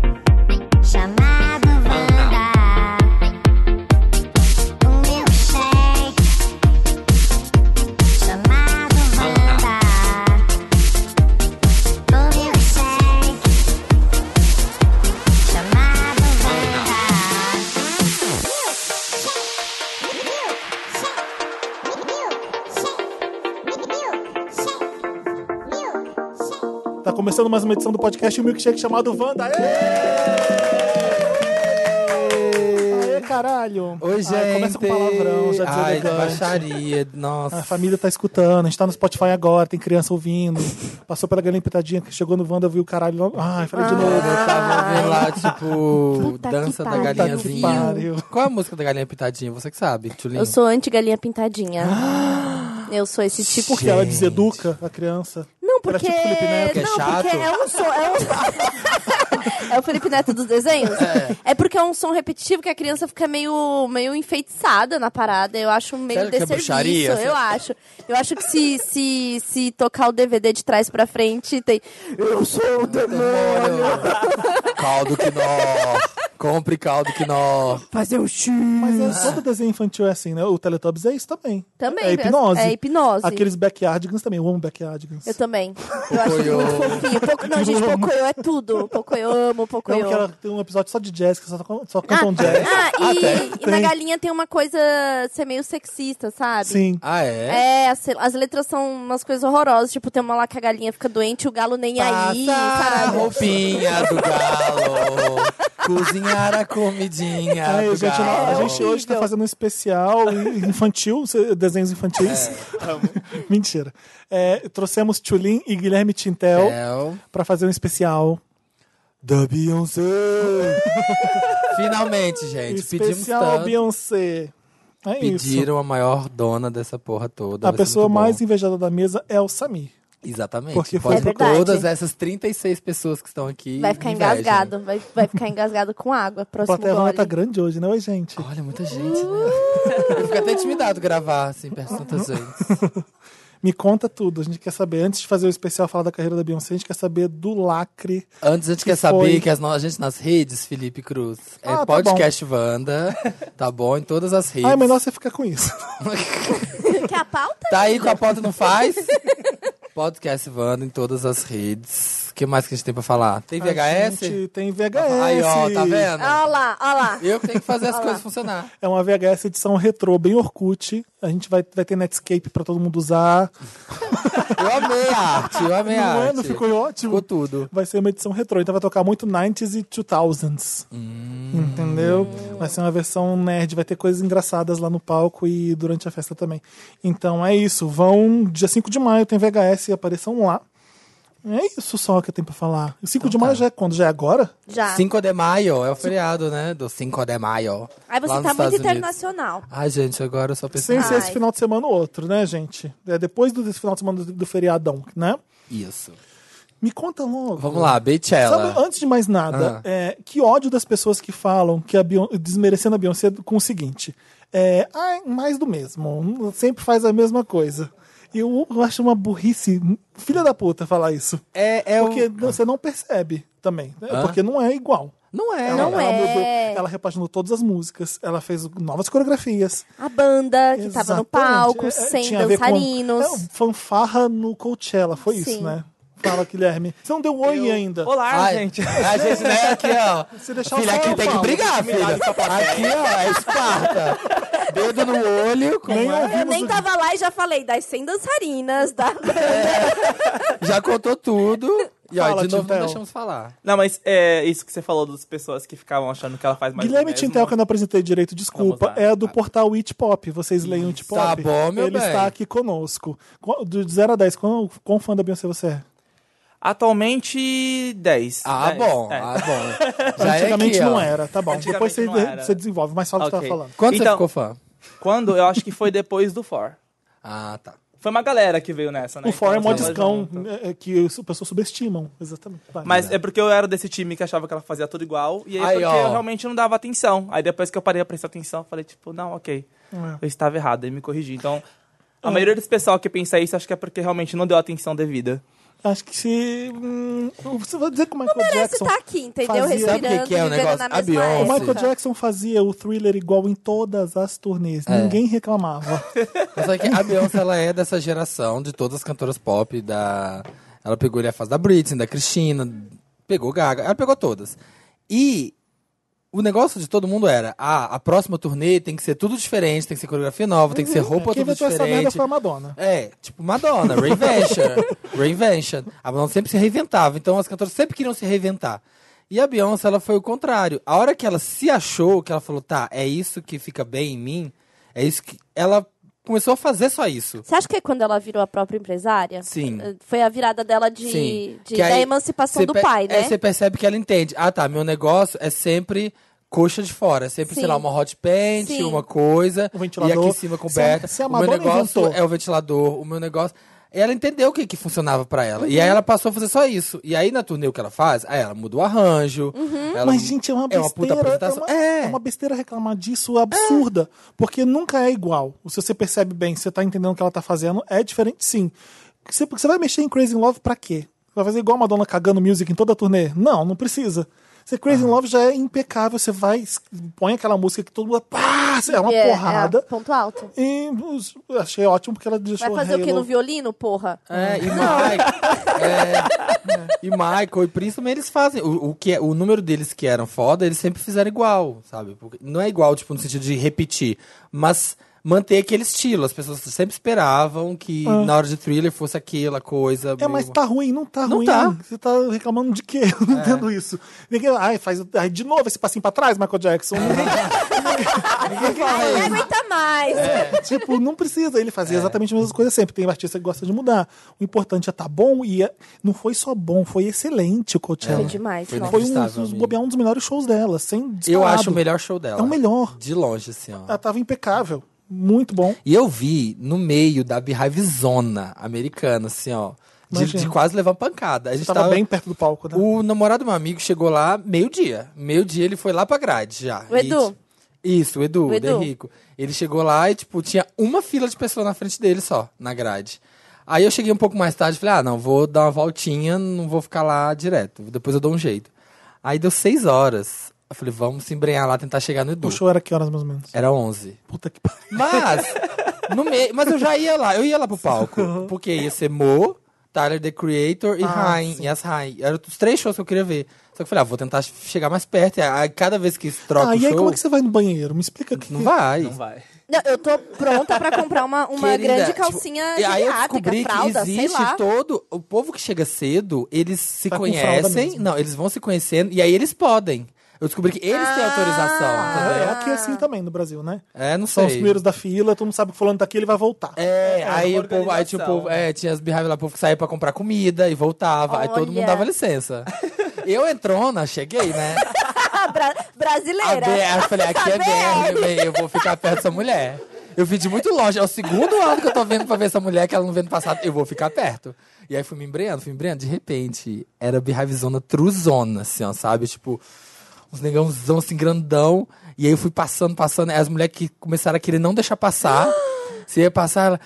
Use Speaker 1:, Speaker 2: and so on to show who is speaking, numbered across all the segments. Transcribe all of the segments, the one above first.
Speaker 1: um Um
Speaker 2: Tá começando mais uma edição do podcast O Milkshake chamado Wanda. Aê! Aê, caralho.
Speaker 3: Oi, gente. Ai,
Speaker 2: começa com palavrão, já
Speaker 3: é, Ai,
Speaker 2: deselegante.
Speaker 3: baixaria, nossa.
Speaker 2: A família tá escutando, a gente tá no Spotify agora, tem criança ouvindo. Passou pela galinha pitadinha, que chegou no Wanda, viu o caralho. Ai, falei de
Speaker 3: Ah,
Speaker 2: novo.
Speaker 3: Eu tava vendo lá, tipo,
Speaker 4: Puta que
Speaker 3: dança da
Speaker 4: pariu. Puta que
Speaker 3: galinhazinha.
Speaker 2: pariu.
Speaker 3: Qual é a música da galinha pitadinha? Você que sabe, Tchulin.
Speaker 4: Eu sou anti-galinha pintadinha. Eu sou esse tipo
Speaker 2: Porque ela deseduca a criança.
Speaker 4: Não, porque.
Speaker 2: Ela é tipo Felipe Neto.
Speaker 3: Que é
Speaker 4: não,
Speaker 3: chato.
Speaker 4: porque é um som. É, um- É o Felipe Neto dos desenhos? É. porque é um som repetitivo que a criança fica meio, meio enfeitiçada na parada. Eu acho meio
Speaker 3: Sério que é
Speaker 4: desserviço.
Speaker 3: bruxaria?
Speaker 4: eu acho. Eu acho que se, se, se tocar o DVD de trás pra frente, tem. Eu sou o demônio!
Speaker 3: caldo que nó. Compre caldo que nó.
Speaker 4: Fazer um x.
Speaker 2: Mas é, todo desenho infantil é assim, né? O Teletubbies é isso também.
Speaker 4: Também.
Speaker 2: É hipnose.
Speaker 4: É hipnose.
Speaker 2: Aqueles backyardigans também, eu amo backyardigans.
Speaker 4: Eu também. Eu acho
Speaker 3: Pocoyo.
Speaker 4: muito fofinho. Poco... Não, gente, Pocoyo é tudo. Pocoyo amo,
Speaker 2: Eu amo
Speaker 4: Pocoyo.
Speaker 2: que ela tem um episódio só de jazz, que só, tocam- só cantam jazz.
Speaker 4: Ah, e, e na
Speaker 2: Tem.
Speaker 4: galinha tem uma coisa ser meio sexista, sabe?
Speaker 2: Sim.
Speaker 3: Ah, é?
Speaker 4: É, as, as letras são umas coisas horrorosas. Tipo, tem uma lá que a galinha fica doente, o galo nem aí,
Speaker 3: Passa a
Speaker 4: sabe?
Speaker 3: roupinha do galo. Cozinhar a
Speaker 4: É,
Speaker 3: comidinha
Speaker 2: Ai,
Speaker 3: do
Speaker 2: É, gente,
Speaker 3: galo.
Speaker 2: não, a gente hoje tá fazendo um especial infantil, se- desenhos infantis. Mentira. É, trouxemos Tulin e Guilherme Tintel
Speaker 3: Tintel.
Speaker 2: pra fazer um especial.
Speaker 3: Da Beyoncé. Finalmente, gente. pedimos
Speaker 2: especial
Speaker 3: É, tanto.
Speaker 2: Beyoncé. É isso.
Speaker 3: Pediram a maior dona dessa porra toda.
Speaker 2: A
Speaker 3: vai ser
Speaker 2: pessoa
Speaker 3: muito bom.
Speaker 2: mais invejada da mesa é o Samir.
Speaker 3: Exatamente.
Speaker 2: Porque
Speaker 3: Pode
Speaker 2: foi-
Speaker 4: É verdade.
Speaker 3: todas essas 36 pessoas que estão aqui.
Speaker 4: Vai ficar
Speaker 3: inveja. né?
Speaker 4: engasgado. Vai, vai ficar engasgado com água.
Speaker 2: A
Speaker 4: Próximo
Speaker 2: plateia
Speaker 4: gole.
Speaker 2: tá grande hoje, né? Oi, gente.
Speaker 3: Olha, muita gente, né? Eu fico até intimidado gravar, assim, perto de tanta
Speaker 2: Uhum.
Speaker 3: gente.
Speaker 2: Me conta tudo. A gente quer saber, antes de fazer o especial falar da carreira da Beyoncé, a gente quer saber do lacre.
Speaker 3: Antes, a gente quer
Speaker 2: foi?
Speaker 3: saber que as no- a gente nas redes, Felipe Cruz, é
Speaker 2: Ah, tá
Speaker 3: podcast Wanda, tá bom? Em todas as redes.
Speaker 2: Ai, melhor você ficar com isso.
Speaker 4: Quer a pauta?
Speaker 3: Tá aí com a pauta, não faz? podcast Wanda em todas as redes. O que mais que a gente tem pra falar? Tem
Speaker 2: A
Speaker 3: VHS?
Speaker 2: gente tem VHS.
Speaker 3: Aí, ó, tá vendo?
Speaker 2: Ah,
Speaker 4: Olha lá, olha lá.
Speaker 3: Eu que tenho que fazer as coisas funcionar.
Speaker 2: É uma VHS edição retrô, bem Orkut. A gente vai, vai ter Netscape pra todo mundo usar.
Speaker 3: Eu amei a arte, eu amei a
Speaker 2: Não é?
Speaker 3: arte.
Speaker 2: Não ficou ótimo?
Speaker 3: Ficou tudo.
Speaker 2: Vai ser uma edição retrô, então vai tocar muito 90s e 2000s.
Speaker 3: Hum.
Speaker 2: Entendeu? Vai ser uma versão nerd, vai ter coisas engraçadas lá no palco e durante a festa também. Então é isso, vão dia 5 de maio tem VHS, apareçam lá. É isso só que eu tenho pra falar. E
Speaker 3: Então
Speaker 2: 5 de
Speaker 3: tá.
Speaker 2: maio já é quando? Já é agora?
Speaker 4: Já.
Speaker 3: 5 de maio é o feriado, né? Do 5 de maio.
Speaker 4: Aí você
Speaker 3: lá nos
Speaker 4: tá muito
Speaker 3: Estados Unidos.
Speaker 4: internacional.
Speaker 3: Ai, gente, agora eu só pensei
Speaker 2: Sem ser esse
Speaker 4: Ai.
Speaker 2: final de semana ou outro, né, gente? É depois do desse final de semana do, do feriadão, né?
Speaker 3: isso.
Speaker 2: Me conta logo.
Speaker 3: Vamos lá,
Speaker 2: Sabe,
Speaker 3: Beychella.
Speaker 2: antes de mais nada,
Speaker 3: Ah.
Speaker 2: é, que ódio das pessoas que falam que a Beyon- desmerecendo a Beyoncé com o seguinte: é, ah, mais do mesmo, sempre faz a mesma coisa. Eu, eu acho uma burrice, filha da puta, falar isso.
Speaker 3: É, é o-
Speaker 2: Porque você não percebe também, né?
Speaker 3: Ah.
Speaker 2: porque não é igual.
Speaker 3: Não é.
Speaker 4: Não
Speaker 2: ela
Speaker 4: é.
Speaker 2: ela repaginou todas as músicas, ela fez novas coreografias.
Speaker 4: A banda que tava no
Speaker 2: Exatamente.
Speaker 4: palco,
Speaker 2: É, é,
Speaker 4: sem
Speaker 2: tinha a ver com-
Speaker 4: dançarinos.
Speaker 2: é, fanfarra no Coachella, foi isso,
Speaker 4: Sim.
Speaker 2: né? Fala, Guilherme. Você não deu oi ainda.
Speaker 5: Olá,
Speaker 3: Ai,
Speaker 5: gente.
Speaker 3: A gente né, aqui, ó.
Speaker 2: Se deixar
Speaker 3: filha,
Speaker 2: só
Speaker 3: aqui
Speaker 2: eu
Speaker 3: tem que
Speaker 2: falo.
Speaker 3: brigar, filha. Aqui, ó, é Esparta. Dedo no olho, como
Speaker 2: Nem
Speaker 3: é?
Speaker 4: Eu
Speaker 2: ouvimos
Speaker 4: nem
Speaker 2: o-
Speaker 4: tava lá e já falei das 100 dançarinas, da
Speaker 3: já contou tudo. E ó,
Speaker 2: Fala,
Speaker 3: de novo
Speaker 2: Tintel.
Speaker 3: não deixamos falar.
Speaker 5: Não, mas é isso que você falou das pessoas que ficavam achando que ela faz mais
Speaker 2: Guilherme
Speaker 5: do mesmo.
Speaker 2: Tintel, que eu não apresentei direito, desculpa,
Speaker 5: Vamos lá.
Speaker 2: é do portal It Pop. Vocês leem o It Pop?
Speaker 3: Tá bom, meu
Speaker 2: Ele
Speaker 3: bem.
Speaker 2: está aqui conosco. Qual- Do 0 a 10, quão, quão fã da Beyoncé você é?
Speaker 5: Atualmente, 10.
Speaker 3: Ah,
Speaker 5: 10,
Speaker 3: bom,
Speaker 5: é.
Speaker 3: ah, bom. Já é
Speaker 2: Antigamente
Speaker 3: aqui, ó.
Speaker 2: não era, tá bom.
Speaker 5: Antigamente
Speaker 2: Depois você,
Speaker 5: não era.
Speaker 2: você desenvolve, mas fala o que
Speaker 5: Ok.
Speaker 2: você tava falando.
Speaker 3: Quando você
Speaker 5: Então-
Speaker 3: ficou fã?
Speaker 5: Quando? Eu acho que foi depois do For.
Speaker 3: Ah, tá.
Speaker 5: Foi uma galera que veio nessa, né?
Speaker 2: O For é
Speaker 5: Então,
Speaker 2: mó
Speaker 5: tava
Speaker 2: discão
Speaker 5: junto.
Speaker 2: é, é, que as pessoas subestimam. Exatamente. Vai.
Speaker 5: Mas é porque eu era desse time que achava que ela fazia tudo igual. E aí,
Speaker 3: Aí,
Speaker 5: porque
Speaker 3: ó.
Speaker 5: eu realmente não dava atenção. Aí depois que eu parei a prestar atenção, eu falei, tipo, não, ok.
Speaker 2: É.
Speaker 5: Eu estava errado. Aí me corrigi. Então, a maioria dos pessoal que pensa isso, acho que é porque realmente não deu a atenção devida.
Speaker 2: Acho que se. Hum, você vai dizer que o Michael
Speaker 4: Parece
Speaker 2: Jackson.
Speaker 4: estar tá aqui, entendeu?
Speaker 2: fazia-
Speaker 4: Respirando,
Speaker 3: Sabe o que que é o
Speaker 4: vivendo
Speaker 3: negócio?
Speaker 4: na
Speaker 3: A
Speaker 4: mesma
Speaker 3: Beyoncé.
Speaker 2: O
Speaker 4: época.
Speaker 2: Michael Jackson fazia o thriller igual em todas as turnês.
Speaker 3: É.
Speaker 2: Ninguém reclamava.
Speaker 3: Mas só que a Beyoncé, ela é dessa geração de todas as cantoras pop da... Ela pegou ele a fase da Britney, da Cristina, pegou Gaga, ela pegou todas. E o negócio de todo mundo era, ah, a próxima turnê tem que ser tudo diferente, tem que ser coreografia nova, tem que ser roupa
Speaker 2: Uhum. Quem
Speaker 3: tudo
Speaker 2: inventou essa merda
Speaker 3: diferente.
Speaker 2: foi a Madonna.
Speaker 3: É, tipo Madonna, Reinvention. Reinvention. A Madonna sempre se reinventava, então as cantoras sempre queriam se reinventar. E a Beyoncé, ela foi o contrário. A hora que ela se achou, que ela falou, tá, é isso que fica bem em mim, é isso que. Ela começou a fazer só isso.
Speaker 4: Você acha que é quando ela virou a própria empresária?
Speaker 3: Sim.
Speaker 4: Eh, Foi a virada dela de,
Speaker 3: Sim.
Speaker 4: de-
Speaker 3: Que aí
Speaker 4: da emancipação
Speaker 3: Cê
Speaker 4: do
Speaker 3: pe-
Speaker 4: pai,
Speaker 3: É,
Speaker 4: né?
Speaker 3: você percebe que ela entende. Ah, tá, meu negócio é sempre coxa de fora. É sempre, sei
Speaker 4: Sim.
Speaker 3: lá, uma hot paint,
Speaker 4: Sim.
Speaker 3: uma coisa.
Speaker 2: O Um ventilador. é
Speaker 3: E aqui em cima coberta.
Speaker 2: Se a- se a
Speaker 3: o meu
Speaker 2: Madonna
Speaker 3: negócio
Speaker 2: inventou.
Speaker 3: é o ventilador. O meu negócio... Ela entendeu o que, que funcionava pra ela.
Speaker 4: Uhum.
Speaker 3: E aí ela passou a fazer só isso. E aí na turnê o que ela faz? Aí ela muda o arranjo.
Speaker 4: Uhum.
Speaker 3: ela-
Speaker 2: Mas, gente, é uma
Speaker 3: É
Speaker 2: besteira.
Speaker 3: uma puta apresentação.
Speaker 2: é uma-
Speaker 3: É.
Speaker 2: é uma besteira reclamar disso absurda. Porque nunca é igual. Se você percebe bem, se você tá entendendo o que ela tá fazendo, é diferente sim. Você, você vai mexer em Crazy in Love pra quê? Vai fazer igual a Madonna cagando music em toda a turnê? Não, não precisa. Você
Speaker 3: Ah.
Speaker 2: Crazy in Love já é impecável. Você vai, es- põe aquela música que todo mundo. Pá, é uma
Speaker 4: Que é- é
Speaker 2: porrada.
Speaker 4: ponto alto.
Speaker 2: E os- achei ótimo porque ela deixou
Speaker 4: Vai fazer o que
Speaker 2: Halo-
Speaker 4: no violino, porra?
Speaker 3: É, e Michael. é. e Michael, e Princeton, eles fazem. O, o, que é, o número deles que eram foda, eles sempre fizeram igual, sabe? Porque não é igual, tipo, no sentido de repetir, mas manter aquele estilo. As pessoas sempre esperavam que na hora de thriller fosse aquela coisa.
Speaker 2: Ah. É,
Speaker 3: meio-
Speaker 2: mas tá ruim, não tá
Speaker 3: Não
Speaker 2: ruim.
Speaker 3: tá. É.
Speaker 2: Você tá reclamando de quê? Eu não entendo isso. Ninguém, ai, faz ai, de novo esse passinho pra trás, Michael Jackson.
Speaker 4: Ai, não aguenta mais.
Speaker 3: É.
Speaker 2: tipo, não precisa ele fazer exatamente as mesmas coisas sempre. Tem artista que gosta de mudar. O importante é tá bom e é- não foi só bom, foi excelente o Coachella.
Speaker 4: Foi demais.
Speaker 3: Foi
Speaker 4: nossa.
Speaker 2: Foi um,
Speaker 3: Inacreditável,
Speaker 2: dos-
Speaker 3: amigo.
Speaker 2: bobear um dos melhores shows dela, sem
Speaker 3: Eu
Speaker 2: disparado.
Speaker 3: acho o melhor show dela.
Speaker 2: É o melhor. Ah.
Speaker 3: De longe, assim, ó.
Speaker 2: Ela tava impecável. Muito bom.
Speaker 3: E eu vi no meio da Beehive Zona americana, assim, ó. De,
Speaker 2: Imagina.
Speaker 3: de quase levar uma pancada. A gente
Speaker 2: Tava,
Speaker 3: tava
Speaker 2: bem perto do palco, né?
Speaker 3: O namorado do meu amigo chegou lá meio-dia. Meio-dia ele foi lá pra grade já.
Speaker 4: O Edu?
Speaker 3: E, tipo, isso, o Edu,
Speaker 4: O
Speaker 3: o
Speaker 4: Edu.
Speaker 3: Rico. Ele chegou lá e, tipo, tinha uma fila de pessoas na frente dele só, na grade. Aí eu cheguei um pouco mais tarde e falei, ah, não, vou dar uma voltinha, não vou ficar lá direto. Depois eu dou um jeito. Aí deu seis horas. Eu falei, vamos se embrenhar lá, tentar chegar no Edu.
Speaker 2: O show era que horas, mais ou menos? Tá,
Speaker 3: Era onze.
Speaker 2: Puta que pariu.
Speaker 3: Mas, no meio, mas eu já ia lá, eu ia lá pro palco. Porque ia ser Mo, Tyler The Creator e
Speaker 2: Ah,
Speaker 3: Rain. E as Rain. Eram os três shows que eu queria ver. Só que eu falei, ah, vou tentar chegar mais perto. E aí, cada vez que troca
Speaker 2: Ah,
Speaker 3: o
Speaker 2: e
Speaker 3: show,
Speaker 2: aí como é que você vai no banheiro? Me explica aqui.
Speaker 3: não vai.
Speaker 5: Não vai.
Speaker 4: Não, eu tô pronta pra comprar uma, uma
Speaker 3: Querida,
Speaker 4: grande
Speaker 3: tipo,
Speaker 4: calcinha
Speaker 3: e aí eu
Speaker 4: geriátrica,
Speaker 3: descobri
Speaker 4: fralda,
Speaker 3: que
Speaker 4: sei lá.
Speaker 3: existe todo. O povo que chega cedo, eles se
Speaker 2: Tá com fralda
Speaker 3: conhecem.
Speaker 2: mesmo.
Speaker 3: Não, eles vão se conhecendo. E aí eles podem. Eu descobri que eles têm
Speaker 4: Ah.
Speaker 3: autorização,
Speaker 2: É,
Speaker 3: entendeu?
Speaker 2: aqui é assim também no Brasil, né?
Speaker 3: É, não Ah. sei.
Speaker 2: São os primeiros da fila, todo mundo sabe que fulano tá aqui, ele vai voltar.
Speaker 3: É,
Speaker 5: É,
Speaker 3: aí,
Speaker 5: uma
Speaker 3: o povo, aí tinha o
Speaker 5: organização.
Speaker 3: povo, é, tinha as beehive lá, o povo que saía pra comprar comida e voltava, aí todo
Speaker 4: Olha.
Speaker 3: mundo dava licença. Eu entrona, cheguei, né?
Speaker 4: Ah, bra-
Speaker 3: A
Speaker 4: brasileira. Tá
Speaker 3: BR, eu falei, aqui é BR, véi, eu vou ficar perto dessa mulher. Eu vi de muito longe, é o segundo ano que eu tô vendo pra ver essa mulher que ela não vê no passado, eu vou ficar perto. E aí fui me embreando, fui me embreando, de repente, era beehive zona truzona, assim, ó, sabe? Tipo, uns negãozão assim, grandão. E aí eu fui passando, passando, aí as mulheres que começaram a querer não deixar passar. Se ia passar, ela...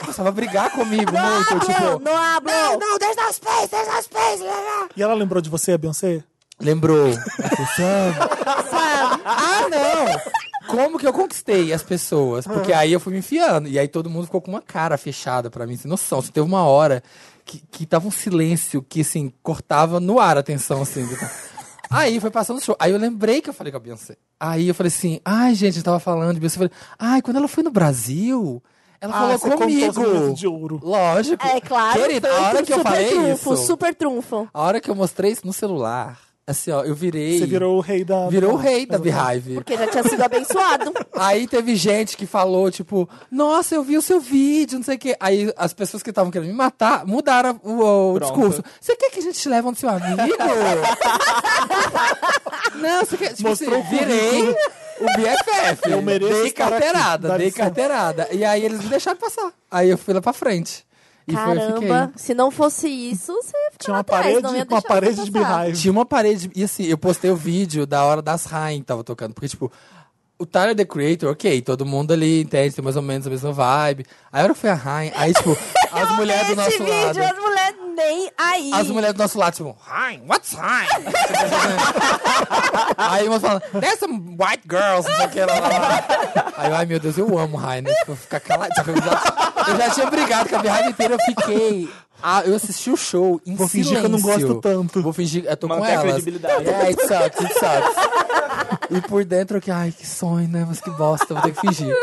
Speaker 3: Começava a brigar comigo muito, eu, tipo...
Speaker 4: Não, não abro.
Speaker 3: não, deixa nas pés, deixa nas pés. lá, lá."
Speaker 2: E ela lembrou de você, a Beyoncé?
Speaker 3: Lembrou. Você sabe? ah, não! Como que eu conquistei as pessoas? Porque aí eu fui me enfiando. E aí todo mundo ficou com uma cara fechada pra mim, sem noção. Assim, teve uma hora que, que tava um silêncio que, assim, cortava no ar a atenção, assim. Aí foi passando o show. Aí eu lembrei que eu falei com a Beyoncé. Aí eu falei assim, ai, gente, eu tava falando de Beyoncé. Eu falei, ai, quando ela foi no Brasil, ela
Speaker 2: Ah, você
Speaker 3: falou
Speaker 2: contou os
Speaker 3: comigo.
Speaker 2: minutos de ouro.
Speaker 3: Lógico.
Speaker 4: É claro.
Speaker 3: Querida,
Speaker 4: foi
Speaker 3: a hora
Speaker 4: um
Speaker 3: que eu
Speaker 4: super
Speaker 3: falei
Speaker 4: trunfo,
Speaker 3: isso...
Speaker 4: super trunfo.
Speaker 3: A hora que eu mostrei isso no celular, assim, ó, eu virei.
Speaker 2: Você virou o rei da.
Speaker 3: Virou o rei da Beehive.
Speaker 4: Porque já tinha sido abençoado.
Speaker 3: Aí teve gente que falou, tipo, nossa, eu vi o seu vídeo, não sei o quê. Aí as pessoas que estavam querendo me matar mudaram o, o
Speaker 5: Pronto.
Speaker 3: discurso. Você quer que a gente te leve onde seu amigo? não, você quer. Tipo,
Speaker 2: Mostrou
Speaker 3: assim,
Speaker 2: o currículo.
Speaker 3: virei. O BFF.
Speaker 2: Eu mereço
Speaker 3: Dei
Speaker 2: estar aqui,
Speaker 3: carteirada,
Speaker 2: dá
Speaker 3: dei
Speaker 2: licença.
Speaker 3: carteirada. E aí eles me deixaram passar. Aí eu fui lá pra frente. E foi, assim eu fiquei.
Speaker 4: Caramba, se não fosse isso, você ia ficar
Speaker 2: Tinha
Speaker 4: lá
Speaker 2: uma
Speaker 4: atrás,
Speaker 2: parede,
Speaker 4: não ia
Speaker 2: uma
Speaker 4: deixar
Speaker 2: parede
Speaker 4: você
Speaker 2: de
Speaker 4: passar.
Speaker 2: beehive.
Speaker 3: Tinha uma parede. E assim, eu postei o vídeo da hora das Rain que tava tocando. Porque, tipo, o Tyler The Creator, ok, todo mundo ali entende, tem mais ou menos a mesma vibe. Aí a hora foi a Rain, aí, tipo, as
Speaker 4: Eu
Speaker 3: mulheres do
Speaker 4: amei
Speaker 3: nosso
Speaker 4: esse vídeo,
Speaker 3: lado.
Speaker 4: as mulheres nem aí.
Speaker 3: As mulheres do nosso lado, tipo, Rain, what's Rain? aí uma falando, there's some white girls, não sei o que lá, lá, lá. Aí eu, ai meu Deus, eu amo Rain, né? Tipo, ficar calado. Só que Eu já- eu já tinha brigado com a minha raiva inteira, eu fiquei. Ah, eu assisti o show em
Speaker 2: Vou fingir que eu não
Speaker 3: silêncio.
Speaker 2: gosto tanto.
Speaker 3: Vou fingir, eu tô com
Speaker 5: Manter a
Speaker 3: elas.
Speaker 5: credibilidade.
Speaker 3: É, it sucks, it sucks. E por dentro eu que, ai, que sonho, né? Mas que bosta, vou ter que fingir.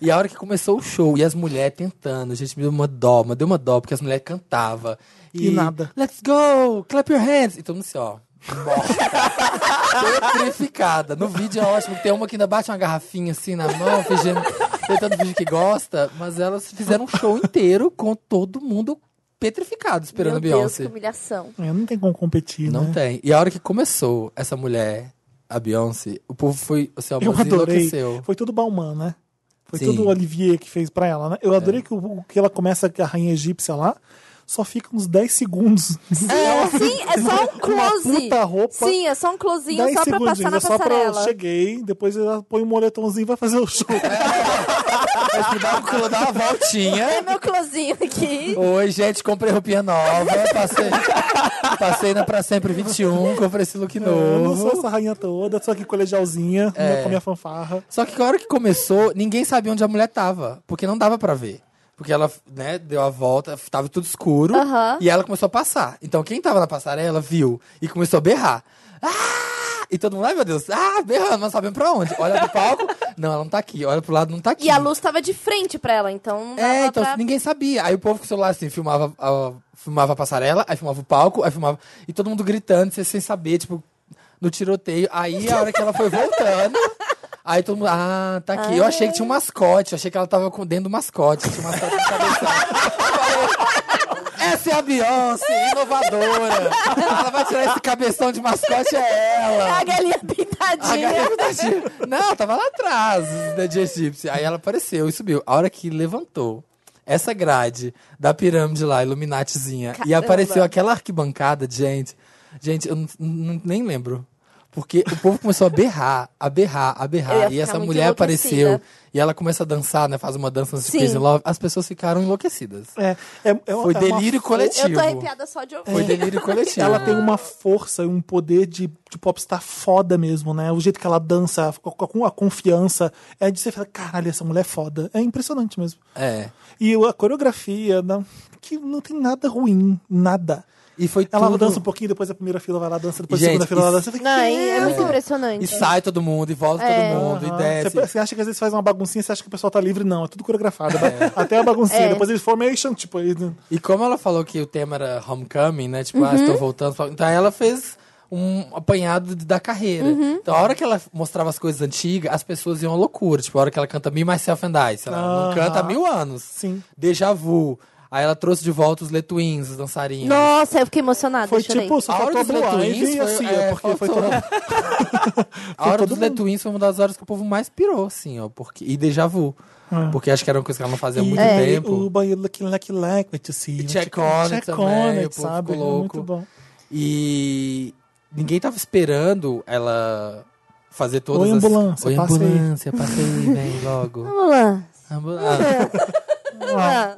Speaker 3: E a hora que começou o show, e as mulheres tentando, gente, me deu uma dó, me deu uma dó, porque as mulheres cantavam.
Speaker 2: E nada.
Speaker 3: Let's go, clap your hands. E todo mundo assim, ó. bosta. Petrificada. No vídeo é ótimo, que tem uma que ainda bate uma garrafinha assim na mão, fingindo, tentando fingir que gosta, mas elas fizeram um show inteiro com todo mundo petrificado esperando
Speaker 4: Meu
Speaker 3: a
Speaker 4: Deus,
Speaker 3: Beyoncé.
Speaker 4: que humilhação.
Speaker 2: É, não tem como competir,
Speaker 3: Não
Speaker 2: né?
Speaker 3: tem. E a hora que começou essa mulher, a Beyoncé, o povo foi. Assim, ó, o
Speaker 2: Eu
Speaker 3: Brasil
Speaker 2: adorei.
Speaker 3: enlouqueceu.
Speaker 2: Foi tudo Bauman, né? Foi
Speaker 3: Sim.
Speaker 2: tudo o Olivier que fez pra ela, né? Eu adorei que, o, que ela começa com a rainha egípcia lá, só fica uns 10 segundos.
Speaker 4: É, sim, é só um close.
Speaker 2: Uma puta roupa.
Speaker 4: Sim, é só um closinho
Speaker 2: 10
Speaker 4: só pra
Speaker 2: segundos,
Speaker 4: passar na
Speaker 2: é só pra eu
Speaker 4: passarela.
Speaker 2: cheguei, depois ela põe um moletomzinho e vai fazer o show.
Speaker 3: Mas que dá, um- dá uma
Speaker 4: É
Speaker 3: voltinha.
Speaker 4: meu closinho aqui.
Speaker 3: Oi, gente, comprei roupinha nova. Passei, passei na Pra Sempre 21, comprei esse look
Speaker 2: Eu não sou
Speaker 3: novo.
Speaker 2: essa rainha toda, sou aqui colegialzinha,
Speaker 3: É.
Speaker 2: né, com a minha fanfarra.
Speaker 3: Só que a hora que começou, ninguém sabia onde a mulher tava, porque não dava pra ver. Porque ela, né, deu a volta, tava tudo escuro,
Speaker 4: Aham.
Speaker 3: e ela começou a passar. Então quem tava na passarela viu e começou a berrar. Ah! E todo mundo, ai meu Deus, ah, berrando, mas sabendo pra onde. Olha pro palco, não, ela não tá aqui. Olha pro lado, não tá aqui.
Speaker 4: E a luz tava de frente pra ela, então não dava
Speaker 3: É, então
Speaker 4: pra...
Speaker 3: ninguém sabia. Aí o povo com o celular assim, filmava a, filmava a passarela, aí filmava o palco, aí filmava. E todo mundo gritando, sem- sem saber, tipo, no tiroteio. Aí a hora que ela foi voltando. Aí todo mundo, ah, tá aqui. Eu achei que tinha um mascote, eu achei que ela tava com dentro do mascote. Tinha um mascote de cabeção. Eu falei, Essa é a Beyoncé, inovadora. Ela vai tirar esse cabeção de mascote, é ela.
Speaker 4: A galinha
Speaker 3: A
Speaker 4: pintadinha.
Speaker 3: garota tá tipo, Não, tava lá atrás da de egípcia. Aí ela apareceu e subiu. A hora que levantou essa grade da pirâmide lá, Illuminatizinha, e
Speaker 4: Caramba.
Speaker 3: apareceu aquela arquibancada de gente. Gente, eu não- não- nem lembro. Porque o povo começou a berrar, a berrar, a
Speaker 4: Eu ia
Speaker 3: berrar. E
Speaker 4: ficar
Speaker 3: essa
Speaker 4: muito
Speaker 3: mulher apareceu.
Speaker 4: enlouquecida.
Speaker 3: E ela começa a dançar, né? Faz uma dança de
Speaker 4: Sim.
Speaker 3: Crazy Love. As pessoas ficaram enlouquecidas.
Speaker 2: É, é, é uma-
Speaker 3: Foi
Speaker 2: é uma
Speaker 3: delírio né?
Speaker 2: força-
Speaker 3: coletivo.
Speaker 4: Eu tô arrepiada só de ouvir.
Speaker 3: Foi delírio coletivo.
Speaker 2: Ela tem uma força e um poder de, de popstar foda mesmo, né? O jeito que ela dança, com- com a confiança, é de você falar, caralho, essa mulher é foda. É impressionante mesmo.
Speaker 3: É.
Speaker 2: E a coreografia, né, que não tem nada ruim, nada.
Speaker 3: E foi
Speaker 2: Ela
Speaker 3: tudo...
Speaker 2: dança um pouquinho, depois a primeira fila vai lá, dança, depois
Speaker 3: Gente,
Speaker 2: a segunda fila
Speaker 3: isso-
Speaker 2: ela dança. Você fica,
Speaker 4: Não,
Speaker 2: "Que
Speaker 4: é muito impressionante.
Speaker 3: E sai todo mundo, e volta
Speaker 4: É.
Speaker 3: todo mundo,
Speaker 2: Aham.
Speaker 3: e desce.
Speaker 2: Você, você acha que às vezes faz uma baguncinha, você acha que o pessoal tá livre? Não, é tudo coreografado. Até a baguncinha.
Speaker 4: É.
Speaker 2: Depois eles formation, tipo, aí,
Speaker 3: E como ela falou que o tema era homecoming, né? Tipo, ah, estou voltando. Então ela fez um apanhado de- da carreira. Então a hora que ela mostrava as coisas antigas, as pessoas iam à loucura. Tipo, a hora que ela canta Me, Myself and I. Sei lá, ela não
Speaker 2: Aham.
Speaker 3: canta há mil anos.
Speaker 2: Sim.
Speaker 3: Déjà Vu. Aí ela trouxe de volta os Letuins, os dançarinos.
Speaker 4: Nossa, eu fiquei emocionada,
Speaker 2: foi
Speaker 4: eu chorei.
Speaker 2: tipo, só
Speaker 3: A
Speaker 2: faltou
Speaker 3: hora
Speaker 2: a
Speaker 3: dos
Speaker 2: Blue
Speaker 3: Letuins
Speaker 2: Ivy e a
Speaker 3: foi-
Speaker 2: Cia,
Speaker 3: é,
Speaker 2: porque foi
Speaker 3: faltou.
Speaker 2: todo...
Speaker 3: A hora
Speaker 2: todo
Speaker 3: dos
Speaker 2: mundo.
Speaker 3: Letuins foi uma das horas que o povo mais pirou, assim, ó. Porque... E Déjà Vu.
Speaker 2: É.
Speaker 3: Porque acho que era uma coisa que ela não fazia há muito
Speaker 2: E é,
Speaker 3: tempo.
Speaker 2: O banheiro looking like like what you see.
Speaker 3: E check on it
Speaker 2: Check
Speaker 3: também,
Speaker 2: on
Speaker 3: o
Speaker 2: it,
Speaker 3: povo
Speaker 2: sabe? É
Speaker 3: ficou louco.
Speaker 2: Muito bom.
Speaker 3: E ninguém tava esperando ela fazer todas
Speaker 2: Oi,
Speaker 3: as...
Speaker 2: ambulância,
Speaker 3: Oi,
Speaker 2: passa aí.
Speaker 3: ambulância, passa aí, vem logo.
Speaker 4: Vamos lá.
Speaker 3: Ambulância.
Speaker 4: Vamos
Speaker 3: Ah,
Speaker 4: lá.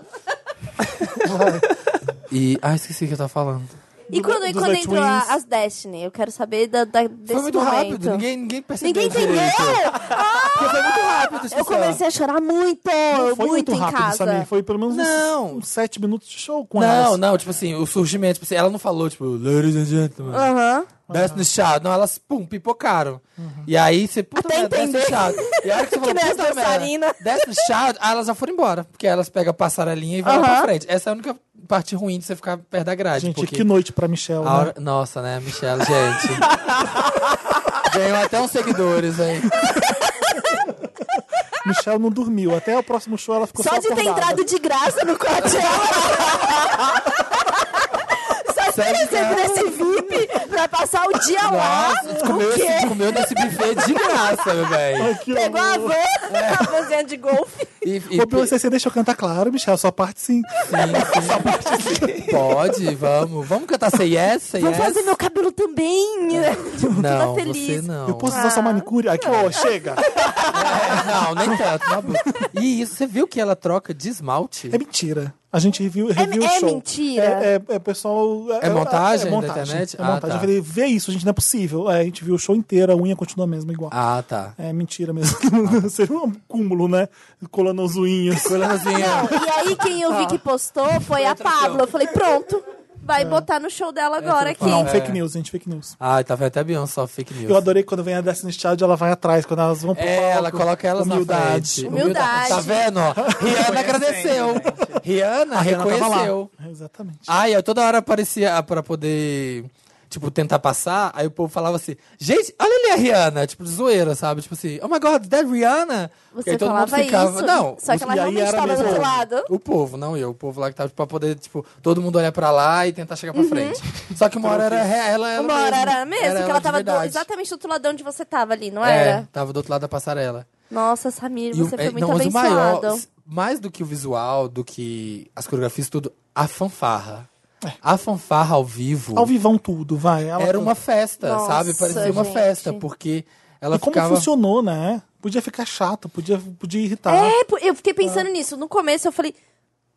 Speaker 3: E... Ah, esqueci o que eu tava falando.
Speaker 4: E quando, e
Speaker 2: dos
Speaker 4: quando
Speaker 2: The
Speaker 4: entrou a-
Speaker 2: Twins.
Speaker 4: as Destiny? Eu quero saber da, da- desse
Speaker 3: foi muito
Speaker 4: momento.
Speaker 3: rápido, ninguém, ninguém percebeu
Speaker 4: Ninguém entendeu!
Speaker 3: direito. Porque foi muito rápido. tipo,
Speaker 4: Eu
Speaker 3: sei lá.
Speaker 4: comecei a chorar muito,
Speaker 2: Não foi muito,
Speaker 4: muito, em
Speaker 2: rápido,
Speaker 4: casa.
Speaker 2: Samir. Foi pelo menos uns-
Speaker 3: Não.
Speaker 2: uns sete minutos de show com
Speaker 3: Não,
Speaker 2: elas.
Speaker 3: não, tipo assim, o surgimento, tipo assim, ela não falou, tipo, ladies and gentlemen,
Speaker 4: Aham.
Speaker 3: desce no chá. Não, elas, pum, pipocaram.
Speaker 2: Uhum.
Speaker 3: E aí você, puta
Speaker 4: Até
Speaker 3: merda, desce no
Speaker 4: entender.
Speaker 3: chá. E a hora que você
Speaker 4: Que
Speaker 3: falou,
Speaker 4: nem as
Speaker 3: puta merda,
Speaker 4: dançarinas.
Speaker 3: desce no chá, aí elas já foram embora. Porque elas pegam a passarelinha e vão lá pra
Speaker 4: Aham.
Speaker 3: frente. Essa é a única parte ruim de você ficar perto da grade.
Speaker 2: Gente,
Speaker 3: porque...
Speaker 2: que noite pra Michelle,
Speaker 3: A hora-
Speaker 2: né?
Speaker 3: Nossa, né, Michelle, gente. Ganhou até uns seguidores aí.
Speaker 2: Michelle não dormiu. Até o próximo show ela ficou só,
Speaker 4: Só de ter
Speaker 2: acordada.
Speaker 4: entrado de graça no Coachella. Só de ter
Speaker 3: Sério,
Speaker 4: recebido esse VIP pra passar o dia
Speaker 3: Nossa,
Speaker 4: lá.
Speaker 3: comeu,
Speaker 4: é? o quê?
Speaker 3: esse, comeu nesse buffet de graça, meu velho.
Speaker 2: Aqui, ó.
Speaker 4: Pegou a van, a vanzinha de golfe.
Speaker 3: E, e-
Speaker 2: Ô, Bill, você, você deixa eu cantar claro, Michel, sua parte sim.
Speaker 3: sim, sim. Pode, vamos. Vamos cantar Say Yes, Say
Speaker 4: Vamos
Speaker 3: Yes.
Speaker 4: fazer meu cabelo também.
Speaker 3: Não,
Speaker 4: Tá
Speaker 3: você
Speaker 4: feliz.
Speaker 3: não.
Speaker 2: Eu posso usar
Speaker 4: Ah.
Speaker 2: sua manicure? Aqui, ô, chega.
Speaker 3: É, não, nem tanto. na boa. E isso, você viu que ela troca de esmalte?
Speaker 2: É mentira. A gente review, review
Speaker 4: é
Speaker 2: o show.
Speaker 4: mentira?
Speaker 2: É, é, é pessoal.
Speaker 3: É montagem da
Speaker 2: montagem,
Speaker 3: internet?
Speaker 2: É
Speaker 3: Ah,
Speaker 2: montagem.
Speaker 3: tá.
Speaker 2: Eu falei, vê isso, gente, não é possível. É, a gente viu o show inteiro, a unha continua a mesma igual.
Speaker 3: Ah, tá.
Speaker 2: É mentira mesmo. Seria um cúmulo, né? Colando as unhas.
Speaker 3: Colanzinha.
Speaker 4: E aí quem eu vi que postou foi a Pablo. Eu falei, pronto, vai botar no show dela agora aqui.
Speaker 3: É.
Speaker 2: Não, fake news, gente, fake news.
Speaker 3: Ai, tá vendo até Beyoncé, fake news.
Speaker 2: Eu adorei quando vem a Destiny Child, ela vai atrás, quando elas vão pro
Speaker 3: É,
Speaker 2: palco.
Speaker 3: ela coloca elas na frente.
Speaker 2: Humildade.
Speaker 4: Humildade.
Speaker 3: Tá vendo? ó? Rihanna agradeceu. Rihanna
Speaker 2: Ela tava lá.
Speaker 3: reconheceu.
Speaker 2: Exatamente.
Speaker 3: Ai, eu toda hora aparecia pra poder, tipo, tentar passar. Aí o povo falava assim, gente, olha ali a Rihanna. Tipo, de zoeira, sabe? Tipo assim, oh my God, that Rihanna? Porque
Speaker 4: Você
Speaker 3: aí todo mundo
Speaker 4: falava
Speaker 3: ficava,
Speaker 4: isso,
Speaker 3: não.
Speaker 4: só
Speaker 3: os-
Speaker 4: que ela
Speaker 2: e aí
Speaker 4: realmente
Speaker 2: era
Speaker 4: estava do
Speaker 2: mesmo.
Speaker 4: outro lado.
Speaker 3: O povo, não eu. O povo lá que tava, tipo, pra poder, tipo, todo mundo olhar pra lá e tentar chegar pra frente. Só que uma hora era re- ela, ela
Speaker 4: Uhum. Uma hora
Speaker 3: mesmo.
Speaker 4: era mesmo, que ela
Speaker 3: de
Speaker 4: tava do-
Speaker 3: verdade.
Speaker 4: exatamente do outro lado onde você tava ali, não
Speaker 3: É,
Speaker 4: era?
Speaker 3: tava do outro lado da passarela.
Speaker 4: Nossa, Samir, você
Speaker 3: é,
Speaker 4: foi muito
Speaker 3: não, mas o maior,
Speaker 4: abençoado.
Speaker 3: s- mais do que o visual, do que as coreografias, tudo, a fanfarra. A fanfarra ao vivo
Speaker 2: Ao vivão tudo, vai. Ela
Speaker 3: era um uma festa,
Speaker 4: Nossa,
Speaker 3: sabe? Parecia uma
Speaker 4: gente.
Speaker 3: festa, porque ela
Speaker 2: E como
Speaker 3: ficava.
Speaker 2: funcionou, né? Podia ficar chato, podia, podia irritar.
Speaker 4: É, pô, eu
Speaker 3: Ah.
Speaker 4: fiquei pensando nisso. No começo eu falei,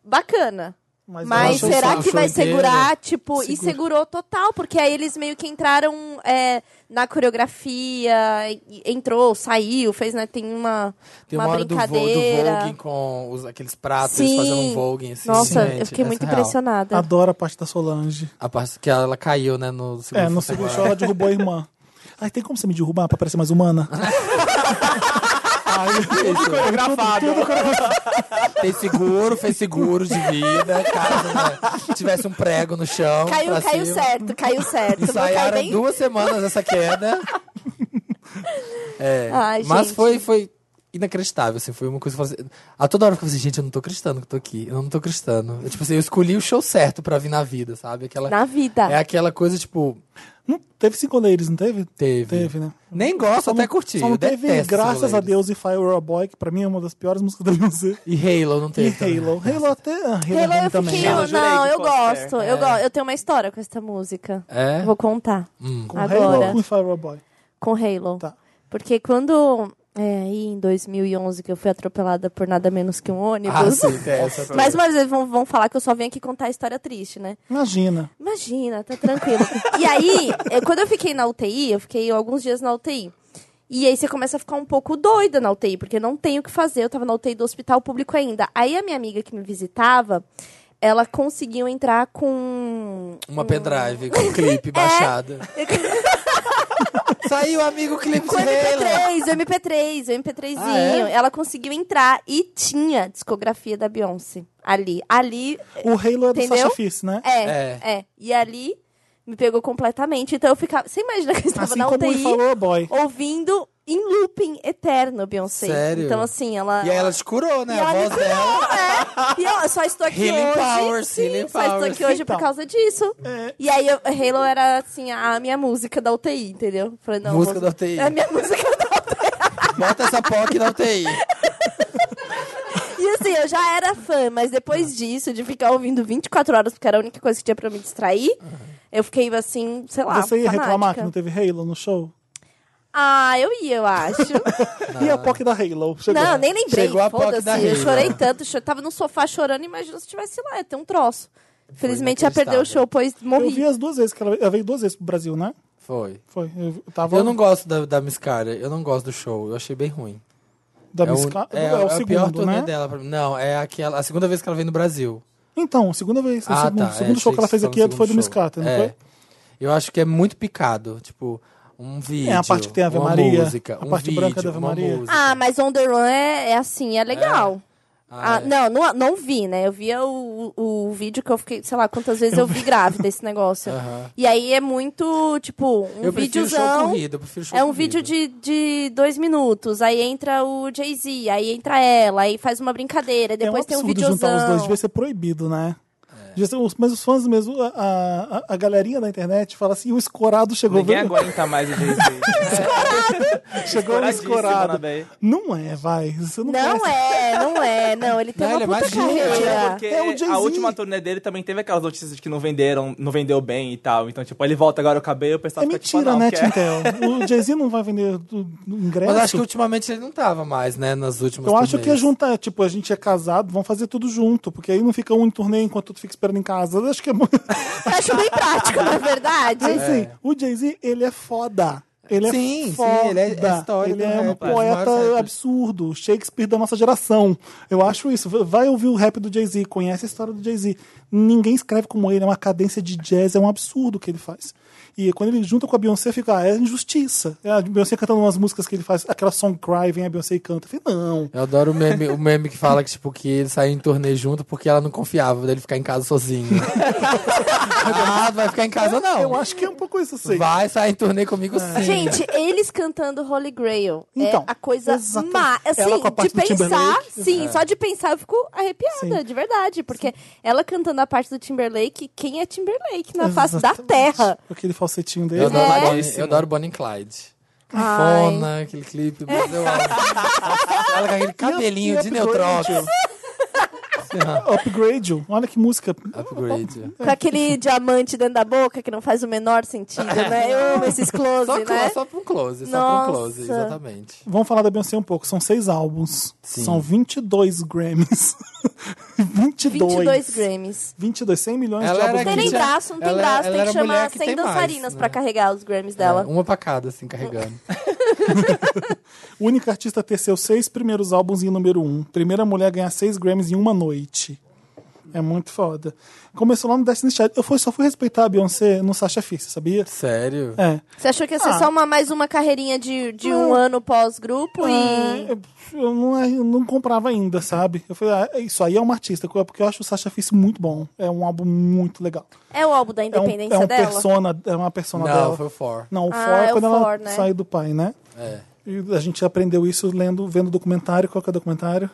Speaker 4: bacana.
Speaker 2: Mas
Speaker 4: Mas,
Speaker 3: eu acho
Speaker 4: será
Speaker 3: o
Speaker 4: que vai
Speaker 3: show inteiro-
Speaker 4: segurar? Tipo, e
Speaker 2: Segura.
Speaker 4: segurou total, porque aí eles meio que entraram é, na coreografia, e- entrou, saiu, fez, né? Tem uma,
Speaker 3: Tem
Speaker 4: uma,
Speaker 3: uma hora do, vo- do
Speaker 4: brincadeira.
Speaker 3: voguing com os- aqueles pratos, eles
Speaker 4: Sim.
Speaker 3: fazendo um voguing assim.
Speaker 4: Nossa,
Speaker 3: gente,
Speaker 4: eu fiquei
Speaker 3: essa
Speaker 4: muito
Speaker 3: é real.
Speaker 4: impressionada.
Speaker 2: Adoro a parte da Solange.
Speaker 3: A parte que ela caiu, né, no segundo
Speaker 2: É, no segundo show ela derrubou a irmã. Ai, tem como você me derrubar pra parecer mais humana?
Speaker 3: Isso.
Speaker 5: Gravado.
Speaker 3: né? Fez seguro, fez seguro de vida, caso né, tivesse um prego no chão.
Speaker 4: Caiu,
Speaker 3: pra
Speaker 4: caiu
Speaker 3: cima.
Speaker 4: certo, caiu certo. Não caiu
Speaker 3: Ensaiaram
Speaker 4: bem.
Speaker 3: duas semanas essa queda. É,
Speaker 4: Ai,
Speaker 3: mas
Speaker 4: gente.
Speaker 3: foi, foi inacreditável, assim, foi uma coisa... que eu falei assim, A toda hora eu ficava assim, gente, eu não tô cristando que eu tô aqui, eu não tô cristando. Eu, tipo assim, eu escolhi o show certo pra vir na vida, sabe? Aquela,
Speaker 4: Na vida.
Speaker 3: É aquela coisa, tipo,
Speaker 2: Não, teve cinco goleiros, não teve?
Speaker 3: Teve.
Speaker 2: Teve, né?
Speaker 3: nem gosto,
Speaker 2: Só
Speaker 3: até
Speaker 2: não-
Speaker 3: curti,
Speaker 2: Só
Speaker 3: eu
Speaker 2: não teve
Speaker 3: detesto
Speaker 2: Graças a
Speaker 3: Soleiros.
Speaker 2: Deus e Fire Were a Boy, que pra mim é uma das piores músicas da Beyoncé.
Speaker 3: E Halo, não
Speaker 2: E
Speaker 3: teve também.
Speaker 2: Halo. Halo até... Ah, Halo, é
Speaker 4: Hello,
Speaker 2: ruim
Speaker 4: eu
Speaker 2: também.
Speaker 4: fiquei.
Speaker 2: né?
Speaker 5: Hello, jurei
Speaker 4: não,
Speaker 5: que é.
Speaker 4: eu
Speaker 5: fosse
Speaker 4: gosto,
Speaker 5: ter.
Speaker 4: eu gosto. Eu tenho uma história com essa música.
Speaker 3: É?
Speaker 4: Vou contar
Speaker 2: né? Com
Speaker 4: agora.
Speaker 2: Halo e Fire Were a Boy.
Speaker 4: com Halo.
Speaker 2: Tá.
Speaker 4: Porque quando. É, aí em 2011 que eu fui atropelada por nada menos que um
Speaker 3: Ah,
Speaker 4: ônibus.
Speaker 3: sim, tem essa coisa.
Speaker 4: Mais uma vez, vão, vão falar que eu só venho aqui contar a história triste, né?
Speaker 2: Imagina.
Speaker 4: Imagina, tá tranquilo. e aí, eu- quando eu fiquei na UTI, eu fiquei alguns dias na UTI. E aí você começa a ficar um pouco doida na UTI, porque não tem o que fazer. Eu tava na UTI do hospital público ainda. Aí a minha amiga que me visitava, ela conseguiu entrar com.
Speaker 3: Uma pendrive com um clipe
Speaker 4: É.
Speaker 3: baixado. Saiu, amigo, o clipe
Speaker 4: Com
Speaker 3: de
Speaker 4: o
Speaker 3: Halo.
Speaker 4: MP3, o MP3, o MP3zinho.
Speaker 3: Ah, é?
Speaker 4: Ela conseguiu entrar e tinha discografia da Beyoncé ali. Ali.
Speaker 2: O Halo é do
Speaker 4: Entendeu?
Speaker 2: Sasha Fierce, né?
Speaker 4: É,
Speaker 3: É.
Speaker 4: é, E ali me pegou completamente. Então eu ficava. Você imagina que eu estava
Speaker 2: Assim
Speaker 4: na
Speaker 2: como ele
Speaker 4: UTI
Speaker 2: falou, boy.
Speaker 4: ouvindo em looping eterno Beyoncé.
Speaker 3: Sério?
Speaker 4: Então, assim, ela.
Speaker 3: E aí ela te curou, né?
Speaker 4: E
Speaker 3: a
Speaker 4: ela me
Speaker 3: voz
Speaker 4: curou,
Speaker 3: dela.
Speaker 4: né? E eu só estou aqui
Speaker 3: Healing
Speaker 4: hoje.
Speaker 3: powers,
Speaker 4: sim,
Speaker 3: healing
Speaker 4: só estou
Speaker 3: powers.
Speaker 4: aqui hoje
Speaker 2: Então. É.
Speaker 4: por causa disso. E aí, eu, Halo era, assim, a minha música da UTI, entendeu? Falei, não,
Speaker 3: Música
Speaker 4: vou-
Speaker 3: da UTI.
Speaker 4: É a minha música da
Speaker 3: Bota essa POC na UTI.
Speaker 4: E assim, eu já era fã, mas
Speaker 3: Ah.
Speaker 4: depois disso, de ficar ouvindo 24 horas, porque era a única coisa que tinha pra me distrair,
Speaker 3: Ah.
Speaker 4: eu fiquei assim, sei lá.
Speaker 2: Você ia
Speaker 4: fanática.
Speaker 2: reclamar que não teve Halo no show?
Speaker 4: Ah, eu ia, eu acho.
Speaker 2: E a POC da Halo? Chegou.
Speaker 4: não, nem lembrei.
Speaker 3: Chegou a POC
Speaker 4: Foda-se.
Speaker 3: da
Speaker 4: Eu
Speaker 3: Rihanna.
Speaker 4: chorei tanto, eu tava no sofá chorando, imagina se eu tivesse lá, ia ter um troço. Infelizmente ia perder o show, pois
Speaker 2: Eu vi
Speaker 4: morri.
Speaker 2: as duas vezes, que ela, ela veio duas vezes pro Brasil, né?
Speaker 3: Foi.
Speaker 2: Foi. Eu tava
Speaker 3: Eu não gosto da, da Miss Carter, eu não gosto do show, eu achei bem ruim.
Speaker 2: da
Speaker 3: é,
Speaker 2: Miss
Speaker 3: o-
Speaker 2: Ca-
Speaker 3: é,
Speaker 2: é o
Speaker 3: é pior
Speaker 2: segundo,
Speaker 3: turnê
Speaker 2: né?
Speaker 3: dela pra mim. Não, é aquela, a segunda vez que ela vem no Brasil.
Speaker 2: Então, segunda vez. O
Speaker 3: Ah,
Speaker 2: segundo,
Speaker 3: tá,
Speaker 2: o
Speaker 3: é,
Speaker 2: segundo show
Speaker 3: achei
Speaker 2: que ela fez
Speaker 3: você
Speaker 2: aqui
Speaker 3: tava no
Speaker 2: foi do
Speaker 3: segundo
Speaker 2: Miss
Speaker 3: show.
Speaker 2: Carter, não
Speaker 3: É.
Speaker 2: foi?
Speaker 3: Eu acho que é muito picado, tipo, um vídeo,
Speaker 2: É, a parte que tem a Ave
Speaker 3: uma
Speaker 2: Maria,
Speaker 3: música,
Speaker 2: a
Speaker 3: um
Speaker 2: parte
Speaker 3: vídeo,
Speaker 2: branca da Ave
Speaker 3: uma
Speaker 2: Maria.
Speaker 3: música.
Speaker 4: Ah, mas On The Run é, é assim, é legal.
Speaker 3: Ah,
Speaker 4: Ah,
Speaker 3: é.
Speaker 4: não, não, não vi, né? Eu via o, o, o vídeo que eu fiquei, sei lá, quantas vezes eu vi grávida esse negócio. E aí é muito, tipo, um
Speaker 3: eu prefiro show
Speaker 4: videozão.
Speaker 3: corrido, eu prefiro show
Speaker 4: É um
Speaker 3: corrido.
Speaker 4: vídeo de, de dois minutos, aí entra o Jay-Z, aí entra ela, aí faz uma brincadeira,
Speaker 2: É um
Speaker 4: depois tem um
Speaker 2: absurdo juntar os dois,
Speaker 4: videozão.
Speaker 3: É.
Speaker 2: devia ser proibido, né? Mas os fãs mesmo, a, a, a galerinha da internet fala assim: o escorado chegou.
Speaker 5: Ninguém
Speaker 2: viu?
Speaker 5: aguenta mais o jeito.
Speaker 2: Chegou um
Speaker 5: Escoradíssimo, né,
Speaker 2: escorado.
Speaker 5: Anabelle.
Speaker 2: Não é, vai. Você não,
Speaker 4: Não
Speaker 2: conhece.
Speaker 4: é, não é, não. Ele tem
Speaker 3: Não,
Speaker 4: uma
Speaker 3: ele é
Speaker 4: puta
Speaker 3: mais jovem.
Speaker 4: carreira.
Speaker 5: Porque
Speaker 2: É o Jay-Z.
Speaker 5: a última turnê dele também teve aquelas notícias de que não venderam, não vendeu bem e tal. Então, tipo, ele volta agora o cabelo, o
Speaker 3: tá
Speaker 5: pessoal
Speaker 2: É
Speaker 5: fica
Speaker 2: mentira,
Speaker 5: tipo,
Speaker 3: um
Speaker 5: ah, não,
Speaker 2: né,
Speaker 5: quer.
Speaker 2: Tintel? O Jay-Z não vai vender do- do ingresso.
Speaker 3: Mas acho que ultimamente ele não tava mais, né? Nas últimas
Speaker 2: Eu acho que é
Speaker 3: turnês.
Speaker 2: juntar, tipo, a gente é casado, vamos fazer tudo junto, porque aí não fica um em turnê enquanto tu fica esperando em casa. Eu acho que é muito.
Speaker 4: Eu acho bem prático, na verdade.
Speaker 2: Mas, assim, o Jay-Z, ele é foda. Ele
Speaker 3: Sim,
Speaker 2: é
Speaker 3: sim,
Speaker 2: foda.
Speaker 3: ele é- é história do
Speaker 2: Ele é um
Speaker 3: rap, é um dos maiores
Speaker 2: poeta
Speaker 3: rappers.
Speaker 2: absurdo, Shakespeare da nossa geração. Eu acho isso. V- Vai ouvir o rap do Jay-Z, conhece a história do Jay-Z. Ninguém escreve como ele, é uma cadência de jazz, é um absurdo o que ele faz. E quando ele junta com a Beyoncé, fica, ah, é injustiça. É A Beyoncé cantando umas músicas que ele faz, aquela song cry, vem a Beyoncé e canta. Eu falei, não.
Speaker 3: Eu adoro o meme, o meme que fala que, tipo, que ele saiu em turnê junto porque ela não confiava dele ficar em casa sozinho. ah, não vai ficar em casa
Speaker 2: Eu
Speaker 3: não.
Speaker 2: acho que é um pouco isso, assim.
Speaker 3: Vai sair em turnê comigo sim.
Speaker 4: Gente, eles cantando Holy Grail
Speaker 2: Então,
Speaker 4: é a coisa
Speaker 2: exatamente.
Speaker 4: má. Assim,
Speaker 2: Ela com a parte
Speaker 4: de
Speaker 2: do
Speaker 4: pensar,
Speaker 2: Timberlake. É.
Speaker 4: sim, só de pensar eu fico arrepiada,
Speaker 2: Sim.
Speaker 4: de verdade. Porque ela cantando a parte do Timberlake, quem é Timberlake na face da
Speaker 2: Exatamente.
Speaker 4: terra?
Speaker 2: Aquele falsetinho dele.
Speaker 3: Eu adoro,
Speaker 4: É.
Speaker 3: Bonnie, eu adoro Bonnie and Clyde.
Speaker 4: Ai.
Speaker 3: Fona, aquele clipe. Mas eu amo. Ela com aquele
Speaker 2: E
Speaker 3: cabelinho
Speaker 2: up-
Speaker 3: de
Speaker 2: e
Speaker 3: neutrófilo.
Speaker 2: Upgrade You. Olha que música.
Speaker 3: Upgrade.
Speaker 4: Com aquele diamante dentro da boca que não faz o menor sentido, né? Eu amo esses close,
Speaker 3: Só, clo-
Speaker 4: né?
Speaker 3: só pra um close, só pra um close,
Speaker 4: Nossa.
Speaker 3: exatamente.
Speaker 2: Vamos falar da Beyoncé um pouco. São seis álbuns.
Speaker 3: Sim.
Speaker 2: São 22 Grammys. 22.
Speaker 4: 22 Grammys.
Speaker 2: 22, 100 milhões
Speaker 3: Ela
Speaker 2: de álbuns.
Speaker 3: era
Speaker 4: Não tem nem
Speaker 3: Gente,
Speaker 4: braço, não tem
Speaker 3: ela- é-
Speaker 4: braço.
Speaker 3: ela
Speaker 4: tem que
Speaker 3: era mulher
Speaker 4: chamar
Speaker 3: que
Speaker 4: 100
Speaker 3: tem mais,
Speaker 4: dançarinas
Speaker 3: né?
Speaker 4: pra carregar os Grammys dela.
Speaker 3: É, uma pra cada, assim, carregando.
Speaker 2: O único artista a ter seus seis primeiros álbuns em número um. Primeira mulher a ganhar seis Grammys em uma noite. É muito foda. Começou lá no Destiny's Child. Eu fui- só fui respeitar a Beyoncé no Sasha Fierce, sabia?
Speaker 3: Sério?
Speaker 2: É.
Speaker 4: Você achou que ia ser
Speaker 2: Ah.
Speaker 4: só uma, mais uma carreirinha de, de um ano pós-grupo e.
Speaker 2: É, eu, não, eu não comprava ainda, sabe? Eu falei, ah, isso aí é uma artista, porque eu acho o Sasha Fierce muito bom. É um álbum muito legal.
Speaker 4: É o álbum da
Speaker 2: É um,
Speaker 4: independência
Speaker 2: é um
Speaker 4: dela?
Speaker 2: persona, é uma persona
Speaker 3: Não,
Speaker 2: dela.
Speaker 3: foi o Four.
Speaker 2: Não, o
Speaker 4: Ah,
Speaker 2: For é
Speaker 4: é o
Speaker 2: quando ela
Speaker 4: For, né?
Speaker 2: saiu do pai, né?
Speaker 3: É.
Speaker 2: E a gente aprendeu isso lendo, vendo o documentário. Qual que é o documentário?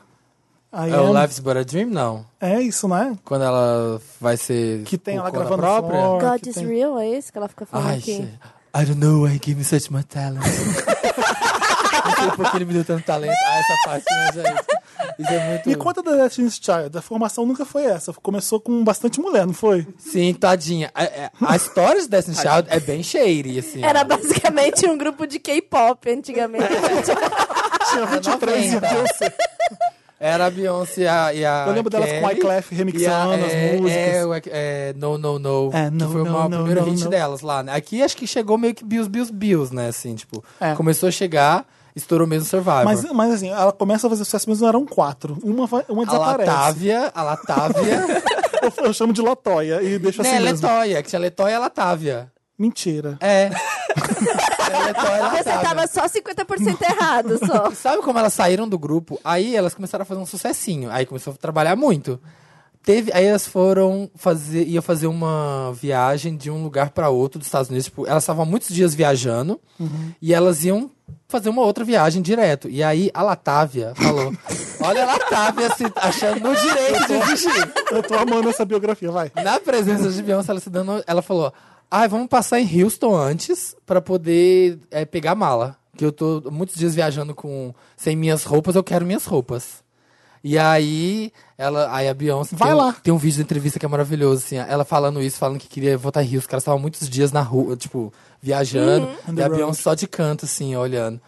Speaker 2: I
Speaker 3: É o
Speaker 2: Am.
Speaker 3: Life's But a Dream, não.
Speaker 2: É isso, né?
Speaker 3: Quando ela vai ser.
Speaker 2: Que tem
Speaker 3: por
Speaker 2: ela
Speaker 3: conta
Speaker 2: gravando
Speaker 3: própria.
Speaker 2: fora,
Speaker 4: God
Speaker 2: que
Speaker 4: is
Speaker 2: tem-
Speaker 4: real, é esse que ela fica falando
Speaker 3: Ai,
Speaker 4: aqui.
Speaker 3: shit. I don't know why he gave me such my talent. Não sei porque ele me deu tanto talento. Ah, essa parte, né, gente? Isso é muito.
Speaker 2: Me conta da Destiny's Child. A formação nunca foi essa. Começou com bastante mulher, não foi?
Speaker 3: Sim, tadinha. A, é- a história de Destiny Child é bem shady, assim.
Speaker 4: Era
Speaker 3: ó.
Speaker 4: basicamente um grupo de K-pop antigamente. Tipo, Ah,
Speaker 2: Tinha
Speaker 3: Era
Speaker 2: 23 e a
Speaker 3: 90.
Speaker 2: Beyoncé.
Speaker 3: Era a Beyoncé e a, e a
Speaker 2: Eu lembro delas com
Speaker 3: Kelly.
Speaker 2: Wyclef remixando
Speaker 3: E a-
Speaker 2: as
Speaker 3: é,
Speaker 2: músicas.
Speaker 3: É, o- é, No, No, No.
Speaker 2: É, No,
Speaker 3: que foi o
Speaker 2: No,
Speaker 3: maior
Speaker 2: No,
Speaker 3: primeiro
Speaker 2: No,
Speaker 3: hit
Speaker 2: No.
Speaker 3: delas lá, né? Aqui acho que chegou meio que Bills, Bills, Bills, né? Assim, tipo,
Speaker 2: É.
Speaker 3: começou a chegar, estourou mesmo Survivor.
Speaker 2: Mas, mas assim, ela começa a fazer sucesso, mas não eram quatro. Uma, vai- uma
Speaker 3: a
Speaker 2: desaparece.
Speaker 3: Latávia, a Latávia.
Speaker 2: Eu, eu chamo de Latoya e deixo assim
Speaker 3: né,
Speaker 2: mesmo.
Speaker 3: Letoia, que tinha Letoia e a Latávia.
Speaker 2: Mentira.
Speaker 3: É. Era Letoia É, e
Speaker 4: Você
Speaker 3: Latávia.
Speaker 4: tava só 50% errado, só.
Speaker 3: E Sabe como elas saíram do grupo? Aí elas começaram a fazer um sucessinho. Aí começou a trabalhar muito. Teve, aí elas foram fazer, ia fazer uma viagem de um lugar pra outro dos Estados Unidos. Tipo, elas estavam há muitos dias viajando e elas iam fazer uma outra viagem direto. E aí a Latávia falou: Olha a Latávia se achando no direito de desistir.
Speaker 2: Eu tô amando essa biografia, vai.
Speaker 3: Na presença de Beyoncé, ela se dando. Ela falou: Ai, vamos passar em Houston antes pra poder eh, pegar a mala. Que eu tô muitos dias viajando com sem minhas roupas, eu quero minhas roupas. E aí, ela, aí a Beyoncé
Speaker 2: Vai
Speaker 3: tem, um-
Speaker 2: lá.
Speaker 3: tem um vídeo de entrevista que é maravilhoso, assim, ela falando isso, falando que queria voltar em Houston, que ela estava muitos dias na rua, tipo, viajando,
Speaker 2: On
Speaker 3: e
Speaker 2: the
Speaker 3: a
Speaker 2: road.
Speaker 3: Beyoncé só de canto, assim, olhando.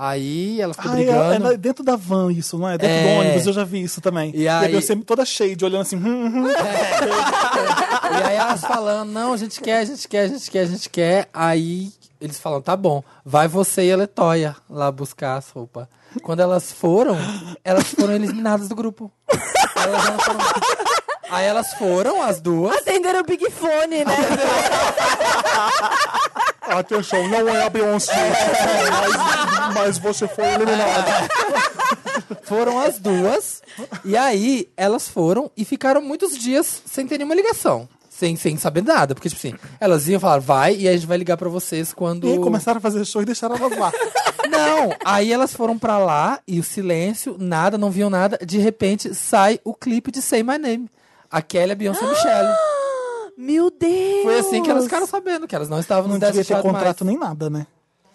Speaker 3: Aí ela ficou
Speaker 2: Ah, é,
Speaker 3: brigando.
Speaker 2: é na- dentro da van isso, não é? Dentro
Speaker 3: É.
Speaker 2: do ônibus, eu já vi isso também.
Speaker 3: E
Speaker 2: a
Speaker 3: aí-
Speaker 2: Beyoncé toda cheia de olhando assim, hum, hum,
Speaker 3: E aí elas falando, não, a gente quer, a gente quer, a gente quer, a gente quer. Aí eles falam, tá bom, vai você e a Letoia lá buscar as roupas. Quando elas foram, elas foram eliminadas do grupo. Elas não foram... Aí elas foram, as duas.
Speaker 4: Atenderam o Big Fone, né?
Speaker 2: atenção, não é a Beyoncé,
Speaker 3: É.
Speaker 2: mas, mas você foi eliminada.
Speaker 3: Foram as duas. E aí, elas foram e ficaram muitos dias sem ter nenhuma ligação. Sem, sem saber nada. Porque, tipo assim, elas iam falar, vai, e a gente vai ligar pra vocês quando.
Speaker 2: E aí começaram a fazer show e deixaram elas lá.
Speaker 3: Não, aí elas foram pra lá e o silêncio, nada, não viam nada. De repente sai o clipe de Say My Name. A Kelly, a Beyoncé e a Michelle.
Speaker 4: Meu Deus!
Speaker 3: Foi assim que elas ficaram sabendo, que elas não estavam
Speaker 2: Não
Speaker 3: no
Speaker 2: devia
Speaker 3: Destiny
Speaker 2: ter
Speaker 3: Child mais.
Speaker 2: contrato nem nada, né?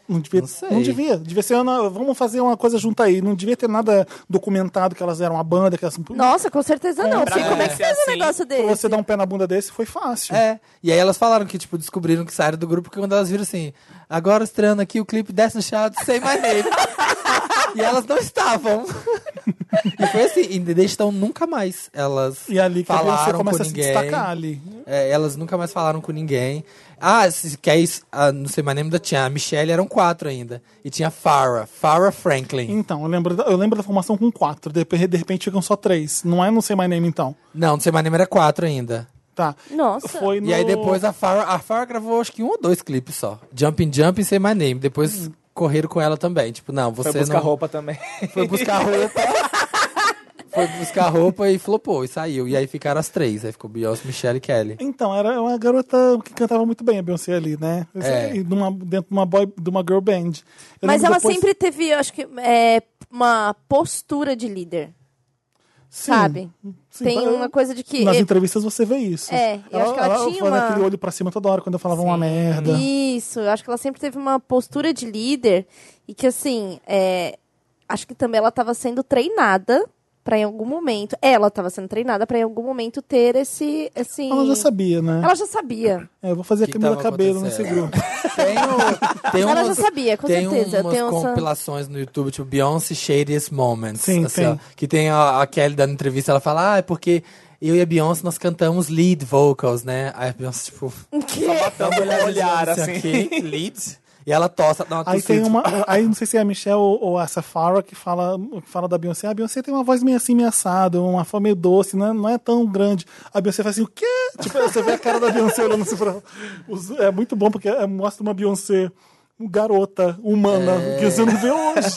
Speaker 2: Não devia,
Speaker 3: Não sei.
Speaker 2: não, devia. Devia ser, Ana, vamos fazer uma coisa junto aí. Não devia ter nada documentado que elas eram a banda, que elas.
Speaker 4: Nossa, com certeza não.
Speaker 2: Pra
Speaker 4: Porque como é que
Speaker 5: ser
Speaker 4: faz um
Speaker 5: assim,
Speaker 4: negócio
Speaker 2: Pra
Speaker 4: desse?
Speaker 2: você dar um pé na bunda desse foi fácil.
Speaker 3: É, e aí elas falaram que, tipo, descobriram que saíram do grupo porque quando elas viram assim, agora estreando aqui o clipe Destiny Child, Say My Name. e elas não estavam. e foi assim, e desde então nunca mais elas
Speaker 2: E é ali que a Beyoncé
Speaker 3: falaram com
Speaker 2: começa a se
Speaker 3: ninguém.
Speaker 2: destacar ali.
Speaker 3: É, elas nunca mais falaram com ninguém. Ah, se- que é isso, ah, não sei mais nem ainda tinha. A Michelle eram quatro ainda. E tinha Farah, Farah Franklin.
Speaker 2: Então, eu lembro, da- eu lembro da formação com quatro, de repente, de repente ficam só três. Não é não sei my name, então.
Speaker 3: Não, não sei mais nem era quatro ainda.
Speaker 2: Tá.
Speaker 4: Nossa.
Speaker 2: Foi no...
Speaker 3: E aí depois a Farah, a Farah gravou acho que um ou dois clipes só. Jumping Jump e Say My Name. Depois correram com ela também. Tipo, não, você
Speaker 5: Foi buscar
Speaker 3: não...
Speaker 5: roupa também.
Speaker 3: Foi buscar roupa. foi buscar roupa e flopou e saiu. E aí ficaram as três. Aí ficou Beyoncé, Michelle e Kelly.
Speaker 2: Então, era uma garota que cantava muito bem a Beyoncé ali, né?
Speaker 3: É.
Speaker 2: E numa- dentro de uma, boy, de uma girl band. Eu
Speaker 4: Mas
Speaker 2: lembro
Speaker 4: ela
Speaker 2: depois-
Speaker 4: sempre teve, eu acho que, é, uma postura de líder,
Speaker 2: Sim,
Speaker 4: sabe?
Speaker 2: sim,
Speaker 4: Tem
Speaker 2: pa-
Speaker 4: uma coisa de que.
Speaker 2: Nas
Speaker 4: é,
Speaker 2: entrevistas você vê isso.
Speaker 4: É, eu acho que ela tinha
Speaker 2: fazia
Speaker 4: uma-
Speaker 2: aquele olho pra cima toda hora quando eu falava uma merda.
Speaker 4: Isso, eu acho que ela sempre teve uma postura de líder e que, assim, é, acho que também ela estava sendo treinada para em algum momento. Ela estava sendo treinada para em algum momento ter esse. Assim,
Speaker 2: Ela já sabia, né?
Speaker 4: Ela já sabia.
Speaker 2: É, eu vou fazer a
Speaker 3: Que
Speaker 2: Camila
Speaker 3: tava
Speaker 2: Cabelo nesse
Speaker 3: acontecendo.
Speaker 2: grupo.
Speaker 3: Tem, o- tem
Speaker 4: Ela
Speaker 3: umas-
Speaker 4: já sabia, É, com
Speaker 3: tem
Speaker 4: certeza.
Speaker 3: umas
Speaker 4: Tem essa-
Speaker 3: compilações no YouTube, tipo Beyoncé Shadiest Moments. assim,
Speaker 2: Sim, tem.
Speaker 3: ó, que tem a, a Kelly dando entrevista, ela fala, ah, é porque eu e a Beyoncé nós cantamos lead vocals, né? Aí a Beyoncé, tipo,
Speaker 4: Tá
Speaker 5: Botando o olhar,
Speaker 3: "Isso
Speaker 5: assim.
Speaker 3: aqui, lead. E ela tossa, dá uma
Speaker 2: Aí
Speaker 3: tossida,
Speaker 2: tem
Speaker 3: tipo,
Speaker 2: uma. Aí não sei se é a Michelle ou, ou a Safara que fala, que fala da Beyoncé. A Beyoncé tem uma voz meio assim, meio assada, uma voz meio doce, não é, não é tão grande. A Beyoncé faz assim, o quê? Tipo, você vê a cara da Beyoncé olhando assim pra. os- É muito bom, porque é- mostra uma Beyoncé um garota, humana, que você não vê hoje.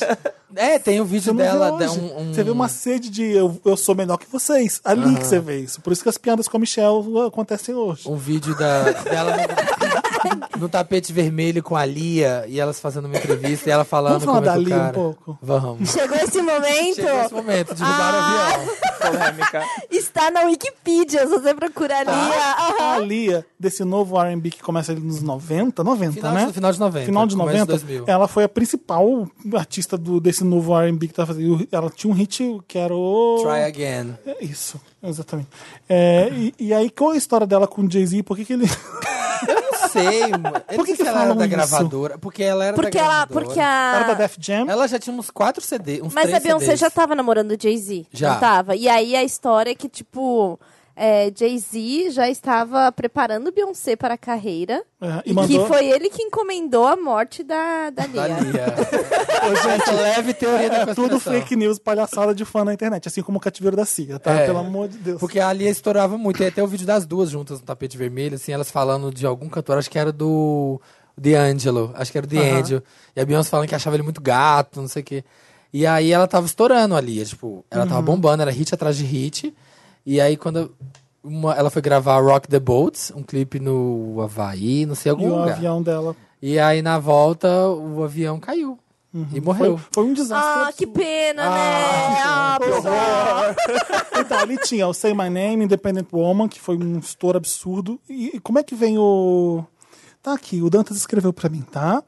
Speaker 3: É, tem o
Speaker 2: Você
Speaker 3: vídeo
Speaker 2: não
Speaker 3: É. dela,
Speaker 2: vê
Speaker 3: dá
Speaker 2: hoje.
Speaker 3: um, um-
Speaker 2: Você vê uma sede de eu, eu sou melhor que vocês. Ali que você vê isso. Por isso que as piadas com a Michelle acontecem hoje.
Speaker 3: um vídeo da, dela no, no tapete vermelho com a Lia e elas fazendo uma entrevista e ela falando
Speaker 2: Vamos falar
Speaker 3: como é
Speaker 2: da
Speaker 3: que o
Speaker 2: Lia um
Speaker 3: cara-
Speaker 2: pouco? Então, ah,
Speaker 3: Vamos.
Speaker 4: Chegou esse momento.
Speaker 3: Chegou esse momento, derrubaram o avião.
Speaker 5: Polêmica.
Speaker 4: Está na Wikipedia, se você procurar
Speaker 3: Tá.
Speaker 4: ali. a- a-
Speaker 2: A Lia, desse novo R&B que começa ali nos 90, 90,
Speaker 3: Final,
Speaker 2: né?
Speaker 3: de, final de 90.
Speaker 2: Final de É,
Speaker 3: começo
Speaker 2: 90,
Speaker 3: 2000.
Speaker 2: ela foi a principal artista do, desse novo R&B que tava fazendo. Ela tinha um hit que era o...
Speaker 3: Try Again.
Speaker 2: É isso, exatamente. É, e, e aí, qual é a história dela com o Jay-Z? Por que que ele...
Speaker 3: Não sei, mano. Eu
Speaker 2: Por
Speaker 3: não sei
Speaker 2: que que
Speaker 3: se ela era
Speaker 2: falam
Speaker 3: da
Speaker 2: isso?
Speaker 3: gravadora. Porque ela era
Speaker 4: Porque
Speaker 3: da
Speaker 4: ela.
Speaker 3: gravadora.
Speaker 4: Porque
Speaker 2: Era da
Speaker 4: a.
Speaker 2: Def Jam?
Speaker 3: Ela já tinha uns 4 CD, uns
Speaker 4: Mas
Speaker 3: três
Speaker 4: a Beyoncé
Speaker 3: CDs.
Speaker 4: já tá tava namorando o Jay-Z.
Speaker 3: Já.
Speaker 4: Não tava. E aí a história é que, tipo, é, Jay-Z já estava preparando Beyoncé para a carreira.
Speaker 2: É,
Speaker 4: E que foi ele que encomendou a morte da, da Lia.
Speaker 3: Da Lia. Essa é leve teoria da
Speaker 2: É tudo
Speaker 3: conspiração.
Speaker 2: fake news, palhaçada de fã na internet, assim como o cativeiro da CIA, tá?
Speaker 3: É.
Speaker 2: Pelo amor de Deus.
Speaker 3: Porque a Lia estourava muito. Tem até o vídeo das duas juntas no tapete vermelho, assim, elas falando de algum cantor, acho que era do The Angelo. Acho que era o The
Speaker 2: Aham.
Speaker 3: Angelo. E a Beyoncé falando que achava ele muito gato, não sei o quê. E aí ela tava estourando a Lia, tipo, ela tava
Speaker 4: Uhum.
Speaker 3: bombando, era hit atrás de hit. E aí quando uma- ela foi gravar Rock the Boats, um clipe no Havaí, não sei,
Speaker 2: E
Speaker 3: algum
Speaker 2: o
Speaker 3: lugar.
Speaker 2: avião dela
Speaker 3: E aí na volta o avião caiu. E morreu.
Speaker 2: foi, foi um desastre.
Speaker 4: Ah, que pena, né?
Speaker 3: Ah,
Speaker 4: Ah, pessoal.
Speaker 2: Então, ali tinha o Say My Name, Independent Woman, que foi um estouro absurdo. E, e como é que vem o. Tá aqui, o Dantas escreveu pra mim, tá?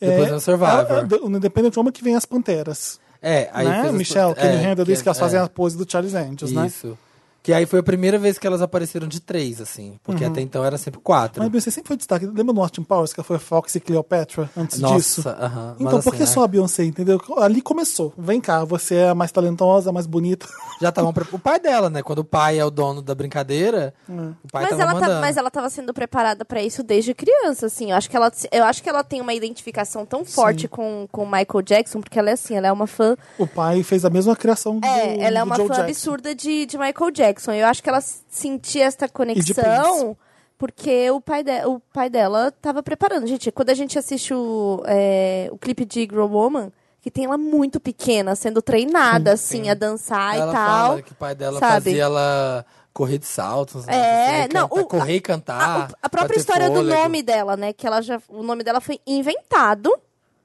Speaker 3: Depois vem o Survivor.
Speaker 2: a- a- o Independent Woman que vem as Panteras.
Speaker 3: É, aí
Speaker 2: né?
Speaker 3: fez as-
Speaker 2: Michelle, Kenny
Speaker 3: é,
Speaker 2: Handel, diz que elas fazem
Speaker 3: é.
Speaker 2: a pose do Charles Angels, né?
Speaker 3: Isso. Que aí foi a primeira vez que elas apareceram de três, assim. Porque até então era sempre quatro.
Speaker 2: Uhum. Mas Beyoncé sempre foi destaque. Lembra do Austin Powers, que foi Fox e Cleopatra antes
Speaker 3: Nossa,
Speaker 2: disso?
Speaker 3: aham. Mas
Speaker 2: Então, por
Speaker 3: assim,
Speaker 2: que
Speaker 3: né?
Speaker 2: só a Beyoncé, entendeu? Ali começou. Vem cá, você é a mais talentosa, a mais bonita.
Speaker 3: Já estavam. pre- O pai dela, né? Quando o pai é o dono da brincadeira,
Speaker 2: É.
Speaker 3: o pai
Speaker 4: Mas
Speaker 3: tava
Speaker 4: ela, tá-
Speaker 3: mandando.
Speaker 4: mas ela tava sendo preparada pra isso desde criança, assim. Eu acho que ela, eu acho que ela tem uma identificação tão forte com com o Michael Jackson, porque ela é assim, ela é uma fã
Speaker 2: O pai fez a mesma criação do
Speaker 4: É, ela é
Speaker 2: do
Speaker 4: uma fã
Speaker 2: Joe Jackson.
Speaker 4: absurda de, de Michael Jackson. Eu acho que ela s- sentia esta
Speaker 2: Prince.
Speaker 4: conexão porque o pai, de- o pai dela tava preparando. Gente, quando a gente assiste o, é, o clipe de Grow Woman, que tem ela muito pequena, sendo treinada, assim, a dançar
Speaker 3: ela
Speaker 4: e tal.
Speaker 3: fala que o pai dela
Speaker 4: sabe?
Speaker 3: fazia ela correr de saltos. né,
Speaker 4: É,
Speaker 3: assim,
Speaker 4: não,
Speaker 3: cantar-
Speaker 4: o-
Speaker 3: correr e cantar.
Speaker 4: A, o- a própria
Speaker 3: "Ah, bater
Speaker 4: história do
Speaker 3: fôlego.
Speaker 4: nome dela, né? Que ela já, o nome dela foi inventado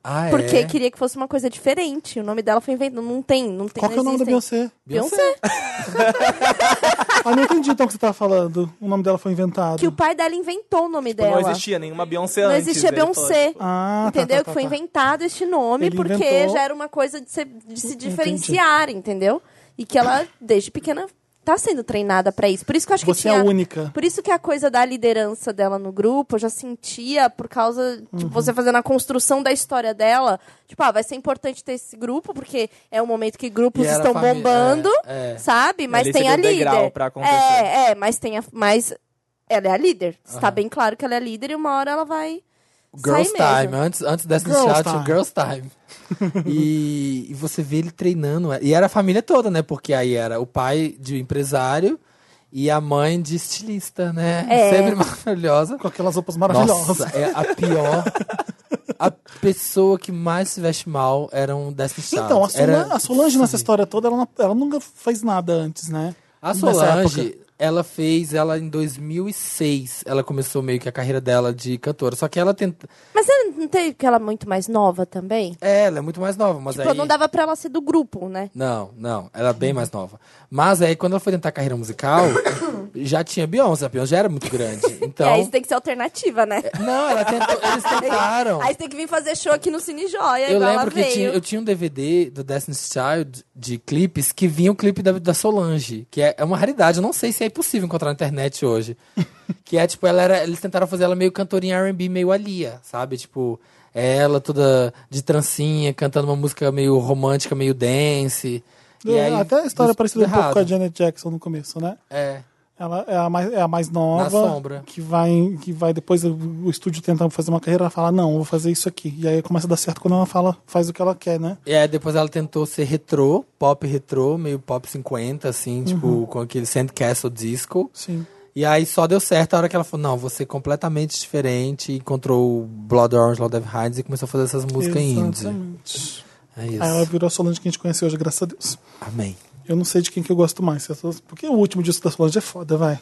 Speaker 3: Ah, é?
Speaker 4: porque queria que fosse uma coisa
Speaker 2: é
Speaker 4: diferente. O nome dela foi inventado. Não tem, não tem.
Speaker 2: Qual que é o
Speaker 4: não
Speaker 2: nome da
Speaker 4: existem.
Speaker 2: Beyoncé?
Speaker 4: Beyoncé.
Speaker 2: Ah, não entendi então o que você tava falando. O nome dela foi inventado.
Speaker 4: É Que o pai dela inventou o
Speaker 3: Tipo,
Speaker 4: nome
Speaker 5: Não
Speaker 4: dela.
Speaker 5: existia nenhuma Beyoncé
Speaker 4: Não
Speaker 5: antes.
Speaker 4: existia
Speaker 5: ele falou,
Speaker 4: Beyoncé.
Speaker 2: Ah, tá,
Speaker 4: entendeu?
Speaker 2: tá,
Speaker 4: que
Speaker 2: tá,
Speaker 4: foi
Speaker 2: tá.
Speaker 4: inventado este nome
Speaker 2: Ele
Speaker 4: porque
Speaker 2: inventou.
Speaker 4: já era uma coisa de se, de se diferenciar, entendeu? E que ela, desde pequena, tá sendo treinada pra isso. Por isso que eu acho
Speaker 2: Você
Speaker 4: que
Speaker 2: é
Speaker 4: tinha...
Speaker 2: única.
Speaker 4: Por isso que a coisa da liderança dela no grupo, eu já sentia por causa de
Speaker 2: Uhum.
Speaker 4: você fazendo a construção da história dela. Tipo, ah, vai ser importante ter esse grupo, porque é um momento que grupos
Speaker 3: E era
Speaker 4: estão
Speaker 3: família,
Speaker 4: bombando,
Speaker 3: é, é.
Speaker 4: sabe? Mas
Speaker 5: Ele
Speaker 4: tem
Speaker 5: cedeu
Speaker 4: a
Speaker 5: o degrau
Speaker 4: líder.
Speaker 5: pra acontecer.
Speaker 4: é, é, mas tem a. Mas ela é a líder. Está bem claro que ela é a líder e uma hora ela vai.
Speaker 3: Girls
Speaker 4: sair
Speaker 3: Time. né?
Speaker 4: mesmo.
Speaker 3: Antes, antes dessa
Speaker 2: Girls
Speaker 3: inicial, tinha o
Speaker 2: Time.
Speaker 3: Girls Time. e, e você vê ele treinando. E era a família toda, né? Porque aí era o pai de um empresário e a mãe de estilista, né?
Speaker 4: É.
Speaker 3: Sempre maravilhosa.
Speaker 2: Com aquelas roupas maravilhosas.
Speaker 3: Nossa, é a pior. A pessoa que mais se veste mal era um Destiny Child.
Speaker 2: Então, a, Solan-
Speaker 3: Era-
Speaker 2: a Solange nessa
Speaker 3: Sim.
Speaker 2: história toda, ela, não- ela nunca fez nada antes, né?
Speaker 3: A
Speaker 2: Nessa época.
Speaker 3: Solange, ela fez ela em 2006. Ela começou meio que a carreira dela de cantora. Só que ela tenta.
Speaker 4: Mas ela não teve que ela é muito mais nova também?
Speaker 3: É, ela é muito mais nova, mas
Speaker 4: Tipo,
Speaker 3: aí.
Speaker 4: não dava pra ela ser do grupo, né?
Speaker 3: Não, não, ela é bem mais nova. Mas aí, quando ela foi tentar a carreira musical, já tinha Beyoncé. A Beyoncé já era muito grande.
Speaker 4: E
Speaker 3: Então.
Speaker 4: aí você tem que ser alternativa, né?
Speaker 3: Não, ela tentou, eles tentaram.
Speaker 4: Aí você tem que vir fazer show aqui no Cine Joia,
Speaker 3: Eu
Speaker 4: igual ela
Speaker 3: lembro que
Speaker 4: veio.
Speaker 3: tinha- eu tinha um DVD do Destiny's Child de clipes que vinha o clipe da, da Solange, que é, é uma raridade. Eu não sei se é possível encontrar na internet hoje. que é tipo, ela era, eles tentaram fazer ela meio cantorinha RB, meio Alia, sabe? Tipo, ela toda de trancinha, cantando uma música meio romântica, meio dance. E
Speaker 2: É,
Speaker 3: aí,
Speaker 2: Até a história
Speaker 3: deu-
Speaker 2: parecida um
Speaker 3: deu
Speaker 2: pouco com a
Speaker 3: errado.
Speaker 2: Janet Jackson no começo, né?
Speaker 3: É.
Speaker 2: Ela é a mais, é a mais nova.
Speaker 3: Na sombra.
Speaker 2: Que vai, que vai depois o, o estúdio tentando fazer uma carreira, ela fala, não, eu vou fazer isso aqui. E aí começa a dar certo quando ela fala, faz o que ela quer, né?
Speaker 3: E aí depois ela tentou ser retrô, pop retrô, meio pop 50, assim,
Speaker 2: Uhum.
Speaker 3: tipo, com aquele Sandcastle Disco.
Speaker 2: Sim.
Speaker 3: E aí só deu certo a hora que ela falou, não, você é completamente diferente, encontrou o Blood Orange, Lord of Hines e começou a fazer essas músicas indie.
Speaker 2: Exatamente.
Speaker 3: É isso.
Speaker 2: Aí ela virou a Solange que a gente conhece hoje, graças a Deus.
Speaker 3: Amém.
Speaker 2: Eu não sei de quem que eu gosto mais. se eu sou- Porque o último disco da Solange é foda, vai.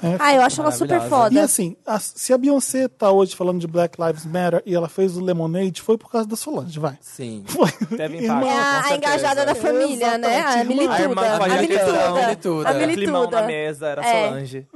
Speaker 2: É
Speaker 4: Ah, eu acho ela super
Speaker 5: Maravilhosa.
Speaker 2: E
Speaker 4: foda.
Speaker 2: assim, a- se a Beyoncé tá hoje falando de Black Lives Matter e ela fez o Lemonade, foi por causa da Solange, vai.
Speaker 3: Sim.
Speaker 2: Foi.
Speaker 5: Teve
Speaker 2: Irmã,
Speaker 5: impacto.
Speaker 4: É a, a
Speaker 5: certeza.
Speaker 4: engajada da família, né? A
Speaker 2: Exatamente, irmã.
Speaker 4: milituda.
Speaker 2: A
Speaker 3: irmã que fazia
Speaker 4: A
Speaker 3: questão,
Speaker 4: milituda.
Speaker 3: milituda.
Speaker 4: A
Speaker 3: Era
Speaker 5: Climão na
Speaker 4: milituda.
Speaker 5: mesa, era
Speaker 4: É.
Speaker 5: Solange.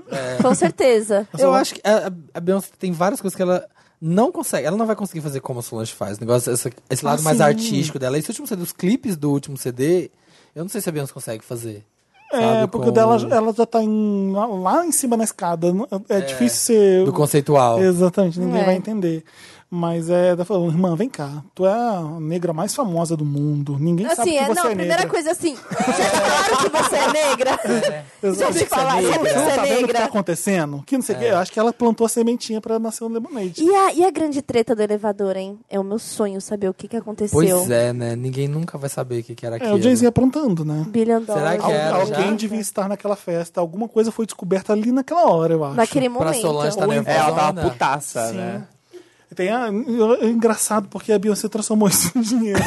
Speaker 4: Com certeza.
Speaker 3: Eu acho que a, a Beyoncé tem várias coisas que ela não consegue. Ela não vai conseguir fazer como a Solange faz. O negócio, essa- esse lado
Speaker 2: Ah,
Speaker 3: mais
Speaker 2: sim.
Speaker 3: artístico dela. Esse último CD, os clipes do último CD, eu não sei se a Beyoncé consegue fazer.
Speaker 2: É,
Speaker 3: sabe,
Speaker 2: porque
Speaker 3: com-
Speaker 2: o dela ela já tá em- lá, lá em cima na escada. não- É, difícil ser.
Speaker 3: Do conceitual.
Speaker 2: Exatamente, ninguém
Speaker 4: É.
Speaker 2: vai entender. Mas é, ela falou, irmã, vem cá, tu é a negra mais famosa do mundo. Ninguém sabe
Speaker 4: Assim,
Speaker 2: que
Speaker 4: é,
Speaker 2: você
Speaker 4: não,
Speaker 2: é
Speaker 4: a primeira
Speaker 2: negra.
Speaker 4: coisa assim. Já te falaram que você é negra? Já
Speaker 2: Exato.
Speaker 4: te falaram que
Speaker 2: Você não tá
Speaker 4: você
Speaker 2: vendo o
Speaker 4: é
Speaker 2: que tá
Speaker 4: negra?
Speaker 2: acontecendo? Que não sei o quê.
Speaker 3: É.
Speaker 2: Eu acho que ela plantou a sementinha pra nascer o Lemonade.
Speaker 4: E a, e a grande treta do elevador, hein? É o meu sonho saber o que, que aconteceu.
Speaker 3: Pois é, né? Ninguém nunca vai saber o que, que era
Speaker 2: É,
Speaker 3: aquilo.
Speaker 2: o Jay-Z aprontando, né?
Speaker 4: Billion
Speaker 3: Será
Speaker 4: dollars.
Speaker 3: que era
Speaker 2: Al- alguém
Speaker 3: já?
Speaker 2: devia estar naquela festa. Alguma coisa foi descoberta ali naquela hora, eu acho.
Speaker 4: Naquele
Speaker 3: Pra
Speaker 4: momento.
Speaker 3: Solange tá
Speaker 2: Ou
Speaker 3: nervosa.
Speaker 5: É, ela tava putaça,
Speaker 2: Sim.
Speaker 5: né?
Speaker 2: Tem a- é engraçado porque a Beyoncé transformou isso em dinheiro.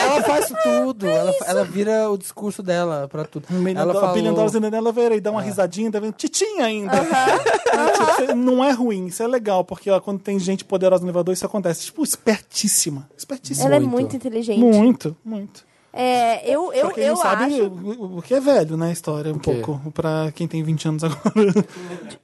Speaker 3: Ela faz tudo. ela, ela vira o discurso dela pra tudo. Ela
Speaker 2: falou... Billion Dollars
Speaker 3: falou... Ah.
Speaker 2: in the Elevator e dá uma risadinha, ainda vendo titinha ainda. É, tipo, não é ruim, isso é legal, porque ó, quando tem gente poderosa no elevador, isso acontece. Tipo, espertíssima. Espertíssima.
Speaker 4: Ela é
Speaker 3: Muito.
Speaker 4: muito inteligente.
Speaker 2: Muito, muito.
Speaker 4: É, eu, eu,
Speaker 2: Pra quem
Speaker 4: eu
Speaker 2: não sabe
Speaker 4: acho.
Speaker 2: o, o que é velho, né? A história, um
Speaker 3: quê?
Speaker 2: pouco. Pra quem tem 20 anos agora.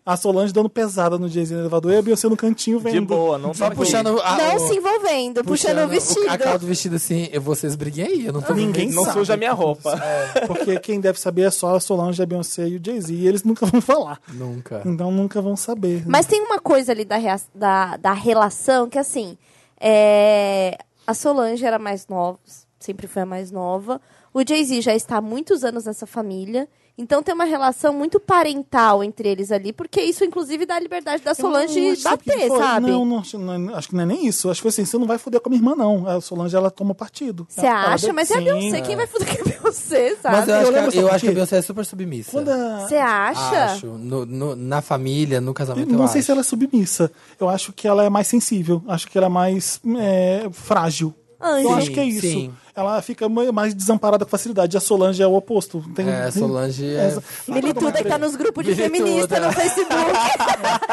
Speaker 2: a Solange dando pesada no Jay-Z no elevador e a Beyoncé no cantinho vendo.
Speaker 5: De boa, não
Speaker 3: Só
Speaker 5: tava
Speaker 3: puxando... a-
Speaker 4: Não
Speaker 3: o-
Speaker 4: se envolvendo, puxando, o vestido.
Speaker 3: A calça do vestido assim, eu- vocês briguem aí, eu não tô
Speaker 2: Ninguém
Speaker 3: vendo.
Speaker 5: Não
Speaker 2: sabe.
Speaker 5: suja a minha roupa.
Speaker 2: Porque quem deve saber é só a Solange, a Beyoncé e o Jay-Z. E eles nunca vão falar.
Speaker 3: Nunca.
Speaker 2: Então nunca vão saber.
Speaker 4: Uhum. Mas tem uma coisa ali da, rea- da, da relação que, assim, é, a Solange era mais nova, sempre foi a mais nova. O Jay-Z já está há muitos anos nessa família. Então tem uma relação muito parental entre eles ali, porque isso, inclusive, dá a liberdade da
Speaker 2: Eu não
Speaker 4: Solange
Speaker 2: acho que
Speaker 4: bater,
Speaker 2: foi-
Speaker 4: sabe?
Speaker 2: Não, não, acho- não, acho que não é nem isso. Acho que foi assim, você não vai foder com a minha irmã, não. A Solange, ela toma partido.
Speaker 4: Você
Speaker 2: Ela-
Speaker 4: acha?
Speaker 2: ela-
Speaker 4: Mas é a
Speaker 2: Sim.
Speaker 4: Beyoncé. Quem vai foder que é a Beyoncé, sabe?
Speaker 3: Mas eu, acho,
Speaker 2: Eu lembro
Speaker 3: que, a- eu
Speaker 2: só
Speaker 3: acho que a
Speaker 2: que-
Speaker 3: Beyoncé é super submissa.
Speaker 2: Quando a-
Speaker 4: Você acha?
Speaker 3: Acho. No- no- na família, no casamento,
Speaker 2: Não
Speaker 3: eu Né, então,
Speaker 2: sei
Speaker 3: acho.
Speaker 2: se ela é submissa. Eu acho que ela é mais sensível. Acho que ela é mais é, frágil.
Speaker 4: Anjo.
Speaker 2: Eu acho que é
Speaker 3: Sim,
Speaker 2: isso.
Speaker 3: sim.
Speaker 2: Ela fica ma- mais desamparada com facilidade. A Solange é o oposto. Tem,
Speaker 3: É, a Solange é...
Speaker 2: Essa-
Speaker 4: Milituda que tá nos grupos de
Speaker 3: Milituda.
Speaker 4: feminista no Facebook,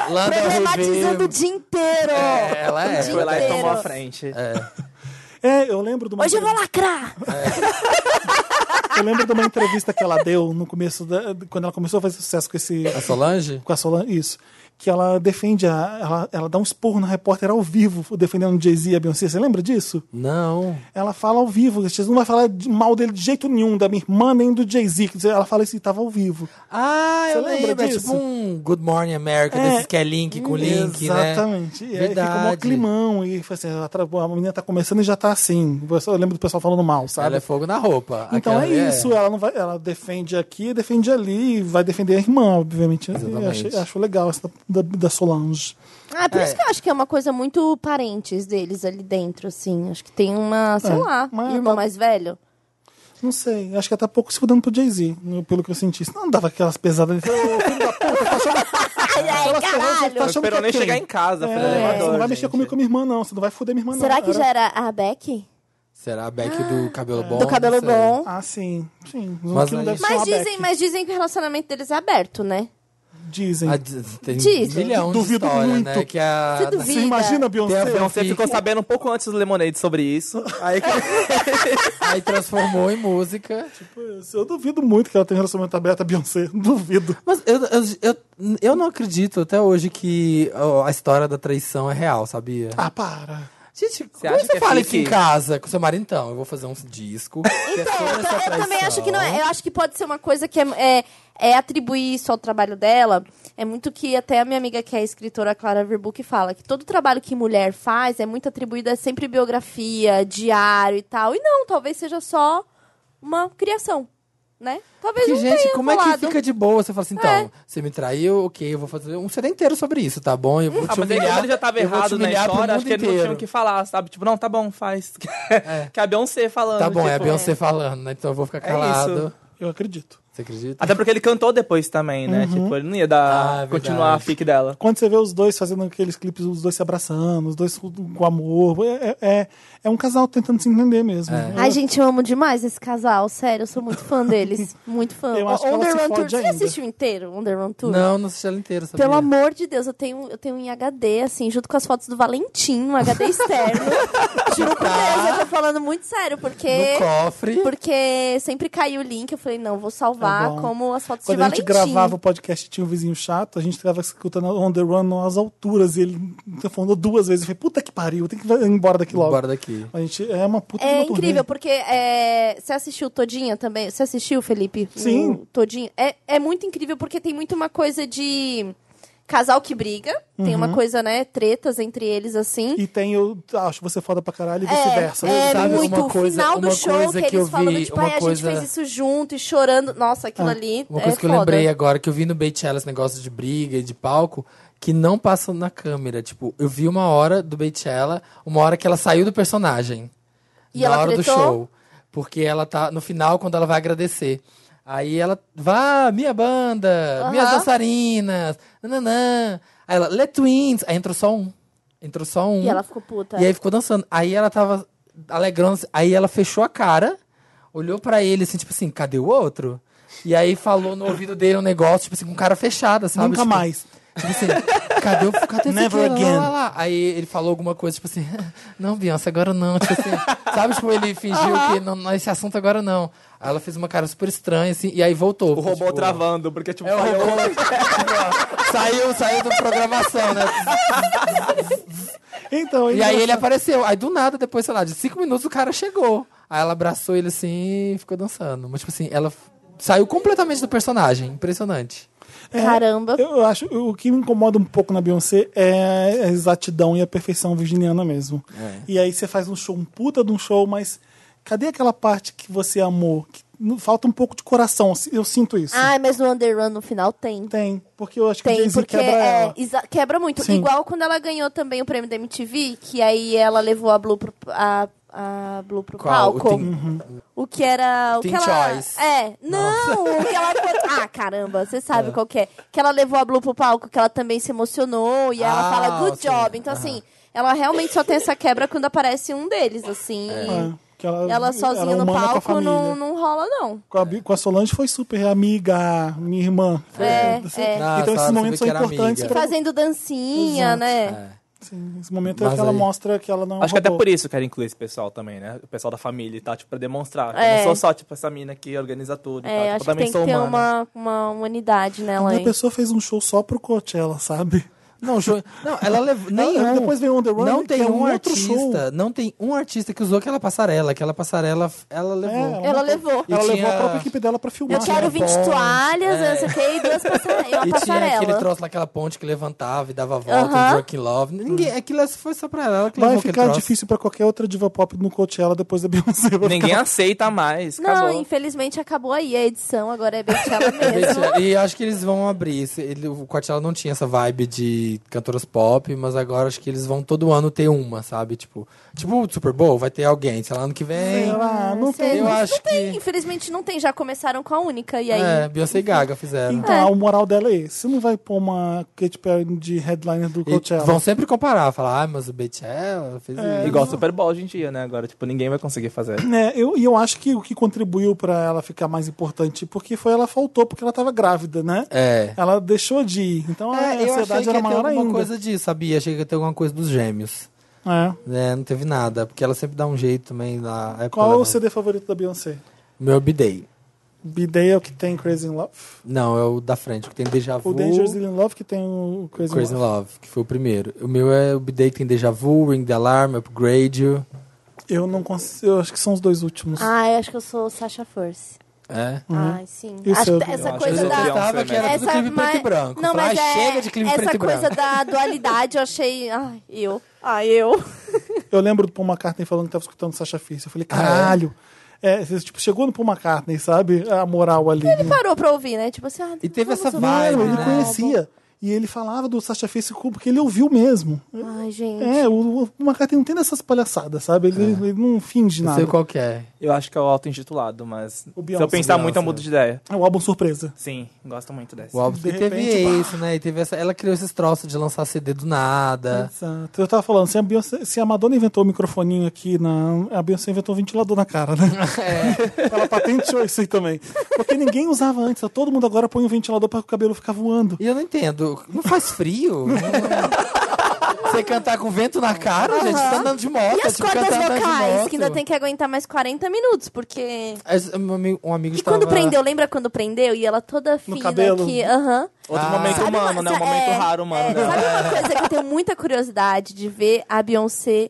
Speaker 3: Lana Del Rey.
Speaker 4: problematizando o dia inteiro.
Speaker 3: É, ela é.
Speaker 4: O dia
Speaker 5: Foi lá e tomou a
Speaker 4: inteiro.
Speaker 5: frente.
Speaker 2: É, eu lembro de uma.
Speaker 4: Hoje eu vou lacrar.
Speaker 2: Eu lembro de uma entrevista que ela deu no começo, da- quando ela começou a fazer sucesso com esse.
Speaker 3: A Solange?
Speaker 2: Com a Solange, isso. Que ela defende, a, ela, ela dá um esporro na repórter ao vivo, defendendo o Jay-Z e a Beyoncé. Você lembra disso?
Speaker 3: Não.
Speaker 2: Ela fala ao vivo, vocês não vai falar de- mal dele de jeito nenhum, da minha irmã nem do Jay-Z. que Ela fala isso e tava ao vivo.
Speaker 3: Ah, eu
Speaker 2: Você lembra
Speaker 3: lembro. É
Speaker 2: disso?
Speaker 3: tipo um Good Morning America,
Speaker 2: É.
Speaker 3: desses que é link com link,
Speaker 2: Exatamente.
Speaker 3: né?
Speaker 2: E aí fica um climão. E foi assim, ela tra- a menina tá começando e já tá assim. Eu lembro do pessoal falando mal, sabe?
Speaker 3: Ela é fogo na roupa.
Speaker 2: Então
Speaker 3: Aquela-
Speaker 2: é isso, ela não vai, ela defende aqui, defende ali, e vai defender a irmã, obviamente. Eu
Speaker 3: Exatamente.
Speaker 2: achei- acho legal essa da, da Solange.
Speaker 4: Ah, por
Speaker 3: É.
Speaker 4: isso que eu acho que é uma coisa muito parentes deles ali dentro, assim. Acho que tem uma, sei
Speaker 2: É,
Speaker 4: lá,
Speaker 2: mas
Speaker 4: irmão
Speaker 2: tá-
Speaker 4: mais velho.
Speaker 2: Não sei, acho que ela tá pouco se fudendo pro Jay-Z, né, pelo que eu senti. Senão não dava aquelas pesadas. Ele falou, "Ô, filho da puta, tá achando,
Speaker 4: Ai, ai,
Speaker 2: aquelas
Speaker 4: caralho!
Speaker 2: tá
Speaker 5: Eu
Speaker 2: achando que
Speaker 5: espero
Speaker 2: é
Speaker 5: nem
Speaker 2: quem?"
Speaker 5: chegar em casa.
Speaker 2: É,
Speaker 5: falei, eu
Speaker 2: você não
Speaker 5: adoro,
Speaker 2: vai mexer
Speaker 5: gente.
Speaker 2: comigo com minha irmã, não. Você não vai foder minha irmã,
Speaker 4: Será
Speaker 2: não.
Speaker 4: que
Speaker 2: Era-
Speaker 4: já é era a Beck?
Speaker 3: Será a Beck do cabelo bom?
Speaker 4: Do cabelo
Speaker 3: Não sei.
Speaker 4: bom.
Speaker 2: Ah, sim. Sim.
Speaker 3: Mas
Speaker 2: que não
Speaker 3: aí-
Speaker 2: deve ser um
Speaker 4: Mas
Speaker 2: uma
Speaker 4: dizem,
Speaker 2: Beck.
Speaker 4: mas dizem que o relacionamento deles é aberto, né?
Speaker 2: Dizem.
Speaker 3: Ah, d- tem
Speaker 4: Dizem.
Speaker 3: um milhão de
Speaker 2: Duvido
Speaker 3: história,
Speaker 2: muito.
Speaker 3: né? Que a...
Speaker 4: Você duvida?
Speaker 2: Você imagina,
Speaker 3: Tem a
Speaker 2: Beyoncé?
Speaker 3: Beyoncé
Speaker 5: Você ficou sabendo um pouco antes do Lemonade sobre isso. Ah, Aí que
Speaker 3: Aí transformou em música.
Speaker 2: Tipo, Eu duvido muito que ela tenha um relacionamento aberto a Beyoncé. Duvido.
Speaker 3: Mas eu, eu, eu, eu não acredito até hoje que ó, a história da traição é real, sabia?
Speaker 2: Ah, para.
Speaker 3: Gente, como
Speaker 5: acha
Speaker 3: você
Speaker 5: que é
Speaker 3: fala
Speaker 5: fique?
Speaker 3: isso em casa com seu marido? Então, eu vou fazer um disco. que é sobre
Speaker 4: Então,
Speaker 3: essa
Speaker 4: eu também
Speaker 3: traição.
Speaker 4: acho que não é. Eu acho que pode ser uma coisa que é, é, é atribuir isso ao trabalho dela. É muito que até a minha amiga que é escritora, Clara Verbuck, fala que todo trabalho que mulher faz é muito atribuído a sempre biografia, diário e tal. E não, talvez seja só uma criação, né? Talvez
Speaker 3: Porque,
Speaker 4: não
Speaker 3: gente,
Speaker 4: tenha
Speaker 3: como é que
Speaker 4: rolado.
Speaker 3: fica de boa? Você fala assim, então,
Speaker 4: É.
Speaker 3: você me traiu, ok, eu vou fazer um CD inteiro sobre isso, tá bom? Eu vou te
Speaker 5: Ah, mas aí,
Speaker 3: humilhar,
Speaker 5: como ele já tava
Speaker 3: eu vou te
Speaker 5: errado na
Speaker 3: humilhar pro
Speaker 5: história,
Speaker 3: mundo
Speaker 5: acho que ele não
Speaker 3: inteiro.
Speaker 5: tinha o que falar, sabe? Tipo, não, tá bom, faz. que é a Beyoncé falando.
Speaker 3: Tá bom, é a
Speaker 5: tipo,
Speaker 3: Beyoncé falando, né? Então eu vou ficar
Speaker 5: É
Speaker 3: calado.
Speaker 5: isso.
Speaker 2: Eu acredito.
Speaker 3: Você acredita?
Speaker 5: Até porque ele cantou depois também, né? Tipo, ele não ia
Speaker 3: Ah,
Speaker 5: dar,
Speaker 3: é
Speaker 5: continuar a
Speaker 3: verdade.
Speaker 5: fic dela.
Speaker 2: Quando você vê os dois fazendo aqueles clipes, os dois se abraçando, os dois com com amor, é, é, é um casal tentando se entender mesmo.
Speaker 3: É.
Speaker 4: Ai, gente, eu amo demais esse casal, sério, eu sou muito fã deles. Muito fã.
Speaker 2: Eu acho que ela se
Speaker 4: Run
Speaker 2: fode
Speaker 4: Tour, você
Speaker 2: ainda.
Speaker 4: assistiu inteiro Under Run Tour?
Speaker 3: Não, não assisti ela inteira, sabia?
Speaker 4: Pelo amor de Deus, eu tenho, eu tenho em HD, assim, junto com as fotos do Valentim, um HD externo. Juro por
Speaker 2: Tá.
Speaker 4: Deus, eu tô falando muito sério, porque.
Speaker 3: No cofre.
Speaker 4: Porque sempre caiu o link, eu falei, não, vou
Speaker 2: Tá
Speaker 4: salvar
Speaker 2: bom.
Speaker 4: como as fotos
Speaker 2: Quando
Speaker 4: de
Speaker 2: a gente
Speaker 4: Valentim.
Speaker 2: gravava o podcast tinha um vizinho chato, a gente tava escutando On The Run nas alturas e ele telefonou duas vezes. Eu falei, puta que pariu, tem que ir embora daqui logo.
Speaker 3: Bora daqui.
Speaker 2: A gente é uma puta de
Speaker 4: É
Speaker 2: uma turnê.
Speaker 4: incrível, porque é, você assistiu Todinha também? Você assistiu, Felipe?
Speaker 2: Sim.
Speaker 4: O Todinha? É, é muito incrível, porque tem muito uma coisa de casal que briga. Tem
Speaker 2: Uhum.
Speaker 4: uma coisa, né, tretas entre eles, assim.
Speaker 2: E tem eu acho você foda pra caralho e vice-versa.
Speaker 4: É,
Speaker 3: Sabe, uma
Speaker 4: muito. o
Speaker 3: coisa-
Speaker 4: final do
Speaker 3: uma
Speaker 4: show,
Speaker 3: coisa
Speaker 4: que
Speaker 3: que eu
Speaker 4: eles falando,
Speaker 3: vi,
Speaker 4: tipo,
Speaker 3: uma
Speaker 4: ai,
Speaker 3: coisa- Ah,
Speaker 4: a gente fez isso junto e chorando. Nossa, aquilo ali
Speaker 3: Uma
Speaker 4: é
Speaker 3: coisa que eu
Speaker 4: foda.
Speaker 3: lembrei agora, que eu vi no Beychella esse negócio de briga e de palco, que não passa na câmera. Tipo, eu vi uma hora do Beychella, uma hora que ela saiu do personagem.
Speaker 4: E
Speaker 3: na
Speaker 4: ela
Speaker 3: hora
Speaker 4: tretou?
Speaker 3: do show. Porque ela tá no final, quando ela vai agradecer. Aí ela, vá, minha banda,
Speaker 4: Aham.
Speaker 3: minhas dançarinas, nananã. Aí ela, let twins. Aí entrou só um. Entrou só um.
Speaker 4: E ela "Tá." ficou puta.
Speaker 3: E aí ficou dançando. Aí ela tava alegrando. Aí ela fechou a cara, olhou pra ele assim, tipo assim, cadê o outro? E aí falou no ouvido dele um negócio, tipo assim, com cara fechada, sabe?
Speaker 2: Nunca
Speaker 3: Tipo-
Speaker 2: mais.
Speaker 3: Tipo assim, cadê o. Cadê esse
Speaker 2: Never
Speaker 3: aqui? Lá,
Speaker 2: again.
Speaker 3: lá, lá. Aí ele falou alguma coisa, tipo assim, não, Beyoncé, agora não. Tipo assim, sabe, tipo, ele fingiu que não, não, esse assunto agora não. Aí ela fez uma cara super estranha, assim, e aí voltou.
Speaker 5: O robô travando, porque, tipo,
Speaker 3: É, o
Speaker 5: falhou.
Speaker 3: robô. tipo, ó, saiu, saiu da programação, né?
Speaker 2: Então,
Speaker 3: E aí ele apareceu. Aí do nada, depois, sei lá, de cinco minutos o cara chegou. Aí ela abraçou ele assim e ficou dançando. Mas, tipo assim, ela f- saiu completamente do personagem. Impressionante.
Speaker 4: Caramba.
Speaker 2: Eu acho o que me incomoda um pouco na Beyoncé é a exatidão e a perfeição virginiana mesmo.
Speaker 5: É.
Speaker 2: E aí você faz um show, um puta de um show, mas cadê aquela parte que você amou? Que não- falta um pouco de coração, eu sinto isso.
Speaker 4: Ai, mas no Underrun no final tem.
Speaker 2: Tem, porque eu acho que o
Speaker 4: Ah, Tem,
Speaker 2: Jay-Z
Speaker 4: porque
Speaker 2: quebra
Speaker 4: é,
Speaker 2: ela.
Speaker 4: exa- quebra muito.
Speaker 2: Sim.
Speaker 4: Igual quando ela ganhou também o prêmio da MTV, que aí ela levou a Blue pro, a, a Blue pro
Speaker 3: Qual? O
Speaker 4: palco. O,
Speaker 3: Teen-
Speaker 2: Uhum.
Speaker 4: que era. O
Speaker 3: Teen
Speaker 4: que ela,
Speaker 3: Choice.
Speaker 4: É. Não, o que ela. Ah, caramba, você sabe qual que é. Que ela levou a Blue pro palco, que ela também se emocionou e ela
Speaker 3: Ah,
Speaker 4: fala good
Speaker 3: sim.
Speaker 4: job. Então, assim, ela realmente só tem essa quebra quando aparece um deles, assim.
Speaker 2: É, que ela,
Speaker 4: Ela sozinha no
Speaker 2: humana com a
Speaker 4: palco
Speaker 2: família.
Speaker 4: não, não rola, não.
Speaker 2: Com a, Bi- com a Solange foi super amiga, minha irmã.
Speaker 4: É,
Speaker 2: Assim,
Speaker 4: é.
Speaker 3: Nossa,
Speaker 2: então esses
Speaker 3: Ah, você vê
Speaker 2: momentos
Speaker 3: que
Speaker 2: são
Speaker 3: era
Speaker 2: importantes
Speaker 3: amiga.
Speaker 2: pra
Speaker 4: Fazendo dancinha, né?
Speaker 3: É.
Speaker 2: Sim, esse momento é
Speaker 3: Mas
Speaker 2: que ela
Speaker 3: aí-
Speaker 2: mostra que ela não é um
Speaker 5: Acho que até
Speaker 2: robô.
Speaker 5: por isso eu quero incluir esse pessoal também, né? O pessoal da família e tal, tipo, pra demonstrar. que
Speaker 4: É.
Speaker 5: Eu não sou só, tipo, essa mina que organiza tudo e
Speaker 4: É,
Speaker 5: tal. Tipo,
Speaker 4: acho
Speaker 5: eu
Speaker 4: que
Speaker 5: também
Speaker 4: tem que
Speaker 5: sou
Speaker 4: ter
Speaker 5: humana.
Speaker 4: uma, uma humanidade nela,
Speaker 2: A
Speaker 4: hein?
Speaker 2: pessoa fez um show só pro Coachella, sabe?
Speaker 3: Não, show... não ela levou. Nenhum.
Speaker 2: Depois vem o On The Run,
Speaker 3: não
Speaker 2: que
Speaker 3: tem
Speaker 2: é
Speaker 3: um
Speaker 2: um outro
Speaker 3: artista.
Speaker 2: show.
Speaker 3: Não tem um artista que usou aquela passarela. Aquela passarela, ela levou.
Speaker 2: É, ela-
Speaker 4: Ela levou.
Speaker 3: E
Speaker 2: ela levou a
Speaker 3: tinha-
Speaker 2: própria equipe dela pra filmar.
Speaker 4: Eu quero 20
Speaker 3: ponte,
Speaker 4: toalhas,
Speaker 3: é.
Speaker 4: não sei o quê, e duas passare- e uma
Speaker 3: e tinha aquele
Speaker 4: passarela.
Speaker 3: troço naquela ponte que levantava e dava a volta,
Speaker 4: Aham.
Speaker 3: o Drunk Love. Ninguém, aquilo foi só pra ela. ela que
Speaker 2: Hum. Vai
Speaker 3: levou aquele
Speaker 2: ficar
Speaker 3: troço.
Speaker 2: difícil pra qualquer outra diva pop no Coachella depois da Beyoncé. Vai
Speaker 5: Ninguém
Speaker 2: ficar-
Speaker 5: aceita mais.
Speaker 4: Não,
Speaker 5: acabou.
Speaker 4: infelizmente acabou aí a edição, agora é Betela mesmo.
Speaker 3: Esse- E acho que eles vão abrir. esse- ele- o Coachella não tinha essa vibe de cantoras pop, mas agora acho que eles vão todo ano ter uma, sabe? Tipo, tipo o Super Bowl, vai ter alguém. Sei lá, ano que vem.
Speaker 2: Será? Não
Speaker 4: Sei,
Speaker 2: tem.
Speaker 3: Eu
Speaker 4: mas
Speaker 3: acho
Speaker 4: não tem,
Speaker 3: que-
Speaker 4: infelizmente não tem, já começaram com a única, e aí...
Speaker 3: É, Beyoncé e Gaga fizeram.
Speaker 2: Então, a moral dela é esse. Você não vai pôr uma Katy Perry de headliner do
Speaker 3: E
Speaker 2: Coachella.
Speaker 3: vão sempre comparar, falar, ah, mas o Bechella fez isso.
Speaker 5: Igual Super Bowl hoje em dia, né? Agora, tipo, ninguém vai conseguir fazer.
Speaker 2: É, eu, e eu acho que o que contribuiu pra ela ficar mais importante porque foi ela faltou, porque ela tava grávida, né?
Speaker 3: É.
Speaker 2: Ela deixou de ir. Então a
Speaker 3: É, eu achei
Speaker 2: ansiedade
Speaker 3: que
Speaker 2: era
Speaker 3: ia ter
Speaker 2: maior
Speaker 3: alguma
Speaker 2: ainda.
Speaker 3: coisa disso, sabia? Achei que ia ter alguma coisa dos gêmeos.
Speaker 2: É.
Speaker 3: né? não teve nada, porque ela sempre dá um jeito também na época.
Speaker 2: Qual
Speaker 3: ela-
Speaker 2: é o CD favorito da Beyoncé?
Speaker 3: Meu B-Day.
Speaker 2: B-Day é o que tem Crazy in Love.
Speaker 3: Não, é o da frente, que tem Deja Vu.
Speaker 2: O Dangerous in Love que tem o Crazy,
Speaker 3: Crazy
Speaker 2: in
Speaker 3: in
Speaker 2: Love.
Speaker 3: Love, que foi o primeiro. O meu é o B-Day que tem Deja Vu, Ring the Alarm, Upgrade You.
Speaker 2: Eu não consigo. Eu acho que são os dois últimos.
Speaker 4: Ah, eu acho que eu sou Sasha Force.
Speaker 3: É.
Speaker 4: Ai, sim.
Speaker 2: Isso
Speaker 4: acho
Speaker 2: eu-
Speaker 4: que um
Speaker 2: eu
Speaker 4: essa
Speaker 5: acho
Speaker 4: coisa
Speaker 5: que eu
Speaker 3: eu
Speaker 5: sou
Speaker 4: da...
Speaker 5: Beyoncé.
Speaker 3: gostava que era tudo clipe
Speaker 4: mas-
Speaker 3: preto e branco.
Speaker 4: Não,
Speaker 3: Falava,
Speaker 4: mas
Speaker 3: "Ah,
Speaker 4: é-
Speaker 3: chega de clipe
Speaker 4: essa
Speaker 3: preto e branco.
Speaker 4: coisa da dualidade eu achei. Ai, eu. Ai, eu.
Speaker 2: Eu lembro do Paul McCartney falando que tava escutando Sasha Fierce. Eu falei,
Speaker 3: Ah,
Speaker 2: caralho. É, você, tipo, chegou no Paul McCartney, sabe? A moral ali.
Speaker 4: Ele parou pra ouvir, né? Tipo assim, ah,
Speaker 3: E teve essa
Speaker 4: vamos
Speaker 3: vibe,
Speaker 2: Claro,
Speaker 4: ouvir
Speaker 2: ele
Speaker 3: né?
Speaker 4: um
Speaker 2: conhecia. E ele falava do Sasha Fierce porque ele ouviu mesmo.
Speaker 4: álbum. Ai, gente.
Speaker 2: É, o, o McCartney não tem dessas palhaçadas, sabe? Ele, ele não finge
Speaker 3: Não
Speaker 2: nada.
Speaker 3: É. sei qual que é.
Speaker 5: Eu acho que é o auto-intitulado, mas se
Speaker 2: Beyoncé,
Speaker 5: eu pensar
Speaker 3: Beyoncé.
Speaker 5: muito, eu mudo de ideia.
Speaker 2: É o álbum surpresa.
Speaker 5: Sim, gosto muito dessa.
Speaker 3: O álbum.
Speaker 2: De
Speaker 3: e teve
Speaker 2: repente, pá.
Speaker 3: isso, né? E teve essa... Ela criou esses troços de lançar CD do nada.
Speaker 2: Exato. Eu tava falando, se a, Beyoncé- se a Madonna inventou o microfoninho aqui, na, a Beyoncé inventou um ventilador na cara, né?
Speaker 3: É.
Speaker 2: Ela patenteou isso aí também. Porque ninguém usava antes, todo mundo agora põe um ventilador pra o cabelo ficar voando.
Speaker 3: E eu não entendo. Não faz frio? Não- Você cantar com vento na cara, gente? Você tá andando de moto.
Speaker 4: E as
Speaker 3: tipo,
Speaker 4: cordas
Speaker 3: cantar andando de
Speaker 4: vocais,
Speaker 3: moto.
Speaker 4: que ainda tem que aguentar mais 40 minutos, porque.
Speaker 3: As- Um amigo, um amigo
Speaker 4: E
Speaker 3: estava...
Speaker 4: quando prendeu, lembra quando prendeu? E ela toda fina
Speaker 2: cabelo?
Speaker 4: aqui. Aham.
Speaker 5: Outro
Speaker 3: Ah.
Speaker 5: momento
Speaker 4: Sabe
Speaker 5: humano,
Speaker 4: uma-
Speaker 5: né? Um momento
Speaker 4: é,
Speaker 5: raro humano.
Speaker 4: é,
Speaker 5: né?
Speaker 4: sabe uma coisa que eu tenho muita curiosidade de ver a Beyoncé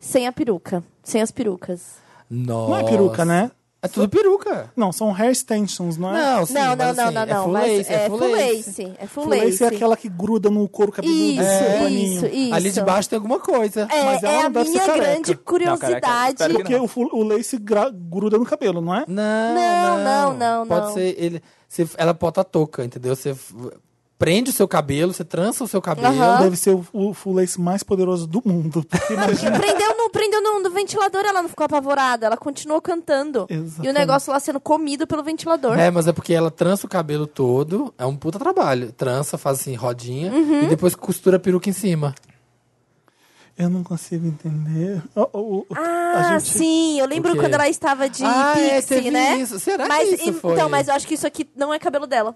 Speaker 4: sem a peruca? Sem as perucas.
Speaker 3: Nossa.
Speaker 2: Não é peruca, né?
Speaker 3: É tudo peruca.
Speaker 2: Não, são hair extensions, não é?
Speaker 3: Não, sim,
Speaker 4: não, não,
Speaker 3: mas
Speaker 4: não,
Speaker 3: assim,
Speaker 4: não,
Speaker 3: É
Speaker 4: não.
Speaker 3: full
Speaker 4: mas
Speaker 3: lace,
Speaker 4: é
Speaker 3: é full lace.
Speaker 4: É full
Speaker 2: Full
Speaker 4: lace.
Speaker 2: lace é aquela que gruda no couro cabeludo.
Speaker 4: Isso,
Speaker 2: esse
Speaker 4: isso,
Speaker 2: paninho.
Speaker 4: isso.
Speaker 3: Ali debaixo tem alguma coisa.
Speaker 4: É,
Speaker 2: Mas ela
Speaker 4: é
Speaker 2: não
Speaker 4: a
Speaker 2: deve ser
Speaker 4: minha
Speaker 2: careca.
Speaker 4: grande
Speaker 5: Não, careca,
Speaker 4: curiosidade.
Speaker 5: espero que
Speaker 2: Porque o, fu- o lace gra- gruda no cabelo, não é?
Speaker 3: Não,
Speaker 4: Não, não,
Speaker 3: não,
Speaker 4: não,
Speaker 3: Pode
Speaker 4: não.
Speaker 3: ser ele. você- ela bota a touca, entendeu? Você f- prende o seu cabelo, você trança o seu cabelo.
Speaker 4: Aham.
Speaker 2: Então Deve ser o, o full lace mais poderoso do mundo. Porque imagina.
Speaker 4: prendeu no, prendeu no, no ventilador, ela não ficou apavorada, ela continuou cantando. E o
Speaker 2: Exatamente.
Speaker 4: negócio lá sendo comido pelo ventilador.
Speaker 3: É, mas é porque ela trança o cabelo todo, é um puta trabalho. Trança, faz assim, rodinha,
Speaker 4: Uhum.
Speaker 3: e depois costura a peruca em cima.
Speaker 2: Eu não consigo entender. Ó, ó, ó,
Speaker 4: Ah,
Speaker 2: a gente-
Speaker 4: sim, eu
Speaker 3: O
Speaker 4: lembro
Speaker 3: quê?
Speaker 4: quando ela estava de
Speaker 3: ah, é,
Speaker 4: pixie,
Speaker 3: teve
Speaker 4: né?
Speaker 3: isso. Será
Speaker 4: Mas,
Speaker 3: Tá que isso
Speaker 4: em-
Speaker 3: foi?
Speaker 4: Então, mas eu acho que isso aqui não é cabelo dela.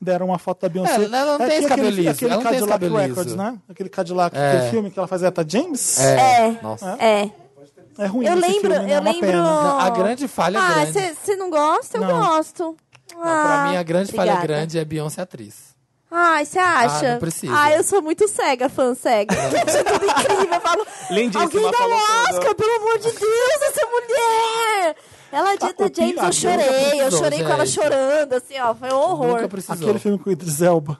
Speaker 2: Deram uma foto da Beyoncé.
Speaker 3: É, ela não tem
Speaker 2: aqui
Speaker 3: esse cabelo liso,
Speaker 2: Aquele
Speaker 3: ela não tem esse
Speaker 2: Cadillac
Speaker 3: cabelo liso.
Speaker 2: Records, né? Aquele Cadillac,
Speaker 3: É.
Speaker 2: aquele filme que ela fazia Eta James.
Speaker 3: É.
Speaker 4: É.
Speaker 3: Nossa.
Speaker 4: É.
Speaker 2: É ruim
Speaker 4: Eu
Speaker 2: esse
Speaker 4: lembro,
Speaker 2: filme, né? É
Speaker 4: eu
Speaker 2: uma
Speaker 4: lembro.
Speaker 2: pena.
Speaker 3: A grande falha é
Speaker 4: Ah,
Speaker 3: grande.
Speaker 4: você não gosta? Eu
Speaker 2: Não.
Speaker 4: gosto. Ah,
Speaker 3: pra mim, a grande falha
Speaker 4: obrigada.
Speaker 3: grande é Beyoncé atriz.
Speaker 4: Ai, você acha?
Speaker 3: Ah, não precisa. É.
Speaker 4: Ah, eu sou muito cega, fã cega. Eu acho tudo incrível. Eu falo,
Speaker 5: Lindíssima,
Speaker 4: alguém dá
Speaker 5: falou
Speaker 4: um
Speaker 5: tudo.
Speaker 4: Oscar, pelo amor de Deus, essa mulher! Ela
Speaker 3: Tá
Speaker 4: dita
Speaker 2: o Pi-
Speaker 4: James,
Speaker 3: Ah,
Speaker 2: a
Speaker 4: eu chorei. Eu
Speaker 3: precisou,
Speaker 4: chorei com ela
Speaker 3: gente.
Speaker 4: chorando, assim, ó. Foi um horror.
Speaker 3: Nunca precisou.
Speaker 2: Aquele filme com o Idris Elba.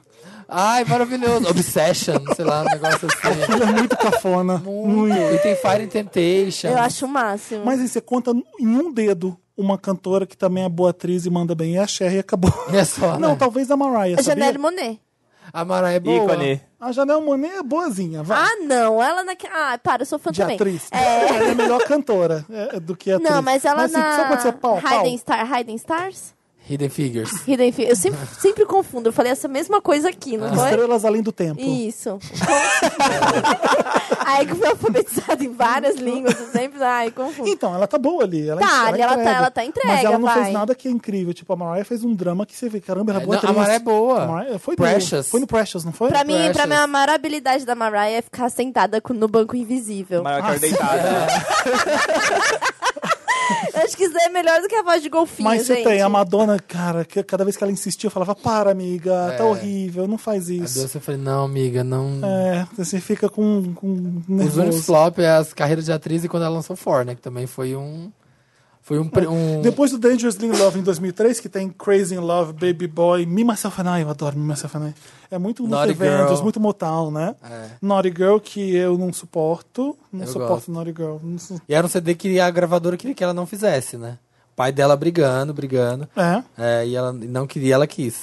Speaker 3: Ai, maravilhoso. Obsession, sei lá, um negócio assim.
Speaker 2: Ele é muito cafona.
Speaker 3: Muito. E tem Fire and Temptation.
Speaker 4: Eu acho o máximo.
Speaker 2: Mas aí você conta em um dedo uma cantora que também é boa atriz e manda bem. É a Cher e acabou.
Speaker 3: É só,
Speaker 2: Não, tá-
Speaker 3: né?
Speaker 2: talvez a Mariah,
Speaker 4: a
Speaker 2: sabia?
Speaker 4: É Janelle Monet.
Speaker 3: A Mara é boa.
Speaker 5: Ícone.
Speaker 2: A Janelle Monet é boazinha, vai.
Speaker 4: Ah, não. Ela naquela. Ah, para, eu sou fã
Speaker 2: de
Speaker 4: também.
Speaker 2: atriz. Ela é melhor cantora é, do que atriz.
Speaker 4: Não, mas ela
Speaker 2: assim,
Speaker 4: na.
Speaker 2: Sabe quando você é pau, a pau?
Speaker 4: Hidden Star, Hidden Stars?
Speaker 3: Hidden Figures.
Speaker 4: Hidden Figures. Eu sempre, sempre confundo. Eu falei essa mesma coisa aqui, não foi?
Speaker 2: Estrelas Além do Tempo.
Speaker 4: Isso. Aí que foi alfabetizada em várias línguas, eu sempre. Ai, confundo.
Speaker 2: Então, ela tá boa ali. Ela
Speaker 4: Tá,
Speaker 2: ela
Speaker 4: ali ela tá-
Speaker 2: entrega.
Speaker 4: ela tá entrega,
Speaker 2: Mas ela não
Speaker 4: vai.
Speaker 2: fez nada que é incrível. Tipo, a Mariah fez um drama que você vê, caramba, ela é
Speaker 3: É,
Speaker 2: boa
Speaker 3: não, a
Speaker 2: atriz.
Speaker 3: Mariah é boa.
Speaker 2: A Mariah- foi, No,
Speaker 3: Precious.
Speaker 2: foi no Precious, não foi?
Speaker 4: Pra mim,
Speaker 3: Precious.
Speaker 4: pra mim, a maior habilidade da Mariah é ficar sentada com- no banco invisível.
Speaker 5: Maior que ela deitada.
Speaker 4: Eu Acho que isso daí é melhor do que a voz de golfinho,
Speaker 2: Mas você
Speaker 4: gente.
Speaker 2: tem a Madonna, cara, que cada vez que ela insistia, eu falava, para, amiga,
Speaker 3: É.
Speaker 2: tá horrível, não faz
Speaker 3: A
Speaker 2: isso.
Speaker 3: Doce, eu falei, não, amiga, não.
Speaker 2: É, você fica com, com
Speaker 3: Os únicos
Speaker 2: nervoso.
Speaker 3: flop é as carreiras de atriz e quando ela lançou Ford, né? Que também foi um. Foi um. pre- um...
Speaker 2: Depois do Dangerously in Love em 2003, que tem Crazy in Love, Baby Boy, Me, Myself and I, eu adoro Me, Myself and I. É muito Luther
Speaker 3: Naughty Girl.
Speaker 2: Vandross, muito Motown, né?
Speaker 3: É.
Speaker 2: Naughty Girl, que eu não suporto. Não
Speaker 3: Eu
Speaker 2: suporto
Speaker 3: gosto.
Speaker 2: Naughty Girl. Não su-
Speaker 3: E era um CD que a gravadora queria que ela não fizesse, né? O pai dela brigando, brigando.
Speaker 2: É.
Speaker 3: É, e ela não queria, ela quis.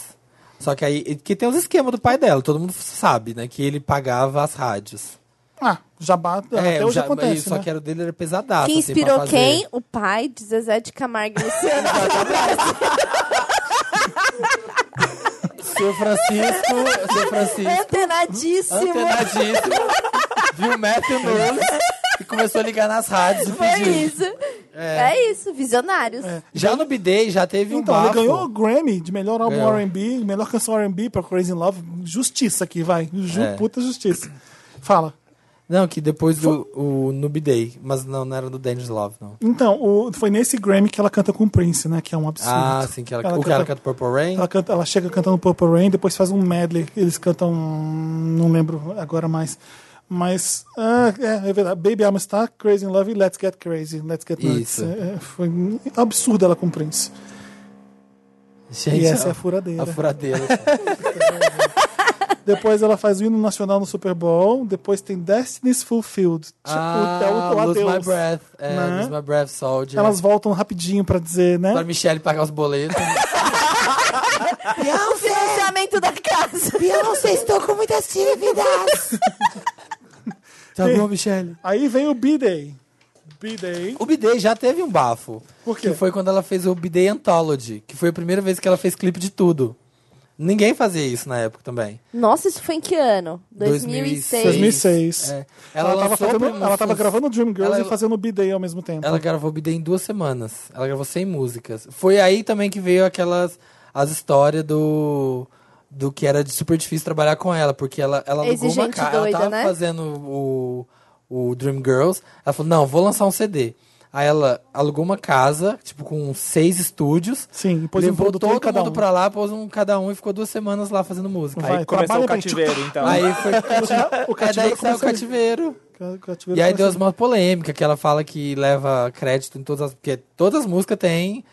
Speaker 3: Só que aí. Que tem os esquemas do pai dela, todo mundo sabe, né? Que ele pagava as rádios.
Speaker 2: Ah, já bate. até hoje
Speaker 3: já-
Speaker 2: acontece.
Speaker 3: isso,
Speaker 2: né?
Speaker 3: É, Só que era o dele era pesadaço.
Speaker 4: Quem
Speaker 3: assim, pra
Speaker 4: inspirou
Speaker 3: fazer.
Speaker 4: quem? O pai de Zezé de Camargo e Luciano.
Speaker 3: Seu Francisco. Seu Francisco.
Speaker 4: Antenadíssimo.
Speaker 3: Antenadíssimo. viu Matthew Nunes e começou a ligar nas rádios e
Speaker 4: Foi
Speaker 3: pediu.
Speaker 4: isso. É, isso, visionários.
Speaker 2: É.
Speaker 3: Já no B-Day, já teve um
Speaker 2: Então,
Speaker 3: bafo.
Speaker 2: ele ganhou o Grammy de melhor álbum
Speaker 3: Ganhou.
Speaker 2: R&B, melhor canção R&B pra Crazy in Love. Justiça aqui, vai. Ju,
Speaker 3: É.
Speaker 2: Puta justiça. Fala.
Speaker 3: Não, que depois do o, no B-Day. Mas não, não era do Dangerous Love, não.
Speaker 2: Então, o- foi nesse Grammy que ela canta com o Prince, né? Que é um absurdo.
Speaker 3: Ah, sim, que ela,
Speaker 2: Ela
Speaker 3: o que ela
Speaker 2: canta- Tá-
Speaker 3: canta Purple Rain.
Speaker 2: Ela, canta- ela chega cantando Purple Rain, depois faz um medley. Eles cantam. Não lembro agora mais. Mas. ah, é, é verdade. Baby I'm a Star, Crazy in Love e Let's Get Crazy. Let's Get Nuts.
Speaker 3: Isso.
Speaker 2: É, é, foi absurdo ela com o Prince.
Speaker 3: Gente,
Speaker 2: e essa é a
Speaker 3: a,
Speaker 2: furadeira.
Speaker 3: a furadeira.
Speaker 2: Depois ela faz o hino nacional no Super Bowl. Depois tem Destiny's Fulfilled. Tipo,
Speaker 3: ah,
Speaker 2: é o, é o
Speaker 3: Lose My
Speaker 2: adeus.
Speaker 3: Breath. É,
Speaker 2: Né?
Speaker 3: Lose My Breath, Soldier.
Speaker 2: Elas voltam rapidinho pra dizer, né?
Speaker 3: Pra Michelle pagar os boletos.
Speaker 4: O financiamento da casa.
Speaker 3: Beyoncé, estou com muitas dívidas. tá bom, Michelle.
Speaker 2: Aí vem o B-Day. B-Day.
Speaker 3: O B-Day já teve um bafo.
Speaker 2: Por quê?
Speaker 3: Que foi quando ela fez o B-Day Anthology, que foi a primeira vez que ela fez clipe de tudo. Ninguém fazia isso na época também.
Speaker 4: Nossa, isso foi em que ano? 2006.
Speaker 2: 2006.
Speaker 3: É.
Speaker 2: Ela, tava,
Speaker 3: lançou
Speaker 2: fazendo,
Speaker 3: pro-
Speaker 2: ela tava
Speaker 3: nos-
Speaker 2: gravando Dream Girls
Speaker 3: ela- é-
Speaker 2: e fazendo B-Day ao mesmo tempo.
Speaker 3: Ela gravou o B-Day em duas semanas. Ela gravou 100 músicas. Foi aí também que veio aquelas... As histórias do... Do que era de super difícil trabalhar com ela. Porque ela, ela alugou uma
Speaker 4: Exigente
Speaker 3: casa.
Speaker 4: doida,
Speaker 3: Ela tava
Speaker 4: né?
Speaker 3: fazendo o, o Dream Girls. Ela falou, não, vou lançar um CD. Aí ela alugou uma casa, tipo, com seis estúdios.
Speaker 2: Sim, e pôs um
Speaker 3: levou
Speaker 2: produtor em
Speaker 3: todo
Speaker 2: cada
Speaker 3: mundo
Speaker 2: um.
Speaker 3: pra lá, pôs um cada um e ficou duas semanas lá fazendo música.
Speaker 2: Vai,
Speaker 5: Aí começou
Speaker 2: trabalha
Speaker 5: o
Speaker 2: bem.
Speaker 5: cativeiro, então.
Speaker 3: Aí foi... é
Speaker 2: O cativeiro
Speaker 3: daí que saiu o
Speaker 2: começa ali.
Speaker 3: cativeiro.
Speaker 2: Ca- cativeiro
Speaker 3: E aí
Speaker 2: começa
Speaker 3: deu
Speaker 2: ali.
Speaker 3: uma polêmica que ela fala que leva crédito em todas as. Porque todas as músicas têm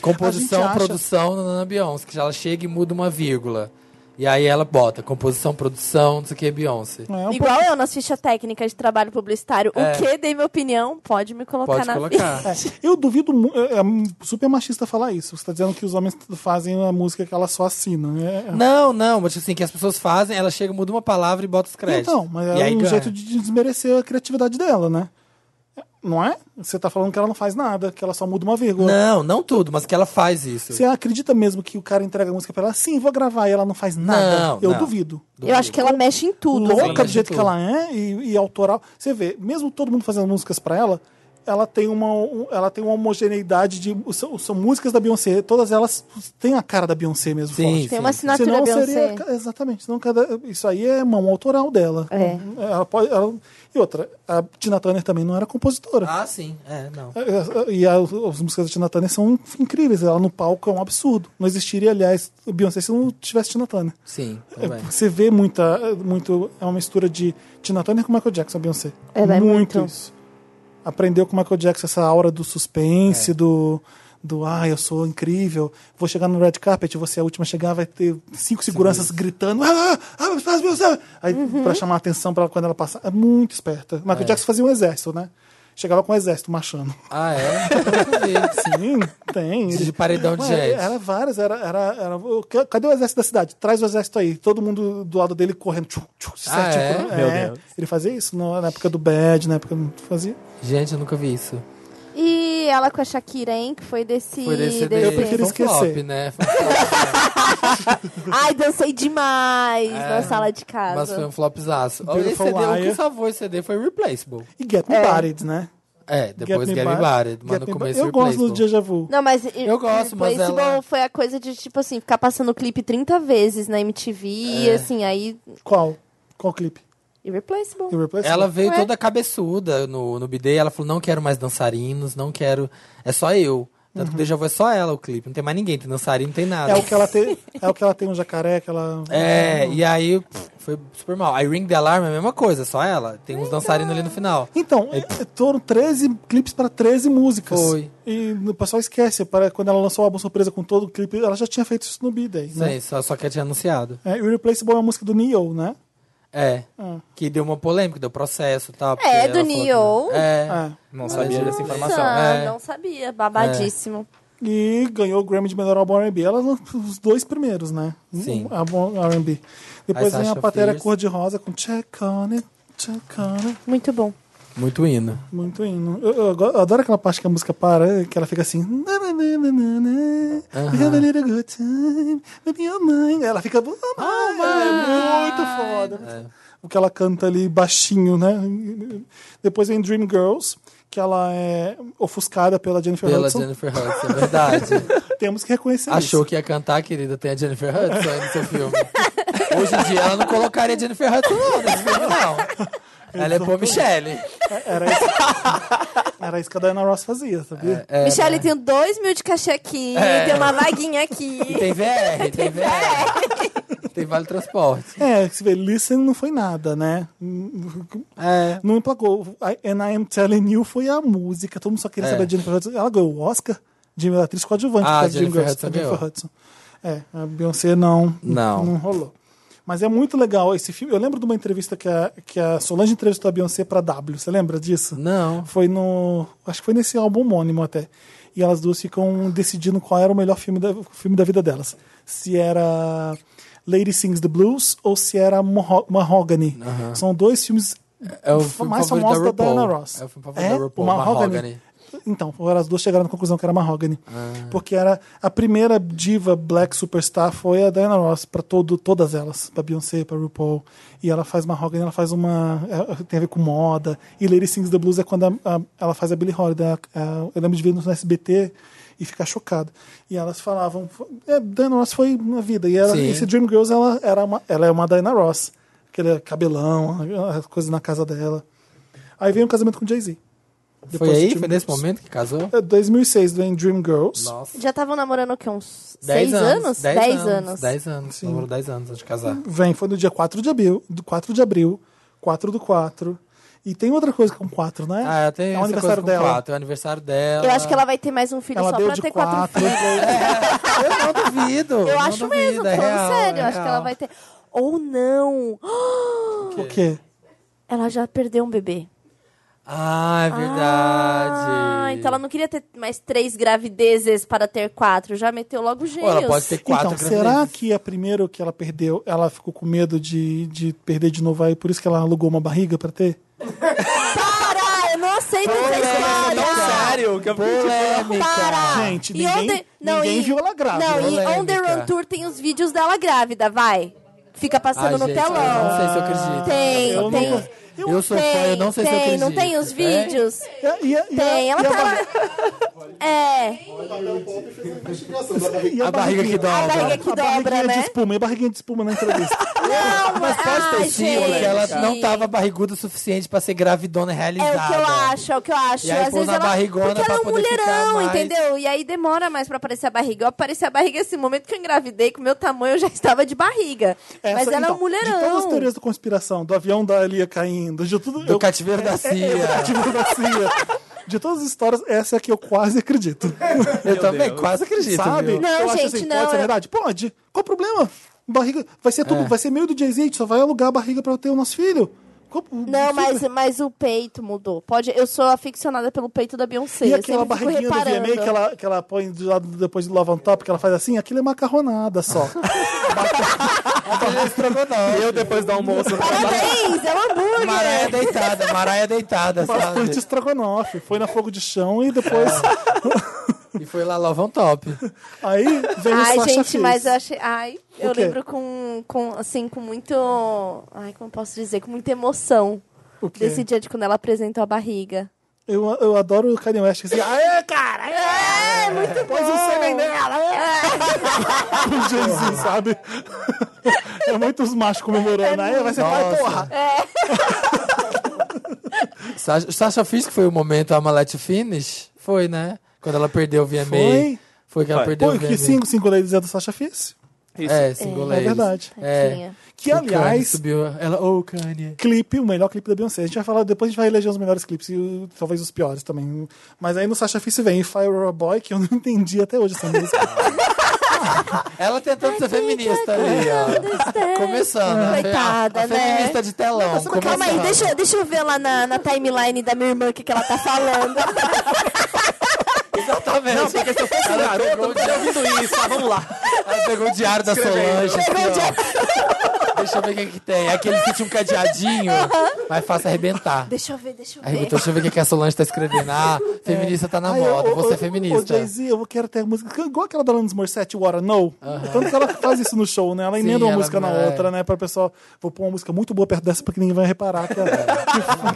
Speaker 3: composição,
Speaker 2: A gente acha-
Speaker 3: produção na Nana Beyoncé, que já ela chega e muda uma vírgula. E aí ela bota composição, produção, não sei o que, Beyoncé.
Speaker 2: É, um
Speaker 4: Igual eu nas fichas técnicas de trabalho publicitário.
Speaker 3: É.
Speaker 4: O que, dei minha opinião, pode me colocar
Speaker 3: Pode
Speaker 4: na
Speaker 3: colocar.
Speaker 2: É, eu duvido mu- é, é super machista falar isso. Você tá dizendo que os homens fazem a música que ela só assina. né? É,
Speaker 3: Não, não, mas assim, que as pessoas fazem, ela chega, muda uma palavra e bota os créditos.
Speaker 2: Então, mas
Speaker 3: e
Speaker 2: é
Speaker 3: aí
Speaker 2: um
Speaker 3: ganha.
Speaker 2: jeito de desmerecer a criatividade dela, né? Não é? Você tá falando que ela não faz nada, que ela só muda uma vírgula.
Speaker 3: Não, não tudo, mas que ela faz isso.
Speaker 2: Você acredita mesmo que o cara entrega a música pra ela? Sim, vou gravar e ela não faz nada.
Speaker 3: Não,
Speaker 2: eu
Speaker 3: não.
Speaker 2: duvido.
Speaker 4: Eu acho que ela mexe em tudo. assim.
Speaker 3: ela
Speaker 2: Louca do
Speaker 3: mexe
Speaker 2: jeito
Speaker 3: em
Speaker 2: que ela é e, e autoral. Você vê, mesmo todo mundo fazendo músicas pra ela, ela tem uma, um- ela tem uma homogeneidade de são, são músicas da Beyoncé, todas elas têm a cara da Beyoncé mesmo.
Speaker 3: Sim,
Speaker 2: forte.
Speaker 3: sim.
Speaker 4: Tem uma assinatura
Speaker 2: Senão
Speaker 4: Beyoncé.
Speaker 2: seria. ca- Exatamente. Senão cada, isso aí é mão autoral dela.
Speaker 4: É.
Speaker 2: Ela pode, ela- e outra, a Tina Turner também não era compositora.
Speaker 3: Ah, sim, é, não.
Speaker 2: E a- as músicas da Tina Turner são incríveis. Ela no palco é um absurdo. Não existiria, aliás, o Beyoncé se não tivesse Tina Turner.
Speaker 3: Sim,
Speaker 2: É,
Speaker 3: também.
Speaker 2: Você vê muita, muito. É uma mistura de Tina Turner com Michael Jackson, Beyoncé.
Speaker 4: Ela é muito.
Speaker 2: isso. Aprendeu com Michael Jackson essa aura do suspense, do. Do, ah, eu sou incrível, vou chegar no red carpet, você é a última a chegar, vai ter cinco seguranças gritando. Ah, ah, ah, faz, meu céu." Aí, pra chamar a atenção pra ela quando ela passar. É muito esperta. Michael Jackson fazia um exército, né? Chegava com um exército marchando.
Speaker 3: Ah, é? Nunca vi.
Speaker 2: Sim, tem.
Speaker 3: De paredão de
Speaker 2: Ué,
Speaker 3: gente.
Speaker 2: é, Era várias, era, era, era. o- ca- Cadê o exército da cidade? Traz o exército aí. Todo mundo do lado dele correndo. Tchum, tchum, se
Speaker 3: Ah,
Speaker 2: certinho,
Speaker 3: é?
Speaker 2: correndo.
Speaker 5: Meu Deus.
Speaker 2: Ele fazia isso no- na época do Bad, na época. Fazia.
Speaker 3: Gente, eu nunca vi isso.
Speaker 4: E e ela com a Shakira, hein? Que foi desse.
Speaker 3: Foi desse,
Speaker 4: desse-
Speaker 2: Eu prefiro
Speaker 3: foi um flop,
Speaker 2: esquecer.
Speaker 3: né? Foi um flop,
Speaker 4: Ai, dancei demais na sala de
Speaker 3: É, mas foi
Speaker 4: casa.
Speaker 3: um flopzaço. Olha, Esse
Speaker 2: Beautiful
Speaker 3: CD, o um que
Speaker 2: Liar.
Speaker 3: salvou esse CD foi Replaceable.
Speaker 2: E Get Me Buried, né?
Speaker 3: É, depois Get Me
Speaker 2: Buried,
Speaker 3: Buried,
Speaker 2: Get
Speaker 3: mas no
Speaker 2: Me
Speaker 3: começo
Speaker 2: Buried. Eu gosto do
Speaker 3: Replaceable.
Speaker 2: Deja Vu.
Speaker 4: Não, mas e-
Speaker 3: Eu gosto, mas
Speaker 4: Replaceable
Speaker 3: ela-
Speaker 4: foi a coisa de, tipo assim, ficar passando o clipe 30 vezes na MTV,
Speaker 3: É.
Speaker 4: e assim, aí.
Speaker 2: Qual? Qual clipe?
Speaker 4: Irreplaceable.
Speaker 2: Irreplaceable?
Speaker 3: Ela veio
Speaker 4: Ué?
Speaker 3: toda cabeçuda no, no BD, ela falou, não quero mais dançarinos, não quero... É só eu. Tanto que o Deja Vu é só ela o clipe, não tem mais ninguém, tem dançarino, não tem nada.
Speaker 2: Uhum. É o que ela tem, é o que ela tem um jacaré, que ela
Speaker 3: É, e aí pff, foi super mal. Aí Ring the Alarm é a mesma coisa, só ela. Tem uns dançarinos ali no final.
Speaker 2: Então, é- foram 13 clipes para 13 músicas.
Speaker 3: Foi.
Speaker 2: E o pessoal esquece, para quando ela lançou o álbum surpresa com todo o clipe, ela já tinha feito isso no B-Day, né?
Speaker 3: Sim, só, só que tinha anunciado.
Speaker 2: É, Irreplaceable é uma música do Neo, né?
Speaker 3: É.
Speaker 2: Ah.
Speaker 3: Que deu uma polêmica, deu processo e tal. porque
Speaker 4: É,
Speaker 3: ela
Speaker 4: do
Speaker 3: falou que-
Speaker 4: Neo.
Speaker 3: É.
Speaker 2: É.
Speaker 5: Não sabia dessa informação.
Speaker 4: Nossa,
Speaker 3: É.
Speaker 4: não sabia. Babadíssimo.
Speaker 2: E ganhou o Grammy de melhor álbum R&B. Ela lançou os dois primeiros, né?
Speaker 3: Sim.
Speaker 2: Um Álbum R&B. Depois vem
Speaker 3: Sasha
Speaker 2: a Patera
Speaker 3: Fierce.
Speaker 2: Cor-de-Rosa com Check On It, Check On It.
Speaker 4: Muito bom.
Speaker 3: Muito hino.
Speaker 2: Muito hino. Eu, eu go- eu adoro aquela parte que a música para, que ela fica assim. "Na, na, na, na, na, na. We have a little good time, with your mind." Ela fica. "Oh,
Speaker 3: Ah,
Speaker 2: my." É muito
Speaker 3: É.
Speaker 2: foda. O que ela canta ali baixinho, né? Depois vem Dream Girls, que ela é ofuscada pela Jennifer
Speaker 3: Pela
Speaker 2: Hudson.
Speaker 3: Jennifer Hudson, é verdade.
Speaker 2: Temos que reconhecer
Speaker 3: Achou
Speaker 2: isso.
Speaker 3: que ia cantar, querida, tem a Jennifer Hudson aí no seu filme. Hoje em dia ela não colocaria a Jennifer Hudson não, nesse filme, não. Ela é pô Michelle.
Speaker 2: É, Era isso, era isso que a Diana Ross fazia, sabia?
Speaker 3: É,
Speaker 4: Michelle,
Speaker 3: né?
Speaker 4: tem dois mil de cachê aqui,
Speaker 3: É.
Speaker 4: tem uma vaguinha aqui.
Speaker 3: E tem VR, tem VR. tem Vale Transporte.
Speaker 2: É, que se vê, Listen não foi nada, né?
Speaker 3: É.
Speaker 2: Não emplacou. I- And I Am Telling You foi a música. Todo mundo só queria
Speaker 3: É.
Speaker 2: saber de Jennifer Hudson. Ela ganhou o Oscar de melhor atriz coadjuvante.
Speaker 3: Ah,
Speaker 2: por causa de
Speaker 3: Jennifer
Speaker 2: Dreamgirls,
Speaker 3: Hudson
Speaker 2: a Jennifer
Speaker 3: ganhou.
Speaker 2: Hudson. É, a Beyoncé não,
Speaker 3: Não.
Speaker 2: não rolou. Mas é muito legal esse filme. Eu lembro de uma entrevista que a, que a Solange entrevistou a Beyoncé pra W. Você lembra disso?
Speaker 3: Não.
Speaker 2: Foi no. Acho que foi nesse álbum homônimo até. E elas duas ficam decidindo qual era o melhor filme da, filme da vida delas. Se era Lady Sings the Blues ou se era Maho- Mahogany. São dois filmes
Speaker 3: É o
Speaker 2: f-
Speaker 3: filme
Speaker 2: mais
Speaker 3: favorito
Speaker 2: famosos da,
Speaker 3: RuPaul.
Speaker 2: Diana Ross.
Speaker 3: É o filme favorito da RuPaul,
Speaker 2: o Mahogany.
Speaker 3: Mahogany.
Speaker 2: Então, foram as duas chegaram na conclusão que era Mahogany.
Speaker 3: É.
Speaker 2: Porque era a primeira diva black superstar foi a Diana Ross, pra todo, todas elas, pra Beyoncé, pra RuPaul. E ela faz Mahogany, ela faz uma. é, tem a ver com moda. E Lady Sings the Blues é quando a- a- ela faz a Billie Holiday. A- a- eu lembro de ver no SBT e ficar chocado. E elas falavam. É, Diana Ross foi na vida. E ela,
Speaker 3: Sim.
Speaker 2: esse Dream Girls, ela, era uma, ela é uma Diana Ross. Aquele cabelão, as coisas na casa dela. Aí veio um casamento com Jay-Z.
Speaker 3: Foi
Speaker 2: Depois do
Speaker 3: aí?
Speaker 2: Dream
Speaker 3: Foi nesse
Speaker 2: Girls.
Speaker 3: momento que casou?
Speaker 2: É, 2006 vem Dream Girls.
Speaker 3: Nossa.
Speaker 4: Já estavam namorando o quê? Uns
Speaker 3: Dez
Speaker 4: seis anos?
Speaker 3: Dez
Speaker 4: Dez
Speaker 3: anos. Dez anos. Namorou dez anos antes de casar.
Speaker 2: Vem, foi no dia 4 de abril, do 4 de abril, 4 do 4. E tem outra coisa com 4, né?
Speaker 3: Ah, ela tem
Speaker 2: é o
Speaker 3: essa
Speaker 2: aniversário
Speaker 3: coisa com
Speaker 2: dela.
Speaker 3: quatro, É o aniversário dela.
Speaker 4: Eu acho que ela vai ter mais um
Speaker 3: é.
Speaker 4: filho
Speaker 2: Ela
Speaker 4: só
Speaker 2: deu
Speaker 4: pra
Speaker 2: de
Speaker 4: ter quatro,
Speaker 2: quatro. É,
Speaker 4: filhos.
Speaker 3: Eu não duvido. é
Speaker 4: Eu acho mesmo, falando sério. eu acho que ela vai ter. Ou não.
Speaker 2: O quê?
Speaker 4: Ela já perdeu um bebê.
Speaker 3: Ah, é verdade.
Speaker 4: Ah, então ela não queria ter mais três gravidezes para ter quatro. Já meteu logo gêmeos.
Speaker 3: Ou ela pode ter quatro
Speaker 2: Então, será
Speaker 3: gravidezes.
Speaker 2: que a primeira que ela perdeu, ela ficou com medo de, de perder de novo aí, por isso que ela alugou uma barriga pra ter?
Speaker 4: Para! Eu não aceito
Speaker 3: é,
Speaker 4: essa história!
Speaker 5: é Sério? Que eu fiquei, tipo,
Speaker 4: Para!
Speaker 2: Gente,
Speaker 4: E
Speaker 2: ninguém- ninguém viu ela grávida.
Speaker 4: Não, e
Speaker 3: Polêmica.
Speaker 4: On The Run Tour tem os vídeos dela grávida, vai. Fica
Speaker 3: Ai,
Speaker 4: passando tá no
Speaker 3: gente,
Speaker 4: telão.
Speaker 3: Eu não sei se eu acredito.
Speaker 4: Tem,
Speaker 3: Eu não-
Speaker 4: tem.
Speaker 3: Eu sou fã, eu não sei se eu
Speaker 4: tem,
Speaker 3: acredito.
Speaker 4: não tem os
Speaker 3: É?
Speaker 4: vídeos?
Speaker 2: E a- e a- e a-
Speaker 4: Tem, ela
Speaker 2: e a
Speaker 4: tá lá.
Speaker 2: barriga-
Speaker 4: É,
Speaker 2: e
Speaker 3: A barriga que dobra.
Speaker 4: a barriga que
Speaker 2: a barriguinha
Speaker 4: dobra,
Speaker 2: de
Speaker 4: né?
Speaker 2: espuma, e a barriguinha de espuma na entrevista.
Speaker 4: Não,
Speaker 3: Mas pode
Speaker 4: ai,
Speaker 3: ter sido
Speaker 4: Ah,
Speaker 2: né,
Speaker 4: gente.
Speaker 3: que É, ela não tá tava barriguda o suficiente pra ser gravidona né?
Speaker 4: É
Speaker 3: realizada.
Speaker 4: o que eu acho, é o que eu acho.
Speaker 3: E aí
Speaker 4: Às
Speaker 3: pôs
Speaker 4: vezes
Speaker 3: na
Speaker 4: ela.
Speaker 3: barrigona
Speaker 4: Porque ela
Speaker 3: pra
Speaker 4: é um
Speaker 3: poder ficar
Speaker 4: mulherão,
Speaker 3: mais-
Speaker 4: entendeu? E aí demora mais pra aparecer a barriga. Eu apareci a barriga assim, no momento que eu engravidei, com o meu tamanho, eu já estava de barriga.
Speaker 2: Essa-
Speaker 4: Mas ela é
Speaker 2: então,
Speaker 4: um mulherão.
Speaker 2: De todas as teorias da conspiração, do avião da Elia caindo, de tudo.
Speaker 3: Do cativeiro da CIA.
Speaker 2: cativeiro da CIA. De todas as histórias, essa é a que eu quase acredito.
Speaker 3: Eu também quase acredito.
Speaker 2: Sabe?
Speaker 3: viu?
Speaker 4: Não,
Speaker 2: eu acho
Speaker 4: gente,
Speaker 2: assim,
Speaker 4: não, é-
Speaker 2: Pode ser
Speaker 4: eu-
Speaker 2: verdade? Pode.
Speaker 3: É.
Speaker 2: Qual o problema? Barriga. Vai ser tudo. Vai ser meio do Jay-Z, a gente só vai alugar a barriga pra ter o nosso filho. Como-
Speaker 4: Não, mas, mas o peito mudou. Pode, eu sou aficionada pelo peito da Beyoncé.
Speaker 2: E
Speaker 4: eu
Speaker 2: aquela
Speaker 4: sempre fico
Speaker 2: barriguinha do VMA que
Speaker 4: reparando.
Speaker 2: ela, que ela põe do lado depois do Love on Top, que ela faz assim, aquilo é macarronada só.
Speaker 5: Eu, depois do almoço,
Speaker 4: Parabéns, é um hambúrguer.
Speaker 3: Maraia deitada, Maraia deitada,
Speaker 2: Bastante
Speaker 3: sabe? É.
Speaker 2: estrogonofe. Foi na fogo de chão e depois.
Speaker 3: E foi lá Love on Top.
Speaker 2: Aí veio o
Speaker 4: Ai,
Speaker 2: Sasha
Speaker 4: gente,
Speaker 2: Fierce.
Speaker 4: mas eu achei. Ai, eu
Speaker 2: quê?
Speaker 4: lembro com, com, assim, com muito. Ai, como eu posso dizer? Com muita emoção
Speaker 2: O quê?
Speaker 4: desse dia de quando ela apresentou a barriga.
Speaker 2: Eu, eu adoro o Kanye West. que Assim, Aê, cara! Aê! É, muito Pôs um sêmen nela!
Speaker 4: É,
Speaker 2: aê!" O Jay-Z, sabe? É muitos machos comemorando. Aí vai ser pai,
Speaker 3: Nossa.
Speaker 2: porra!
Speaker 4: é.
Speaker 3: Sasha, Sasha Fisk foi o momento Amalete Finish? Foi, né? Quando ela perdeu o VMA.
Speaker 2: Foi?
Speaker 3: Foi que ela
Speaker 5: Foi.
Speaker 3: perdeu
Speaker 2: Pô,
Speaker 3: o VMA.
Speaker 2: que cinco, cinco ladies é do Sasha Fierce.
Speaker 5: Isso.
Speaker 3: É, single
Speaker 2: É
Speaker 3: ladies.
Speaker 2: verdade.
Speaker 4: Tadinha.
Speaker 2: Que,
Speaker 3: O Kanye
Speaker 2: aliás,
Speaker 3: Subiu, ela, oh, Kanye.
Speaker 2: clipe, o melhor clipe da Beyoncé. A gente vai falar, depois a gente vai eleger os melhores clipes e o- talvez os piores também. Mas aí no Sasha Fierce vem Fire a Boy, que eu não entendi até hoje essa música.
Speaker 3: Ela
Speaker 2: Então
Speaker 3: tentando
Speaker 2: é
Speaker 3: ser
Speaker 4: é
Speaker 3: feminista ali, ó. Começando. a fe-
Speaker 4: Coitada,
Speaker 3: a, a
Speaker 4: né?
Speaker 3: feminista de telão. começando.
Speaker 4: Calma aí, deixa, deixa eu ver lá na, na timeline da minha irmã o que, que ela tá falando.
Speaker 3: Exatamente.
Speaker 5: Não, porque se eu fosse
Speaker 3: Tá Ela
Speaker 5: garoto, eu
Speaker 3: pegou
Speaker 5: não
Speaker 3: o
Speaker 5: teria
Speaker 3: diário,
Speaker 5: ouvido isso. Mas vamos lá.
Speaker 3: ela pegou o diário da Solange. aqui, ó. Deixa eu ver o que, que tem. É aquele que tinha um cadeadinho, mas faça arrebentar.
Speaker 4: deixa eu ver, deixa eu
Speaker 3: Aí,
Speaker 4: ver.
Speaker 3: então, deixa eu ver o que que a Solange tá escrevendo. Ah, feminista tá na
Speaker 2: Aí É. eu-
Speaker 3: moda,
Speaker 2: eu-
Speaker 3: você é
Speaker 2: eu- Ô,
Speaker 3: feminista.
Speaker 2: Jay-Z, eu quero ter música. Igual aquela da Alanis Morissette, What I Know. Tanto que ela faz isso no show, né? Ela
Speaker 3: Sim,
Speaker 2: emenda uma
Speaker 3: ela-
Speaker 2: música na
Speaker 3: é.
Speaker 2: outra, né? Pra pessoal. Vou pôr uma música muito boa perto dessa, porque ninguém vai reparar
Speaker 3: É.
Speaker 2: que, é,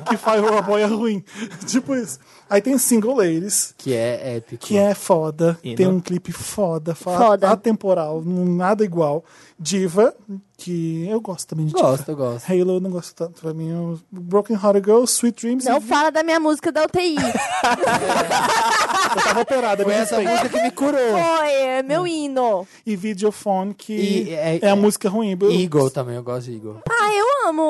Speaker 2: que, que Fire a Boy é ruim. tipo isso. Aí tem Single Ladies.
Speaker 3: Que é épico.
Speaker 2: Que é foda,
Speaker 5: E
Speaker 2: tem
Speaker 5: não-
Speaker 2: um clipe foda, fa-
Speaker 4: Foda.
Speaker 2: atemporal, n- nada igual. Diva, que eu gosto também de
Speaker 3: Gosto,
Speaker 2: Diva.
Speaker 3: eu gosto.
Speaker 2: Halo eu não gosto tanto, pra mim. eu- Broken Hearted Girl, Sweet Dreams,
Speaker 4: Não
Speaker 2: e
Speaker 4: fala da minha música da UTI.
Speaker 2: eu tava operada, me
Speaker 3: Foi essa
Speaker 2: respeita.
Speaker 3: música que me curou.
Speaker 4: Oi, é meu hino.
Speaker 2: e Videophone, que
Speaker 3: E-
Speaker 2: é,
Speaker 3: é-
Speaker 2: a
Speaker 3: é-
Speaker 2: música ruim. Eu-
Speaker 3: Eagle também, eu gosto de Eagle.
Speaker 4: Ah, eu amo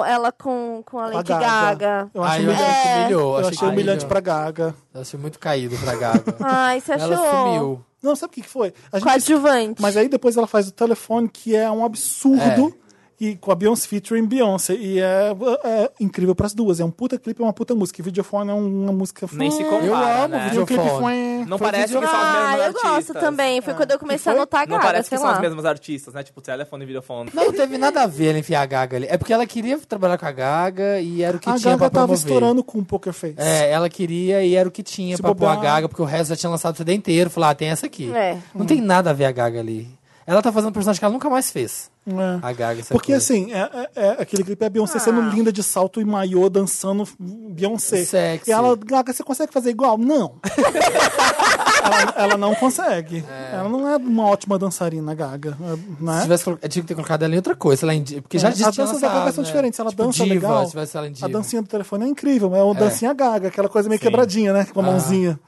Speaker 4: o- ela com, com a
Speaker 2: a
Speaker 4: Lady Gaga.
Speaker 2: Eu acho
Speaker 3: Ai, eu
Speaker 2: humilhante,
Speaker 3: achei que humilhou.
Speaker 2: eu
Speaker 3: achei
Speaker 2: achei
Speaker 3: que
Speaker 2: humilhante
Speaker 3: humilhou.
Speaker 2: pra Gaga.
Speaker 3: Eu achei muito caído pra Gaga.
Speaker 4: Ai, Ah, você achou?
Speaker 3: Ela sumiu.
Speaker 2: Não, sabe o que que foi? A gente-
Speaker 4: Coadjuvante.
Speaker 2: mas aí depois ela faz o telefone, que é um absurdo.
Speaker 3: É.
Speaker 2: E com a Beyoncé featuring Beyoncé. E é, é incrível pras duas. É um puta clipe e uma puta música. E videofone é uma música
Speaker 5: Nem se
Speaker 2: compara.
Speaker 3: Eu
Speaker 5: compara,
Speaker 3: amo
Speaker 5: né?
Speaker 2: E o clipe
Speaker 3: Videofone.
Speaker 2: foi.
Speaker 5: Não
Speaker 2: foi
Speaker 5: parece que são as
Speaker 4: Ah,
Speaker 5: mesmas
Speaker 4: eu
Speaker 5: artistas.
Speaker 4: gosto também. Foi quando eu comecei a anotar a
Speaker 5: Não
Speaker 4: Gaga,
Speaker 5: parece que
Speaker 4: sei
Speaker 5: são
Speaker 4: lá.
Speaker 5: as mesmas artistas, né? Tipo, telefone e videofone.
Speaker 3: Não, não teve nada a ver ela enfiar a Gaga ali. É porque ela queria trabalhar com a Gaga e era o que
Speaker 2: a
Speaker 3: tinha
Speaker 2: Gaga
Speaker 3: pra
Speaker 2: tava
Speaker 3: promover.
Speaker 2: estourando com o Poker Face.
Speaker 3: É, ela queria e era o que tinha
Speaker 2: Se
Speaker 3: pra pôr a
Speaker 2: bobear.
Speaker 3: Gaga, porque o resto já tinha lançado o CD inteiro. Falou, ah, tem essa aqui.
Speaker 4: É.
Speaker 3: Não tem nada a ver a Gaga ali. Ela tá fazendo um personagem que ela nunca mais fez.
Speaker 2: É.
Speaker 3: A Gaga, essa
Speaker 2: Porque
Speaker 3: coisa.
Speaker 2: assim, é- é- é- aquele clipe é a Beyoncé sendo linda de salto e maiô dançando Beyoncé.
Speaker 3: Sexy.
Speaker 2: E ela, Gaga, você consegue fazer igual? Não. ela, ela não consegue. Ela não é uma ótima dançarina, Gaga.
Speaker 3: Se
Speaker 2: Né? É,
Speaker 3: tivesse colo- eu tinha que ter colocado ela em outra coisa, sei lá, em di- porque já
Speaker 2: As
Speaker 3: disse
Speaker 2: danças da Gaga são diferentes, ela dança
Speaker 3: né? Tipo, diva,
Speaker 2: legal.
Speaker 3: Se tivesse ela em diva.
Speaker 2: A dancinha do telefone é incrível, é uma dancinha Gaga, aquela coisa meio
Speaker 5: Sim.
Speaker 2: quebradinha, né? Com a mãozinha.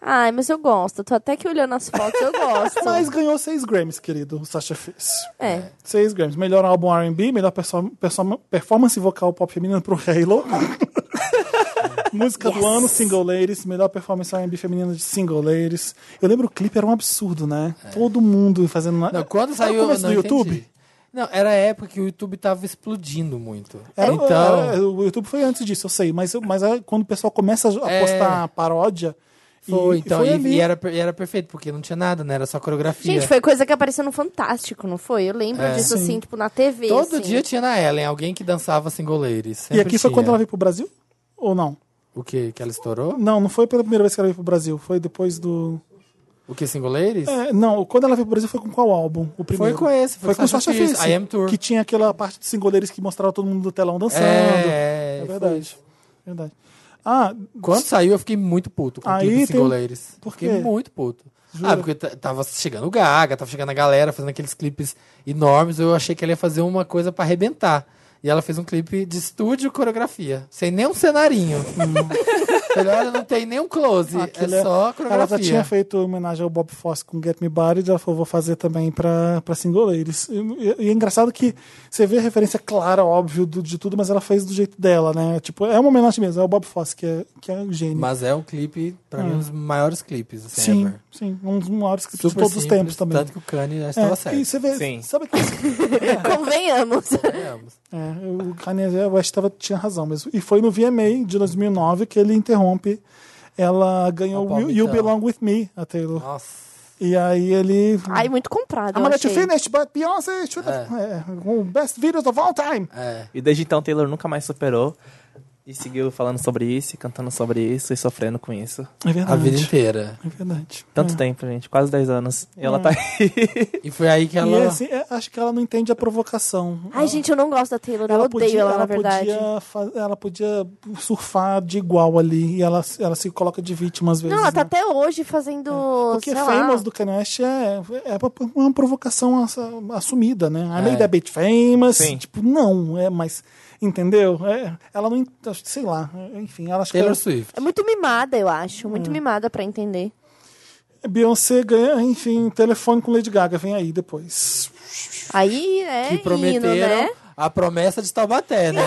Speaker 4: Ai, mas eu gosto. Tô até que olhando as fotos, eu gosto.
Speaker 2: Mas ganhou seis Grammys, querido, o Sasha Fierce.
Speaker 4: É.
Speaker 2: Seis Grammys. Melhor álbum R&B, melhor perso- perso- performance vocal pop feminina pro Halo. Música do ano, Single Ladies. Melhor performance R&B feminina de Single Ladies. Eu lembro o clipe era um absurdo, né?
Speaker 3: É.
Speaker 2: Todo mundo fazendo... uma-
Speaker 3: Não, quando
Speaker 2: Era o
Speaker 3: saiu
Speaker 2: começo
Speaker 3: não
Speaker 2: do YouTube?
Speaker 3: entendi. Não, era a época que o YouTube tava explodindo muito.
Speaker 2: Era-
Speaker 3: então,
Speaker 2: era- o YouTube foi antes disso, eu sei. Mas, mas é quando o pessoal começa a
Speaker 3: É.
Speaker 2: postar paródia... e-
Speaker 3: foi, então, e,
Speaker 2: ali.
Speaker 3: e era, per- e era perfeito, porque não tinha nada, né? Era só coreografia.
Speaker 4: Gente, foi coisa que apareceu no Fantástico, não foi? Eu lembro disso,
Speaker 2: Sim.
Speaker 4: assim, tipo, na TV.
Speaker 3: Todo
Speaker 4: assim.
Speaker 3: dia tinha na Ellen alguém que dançava singoleiros.
Speaker 2: E aqui foi quando ela veio pro Brasil? Ou não?
Speaker 3: O que? Que ela estourou?
Speaker 2: Não, não foi pela primeira vez que ela veio pro Brasil. Foi depois do...
Speaker 3: O que, singoleiros?
Speaker 2: É, não, quando ela veio pro Brasil foi com qual álbum?
Speaker 3: Foi
Speaker 2: O primeiro.
Speaker 3: com esse,
Speaker 2: Foi com o Sasha Fierce,
Speaker 3: é I Am Tour.
Speaker 2: que tá tinha aquela parte dos singoleiros que mostrava todo mundo do telão dançando.
Speaker 3: É,
Speaker 2: É
Speaker 3: foi
Speaker 2: verdade. é Verdade. Ah,
Speaker 3: Quando saiu, eu fiquei muito puto com
Speaker 2: Aí
Speaker 3: tudo
Speaker 2: tem-
Speaker 3: dos singoleiros.
Speaker 2: Por
Speaker 3: Fiquei
Speaker 2: quê?
Speaker 3: muito puto.
Speaker 2: Jura?
Speaker 3: Ah, porque t- tava chegando o Gaga, tava chegando a galera, fazendo aqueles clipes enormes. Eu achei que ela ia fazer uma coisa pra arrebentar. E ela fez um clipe de estúdio e coreografia. Sem nenhum cenarinho. Falei, olha, não tem nenhum close.
Speaker 2: Hum. aquele-
Speaker 3: é só
Speaker 2: ela já
Speaker 3: coreografia.
Speaker 2: tinha feito homenagem ao Bob Fosse com Get Me Buried, ela falou, vou fazer também pra, pra singoleiros. E, e é engraçado que você vê a referência clara, óbvio, do- de tudo, mas ela fez do jeito dela, né? Tipo, é uma homenagem mesmo, é o Bob Fosse que é, que é um gênio.
Speaker 3: Mas é um clipe, pra mim, um dos maiores clipes. Assim,
Speaker 2: Hum. Sim,
Speaker 3: ever.
Speaker 2: Sim, um dos maiores scripts de
Speaker 3: Super
Speaker 2: todos os
Speaker 3: simples,
Speaker 2: tempos também.
Speaker 3: Tanto que o Kanye já
Speaker 2: É,
Speaker 3: estava
Speaker 2: E
Speaker 3: certo.
Speaker 2: você vê,
Speaker 5: Sim.
Speaker 2: sabe que
Speaker 4: Convenhamos.
Speaker 3: Convenhamos.
Speaker 2: é, o Kanye West tava, tinha razão mesmo. E foi no VMA de 2009 que ele interrompe. Ela ganhou
Speaker 3: Uma
Speaker 2: You, you
Speaker 3: palmitão.
Speaker 2: Belong With Me, a Taylor.
Speaker 3: Nossa.
Speaker 2: E aí ele...
Speaker 4: Ai, muito comprado.
Speaker 2: I'm
Speaker 4: eu
Speaker 2: gonna let you
Speaker 4: achei.
Speaker 2: finish, but Beyoncé should have... É, um best videos of all time.
Speaker 3: É.
Speaker 5: E desde então Taylor nunca mais superou. E seguiu falando sobre isso, e cantando sobre isso, e sofrendo com isso.
Speaker 2: É
Speaker 3: A
Speaker 2: verdade.
Speaker 3: vida inteira.
Speaker 2: É verdade.
Speaker 5: Tanto
Speaker 2: É.
Speaker 5: tempo, gente, quase 10 anos. E
Speaker 4: É.
Speaker 5: ela tá aí.
Speaker 3: E foi aí que
Speaker 2: E
Speaker 3: ela.
Speaker 2: assim, é, acho que ela não entende a provocação.
Speaker 4: Ai, gente, eu não gosto da Taylor. eu odeio ela, na verdade.
Speaker 2: Podia, fa- ela podia surfar de igual ali. E ela, ela se coloca de vítima às vezes.
Speaker 4: Não, ela tá
Speaker 2: né?
Speaker 4: até hoje fazendo.
Speaker 2: Porque
Speaker 4: sei lá.
Speaker 2: é famous do Kanye West é, é uma- uma provocação ass- assumida, né? I made a bit famous.
Speaker 5: Sim.
Speaker 2: Tipo, não, é, mas. Entendeu? É, ela não. ent- Sei lá. Enfim, ela acha que.
Speaker 3: Taylor
Speaker 2: ela-
Speaker 3: Swift.
Speaker 4: É muito mimada, eu acho.
Speaker 2: É.
Speaker 4: Muito mimada pra entender.
Speaker 2: Beyoncé ganha, enfim, telefone com Lady Gaga. Vem aí depois.
Speaker 4: Aí é
Speaker 3: Que
Speaker 4: hino, né?
Speaker 3: prometeram a promessa de Taubaté, né?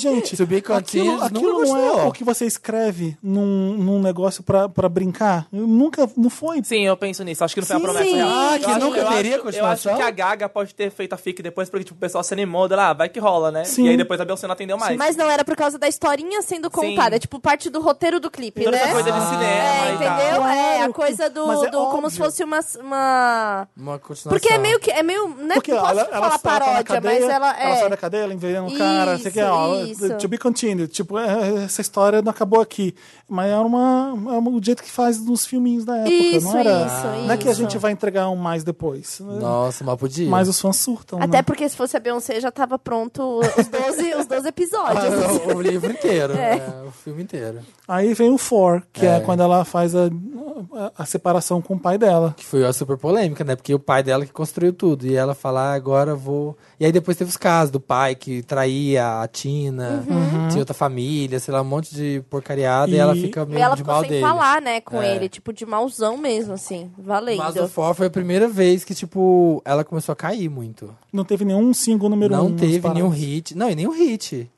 Speaker 2: gente,
Speaker 3: To be
Speaker 2: aquilo,
Speaker 3: continued,
Speaker 2: aquilo
Speaker 3: nunca
Speaker 2: não é
Speaker 3: gostou.
Speaker 2: o que você escreve num, num negócio pra, pra brincar. Eu nunca, não foi.
Speaker 5: Sim, eu penso nisso. Acho que não foi
Speaker 2: Sim.
Speaker 5: uma promessa
Speaker 4: Sim.
Speaker 5: real.
Speaker 3: Ah, que
Speaker 5: Eu acho-
Speaker 3: nunca
Speaker 5: eu
Speaker 3: teria
Speaker 5: acho, eu
Speaker 3: continuação?
Speaker 5: acho que a Gaga pode ter feito a fic depois, porque tipo, o pessoal se animou, dela, ah, vai que rola, né?
Speaker 2: Sim.
Speaker 5: E aí depois a Beyoncé não atendeu mais.
Speaker 4: Mas não era por causa da historinha sendo contada. É tipo parte do roteiro do clipe,
Speaker 5: Toda
Speaker 4: né?
Speaker 5: essa coisa de cinema
Speaker 4: É,
Speaker 5: e tal.
Speaker 4: entendeu? É, a
Speaker 2: Ah. Claro,
Speaker 4: coisa do.
Speaker 2: mas é
Speaker 4: do- como
Speaker 2: óbvio.
Speaker 4: se fosse uma. uma-
Speaker 3: Uma continuação.
Speaker 4: Porque é meio que. É meio. Né?
Speaker 2: Porque
Speaker 4: não posso
Speaker 2: ela,
Speaker 4: falar
Speaker 2: ela sai- ela tá na
Speaker 4: paródia,
Speaker 2: cadeia,
Speaker 4: mas ela é.
Speaker 2: sai da cadeia, ela envenena o cara, sei que é, ó,
Speaker 4: Isso,
Speaker 2: to be continued. Tipo, é, essa história não acabou aqui. Mas era uma, é um- o jeito que faz nos filminhos da época,
Speaker 4: Isso,
Speaker 2: não era?
Speaker 4: isso,
Speaker 2: não é que a
Speaker 4: isso.
Speaker 2: gente vai entregar um mais depois.
Speaker 3: Nossa, mas podia.
Speaker 2: Mas os fãs surtam,
Speaker 4: Até
Speaker 2: né?
Speaker 4: porque se fosse a Beyoncé já tava pronto os 12, os 12 episódios.
Speaker 3: Ah, o, o livro inteiro.
Speaker 4: É.
Speaker 3: né? O filme inteiro.
Speaker 2: Aí vem o For, que é,
Speaker 3: É.
Speaker 2: quando ela faz a, a- a separação com o pai dela.
Speaker 3: Que foi a super polêmica, né? Porque o pai dela que construiu tudo. E ela falar, ah, agora vou. E aí depois teve os casos do pai que traía a Tina,
Speaker 4: Uhum.
Speaker 3: tinha outra família, sei lá, um monte de porcariada. E, ela
Speaker 2: Uhum. E-
Speaker 3: fica meio
Speaker 4: E ela
Speaker 3: de
Speaker 4: ficou
Speaker 3: mal
Speaker 4: sem
Speaker 3: dele.
Speaker 4: falar, né, com
Speaker 3: É.
Speaker 4: ele. Tipo, de mauzão mesmo, assim. Valendo.
Speaker 3: Mas o For foi a primeira vez que, tipo, ela começou a cair muito.
Speaker 2: Não teve nenhum single número um.
Speaker 3: não
Speaker 2: nas
Speaker 3: teve
Speaker 2: paradas. Hum.
Speaker 3: nenhum hit. Não, e nenhum hit.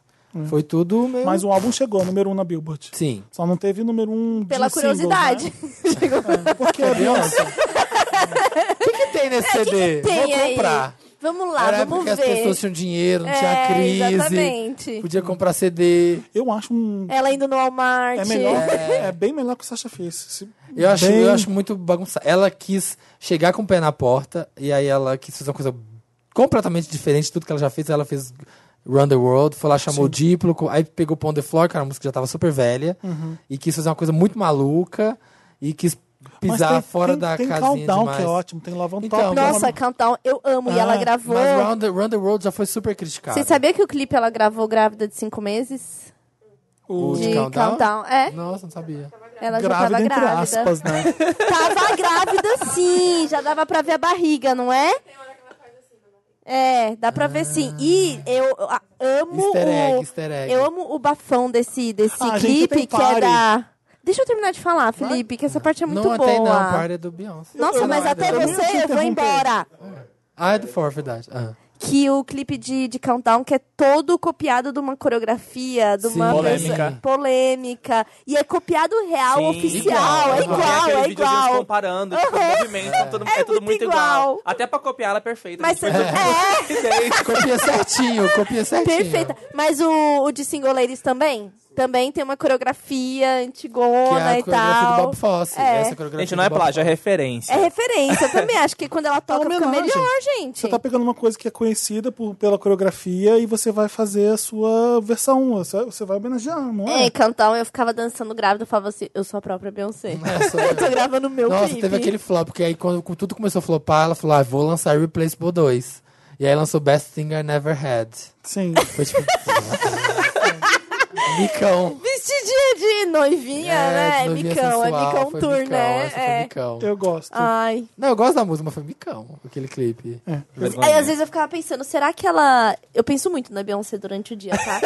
Speaker 3: Foi tudo meio.
Speaker 2: Mas o álbum chegou, número um na Billboard.
Speaker 3: Sim.
Speaker 2: Só não teve número um de
Speaker 4: Pela
Speaker 2: singles,
Speaker 4: curiosidade.
Speaker 2: né? Porque a Beyoncé...
Speaker 3: O que, que tem nesse CD?
Speaker 4: Tem
Speaker 3: Vou
Speaker 4: aí.
Speaker 3: comprar.
Speaker 4: Vamos lá,
Speaker 3: Era
Speaker 4: vamos
Speaker 3: porque
Speaker 4: ver.
Speaker 3: as pessoas tinham dinheiro, não
Speaker 4: É,
Speaker 3: tinha crise.
Speaker 4: exatamente.
Speaker 3: Podia comprar CD.
Speaker 2: Eu acho um.
Speaker 4: Ela indo no Walmart.
Speaker 2: É melhor. É, bem melhor que o Sasha fez. Se-
Speaker 3: Eu acho,
Speaker 2: bem-
Speaker 3: eu acho muito bagunçado. Ela quis chegar com o pé na porta, e aí ela quis fazer uma coisa completamente diferente de tudo que ela já fez. Ela fez Run the World, foi lá, chamou o Diplo, co- aí pegou Pond the Floor, que era uma música que já tava super velha,
Speaker 2: Uhum.
Speaker 3: e quis fazer uma coisa muito maluca, e quis
Speaker 2: Mas
Speaker 3: pisar
Speaker 2: tem-
Speaker 3: fora
Speaker 2: tem-
Speaker 3: da
Speaker 2: tem
Speaker 3: casinha
Speaker 2: Countdown,
Speaker 3: demais.
Speaker 2: que é ótimo. Tem Love on
Speaker 3: Então,
Speaker 2: Top. que é uma-
Speaker 4: Nossa, Countdown, eu amo. e
Speaker 2: Ah,
Speaker 4: ela gravou.
Speaker 3: Mas Run the, Run the World já foi super criticado.
Speaker 4: Você sabia que o clipe ela gravou grávida de cinco meses?
Speaker 3: O
Speaker 4: de Countdown? É,
Speaker 3: Nossa, não sabia.
Speaker 4: ela já
Speaker 2: grávida,
Speaker 4: tava
Speaker 2: entre
Speaker 4: grávida.
Speaker 2: aspas, né?
Speaker 4: Tava grávida sim, já dava pra ver a barriga, não é? É, dá pra ver sim. E eu a- amo
Speaker 3: Easter egg,
Speaker 4: o
Speaker 3: easter egg.
Speaker 4: eu amo o bafão desse desse
Speaker 2: Ah, gente,
Speaker 4: clipe
Speaker 2: tem
Speaker 4: que é
Speaker 2: party.
Speaker 4: da Deixa eu terminar de falar, Felipe, que essa parte é muito
Speaker 3: não,
Speaker 4: boa.
Speaker 3: até não, party é do Beyoncé.
Speaker 4: Nossa,
Speaker 2: Eu-
Speaker 4: mas
Speaker 2: eu-
Speaker 4: até
Speaker 2: eu não ia te
Speaker 4: você eu vou
Speaker 2: interromper.
Speaker 4: embora.
Speaker 3: Ah, é do For, verdade. Ah.
Speaker 4: Que o clipe de, de Countdown que é todo copiado de uma coreografia, de
Speaker 3: Sim.
Speaker 4: uma
Speaker 5: Polêmica.
Speaker 4: coisa- polêmica. E é copiado real,
Speaker 5: Sim,
Speaker 4: oficial, é
Speaker 5: Tem
Speaker 4: igual,
Speaker 5: aqueles
Speaker 4: é
Speaker 5: videozinhos
Speaker 4: igual.
Speaker 5: comparando, tipo,
Speaker 4: Aham.
Speaker 5: o movimento, é. tudo, é,
Speaker 4: É
Speaker 5: tudo
Speaker 4: muito
Speaker 5: muito igual.
Speaker 4: igual.
Speaker 5: Até pra copiar ela é perfeita.
Speaker 4: Mas
Speaker 5: gente, foi tudo-
Speaker 4: é.
Speaker 3: Copia certinho, copia certinho.
Speaker 4: Perfeita. Mas o, o de Single Ladies também? Também tem uma coreografia
Speaker 3: Que é
Speaker 4: antigona
Speaker 3: a coreografia
Speaker 4: e
Speaker 3: do
Speaker 4: tal.
Speaker 3: Bob Fosse.
Speaker 4: É.
Speaker 3: Essa coreografia
Speaker 5: Gente, não é
Speaker 3: do Bob
Speaker 5: plágio, é
Speaker 3: Fosse.
Speaker 5: referência.
Speaker 4: é referência, eu também acho que quando ela é toca fica
Speaker 2: homenagem.
Speaker 4: melhor, gente.
Speaker 2: Você tá pegando uma coisa que é conhecida por- pela coreografia e você vai fazer a sua versão. Você, você vai homenagear, não é?
Speaker 4: É, cantar, eu ficava dançando grávida, eu falava assim, eu sou a própria Beyoncé.
Speaker 3: É, sou eu.
Speaker 4: eu tô gravando o meu
Speaker 3: Nossa,
Speaker 4: clipe.
Speaker 3: teve aquele flop, porque aí quando tudo começou a flopar, ela falou, ah, vou lançar Replaceable 2. E aí lançou Best Thing I Never Had.
Speaker 2: Sim.
Speaker 3: Foi tipo... Micão.
Speaker 4: Vestidinha de noivinha, né? É
Speaker 3: novinha
Speaker 4: micão, é
Speaker 3: sensual,
Speaker 4: micão
Speaker 3: foi
Speaker 4: tour,
Speaker 3: micão,
Speaker 4: né?
Speaker 3: essa foi
Speaker 4: É.
Speaker 3: micão.
Speaker 2: Eu gosto.
Speaker 4: Ai.
Speaker 3: Não, eu gosto da música, mas foi micão, aquele clipe.
Speaker 4: Aí às vezes eu ficava pensando, será que ela. Eu penso muito na Beyoncé durante o dia, tá?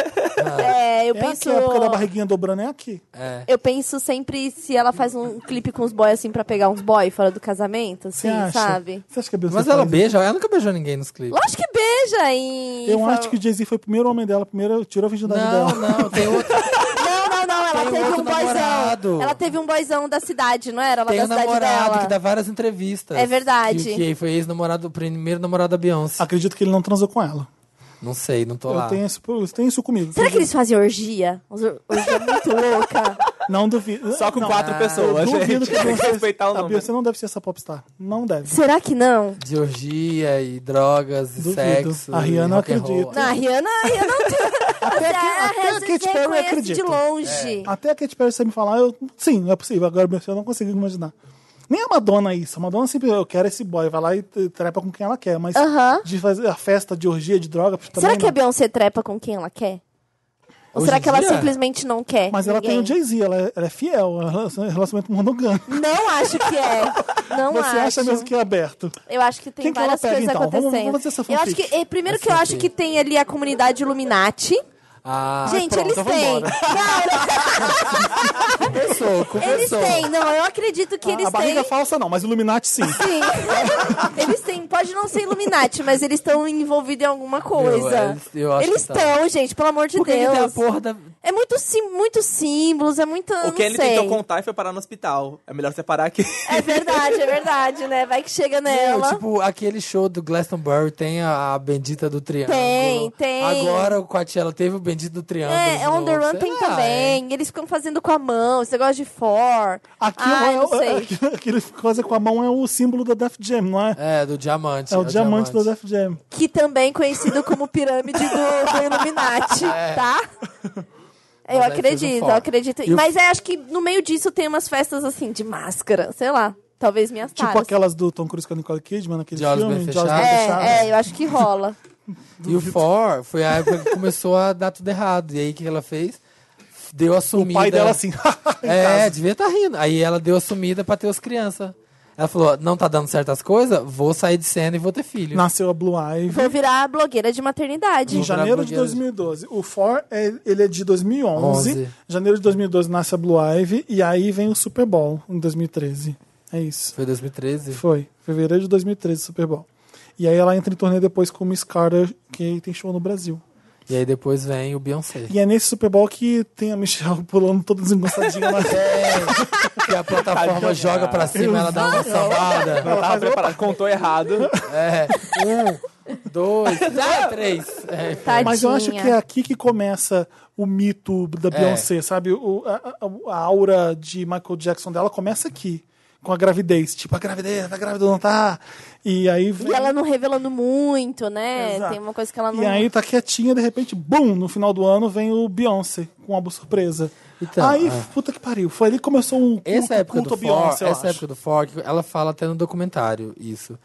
Speaker 4: é, eu
Speaker 2: é
Speaker 4: penso.
Speaker 2: aqui, a época da barriguinha dobrando é aqui.
Speaker 3: É.
Speaker 4: Eu penso sempre se ela faz um clipe com os boys assim pra pegar uns boys fora do casamento,
Speaker 2: Você
Speaker 4: assim,
Speaker 2: acha?
Speaker 4: sabe?
Speaker 2: Você acha que a Beyoncé
Speaker 3: Mas ela é
Speaker 2: faz isso?
Speaker 3: beija, ela nunca beijou ninguém nos clipes.
Speaker 4: Lógico que beija e.
Speaker 2: Eu
Speaker 4: fala-
Speaker 2: acho que o Jay-Z foi o primeiro homem dela, primeiro tirou a virgindade
Speaker 3: Não,
Speaker 2: dela.
Speaker 3: não, tem outro.
Speaker 4: Não, não, não, ela ela
Speaker 3: tem
Speaker 4: teve
Speaker 3: outro
Speaker 4: um boyzão.
Speaker 3: namorado.
Speaker 4: Ela teve um boyzão da cidade, não era? Lá
Speaker 3: Tem
Speaker 4: da
Speaker 3: um
Speaker 4: cidade
Speaker 3: namorado
Speaker 4: dela.
Speaker 3: que dá várias entrevistas.
Speaker 4: É verdade.
Speaker 3: Que, que foi ex-namorado, o primeiro namorado da Beyoncé.
Speaker 2: Acredito que ele não transou com ela.
Speaker 3: Não sei, não tô lá.
Speaker 2: Eu tenho isso, eu tenho isso comigo.
Speaker 4: Será que eles fazem orgia? Os or- Orgia muito louca.
Speaker 2: Não duvido.
Speaker 5: Só com
Speaker 2: não, é,
Speaker 5: quatro pessoas,
Speaker 2: Duvido
Speaker 5: gente.
Speaker 2: que a
Speaker 5: Tem que
Speaker 2: Beyoncé-
Speaker 5: respeitar o
Speaker 2: a
Speaker 5: nome.
Speaker 2: Beyoncé não deve ser essa popstar. Não deve.
Speaker 4: Será que não?
Speaker 3: De orgia e drogas e
Speaker 2: Duvido.
Speaker 3: sexo.
Speaker 2: A
Speaker 3: e
Speaker 2: Rihanna eu
Speaker 3: rock and roll.
Speaker 2: acredito.
Speaker 4: Não, a Rihanna, a Rihanna não Assim,
Speaker 2: Até, a- até
Speaker 4: tem.
Speaker 2: a Katy Perry eu acredito. É.
Speaker 4: de longe.
Speaker 2: Até a Katy Perry você me falar, eu, sim, é possível. Agora eu não consigo imaginar. Nem a Madonna é isso. A Madonna sempre, eu quero esse boy, vai lá e t- trepa com quem ela quer. Mas
Speaker 4: Aham.
Speaker 2: de fazer a festa de orgia, de droga,
Speaker 4: Será
Speaker 2: também
Speaker 4: que é a
Speaker 2: não.
Speaker 4: Beyoncé trepa com quem ela quer? Ou
Speaker 3: Hoje
Speaker 4: será
Speaker 3: em
Speaker 4: que ela
Speaker 3: dia?
Speaker 4: simplesmente não quer?
Speaker 2: Mas ela tem
Speaker 4: ninguém?
Speaker 2: o Jay-Z, ela, é- ela é fiel, ela é um relacionamento monogâmico.
Speaker 4: Não acho que é. Não
Speaker 2: Você
Speaker 4: acho.
Speaker 2: acha mesmo que é aberto?
Speaker 4: Eu acho que tem
Speaker 2: Quem que ela
Speaker 4: várias
Speaker 2: pega,
Speaker 4: coisas
Speaker 2: então? Vamos-
Speaker 4: acontecendo.
Speaker 2: vamos fazer essa
Speaker 4: eu acho
Speaker 2: fanfic.
Speaker 4: que, eh, primeiro que eu acho que tem ali a comunidade Illuminati.
Speaker 3: Ah,
Speaker 4: Gente,
Speaker 3: pronto,
Speaker 4: eles
Speaker 3: eu vou
Speaker 4: têm.
Speaker 3: embora. Confessou,
Speaker 4: Eles
Speaker 3: confessou.
Speaker 4: têm. Não, eu acredito que eles
Speaker 2: Ah, a barriga é
Speaker 4: têm.
Speaker 2: falsa não, mas Illuminati sim.
Speaker 4: Sim. eles têm, pode não ser Illuminati, mas eles estão envolvidos em alguma coisa.
Speaker 3: eles- eu acho
Speaker 4: eles
Speaker 3: que tá.
Speaker 4: estão, gente, pelo amor de
Speaker 3: Porque ele
Speaker 4: Deus.
Speaker 3: tem a porra da...
Speaker 4: É muito, sim, muito símbolos, é muito.
Speaker 5: O
Speaker 4: não
Speaker 5: que ele
Speaker 4: sei.
Speaker 5: tentou contar e foi parar no hospital. É melhor separar aqui.
Speaker 4: É verdade, é verdade, né? Vai que chega nela.
Speaker 3: Meu, tipo, aquele show do Glastonbury tem a, a bendita do triângulo.
Speaker 4: Tem, tem.
Speaker 3: Agora o Coachella teve o bendito do triângulo. de
Speaker 4: é,
Speaker 3: novo.
Speaker 4: On The Run
Speaker 3: Sei
Speaker 4: tem
Speaker 3: lá, é.
Speaker 4: também. Eles ficam fazendo com a mão, esse negócio de for.
Speaker 2: Aquilo
Speaker 4: Ai,
Speaker 2: é,
Speaker 4: não
Speaker 2: o- é,
Speaker 4: Ah, sei.
Speaker 2: aquilo- aquele coisa com a mão é o símbolo da Def Jam, não é?
Speaker 3: É, do diamante.
Speaker 2: É, o diamante, da Def Jam.
Speaker 4: Que também é conhecido como pirâmide do, do Illuminati, tá? Eu
Speaker 3: É. Mas aí fez um
Speaker 4: acredito,
Speaker 3: for.
Speaker 4: eu acredito.
Speaker 3: E o-
Speaker 4: Mas é, acho que no meio disso tem umas festas assim, de máscara, sei lá. Talvez minhas
Speaker 2: Tipo
Speaker 4: taras.
Speaker 2: aquelas do Tom Cruise com a Nicole Kidman, naquele
Speaker 3: De olhos
Speaker 2: filme.
Speaker 3: bem
Speaker 2: de olhos
Speaker 3: fechados.
Speaker 2: bem
Speaker 4: É,
Speaker 2: fechados.
Speaker 4: é, eu acho que rola.
Speaker 3: E o For foi a época que começou a dar tudo errado. E aí o que ela fez? Deu a
Speaker 2: O
Speaker 3: sumida.
Speaker 2: pai dela assim.
Speaker 3: É, devia estar rindo. Aí ela deu a sumida pra ter as crianças. Ela falou: não tá dando certas coisas, vou sair de cena e vou ter filho.
Speaker 2: Nasceu a Blue Ivy.
Speaker 4: Vou virar blogueira de maternidade.
Speaker 2: Em
Speaker 3: Vou virar
Speaker 2: janeiro de
Speaker 3: blogueira.
Speaker 2: 2012. O For, é, ele é de 2011.
Speaker 3: 11.
Speaker 2: Janeiro de 2012 nasce a Blue Ivy. E aí vem o Super Bowl em 2013. É isso.
Speaker 3: Foi 2013.
Speaker 2: Foi. Fevereiro de 2013, Super Bowl. E aí ela entra em torneio depois com o Miss Carter, que tem show no Brasil.
Speaker 3: E aí depois vem o Beyoncé.
Speaker 2: E é nesse Super Bowl que tem a Michelle pulando toda desengonçadinha lá.
Speaker 3: É, que a plataforma joga pra cima, ela dá uma sambada.
Speaker 5: Ela tava preparada, contou errado.
Speaker 3: É. Um, dois, três. É, foi.
Speaker 4: Tadinha.
Speaker 2: Mas eu acho que é aqui que começa o mito
Speaker 3: É.
Speaker 2: da Beyoncé, sabe? O- a, a- a aura de Michael Jackson dela começa aqui, com a gravidez. Tipo, a gravidez, tá grávida ou não tá? E aí vem.
Speaker 4: E ela não revelando muito, né?
Speaker 2: Exato.
Speaker 4: Tem uma coisa que ela não.
Speaker 2: E aí tá quietinha, de repente, bum, no final do ano vem o Beyoncé, com uma surpresa.
Speaker 3: Então,
Speaker 2: aí,
Speaker 3: é.
Speaker 2: puta que pariu. Foi ali que começou um culto,
Speaker 3: Essa época
Speaker 2: culto
Speaker 3: do
Speaker 2: a Beyoncé,
Speaker 3: For,
Speaker 2: eu
Speaker 3: essa
Speaker 2: acho.
Speaker 3: época do For, que ela fala até no documentário isso.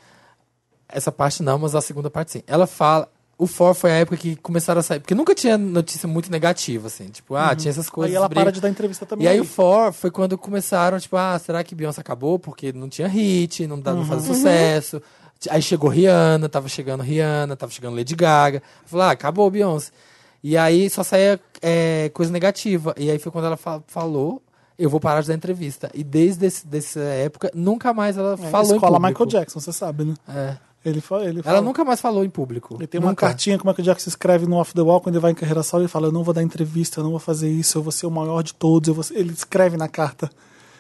Speaker 3: Essa parte não, mas a segunda parte sim. Ela fala. O For foi a época que começaram a sair. Porque nunca tinha notícia muito negativa, assim. Tipo, ah, tinha essas coisas.
Speaker 2: Uhum. Aí ela
Speaker 3: briga.
Speaker 2: para de dar entrevista também.
Speaker 3: E aí o For foi quando começaram, tipo, ah, será que Beyoncé acabou? Porque não tinha hit, não, dá- não
Speaker 2: Uhum.
Speaker 3: fazia sucesso. Aí chegou Rihanna, tava chegando Rihanna, tava chegando Lady Gaga. Falou, ah, acabou Beyoncé. E aí só saía é, coisa negativa. E aí foi quando ela fa- falou, eu vou parar de dar entrevista. E desde esse, dessa época, nunca mais ela
Speaker 2: É,
Speaker 3: falou
Speaker 2: escola
Speaker 3: em público.
Speaker 2: Michael Jackson, você sabe, né?
Speaker 3: É.
Speaker 2: Ele, fa- ele
Speaker 3: Ela
Speaker 2: fala-
Speaker 3: nunca mais falou em público.
Speaker 2: Ele tem uma
Speaker 3: Nunca.
Speaker 2: cartinha é que o Michael Jackson escreve no Off the Wall quando ele vai em carreira solo. Ele fala: Eu não vou dar entrevista, eu não vou fazer isso, eu vou ser o maior de todos. eu vou ser-" Ele escreve na carta.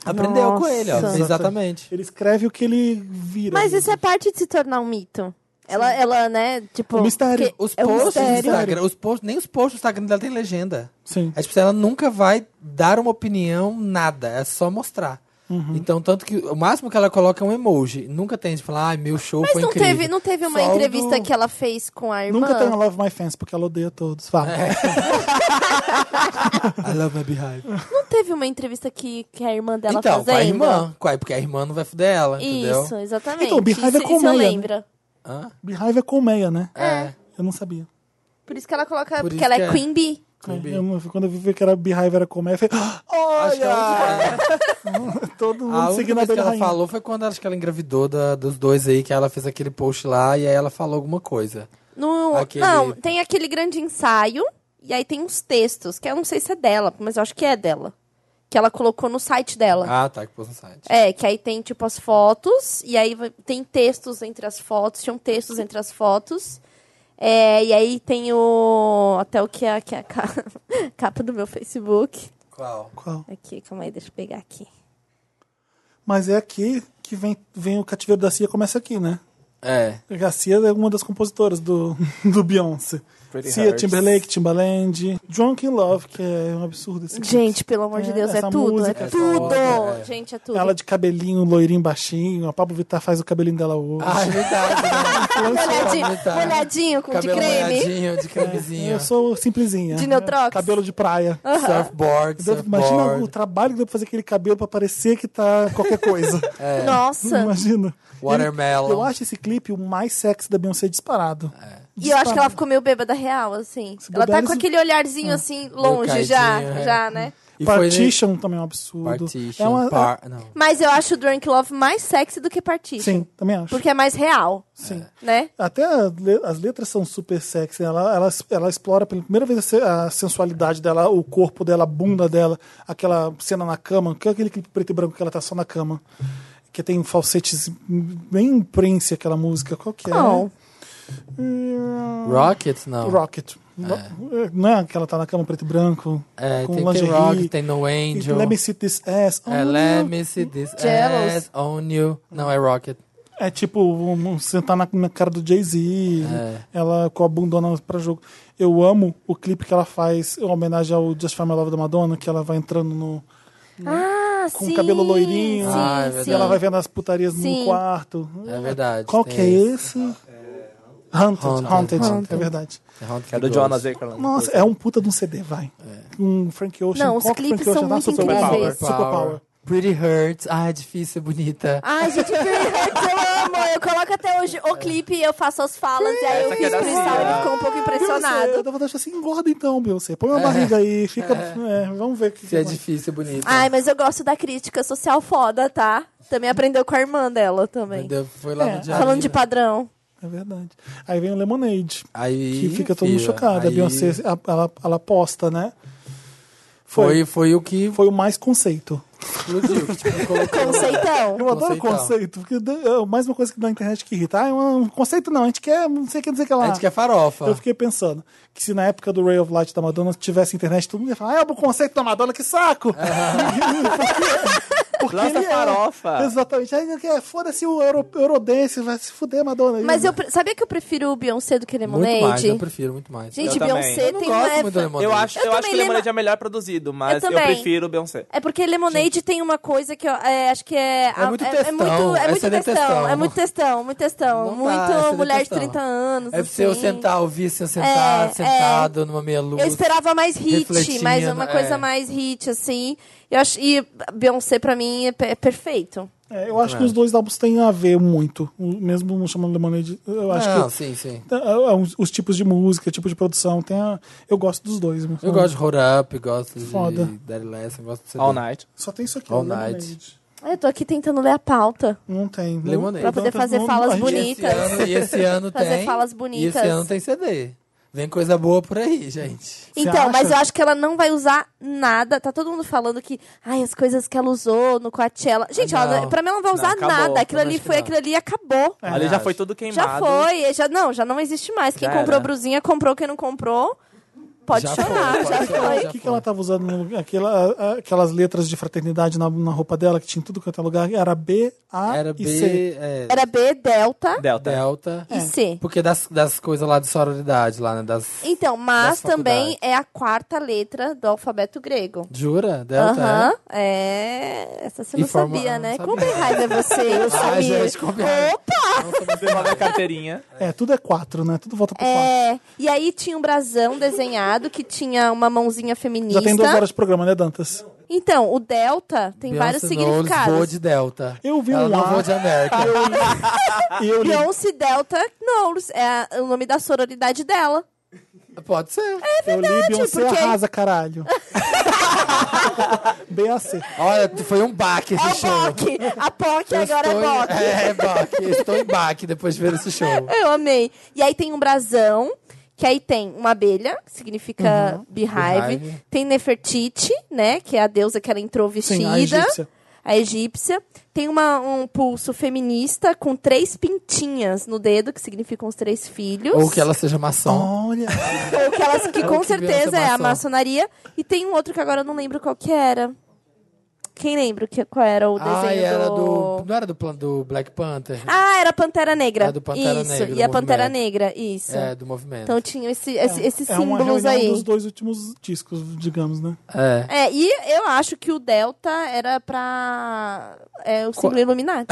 Speaker 3: Aprendeu com ele, ó.
Speaker 4: Nossa.
Speaker 3: Exatamente.
Speaker 2: Ele escreve o que ele vira.
Speaker 4: Mas
Speaker 2: Ele-
Speaker 4: isso é parte de se tornar um mito. Ela, ela, né, tipo.
Speaker 2: O mistério.
Speaker 4: que-
Speaker 3: Os
Speaker 4: é um
Speaker 3: posts do
Speaker 4: mistério.
Speaker 3: Instagram, os posts, nem os posts do Instagram dela tem legenda.
Speaker 2: Sim.
Speaker 3: É tipo, ela nunca vai dar uma opinião, nada. É só mostrar.
Speaker 2: Uhum.
Speaker 3: Então, tanto que o máximo que ela coloca é um emoji. Nunca tem de falar, ai, meu show
Speaker 4: Mas
Speaker 3: foi
Speaker 4: não
Speaker 3: incrível.
Speaker 4: teve, não teve uma
Speaker 3: Só o do-
Speaker 4: entrevista que ela fez com a irmã?
Speaker 2: Nunca tem uma Love My Fans, porque ela odeia todos. Fala.
Speaker 3: É. I love my behind.
Speaker 4: Não teve uma entrevista que, que a irmã dela
Speaker 3: Então,
Speaker 4: fazendo?
Speaker 3: com a irmã. Com a- Porque a irmã não vai fuder ela, entendeu?
Speaker 4: Isso, exatamente.
Speaker 2: Então, o Beehive é
Speaker 4: isso, isso
Speaker 2: colmeia,
Speaker 4: eu
Speaker 2: né?
Speaker 4: lembro.
Speaker 3: Hã?
Speaker 2: Beehive é colmeia, né?
Speaker 3: É.
Speaker 2: Eu não sabia.
Speaker 4: Por isso que ela coloca.
Speaker 3: Por
Speaker 4: porque
Speaker 3: isso
Speaker 4: ela
Speaker 3: que
Speaker 4: é
Speaker 3: é.
Speaker 4: Queen Bee.
Speaker 2: É, eu não- quando eu vi que era Beehive era colmeia, eu falei: "Ah,
Speaker 3: Acho que ela, é,
Speaker 2: Todo mundo
Speaker 3: a única
Speaker 2: seguindo a
Speaker 3: vez que
Speaker 2: abelha
Speaker 3: ela
Speaker 2: rainha.
Speaker 3: falou foi quando acho que ela engravidou da- dos dois aí, que ela fez aquele post lá e aí ela falou alguma coisa.
Speaker 4: No-
Speaker 3: Aquele-
Speaker 4: Não, tem aquele grande ensaio. E aí tem uns textos, que eu não sei se é dela, mas eu acho que é dela. Que ela colocou no site dela.
Speaker 3: Ah, tá, que pôs no site.
Speaker 4: É, que aí tem, tipo, as fotos, e aí vai- tem textos entre as fotos, tinham textos entre as fotos. É, e aí tem o. Até o que é, que é a ca- capa do meu Facebook.
Speaker 3: Qual?
Speaker 2: Qual?
Speaker 4: Aqui, calma aí, deixa eu pegar aqui.
Speaker 2: Mas é aqui que vem, vem o cativeiro da Cia, começa aqui, né?
Speaker 3: É.
Speaker 2: A Cia é uma das compositoras do, do Beyoncé.
Speaker 5: Pretty
Speaker 2: Cia,
Speaker 5: Hearts.
Speaker 2: Timberlake, Timbaland, Drunk in Love, que é um absurdo esse
Speaker 4: Gente, pelo amor de
Speaker 2: É,
Speaker 4: Deus, é
Speaker 2: essa
Speaker 4: tudo,
Speaker 2: música,
Speaker 4: é
Speaker 2: essa
Speaker 4: tudo.
Speaker 3: música, é.
Speaker 4: Gente, é tudo.
Speaker 2: Ela de cabelinho, loirinho baixinho. A Pablo Vittar faz o cabelinho dela hoje.
Speaker 3: Ah, é verdade.
Speaker 2: né?
Speaker 4: Ah, Molhadinho,
Speaker 2: assim,
Speaker 3: Tá.
Speaker 4: molhadinho com de
Speaker 3: Cabelo
Speaker 4: creme.
Speaker 3: molhadinho, de cremezinho.
Speaker 2: eu sou simplesinha.
Speaker 4: De Neutrox? Ah.
Speaker 2: Cabelo de praia.
Speaker 3: Surfboard,
Speaker 2: Deve- imagina o
Speaker 3: surfboard.
Speaker 2: trabalho que deu pra fazer aquele cabelo pra parecer que tá qualquer coisa.
Speaker 3: é.
Speaker 4: Nossa.
Speaker 2: Imagina.
Speaker 3: Watermelon.
Speaker 2: Ele- eu acho esse clipe o mais sexy da Beyoncé disparado.
Speaker 3: É.
Speaker 4: E eu acho que ela ficou meio bêbada real, assim. Ela tá
Speaker 2: bobear,
Speaker 4: com
Speaker 2: eles-
Speaker 4: aquele olharzinho,
Speaker 2: Ah.
Speaker 4: assim, longe
Speaker 3: caidinho,
Speaker 4: já,
Speaker 3: é.
Speaker 4: já, né?
Speaker 3: E foi ne-
Speaker 2: Partition também é um absurdo.
Speaker 3: Partition.
Speaker 2: é uma,
Speaker 3: par- não.
Speaker 4: Mas eu acho o Drunk Love mais sexy do que Partition.
Speaker 2: Sim, também acho.
Speaker 4: Porque é mais real,
Speaker 2: Sim.
Speaker 4: né?
Speaker 2: Até as le- as letras são super sexy. né? Ela, ela, ela explora pela primeira vez a se- a sensualidade dela, o corpo dela, a bunda dela, aquela cena na cama, que é aquele clipe preto e branco que ela tá só na cama. Que tem falsetes bem prense aquela música. Qual que é?
Speaker 4: Não.
Speaker 2: Hum,
Speaker 3: Rocket, não.
Speaker 2: Rocket. Não é que ela tá na cama preto e branco,
Speaker 3: É,
Speaker 2: com
Speaker 3: tem, tem
Speaker 2: lingerie. Ah,
Speaker 3: Rocket, tem No
Speaker 2: e
Speaker 3: Angel.
Speaker 2: Let me see this ass. on
Speaker 3: é,
Speaker 2: you.
Speaker 3: let me see this
Speaker 4: Jealous.
Speaker 3: ass on you. é, Não, é Rocket.
Speaker 2: É tipo, um, um, sentar na, na cara do Jay-Z,
Speaker 3: É.
Speaker 2: ela com a bundona pra jogo. Eu amo o clipe que ela faz, em homenagem ao Just For My Love da Madonna, que ela vai entrando no.
Speaker 4: Ah,
Speaker 2: Né? Com
Speaker 4: sim.
Speaker 2: cabelo loirinho.
Speaker 4: Sim,
Speaker 3: Ah, é
Speaker 2: e
Speaker 4: sim.
Speaker 3: verdade.
Speaker 2: ela vai vendo as putarias
Speaker 4: Sim.
Speaker 2: no quarto.
Speaker 3: É verdade.
Speaker 2: Qual
Speaker 3: tem
Speaker 2: que é esse? Haunted,
Speaker 3: Haunted.
Speaker 2: Haunted,
Speaker 4: Haunted.
Speaker 2: é verdade.
Speaker 3: É Haunted
Speaker 5: Que é do
Speaker 3: Girls.
Speaker 5: Jonas Akerland.
Speaker 2: Nossa, é um puta de um CD, vai.
Speaker 3: É.
Speaker 2: Um Frank Ocean.
Speaker 4: Não, os
Speaker 2: qual que o
Speaker 4: clipes
Speaker 2: Frank Ocean
Speaker 4: são
Speaker 2: dá?
Speaker 4: muito
Speaker 2: Superpower,
Speaker 4: incríveis.
Speaker 2: Superpower.
Speaker 3: Pretty Hurts. Ah, é difícil, é bonita.
Speaker 4: Ai, gente, Pretty Hurts, eu amo. Eu coloco até hoje o clipe e eu faço as falas. E aí eu
Speaker 5: Essa que
Speaker 4: fiz
Speaker 5: é da
Speaker 4: pro Sal, ele
Speaker 5: Cia.
Speaker 4: ficou um pouco
Speaker 2: Beyoncé, eu
Speaker 4: impressionado.
Speaker 2: dava vontade de falar assim, engorda então, Beyoncé. Põe uma barriga aí, fica. é, vamos ver o que
Speaker 3: Se é
Speaker 2: que vai.
Speaker 3: difícil, é bonita.
Speaker 4: Ai, mas eu gosto da crítica social foda, tá? Também aprendeu com a irmã dela também.
Speaker 3: Entendeu? Foi lá
Speaker 2: É,
Speaker 3: no diário.
Speaker 4: Falando de padrão.
Speaker 2: É verdade. Aí vem o Lemonade.
Speaker 3: Aí,
Speaker 2: que fica todo mundo
Speaker 3: filha,
Speaker 2: chocado. A
Speaker 3: aí
Speaker 2: Beyoncé, a- ela, ela aposta, né? Foi,
Speaker 3: Foi, foi o que
Speaker 2: foi o mais conceito.
Speaker 3: explodiu. que, tipo, colocou-
Speaker 4: Conceitão.
Speaker 2: Eu adoro
Speaker 3: Conceitão.
Speaker 2: conceito, porque dá- é mais uma coisa que na internet que irrita. Ah, é um conceito não, a gente quer não sei o que dizer que
Speaker 3: A
Speaker 2: ela.
Speaker 3: gente quer farofa.
Speaker 2: Eu fiquei pensando que se na época do Ray of Light da Madonna tivesse internet, todo mundo ia falar, ah, é o conceito da Madonna, que saco! Porque- porque
Speaker 5: Lança
Speaker 2: ele é-
Speaker 5: farofa.
Speaker 3: Ah.
Speaker 2: Exatamente. Aí não quer, foda-se o Euro, Eurodance, vai se fuder, Madonna.
Speaker 4: Mas eu pre- sabia que eu prefiro o Beyoncé do que
Speaker 3: muito mais,
Speaker 4: Lemonade?
Speaker 3: eu prefiro muito mais.
Speaker 4: Gente,
Speaker 5: Eu também.
Speaker 4: Beyoncé
Speaker 3: eu não
Speaker 4: tem
Speaker 3: gosto
Speaker 4: uma.
Speaker 3: muito do Lemonade.
Speaker 5: Eu acho,
Speaker 4: Eu
Speaker 5: eu
Speaker 4: também
Speaker 5: acho que o
Speaker 4: lembro-
Speaker 5: Lemonade é melhor produzido, mas eu,
Speaker 4: também.
Speaker 5: prefiro o Beyoncé.
Speaker 4: É porque Lemonade tem uma coisa que eu é, acho que é.
Speaker 3: É muito
Speaker 4: é,
Speaker 3: textão,
Speaker 4: muito, é
Speaker 3: essa
Speaker 4: muito
Speaker 3: é de
Speaker 4: textão,
Speaker 3: textão.
Speaker 4: É muito textão, muito textão.
Speaker 3: Não dá,
Speaker 4: muito
Speaker 3: essa é de
Speaker 4: mulher de
Speaker 3: textão.
Speaker 4: 30 anos.
Speaker 3: É pra você eu
Speaker 4: assim.
Speaker 3: sentar, ouvir, você sentar,
Speaker 4: É,
Speaker 3: sentado numa meia luz.
Speaker 4: Eu esperava mais hit,
Speaker 3: refletindo,
Speaker 4: mais uma coisa
Speaker 3: é.
Speaker 4: mais hit, assim. Eu acho, e Beyoncé, pra mim, é, pe- é perfeito.
Speaker 2: É, eu acho que os dois álbuns têm a ver muito. O- Mesmo não chamando Lemonade, eu acho
Speaker 3: Não,
Speaker 2: que
Speaker 3: sim, sim.
Speaker 2: tá, é, os, os tipos de música, tipo de produção, tem a- eu gosto dos dois. meu.
Speaker 3: Eu gosto de Hold Up, gosto
Speaker 2: Foda.
Speaker 3: de Daddy Lesson, gosto de CD.
Speaker 5: All Night.
Speaker 2: Só tem isso aqui.
Speaker 3: All
Speaker 2: ó, Lemonade.
Speaker 3: Night.
Speaker 4: Ah, Eu tô aqui tentando ler a pauta.
Speaker 2: Não tem.
Speaker 3: Lemonade.
Speaker 4: Pra poder
Speaker 2: Então,
Speaker 4: fazer
Speaker 2: não-
Speaker 4: falas
Speaker 2: a gente-
Speaker 3: E
Speaker 4: bonitas.
Speaker 3: esse ano, e esse ano
Speaker 4: Fazer
Speaker 3: tem...
Speaker 4: falas
Speaker 3: E
Speaker 4: bonitas.
Speaker 3: esse ano tem CD. Vem coisa boa por aí, gente.
Speaker 4: Então,
Speaker 2: acha?
Speaker 4: mas eu acho que ela não vai usar nada. Tá todo mundo falando que, ai, as coisas que ela usou no Coachella. Gente,
Speaker 3: Ah,
Speaker 4: ela,
Speaker 3: não.
Speaker 4: pra mim ela não vai
Speaker 5: Não,
Speaker 4: usar
Speaker 5: acabou.
Speaker 4: nada. Aquilo
Speaker 3: Também
Speaker 4: ali
Speaker 3: acho que
Speaker 4: foi,
Speaker 3: não. É,
Speaker 4: aquilo ali e acabou.
Speaker 2: É
Speaker 5: Ali já
Speaker 3: verdade.
Speaker 5: foi tudo
Speaker 4: Já
Speaker 5: queimado.
Speaker 4: foi, já não, já não existe mais. Quem
Speaker 5: Já
Speaker 4: comprou
Speaker 5: era.
Speaker 4: brusinha, comprou. Quem não comprou, pode
Speaker 3: Já foi,
Speaker 4: chorar,
Speaker 3: pode chorar,
Speaker 4: já foi.
Speaker 3: já
Speaker 2: O que, que ela tava usando? no- Aquela, a- aquelas letras de fraternidade na, na roupa dela, que tinha em tudo quanto é lugar. Era B, A
Speaker 3: Era
Speaker 2: e C.
Speaker 3: B, é,
Speaker 4: Era B, Delta
Speaker 5: Delta.
Speaker 3: Delta.
Speaker 4: e C.
Speaker 3: Porque das, das coisas lá de sororidade, lá, né? Das...
Speaker 4: Então, mas
Speaker 3: Das faculdades.
Speaker 4: também é a quarta letra do alfabeto grego.
Speaker 3: Jura? Delta
Speaker 4: Aham,
Speaker 3: é?
Speaker 4: é. Essa você
Speaker 3: E
Speaker 4: não
Speaker 3: forma-
Speaker 4: sabia, né?
Speaker 3: sabia.
Speaker 4: Como é raiva você, eu
Speaker 3: Ai, gente, como é?
Speaker 5: Devolve a carteirinha.
Speaker 2: É, tudo é quatro, né? Tudo volta pro quatro.
Speaker 4: É, e aí tinha um brasão desenhado que tinha uma mãozinha
Speaker 2: Já
Speaker 4: feminista.
Speaker 2: tem duas horas de programa, né, Dantas?
Speaker 4: Então, o delta tem
Speaker 3: Beyoncé
Speaker 4: vários
Speaker 3: Knowles voa
Speaker 4: significados.
Speaker 3: de Delta.
Speaker 2: Eu vi
Speaker 3: Ela
Speaker 2: um
Speaker 3: não
Speaker 2: ar-
Speaker 3: voa de América.
Speaker 2: E eu li
Speaker 4: Beyoncé Delta Knowles é a- o nome da sororidade dela.
Speaker 3: Pode ser.
Speaker 2: Eu li Beyoncé
Speaker 4: né, tipo, porque-
Speaker 2: arrasa, caralho. BAC.
Speaker 3: Olha, foi um baque esse
Speaker 4: É o
Speaker 3: show.
Speaker 4: Bock. A POC
Speaker 3: Eu
Speaker 4: agora
Speaker 3: estou
Speaker 4: é
Speaker 3: em-
Speaker 4: Bock.
Speaker 3: É, é baque. Eu Estou em baque depois de ver esse show.
Speaker 4: Eu amei. E aí tem um brasão, que aí tem uma abelha, que
Speaker 2: Uhum.
Speaker 4: significa beehive.
Speaker 3: Beehive.
Speaker 4: Tem Nefertiti, né? Que é a deusa que ela entrou
Speaker 2: Sim, a
Speaker 4: vestida.
Speaker 2: egípcia.
Speaker 4: a egípcia. Tem uma, um pulso feminista com três pintinhas no dedo, que significam os três filhos.
Speaker 3: Ou que ela seja maçom.
Speaker 2: Olha.
Speaker 4: Ou que elas- que
Speaker 3: Ou
Speaker 4: com
Speaker 3: que
Speaker 4: certeza
Speaker 3: criança
Speaker 4: é a
Speaker 3: maçom.
Speaker 4: maçonaria. E tem um outro que agora eu não lembro qual que era. Quem lembra que, qual era o desenho
Speaker 3: Ai, Ah, era do...
Speaker 4: do...
Speaker 3: Não era do, plan- do Black Panther?
Speaker 4: Ah, era a Pantera Negra.
Speaker 3: Era do Pantera
Speaker 4: isso,
Speaker 3: Negra,
Speaker 4: e
Speaker 3: do
Speaker 4: a Pantera
Speaker 3: movimento.
Speaker 4: Negra, isso.
Speaker 3: É, do movimento.
Speaker 4: Então tinha esse, esse, esses
Speaker 2: é uma
Speaker 4: símbolos
Speaker 2: reunião
Speaker 4: aí.
Speaker 2: dos dois últimos discos, digamos, né?
Speaker 3: É.
Speaker 4: É, e eu acho que o Delta era pra. É, o símbolo Illuminati.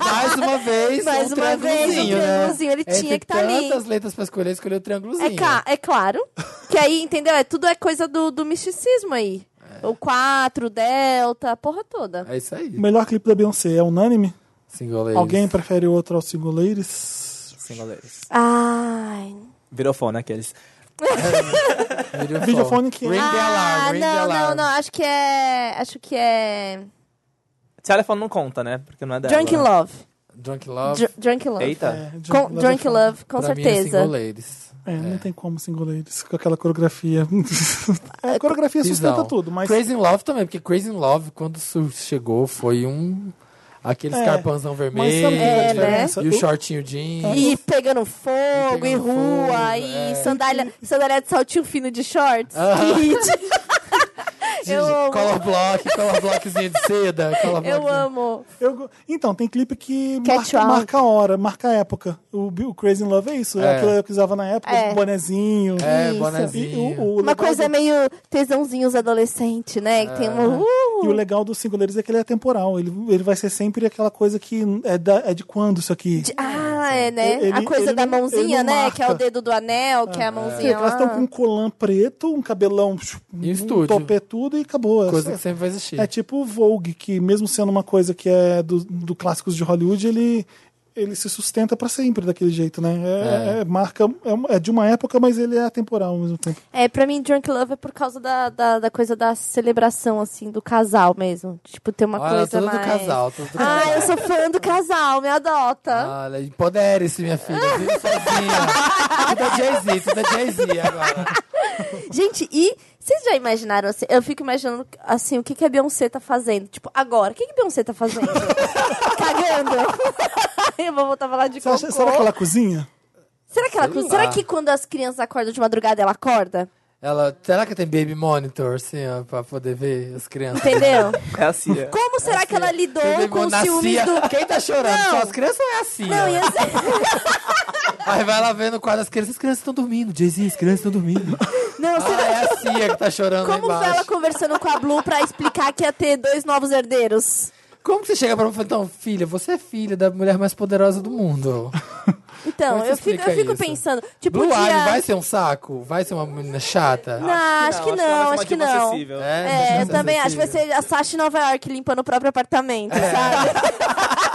Speaker 3: Mais uma vez,
Speaker 4: é Mais
Speaker 3: um
Speaker 4: uma vez, um
Speaker 3: triângulozinho, né?
Speaker 4: triângulozinho, ele
Speaker 3: Entre
Speaker 4: tinha que tá ali.
Speaker 3: tantas letras pra escolher, escolheu o triângulozinho.
Speaker 4: É, ca- é claro. Que aí, entendeu? É, tudo é coisa do, do misticismo aí. O 4, o Delta, a porra toda.
Speaker 3: É isso aí.
Speaker 2: O melhor clipe da Beyoncé é unânime?
Speaker 3: Single ladies.
Speaker 2: Alguém prefere o outro ao Single Ladies?
Speaker 5: Singoleiros.
Speaker 4: Ai.
Speaker 5: Virou fone, aqueles.
Speaker 3: Videofone.
Speaker 2: Videofone que-
Speaker 3: Ring the alarm,
Speaker 4: Ah,
Speaker 3: ring the
Speaker 4: não, não,
Speaker 3: alarm.
Speaker 4: não. Acho que é. Acho que é.
Speaker 5: Telefone não conta, né? Porque não é dela.
Speaker 4: Drunk in Love.
Speaker 3: Drunk Love.
Speaker 4: Dr- Drunk in Love.
Speaker 5: Eita.
Speaker 2: É,
Speaker 4: Com, Drunk in Love, com
Speaker 3: pra Mim é
Speaker 4: certeza.
Speaker 3: single ladies.
Speaker 2: É, não tem como Single Ladies com aquela coreografia. É, a coreografia sustenta
Speaker 3: Bizarro.
Speaker 2: tudo, mas
Speaker 3: Crazy in Love também, porque Crazy in Love, quando su- chegou, foi um... Aqueles
Speaker 2: É.
Speaker 3: carpanzão
Speaker 2: Mas sabe
Speaker 3: vermelho.
Speaker 2: qual é a
Speaker 4: É,
Speaker 2: diferença?
Speaker 3: E o
Speaker 2: O-
Speaker 3: shortinho jeans.
Speaker 4: E pegando fogo, e
Speaker 3: pegando
Speaker 4: rua,
Speaker 3: fogo,
Speaker 4: e
Speaker 3: é. Ah.
Speaker 4: sandália, sandália de saltinho fino de shorts.
Speaker 3: De-
Speaker 4: Eu
Speaker 3: de
Speaker 4: amo.
Speaker 3: Color block, color blockzinho de seda. Color
Speaker 4: Eu
Speaker 3: blockzinho.
Speaker 4: amo.
Speaker 2: eu go- Então, tem clipe que
Speaker 4: Catch
Speaker 2: marca,
Speaker 4: Out.
Speaker 2: marca a hora, marca a época. O, Bi- o Crazy in Love é isso. É.
Speaker 3: É.
Speaker 2: Aquilo que eu usava na época,
Speaker 4: É.
Speaker 2: o bonezinho.
Speaker 3: É,
Speaker 4: Isso.
Speaker 2: E
Speaker 3: bonezinho.
Speaker 2: o, o
Speaker 4: Uma
Speaker 2: legal
Speaker 4: coisa
Speaker 2: do-
Speaker 4: meio tesãozinhos adolescente, né? Que tem um.
Speaker 3: Ah.
Speaker 2: E o
Speaker 4: Uh,
Speaker 2: legal dos singuleiros é que ele é temporal. Ele, ele vai ser sempre aquela coisa que é, da- é de quando isso aqui.
Speaker 4: de- ah, é, né?
Speaker 2: Ele-
Speaker 4: a coisa
Speaker 2: ele
Speaker 4: da
Speaker 2: não-
Speaker 4: mãozinha,
Speaker 2: ele não
Speaker 4: né?
Speaker 2: marca.
Speaker 4: Que é o dedo do anel, que é a
Speaker 2: Porque
Speaker 4: mãozinha.
Speaker 2: Elas
Speaker 4: lá.
Speaker 2: estão com um colã preto, um cabelão,
Speaker 3: E o
Speaker 2: um
Speaker 3: estúdio.
Speaker 2: topetudo e acabou.
Speaker 3: Coisa
Speaker 2: É-
Speaker 3: que sempre vai existir.
Speaker 2: É tipo o Vogue, que mesmo sendo uma coisa que é do, do clássicos de Hollywood, ele, ele se sustenta pra sempre daquele jeito, né? É, é marca, é, uma- é de uma época, mas ele é atemporal ao mesmo tempo.
Speaker 4: É, pra mim, Drunk Love é por causa da, da, da coisa da celebração, assim, do casal mesmo. Tipo, ter
Speaker 2: Ah,
Speaker 4: uma
Speaker 3: Olha,
Speaker 4: coisa
Speaker 3: tudo
Speaker 4: mais...
Speaker 3: do casal, tudo do casal.
Speaker 4: Ah, eu sou fã do casal, me
Speaker 2: Ah.
Speaker 4: adota.
Speaker 3: Olha, empodere-se, minha filha. Vive sozinha. Tudo é Jay-Z, tudo é Jay-Z agora.
Speaker 4: Gente, e vocês já imaginaram, assim, eu fico imaginando, assim, o que, que a Beyoncé tá fazendo? Tipo, agora, o que, que a Beyoncé tá fazendo? Cagando. eu vou voltar a falar de
Speaker 2: Você acha-
Speaker 4: cocô.
Speaker 2: será que ela cozinha?
Speaker 4: será, que, ela-
Speaker 3: Sei lá.
Speaker 4: será que quando as crianças acordam de madrugada, ela acorda?
Speaker 3: Ela, será que tem baby monitor, assim, ó, pra poder ver as crianças?
Speaker 4: Entendeu?
Speaker 5: É assim. é.
Speaker 4: Como será que ela lidou
Speaker 3: Tem baby
Speaker 4: com os
Speaker 3: monitor na
Speaker 4: ciúmes
Speaker 3: Cia.
Speaker 4: do...
Speaker 3: Quem tá chorando?
Speaker 4: Não.
Speaker 3: Só as crianças ou é a Cia?
Speaker 4: Não, e assim...
Speaker 3: Aí vai lá vendo o quadro das crianças. As crianças estão dormindo. Jay-Z, as crianças estão dormindo.
Speaker 4: Não,
Speaker 3: Ah,
Speaker 4: será...
Speaker 3: é a Cia que tá chorando
Speaker 4: Como
Speaker 3: lá
Speaker 4: foi ela
Speaker 3: embaixo.
Speaker 4: conversando com a Blue pra explicar que ia ter dois novos herdeiros?
Speaker 3: Como que você chega pra ela e fala, então, filha, você é filha da mulher mais poderosa do mundo.
Speaker 4: Então,
Speaker 3: Como é que
Speaker 4: eu
Speaker 3: você
Speaker 4: fico, eu
Speaker 3: explica
Speaker 4: fico
Speaker 3: isso?
Speaker 4: pensando, tipo,
Speaker 3: Blue
Speaker 4: podia...
Speaker 3: Ivy vai ser um saco? Vai ser uma menina chata?
Speaker 4: Não, Ah, acho que não, acho que não. É, eu também acho que vai ser a Sasha em Nova York limpando o próprio apartamento, sabe?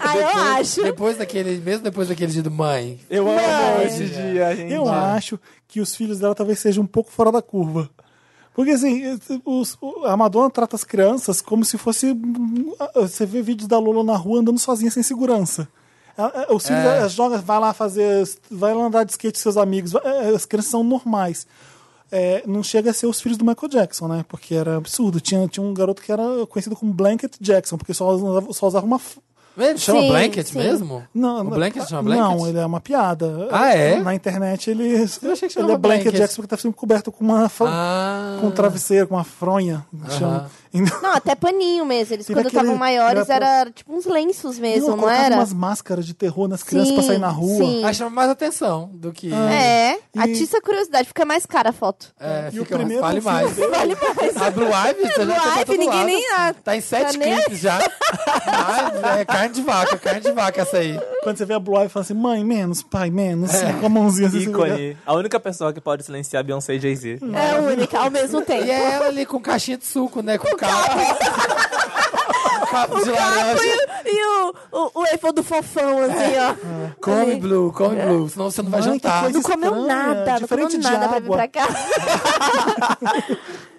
Speaker 4: ah, eu acho.
Speaker 3: É. Depois daquele, mesmo depois daquele dia do mãe.
Speaker 5: Eu
Speaker 4: Não.
Speaker 5: amo esse dia, gente.
Speaker 2: Eu acho que os filhos dela talvez sejam um pouco fora da curva. Porque assim, os- o- a Madonna trata as crianças como se fosse. hum, a- Você vê vídeos da Lola na rua andando sozinha sem segurança. A- a- Os filhos,
Speaker 3: É.
Speaker 2: elas jogam, vai lá fazer. Vai lá andar de skate com seus amigos. vai- é, As crianças são normais. É, não chega a ser os filhos do Michael Jackson, né? Porque era absurdo. Tinha, tinha um garoto que era conhecido como Blanket Jackon, porque só usava, só usava uma. f-
Speaker 3: Ele chama
Speaker 4: Sim,
Speaker 3: Blanket
Speaker 4: sim.
Speaker 3: mesmo?
Speaker 2: não,
Speaker 3: o
Speaker 2: não-
Speaker 3: Blanket chama Blanket?
Speaker 2: Não, ele é uma piada.
Speaker 3: Ah, é?
Speaker 2: Na internet ele,
Speaker 3: achei que
Speaker 2: ele
Speaker 3: chamava
Speaker 2: é blanket,
Speaker 3: blanket.
Speaker 2: Jackson porque tá sempre coberto com uma fa-
Speaker 3: Ah,
Speaker 2: com um travesseiro, com uma fronha. que chama. Então,
Speaker 4: Não, até paninho mesmo. Eles,
Speaker 2: Teve
Speaker 4: quando
Speaker 2: aquele-
Speaker 4: estavam maiores,
Speaker 2: era-
Speaker 4: era tipo uns lenços mesmo, não
Speaker 2: colocava
Speaker 4: era?
Speaker 2: umas máscaras de terror nas crianças pra sair na rua.
Speaker 4: sim.
Speaker 3: Aí chama mais atenção do que.
Speaker 4: É,
Speaker 2: E-
Speaker 4: atiça a curiosidade, fica mais cara a foto.
Speaker 3: É,
Speaker 2: E o
Speaker 3: fica,
Speaker 2: primeiro
Speaker 3: fale
Speaker 2: filme
Speaker 3: mais.
Speaker 4: Vale mais.
Speaker 3: A Blue Ivy, você já
Speaker 4: Blue
Speaker 3: tá pra
Speaker 4: Ivy,
Speaker 3: todo
Speaker 4: ninguém
Speaker 3: lado.
Speaker 4: nem- ah,
Speaker 3: Tá em sete
Speaker 4: tá nem-
Speaker 3: clipes já. Ah, é carne de vaca, carne de vaca essa aí.
Speaker 2: Quando você vê a Blue Ivy, fala assim, mãe, menos, pai, menos.
Speaker 3: É,
Speaker 2: Com a mãozinha assim. você
Speaker 5: Ícone. A única pessoa que pode silenciar Beyoncé e Jay-Z.
Speaker 4: É única, ao mesmo tempo.
Speaker 3: E é ela ali com caixinha de suco, né? Com capo. capo de
Speaker 4: assim.
Speaker 3: laranja.
Speaker 4: E o, o, o Eiffel do fofão, assim, ó.
Speaker 3: é. Come Blue, come Blue, senão você não vai
Speaker 2: Mãe, que
Speaker 3: jantar.
Speaker 2: coisa
Speaker 4: Não comeu
Speaker 2: Estranha,
Speaker 4: nada, não
Speaker 2: diferente
Speaker 4: comeu
Speaker 2: de
Speaker 4: nada pra vir
Speaker 2: água.
Speaker 4: pra cá.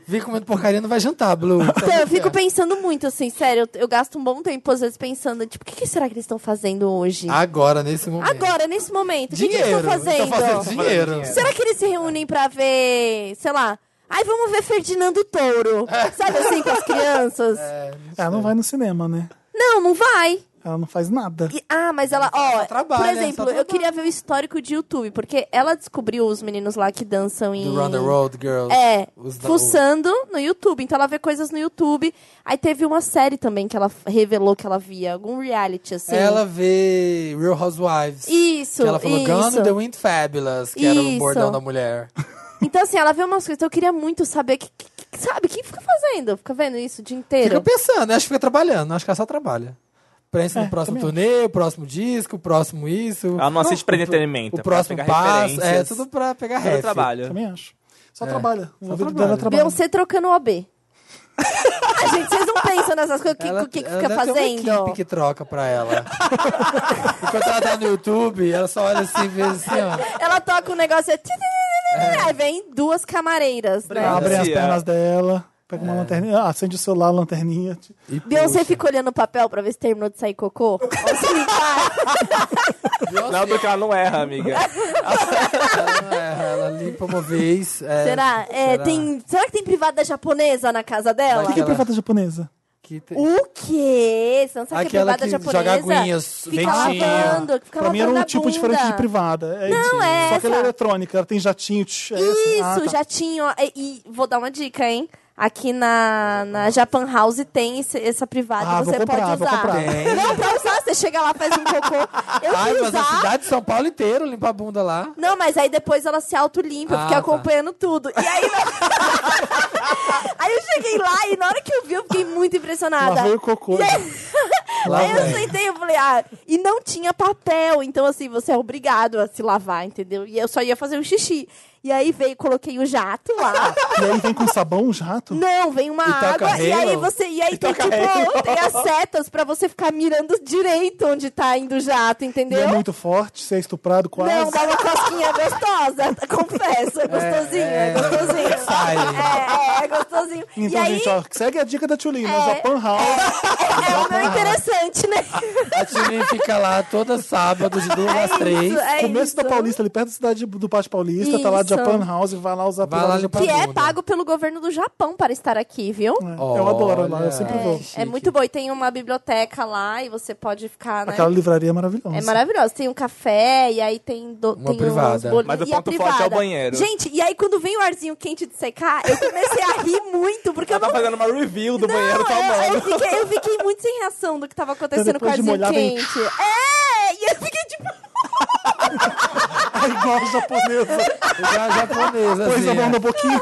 Speaker 3: Vem comendo porcaria, não vai jantar, Blue.
Speaker 4: Então, eu fico pensando muito, assim, sério. Eu, eu gasto um bom tempo, às vezes, pensando, tipo, o que, que será que eles estão fazendo hoje?
Speaker 3: Agora, nesse momento.
Speaker 4: Agora, nesse momento, o que, que
Speaker 3: Ah, é. Dinheiro.
Speaker 4: eles estão fazendo?
Speaker 3: Estão fazendo dinheiro.
Speaker 4: Será que eles se reúnem pra ver, sei lá, Ai, vamos ver Ferdinando Touro. Sabe assim, com as crianças?
Speaker 3: É.
Speaker 2: É, Ela não vai no cinema, né?
Speaker 4: Não, não vai.
Speaker 2: Ela não faz nada.
Speaker 4: E- ah, mas ela, ó,
Speaker 3: trabalha,
Speaker 4: por
Speaker 3: só
Speaker 4: exemplo,
Speaker 3: trabalha.
Speaker 4: eu queria ver o histórico de YouTube, porque ela descobriu os meninos lá que dançam em...
Speaker 3: Do Run the Road Girls.
Speaker 4: É,
Speaker 3: Os da-
Speaker 4: fuçando no YouTube. Então ela vê coisas no YouTube. Aí teve uma série também que ela f- revelou que ela via, algum reality, assim.
Speaker 3: Ela vê Real Housewives.
Speaker 4: Isso,
Speaker 3: Que ela falou Gone
Speaker 4: isso.
Speaker 3: with the Wind Fabulous, que era o
Speaker 4: Isso.
Speaker 3: bordão da mulher.
Speaker 4: Então, assim, ela vê umas coisas. Então eu queria muito saber, que, que- que- sabe, quem fica fazendo? Fica vendo isso o dia
Speaker 3: Fica
Speaker 4: inteiro?
Speaker 3: pensando, né? acho que fica trabalhando, acho que ela só trabalha. Prensa
Speaker 2: É,
Speaker 3: no próximo
Speaker 2: também
Speaker 3: turnê, o próximo disco, o próximo isso.
Speaker 5: Ela não assiste pra
Speaker 3: o-
Speaker 5: entretenimento,
Speaker 3: O
Speaker 5: pra
Speaker 3: próximo
Speaker 5: pegar
Speaker 3: passo, é
Speaker 5: referências.
Speaker 3: tudo pra pegar
Speaker 5: Ela
Speaker 3: ref.
Speaker 5: trabalha.
Speaker 2: Também acho. Só trabalha. O ouvido
Speaker 3: É. trabalha.
Speaker 2: dela trabalha.
Speaker 4: Beyoncé trocando o OB. ah, gente, vocês não pensam nessas coisas? O que,
Speaker 3: Ela-
Speaker 4: o que, que
Speaker 3: ela deve
Speaker 4: fica
Speaker 3: ter Uma equipe
Speaker 4: fazendo?
Speaker 3: que troca pra ela. Enquanto ela tá no YouTube, ela só olha assim, vê assim, ó.
Speaker 4: Ela toca um negócio. é ti- ti- ti- ti- ti- Aí vem duas camareiras, né?
Speaker 5: Obrigado.
Speaker 2: Abre as
Speaker 5: Sim, é.
Speaker 2: pernas dela, pega
Speaker 3: É.
Speaker 2: uma lanterninha, ah, acende o celular, a lanterninha. tipo,
Speaker 3: E
Speaker 4: Beyoncé
Speaker 3: puxa.
Speaker 4: fica olhando o papel pra ver se terminou de sair cocô. Ou se não tá.
Speaker 5: Não, porque ela não erra, amiga.
Speaker 3: Ela, não erra, né? ela limpa uma vez. é,
Speaker 4: Será? É,
Speaker 3: será?
Speaker 4: Tem, será que tem privada japonesa na casa dela?
Speaker 2: O que é
Speaker 3: Aquela-
Speaker 2: privada japonesa?
Speaker 3: Que tem-
Speaker 4: O quê? Você não sabe que é
Speaker 3: Aquela
Speaker 4: privada
Speaker 3: que
Speaker 4: japonesa?
Speaker 3: joga aguinhas,
Speaker 4: Fica
Speaker 3: ventinho.
Speaker 4: lavando, fica
Speaker 2: pra mim era
Speaker 4: lavando
Speaker 2: um
Speaker 4: a
Speaker 2: tipo
Speaker 4: bunda.
Speaker 2: diferente de privada. É isso.
Speaker 4: é
Speaker 2: Só que ela é
Speaker 4: essa.
Speaker 2: eletrônica, ela tem jatinho. tch, é assim.
Speaker 4: Isso,
Speaker 2: Ah, tá.
Speaker 4: jatinho. ó. E, e vou dar uma dica, hein? Aqui na, na Japan House tem esse- essa privada
Speaker 2: Ah,
Speaker 4: que
Speaker 2: vou
Speaker 4: você
Speaker 2: comprar,
Speaker 4: pode
Speaker 2: vou
Speaker 4: usar.
Speaker 2: comprar.
Speaker 3: Tem.
Speaker 4: Não, pra usar, você chega lá, faz um cocô. Eu
Speaker 3: Ai,
Speaker 4: fui
Speaker 3: mas a
Speaker 4: usar.
Speaker 3: cidade de São Paulo inteiro limpa a bunda lá.
Speaker 4: Não, mas aí depois ela se autolimpa, eu
Speaker 3: Ah,
Speaker 4: fiquei
Speaker 3: tá.
Speaker 4: acompanhando tudo. E aí. aí eu cheguei lá e na hora que eu vi, eu fiquei muito impressionada.
Speaker 2: Lá veio o cocô.
Speaker 3: Lá
Speaker 4: aí eu
Speaker 3: vem.
Speaker 4: sentei e falei, ah, e não tinha papel, então assim, você é obrigado a se lavar, entendeu? E eu só ia fazer um xixi. E aí veio, coloquei o jato lá.
Speaker 2: E aí vem com sabão o jato?
Speaker 4: Não, vem uma
Speaker 3: E tá toca
Speaker 4: água e aí
Speaker 3: Halo?
Speaker 4: você. E aí tem
Speaker 3: toca
Speaker 4: tipo,
Speaker 3: Halo?
Speaker 4: tem as setas pra você ficar mirando direito onde tá indo o jato,
Speaker 2: E é
Speaker 4: entendeu?
Speaker 2: muito forte, você é estuprado quase.
Speaker 4: Não, dá uma cosquinha é gostosa, confesso, é gostosinho, é,
Speaker 3: é.
Speaker 4: gostosinho.
Speaker 3: Sai.
Speaker 4: É, é, é gostosinho. e
Speaker 2: Então,
Speaker 4: aí,
Speaker 2: gente, ó, segue a dica da Tchulina,
Speaker 4: É.
Speaker 2: Japan House.
Speaker 4: é o meu interessante, né?
Speaker 3: A Tilly fica lá toda sábado, de duas às três.
Speaker 4: Isso, é
Speaker 2: Começo
Speaker 4: isso.
Speaker 2: da Paulista, ali perto da cidade do Pátio Paulista, tá lá
Speaker 4: Isso.
Speaker 2: Japan House, vai lá usar
Speaker 3: Vai
Speaker 2: pirata
Speaker 3: lá
Speaker 2: de
Speaker 3: limpar
Speaker 4: Que é
Speaker 3: Bunda.
Speaker 4: pago pelo governo do Japão para estar aqui, viu?
Speaker 2: É, Eu adoro lá, eu sempre
Speaker 3: Olha.
Speaker 2: vou.
Speaker 4: É, é muito bom. E tem uma biblioteca lá e você pode ficar, né?
Speaker 2: Aquela livraria é maravilhosa.
Speaker 4: É maravilhoso. Tem um café e aí tem, do,
Speaker 3: Uma
Speaker 4: tem
Speaker 3: privada.
Speaker 4: uns bolinhos.
Speaker 5: Mas o
Speaker 4: e a
Speaker 5: ponto
Speaker 4: privada.
Speaker 5: forte é o banheiro.
Speaker 4: Gente, e aí quando vem o arzinho quente de secar, eu comecei a rir muito, porque eu
Speaker 5: Ela tá
Speaker 4: não...
Speaker 5: fazendo uma review do
Speaker 4: Não, é,
Speaker 5: banheiro tá
Speaker 3: tá
Speaker 5: um
Speaker 4: eu- eu,
Speaker 5: tomando.
Speaker 4: fiquei, eu fiquei muito sem reação do que tava acontecendo com o
Speaker 2: depois de
Speaker 4: arzinho
Speaker 2: molhar, vem-
Speaker 4: quente. É! E eu fiquei tipo...
Speaker 2: É igual a japonesa.
Speaker 3: Lugar japonês,
Speaker 2: Pôs a
Speaker 3: assim,
Speaker 2: mão
Speaker 3: é.
Speaker 2: no boquinho.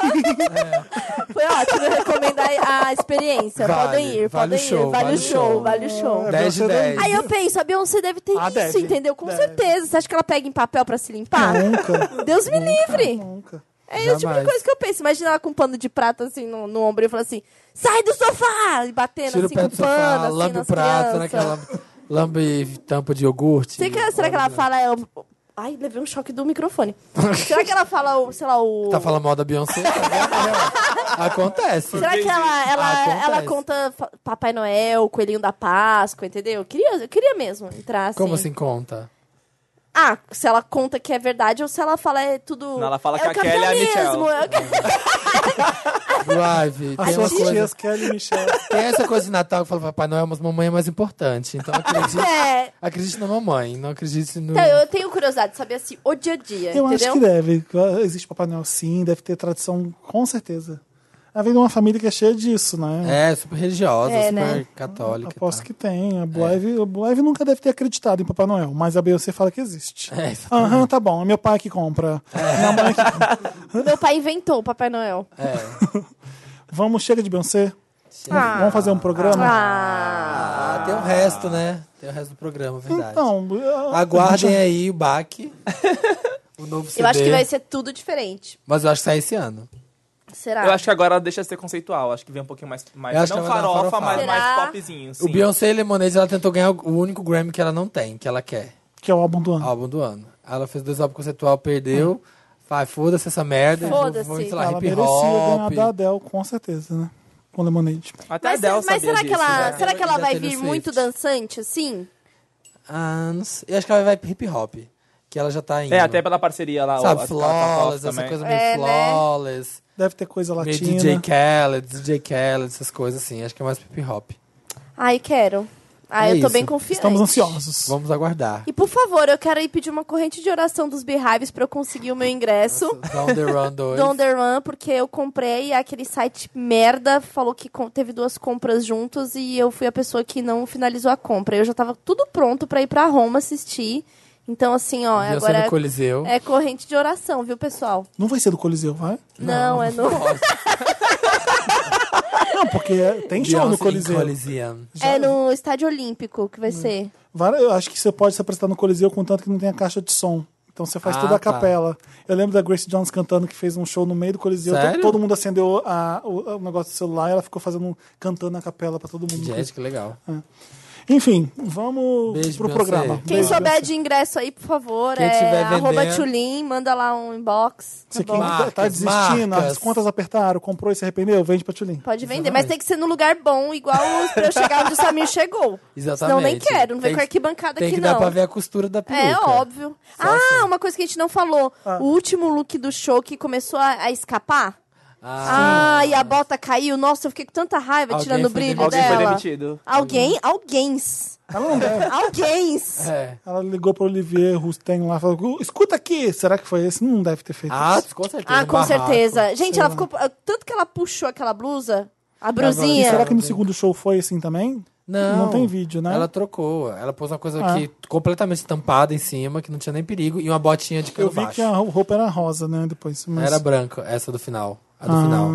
Speaker 4: Foi ótimo, eu recomendo a, a experiência.
Speaker 3: Vale,
Speaker 4: podem ir,
Speaker 3: vale
Speaker 4: podem
Speaker 3: o show,
Speaker 4: ir. Vale,
Speaker 3: vale
Speaker 4: o
Speaker 3: o show.
Speaker 4: show, vale o show.
Speaker 2: É,
Speaker 3: 10 de
Speaker 2: você
Speaker 3: 10.
Speaker 4: Aí eu penso, a Beyoncé deve ter
Speaker 2: Ah,
Speaker 4: isso,
Speaker 2: deve.
Speaker 4: entendeu? Com
Speaker 2: Deve.
Speaker 4: certeza. Você acha que ela pega em papel pra se limpar?
Speaker 2: Nunca,
Speaker 4: Deus me livre!
Speaker 2: nunca.
Speaker 4: É esse tipo de
Speaker 3: Jamais.
Speaker 4: coisa que eu penso. Imagina ela com um pano de prata assim no, no ombro e fala assim: sai do sofá! E batendo
Speaker 3: Tira o
Speaker 4: assim
Speaker 3: pé
Speaker 4: com
Speaker 3: do
Speaker 4: o
Speaker 3: sofá,
Speaker 4: pano, assim,
Speaker 3: lambe o
Speaker 4: nas
Speaker 3: prato,
Speaker 4: crianças.
Speaker 3: naquela lambe tampa de iogurte.
Speaker 4: Sei que- será que ela
Speaker 3: né?
Speaker 4: fala. é, o- Ai, levei um choque do microfone. será que ela fala, o- sei lá, o.
Speaker 3: Tá falando mal da Beyoncé? Tá vendo? Acontece.
Speaker 4: Será que ela, ela,
Speaker 3: Ah, Acontece.
Speaker 4: ela conta fa- Papai Noel, Coelhinho da Páscoa, entendeu? Eu queria, eu queria mesmo entrar assim.
Speaker 3: Como assim conta?
Speaker 4: Ah, se ela conta que é verdade ou se ela fala é tudo.
Speaker 5: Não, ela fala
Speaker 4: é
Speaker 5: que
Speaker 4: o
Speaker 5: a Kelly é a
Speaker 4: capitalismo, é o ca-
Speaker 3: Drive.
Speaker 2: As
Speaker 3: Tem, uma
Speaker 2: suas
Speaker 3: coisa,
Speaker 2: tias, Kelly e Michelle.
Speaker 3: tem essa coisa de Natal que fala Papai Noel, mas mamãe é mais importante. Então acredite,
Speaker 4: É.
Speaker 3: acredite na mamãe, não acredite no.
Speaker 4: Então, eu tenho curiosidade de saber assim, o dia a dia,
Speaker 2: Eu
Speaker 4: entendeu?
Speaker 2: acho que deve. Existe Papai Noel sim, deve ter tradição, com certeza. Ela vem de uma família que é cheia disso,
Speaker 3: É,
Speaker 2: né?
Speaker 3: tá. super religiosa,
Speaker 4: É,
Speaker 3: super
Speaker 4: né?
Speaker 3: católica. e
Speaker 2: Aposto
Speaker 3: tal.
Speaker 2: que tem.
Speaker 3: É.
Speaker 2: A Blive, a Blive nunca deve ter acreditado em Papai Noel, mas a Beyoncé fala que existe.
Speaker 3: É, isso.
Speaker 2: Aham, tá bom. É meu pai que compra. Minha mãe que compra.
Speaker 4: Meu pai inventou o Papai Noel.
Speaker 3: É.
Speaker 2: Vamos, chega de Beyoncé.
Speaker 4: Ah.
Speaker 2: Vamos fazer um programa?
Speaker 4: Ah,
Speaker 3: Ah, tem o resto, né? Tem o resto do programa, verdade.
Speaker 2: então, ah,
Speaker 3: Aguardem aí o baque. o novo CD.
Speaker 4: eu acho que vai ser tudo diferente.
Speaker 3: Mas eu acho que sai esse ano.
Speaker 4: Será?
Speaker 5: Eu acho que agora ela deixa de ser conceitual. Acho que vem um pouquinho mais. mais
Speaker 3: Eu acho que
Speaker 5: não
Speaker 3: ela vai dar uma
Speaker 5: farofa,
Speaker 3: farofada.
Speaker 5: mas mais
Speaker 4: Será?
Speaker 5: popzinho.
Speaker 3: O Beyoncé Lemonade, ela tentou ganhar o único Grammy que ela não tem, que ela quer.
Speaker 2: que é o álbum do ano.
Speaker 3: Álbum do ano. Ela fez dois álbuns conceitual, perdeu. Vai, foda-se essa merda. vou-
Speaker 4: Foda-se.
Speaker 3: vou, sei lá,
Speaker 2: Ela
Speaker 3: hip
Speaker 2: merecia ganhar da
Speaker 3: hop.
Speaker 2: Adele, com certeza, né? Com Lemonade.
Speaker 5: Até
Speaker 4: mas
Speaker 5: a Adele
Speaker 4: mas
Speaker 5: sabia
Speaker 4: será, que
Speaker 5: disso,
Speaker 4: ela,
Speaker 5: né?
Speaker 4: será que ela
Speaker 3: Já
Speaker 4: vai
Speaker 3: Taylor
Speaker 4: vir
Speaker 3: Swift.
Speaker 4: muito dançante, assim?
Speaker 3: Ah, não sei. Eu acho que ela vai hip hop. que ela já tá indo.
Speaker 5: É, até pela parceria lá.
Speaker 3: Sabe,
Speaker 5: o- a- a- a- a-
Speaker 3: tá flawless, essa
Speaker 5: também.
Speaker 3: coisa meio
Speaker 4: É, né?
Speaker 3: flawless.
Speaker 2: Deve ter coisa
Speaker 3: Meio
Speaker 2: latina.
Speaker 3: DJ Khaled, DJ Khaled, essas coisas assim. Acho que é mais hip hop.
Speaker 4: Ai, quero. Ai,
Speaker 3: É
Speaker 4: eu tô
Speaker 3: isso.
Speaker 4: bem confiante.
Speaker 2: Estamos ansiosos.
Speaker 3: Vamos aguardar.
Speaker 4: E por favor, eu quero ir pedir uma corrente de oração dos Beehives pra eu conseguir o meu ingresso.
Speaker 3: Down the Run 2.
Speaker 4: Don The Run, porque eu comprei e aquele site merda, falou que com- teve duas compras juntos e eu fui a pessoa que não finalizou a compra. Eu já tava tudo pronto pra ir pra Roma assistir. Então, assim, ó,
Speaker 3: Beyoncé
Speaker 4: agora
Speaker 3: no Coliseu.
Speaker 4: é corrente de oração, viu, pessoal?
Speaker 2: Não vai ser do Coliseu, vai?
Speaker 4: Não, é no.
Speaker 2: Não, porque tem show no
Speaker 3: Beyoncé em
Speaker 2: Coliseu.
Speaker 3: Coliseum.
Speaker 4: É no Estádio Olímpico que vai
Speaker 5: Hum.
Speaker 4: ser.
Speaker 2: Vara- Eu acho que você pode se apresentar no Coliseu contanto que não tenha caixa de som. Então você faz
Speaker 3: Ah,
Speaker 2: toda a
Speaker 3: tá.
Speaker 2: capela. Eu lembro da Grace Jones cantando que fez um show no meio do Coliseu.
Speaker 3: Sério?
Speaker 2: to- Todo mundo acendeu a- o, o negócio do celular e ela ficou fazendo, cantando a capela pra todo mundo.
Speaker 3: Gente, que legal.
Speaker 2: Enfim, vamos
Speaker 3: Beijo,
Speaker 2: pro
Speaker 3: Beyoncé.
Speaker 2: programa.
Speaker 4: Quem
Speaker 2: Beijo,
Speaker 4: souber
Speaker 2: Beyoncé.
Speaker 4: de ingresso aí, por favor,
Speaker 3: Quem
Speaker 4: é
Speaker 3: tiver
Speaker 4: arroba
Speaker 3: vendendo-
Speaker 4: Tulin, manda lá um inbox. Tá
Speaker 2: Se
Speaker 4: bom?
Speaker 2: quem tá- tá
Speaker 3: Marcas,
Speaker 2: desistindo, as
Speaker 3: marcas.
Speaker 2: contas apertaram, comprou e se arrependeu, vende pra Tulin.
Speaker 4: Pode vender,
Speaker 3: Exatamente.
Speaker 4: mas tem que ser num lugar bom, igual os- pra eu chegar onde o Samir chegou.
Speaker 3: Exatamente.
Speaker 4: Senão nem quero, não vem
Speaker 3: Tem
Speaker 4: com
Speaker 3: que-
Speaker 4: arquibancada
Speaker 3: Tem
Speaker 4: aqui
Speaker 3: que
Speaker 4: não.
Speaker 3: dar pra ver a costura da peruca.
Speaker 4: É óbvio. ah,
Speaker 3: assim.
Speaker 4: uma coisa que a gente não falou. O último look do show que começou a, a escapar.
Speaker 3: Ah,
Speaker 4: Ah, e a bota caiu. Nossa, eu fiquei com tanta raiva
Speaker 3: Alguém
Speaker 4: tirando o
Speaker 3: foi
Speaker 4: brilho
Speaker 3: demitido.
Speaker 5: Alguém
Speaker 4: dela.
Speaker 5: foi demitido.
Speaker 4: Alguém? Ah, Alguéms.
Speaker 2: Ela não deve.
Speaker 4: Alguéms.
Speaker 3: é.
Speaker 2: Tá né? Ela ligou pro Olivier Rustem lá e falou: escuta aqui, será que foi esse? Não deve ter feito
Speaker 3: Ah,
Speaker 2: isso.
Speaker 3: com certeza.
Speaker 4: Ah, com
Speaker 3: barraco.
Speaker 4: certeza. Gente, ela ficou. Tanto que ela puxou aquela blusa, a
Speaker 2: E
Speaker 4: brusinha.
Speaker 3: é
Speaker 2: será que no segundo show foi assim também?
Speaker 3: Não.
Speaker 2: Não tem vídeo, né?
Speaker 3: Ela trocou. Ela pôs uma coisa
Speaker 2: Ah.
Speaker 3: que completamente estampada em cima, que não tinha nem perigo, e uma botinha de
Speaker 2: Eu
Speaker 3: cano
Speaker 2: vi
Speaker 3: baixo.
Speaker 2: que é a roupa era rosa, né? Depois. mas-
Speaker 3: Era branca, essa do final. A do
Speaker 2: Ah,
Speaker 3: final.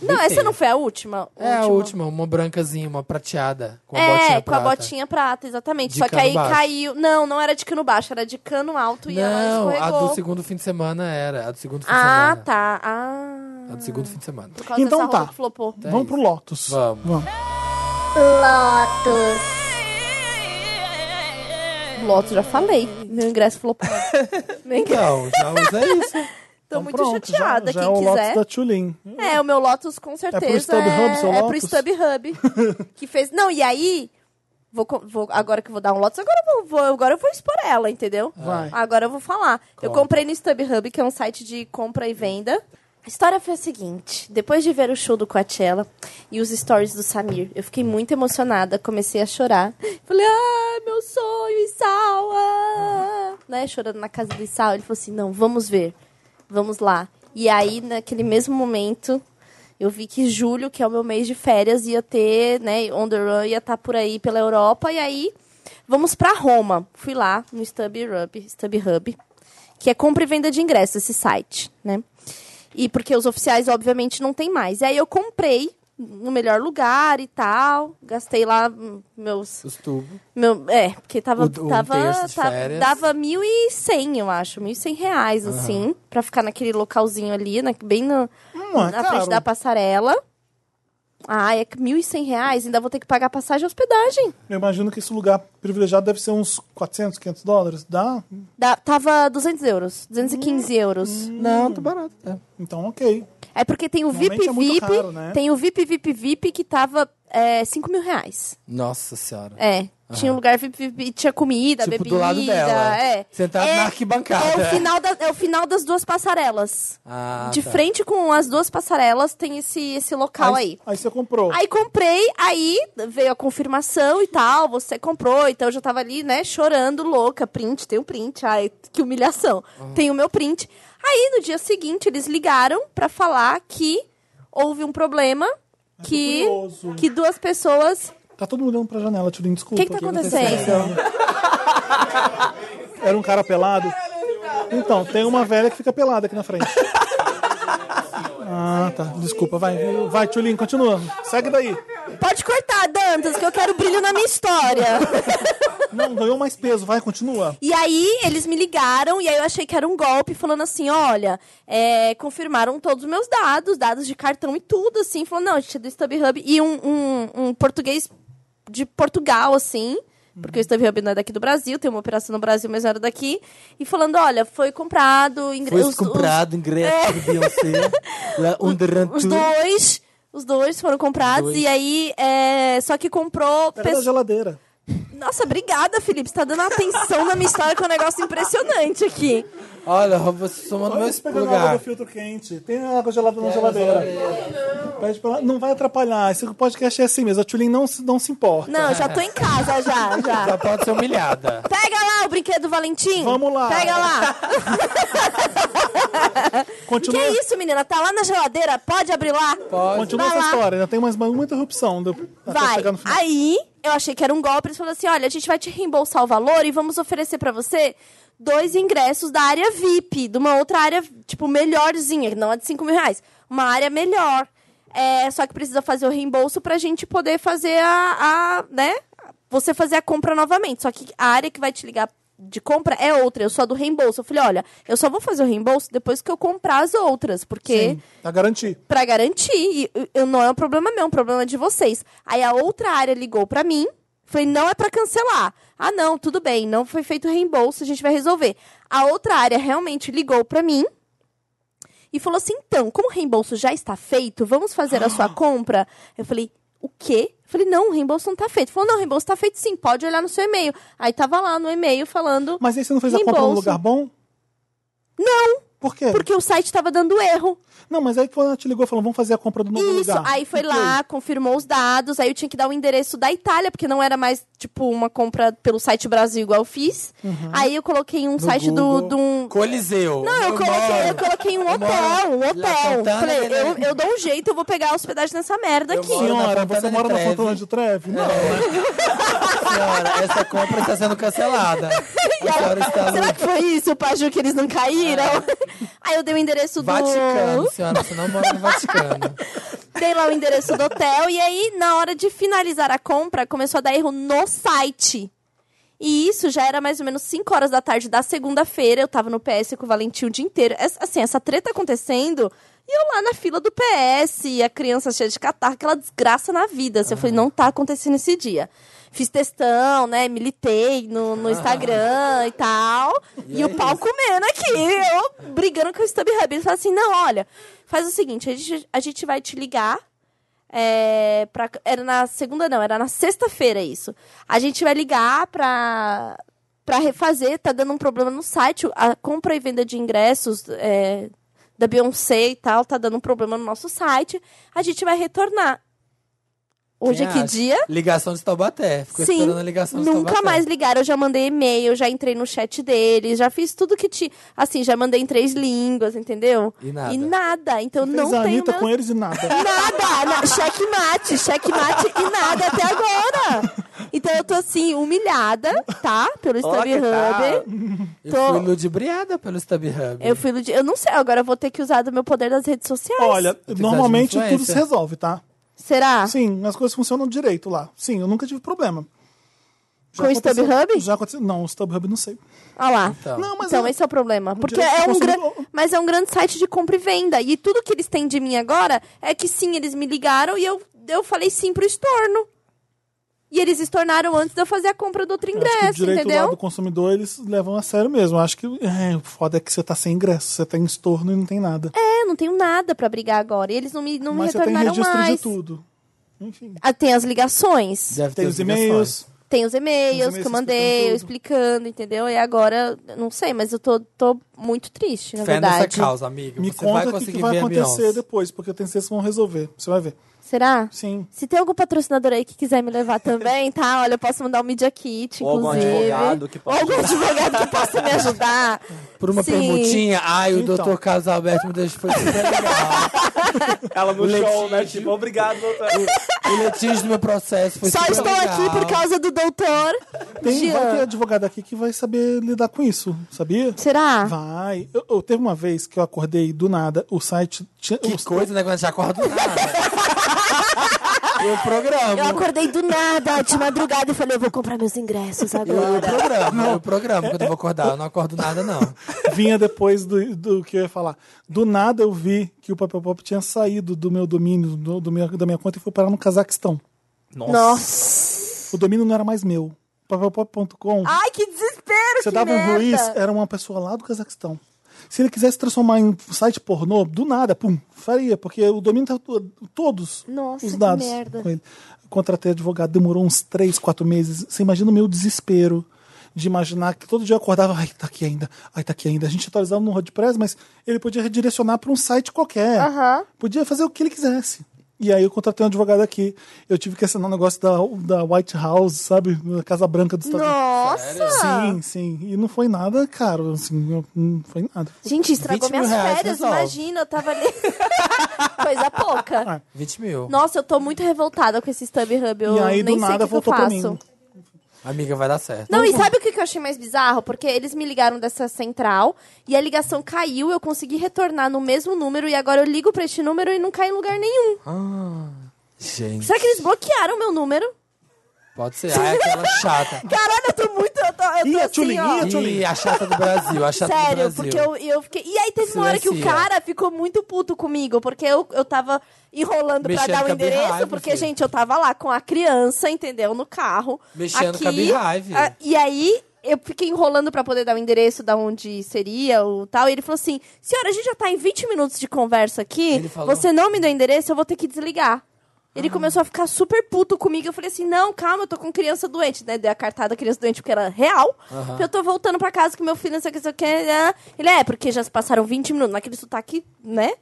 Speaker 4: Não, essa não foi a última.
Speaker 3: É a última, uma brancazinha, uma prateada. Com a botinha
Speaker 4: É, com a
Speaker 3: prata.
Speaker 4: botinha prata, exatamente.
Speaker 3: De
Speaker 4: Só que
Speaker 3: cano
Speaker 4: aí
Speaker 3: baixo.
Speaker 4: caiu. Não, não era de cano baixo, era de cano alto e ela
Speaker 3: Não, a
Speaker 4: escorregou.
Speaker 3: do segundo fim de semana era. A do segundo fim de
Speaker 4: Ah,
Speaker 3: semana.
Speaker 4: tá. Ah.
Speaker 3: A do segundo fim de semana.
Speaker 4: Por causa
Speaker 2: Então
Speaker 4: dessa roupa
Speaker 2: tá.
Speaker 4: que flopou.
Speaker 2: Vamos pro Lotus.
Speaker 3: Vamos.
Speaker 4: Lotus, já falei. Meu ingresso flopou. Meu ingresso.
Speaker 3: Então, já usa isso.
Speaker 4: Tô
Speaker 2: Então
Speaker 4: muito
Speaker 2: pronto, já-
Speaker 4: chateada,
Speaker 2: já,
Speaker 4: quem
Speaker 2: é o
Speaker 4: quiser.
Speaker 2: Lotus da Tulin.
Speaker 4: É, o meu Lotus com certeza
Speaker 2: StubHub, seu
Speaker 4: é pro
Speaker 2: Lotus?
Speaker 4: StubHub. que fez... Não, e aí... Vou, co- vou- agora que eu vou dar um Lotus, agora eu vou, vou- agora eu vou expor ela, entendeu?
Speaker 2: Vai.
Speaker 4: Agora eu vou falar. Eu
Speaker 3: Conta.
Speaker 4: comprei no StubHub, que é um site de compra e venda. A história foi a seguinte. Depois de ver o show do Coachella e os stories do Samir, eu fiquei muito emocionada. Comecei a chorar. Falei, ai, meu sonho, Isal! ah." Né, chorando na casa do Isal. Ele falou assim, não, vamos ver. Vamos lá. E aí, naquele mesmo momento, eu vi que julho, que é o meu mês de férias, ia ter, né, On The Run ia estar por aí pela Europa. E aí, vamos pra Roma. Fui lá no StubHub, StubHub, que é compra e venda de ingressos, esse site, né? E porque os oficiais, obviamente, não tem mais. E aí eu comprei no melhor lugar e tal. Gastei lá hum, meus...
Speaker 3: Os tubos.
Speaker 4: Meu, é, porque tava.
Speaker 3: O- um
Speaker 4: tava,
Speaker 3: terço de
Speaker 4: tava
Speaker 3: férias.
Speaker 4: dava 1.100, eu acho. 1.100 reais, assim. Pra ficar naquele localzinho ali, na- bem na,
Speaker 2: Não, é
Speaker 4: na
Speaker 2: caro.
Speaker 4: frente da passarela. Ah, é que 1.100 reais. Ainda vou ter que pagar passagem e hospedagem.
Speaker 2: Eu imagino que esse lugar privilegiado deve ser uns 400, 500 dólares. Dá?
Speaker 4: Da- tava 200 euros. 215
Speaker 2: Hum,
Speaker 4: euros.
Speaker 3: Não,
Speaker 2: um
Speaker 3: tá barato. É.
Speaker 2: Então, ok.
Speaker 4: É porque tem o
Speaker 2: Normalmente
Speaker 4: VIP
Speaker 2: é muito
Speaker 4: VIP.
Speaker 2: caro, né?
Speaker 4: Tem o VIP VIP VIP que tava é, 5 mil reais.
Speaker 3: Nossa senhora.
Speaker 4: É. Tinha um lugar VIP, VIP, tinha comida,
Speaker 3: tipo,
Speaker 4: bebida.
Speaker 3: do lado dela.
Speaker 4: É.
Speaker 3: Sentado
Speaker 4: É-
Speaker 3: na
Speaker 4: É
Speaker 3: arquibancada.
Speaker 4: o, final da- é o final das duas passarelas.
Speaker 3: Ah,
Speaker 4: de
Speaker 3: tá.
Speaker 4: frente com as duas passarelas tem esse, esse local aí.
Speaker 2: Aí você comprou.
Speaker 4: Aí comprei, aí veio a confirmação e tal, você comprou, então eu já tava ali, né, chorando, louca, print, tem um print, ai, que humilhação. Tem o meu print. Aí no dia seguinte eles ligaram pra falar que houve um problema, que
Speaker 2: curioso.
Speaker 4: que duas pessoas,
Speaker 2: Tá todo mundo olhando pra janela, Tulin,
Speaker 4: o
Speaker 2: desculpa.
Speaker 4: que que tá acontecendo?
Speaker 2: Era um cara pelado? Então, tem uma velha que fica pelada aqui na frente. Ah, tá. Desculpa, vai. Vai, Tulin, continua. Segue daí.
Speaker 4: Pode cortar, Dantas, que eu quero brilho na minha história.
Speaker 2: Não, ganhou mais peso. Vai, continua.
Speaker 4: E aí, eles me ligaram, e aí eu achei que era um golpe, falando assim, olha, é, confirmaram todos os meus dados, dados de cartão e tudo, assim. Falou, não, a gente é do StubHub. E um, um- um português de Portugal, assim, porque o StubHub não é daqui do Brasil, tem uma operação no Brasil, mas não era daqui. E falando, olha, foi comprado... ingre-
Speaker 3: Foi
Speaker 4: os- os-
Speaker 3: comprado ingresso do Beyoncé. lá um Under
Speaker 4: Os, dois... Os dois foram comprados,
Speaker 3: Dois.
Speaker 4: e aí, é, só que comprou...
Speaker 2: Pega da
Speaker 4: pessoas.
Speaker 2: geladeira.
Speaker 4: Nossa, obrigada, Felipe. Você tá dando atenção na minha história, que é um negócio impressionante aqui.
Speaker 3: Olha, você somando
Speaker 2: Olha
Speaker 3: meu
Speaker 2: você pegando água do
Speaker 3: lugar.
Speaker 2: filtro quente. Tem água gelada
Speaker 4: É,
Speaker 2: na geladeira. Pede pra ela- Não vai atrapalhar. Esse podcast é assim mesmo. A Tulin não, se- não se importa.
Speaker 4: Não, já tô em casa, já,
Speaker 3: Ela
Speaker 4: já.
Speaker 3: pode ser humilhada.
Speaker 4: Pega lá o brinquedo do Valentim.
Speaker 2: Vamos lá.
Speaker 4: Pega lá. Que
Speaker 2: Continua,
Speaker 4: é isso, menina? Tá lá na geladeira? Pode abrir lá?
Speaker 2: continua
Speaker 4: Vai
Speaker 2: essa
Speaker 4: lá.
Speaker 2: história. Ainda tem mais uma- muita interrupção do, Tá até
Speaker 4: Vai.
Speaker 2: chegar no final.
Speaker 4: Aí, eu achei que era um golpe. Eles falaram assim: olha, a gente vai te reembolsar o valor e vamos oferecer pra você dois ingressos da área VIP, de uma outra área, tipo, melhorzinha, não a de 5 mil reais. Uma área melhor. É, só que precisa fazer o reembolso pra gente poder fazer a. a, né? Você fazer a compra novamente. Só que a área que vai te ligar de compra é outra, eu sou a do reembolso. Eu falei, olha, eu só vou fazer o reembolso depois que eu comprar as outras, porque
Speaker 2: Sim, tá garantido.
Speaker 4: pra garantir. E eu- eu, não é um problema meu, é um problema de vocês. Aí a outra área ligou pra mim, falei, não é pra cancelar. Ah, não, tudo bem, não foi feito reembolso, a gente vai resolver. A outra área realmente ligou pra mim e falou assim: então, como o reembolso já está feito, vamos fazer a sua compra? Eu falei, o quê? Eu falei, não, o reembolso não tá feito. Falou, não, o reembolso tá feito sim, pode olhar no seu e-mail. Aí tava lá no e-mail falando.
Speaker 2: Mas aí você não fez a compra num
Speaker 4: Reembolso.
Speaker 2: lugar bom?
Speaker 4: Não,
Speaker 2: Por quê?
Speaker 4: porque o site tava dando erro.
Speaker 2: Não, mas aí quando ela te ligou, falou, vamos fazer a compra do novo
Speaker 4: Isso,
Speaker 2: lugar. é
Speaker 4: aí foi
Speaker 2: Ok.
Speaker 4: lá, confirmou os dados, aí eu tinha que dar o endereço da Itália, porque não era mais, tipo, uma compra pelo site Brasil igual eu fiz. Aí eu coloquei um site do,
Speaker 3: Google.
Speaker 4: de um.
Speaker 3: Coliseu.
Speaker 4: Não, eu coloquei, eu coloquei um
Speaker 3: eu
Speaker 4: hotel,
Speaker 3: moro
Speaker 4: um
Speaker 3: na
Speaker 4: hotel.
Speaker 3: Fontana
Speaker 4: Falei,
Speaker 3: de
Speaker 4: eu,
Speaker 3: Trevi.
Speaker 4: eu dou um jeito, eu vou pegar a hospedagem nessa merda
Speaker 3: Eu
Speaker 4: aqui.
Speaker 3: moro-
Speaker 2: Senhora,
Speaker 3: na
Speaker 2: você
Speaker 3: Fontana
Speaker 2: mora
Speaker 3: de
Speaker 2: na
Speaker 3: Trevi.
Speaker 2: Fontana de Treve? tá Não.
Speaker 3: Senhora, essa compra está sendo cancelada. A senhora está
Speaker 4: Será
Speaker 3: no
Speaker 4: que foi isso, Paju, que eles não caíram? Aí eu dei o endereço do.
Speaker 3: Vaticano, senhora. Você não mora no Vaticano.
Speaker 4: Dei lá o endereço do hotel e aí, na hora de finalizar a compra, começou a dar erro no site. E isso já era mais ou menos 5 horas da tarde da segunda-feira. Eu tava no PS com o Valentim o dia inteiro. Essa- Assim, essa treta acontecendo. E eu lá na fila do PS, e a criança cheia de catarro, aquela desgraça na vida. Assim, eu falei, não tá acontecendo esse dia. Fiz textão, né? Militei no, no Instagram e tal. E, o pau comendo aqui. Eu brigando com o Stub Hub. Ele falou assim: não, olha, faz o seguinte, a gente, a gente vai te ligar é, pra- era na segunda, não, era na sexta-feira isso. A gente vai ligar pra, pra refazer, tá dando um problema no site. A compra e venda de ingressos é, da Beyoncé e tal, tá dando um problema no nosso site. A gente vai retornar. Hoje
Speaker 3: Quem
Speaker 4: é que
Speaker 3: acha?
Speaker 4: dia?
Speaker 3: Ligação de Taubaté. Ficou
Speaker 4: Sim,
Speaker 3: esperando a ligação de
Speaker 4: nunca
Speaker 3: Taubaté.
Speaker 4: mais ligaram. Eu já mandei e-mail, já entrei no chat deles, já fiz tudo que tinha. Assim, já mandei em três línguas, entendeu?
Speaker 3: E nada.
Speaker 4: nada. Então
Speaker 2: Fez
Speaker 4: não
Speaker 2: a
Speaker 4: tenho
Speaker 2: Anitta
Speaker 4: meu
Speaker 2: com eles e nada.
Speaker 4: Nada! Na, checkmate, checkmate e nada até agora! Então eu tô assim, humilhada, tá? Pelo
Speaker 5: Olá, que tá tal?
Speaker 4: StubHub.
Speaker 3: Eu
Speaker 4: Tô-
Speaker 3: fui ludibriada pelo StubHub.
Speaker 4: Eu fui iludi- Eu não sei, agora eu vou ter que usar do meu poder das redes sociais.
Speaker 2: Olha,
Speaker 3: de
Speaker 2: normalmente tudo
Speaker 3: influencer.
Speaker 2: se resolve, tá?
Speaker 4: Será?
Speaker 2: Sim, as coisas funcionam direito lá. Sim, eu nunca tive problema.
Speaker 4: Com o
Speaker 2: aconteceu-
Speaker 4: StubHub?
Speaker 2: Já aconteceu. Não, o StubHub não sei.
Speaker 4: Olha lá.
Speaker 3: Então.
Speaker 2: Não, mas
Speaker 4: então,
Speaker 2: eu-
Speaker 4: esse é o problema. Porque
Speaker 2: direito
Speaker 4: é
Speaker 2: do
Speaker 4: um grande.
Speaker 2: consumidor.
Speaker 4: Mas é um grande site de compra e venda. E tudo que eles têm de mim agora é que sim, eles me ligaram e eu, eu falei sim pro estorno. E eles estornaram antes de eu fazer a compra do outro
Speaker 2: Eu acho que o
Speaker 4: ingresso,
Speaker 2: direito lá do
Speaker 4: entendeu?
Speaker 2: consumidor eles levam a sério mesmo. Eu acho que é, o foda é que você tá sem ingresso, você tá em estorno e não tem nada.
Speaker 4: É, eu não tenho nada pra brigar agora. E eles não me, não me
Speaker 2: Mas você tem
Speaker 4: retornaram
Speaker 2: registro
Speaker 4: mais.
Speaker 2: de tudo. Enfim.
Speaker 4: Ah, tem as ligações,
Speaker 3: Deve
Speaker 2: Tem
Speaker 3: ter
Speaker 2: os
Speaker 3: ligações.
Speaker 2: e-mails.
Speaker 4: tem os
Speaker 2: Os
Speaker 4: e-mails
Speaker 2: e-mails
Speaker 4: que eu mandei,
Speaker 2: explicando
Speaker 4: eu
Speaker 2: tudo.
Speaker 4: explicando, entendeu? E agora, eu não sei, mas eu tô, tô muito triste, na
Speaker 3: Fé nessa
Speaker 4: É verdade.
Speaker 3: causa, amiga.
Speaker 2: Me
Speaker 3: Você vai
Speaker 2: conta o que,
Speaker 3: conseguir
Speaker 2: que vai
Speaker 3: ver a
Speaker 2: acontecer
Speaker 3: Beyoncé.
Speaker 2: depois, porque eu tenho certeza que vão resolver. Você vai ver.
Speaker 4: Será?
Speaker 2: Sim.
Speaker 4: Se tem algum patrocinador aí que quiser me levar também, tá? Olha, eu posso mandar um media kit,
Speaker 5: Ou algum
Speaker 4: inclusive.
Speaker 5: advogado que possa-
Speaker 4: Ou algum advogado que possa me ajudar.
Speaker 3: Por uma
Speaker 4: Sim.
Speaker 3: permutinha. Ai, o
Speaker 2: Então.
Speaker 3: doutor Carlos Alberto me deixou foi super legal.
Speaker 5: Ela no
Speaker 3: O
Speaker 5: show,
Speaker 3: Letício.
Speaker 5: né? Tipo, obrigado, doutor.
Speaker 3: o litígio do é meu processo foi
Speaker 4: Só
Speaker 3: super
Speaker 4: estou
Speaker 3: legal.
Speaker 4: aqui por causa do doutor
Speaker 2: Tem vai ter
Speaker 4: Jean.
Speaker 2: advogado aqui que vai saber lidar com isso, sabia?
Speaker 4: Será?
Speaker 2: Vai. Eu, eu teve uma vez que eu acordei do nada, o site tinha.
Speaker 3: Que
Speaker 2: os-
Speaker 3: coisa, né? Quando a gente acorda do nada. Eu programo.
Speaker 4: Eu acordei do nada, de madrugada, e falei, eu vou comprar meus ingressos
Speaker 3: Eu
Speaker 4: agora.
Speaker 3: programo, eu programo quando eu vou acordar. Eu não acordo nada, não.
Speaker 2: vinha depois do, do que eu ia falar. Do nada eu vi que o Papel Pop tinha saído do meu domínio, do, do minha, da minha conta e foi parar no Cazaquistão.
Speaker 5: Nossa.
Speaker 4: Nossa!
Speaker 2: O domínio não era mais meu. Papelpop.com,
Speaker 4: Ah, Ai, que desespero,
Speaker 2: você
Speaker 4: que
Speaker 2: dava um
Speaker 4: merda.
Speaker 2: Ruiz, era uma pessoa lá do Cazaquistão. Se ele quisesse transformar em um site pornô, do nada, pum, faria, porque o domínio tá to- todos
Speaker 4: Nossa,
Speaker 2: os
Speaker 4: que
Speaker 2: dados
Speaker 4: merda.
Speaker 2: com ele. Contratei advogado, demorou uns três, quatro meses. Você imagina o meu desespero de imaginar que todo dia eu acordava, ai, tá aqui ainda, ai, tá aqui ainda. A gente atualizava no WordPress, mas ele podia redirecionar para um site qualquer.
Speaker 4: Aham.
Speaker 2: Podia fazer o que ele quisesse. E aí eu contratei um advogado aqui. Eu tive que assinar um negócio da, da White House, sabe? Na Casa Branca dos Estados Unidos.
Speaker 4: Nossa!
Speaker 2: Sim, sim. E não foi nada caro, assim, não foi nada.
Speaker 4: Gente, estragou
Speaker 3: 20 mil
Speaker 4: minhas
Speaker 3: reais,
Speaker 4: férias,
Speaker 3: resolve.
Speaker 4: imagina, eu tava ali. Coisa
Speaker 2: Ah.
Speaker 4: pouca.
Speaker 3: 20 mil.
Speaker 4: Nossa, eu tô muito revoltada com esse Tub Hub. Eu
Speaker 2: e aí
Speaker 4: nem
Speaker 2: do
Speaker 4: sei
Speaker 2: nada
Speaker 4: o que que,
Speaker 2: voltou
Speaker 4: eu
Speaker 2: pra
Speaker 4: faço.
Speaker 2: mim.
Speaker 3: Amiga, vai dar certo.
Speaker 4: Não, e sabe o que que eu achei mais bizarro? Porque eles me ligaram dessa central e a ligação caiu, eu consegui retornar no mesmo número e agora eu ligo pra este número e não cai em lugar nenhum.
Speaker 3: Gente,
Speaker 4: Será que eles bloquearam meu número?
Speaker 3: pode ser. Ah, é aquela chata.
Speaker 4: Caralho, eu tô muito. Eu tô, eu tô
Speaker 2: Ih, a
Speaker 4: assim,
Speaker 2: Tchulinha,
Speaker 4: ó.
Speaker 2: a Tchulinha.
Speaker 3: Ih, a chata do Brasil, a chata do
Speaker 4: Sério,
Speaker 3: Brasil.
Speaker 4: porque eu, eu fiquei. E aí teve uma hora que o
Speaker 3: Silencia.
Speaker 4: cara ficou muito puto comigo, porque eu, eu tava enrolando
Speaker 3: Mexendo
Speaker 4: pra dar
Speaker 3: com
Speaker 4: o
Speaker 3: a
Speaker 4: endereço,
Speaker 3: Beehive,
Speaker 4: porque,
Speaker 3: filho.
Speaker 4: gente, eu tava lá com a criança, entendeu? No carro.
Speaker 3: Mexendo
Speaker 4: aqui,
Speaker 3: com a Beehive.
Speaker 4: a- E aí. Eu fiquei enrolando pra poder dar o endereço da onde seria o tal. E ele falou assim: Senhora, a gente já tá em 20 minutos de conversa aqui.
Speaker 3: Ele falou?
Speaker 4: Você não me deu o endereço, eu vou ter que desligar. Ele começou a ficar super puto comigo. Eu falei assim: não, calma, eu tô com criança doente, né? Dei a cartada criança doente porque era real. Porque Eu tô voltando pra casa que meu filho não sei o que, não sei o que. né? Ele é, porque já se passaram 20 minutos. Naquele sotaque, né?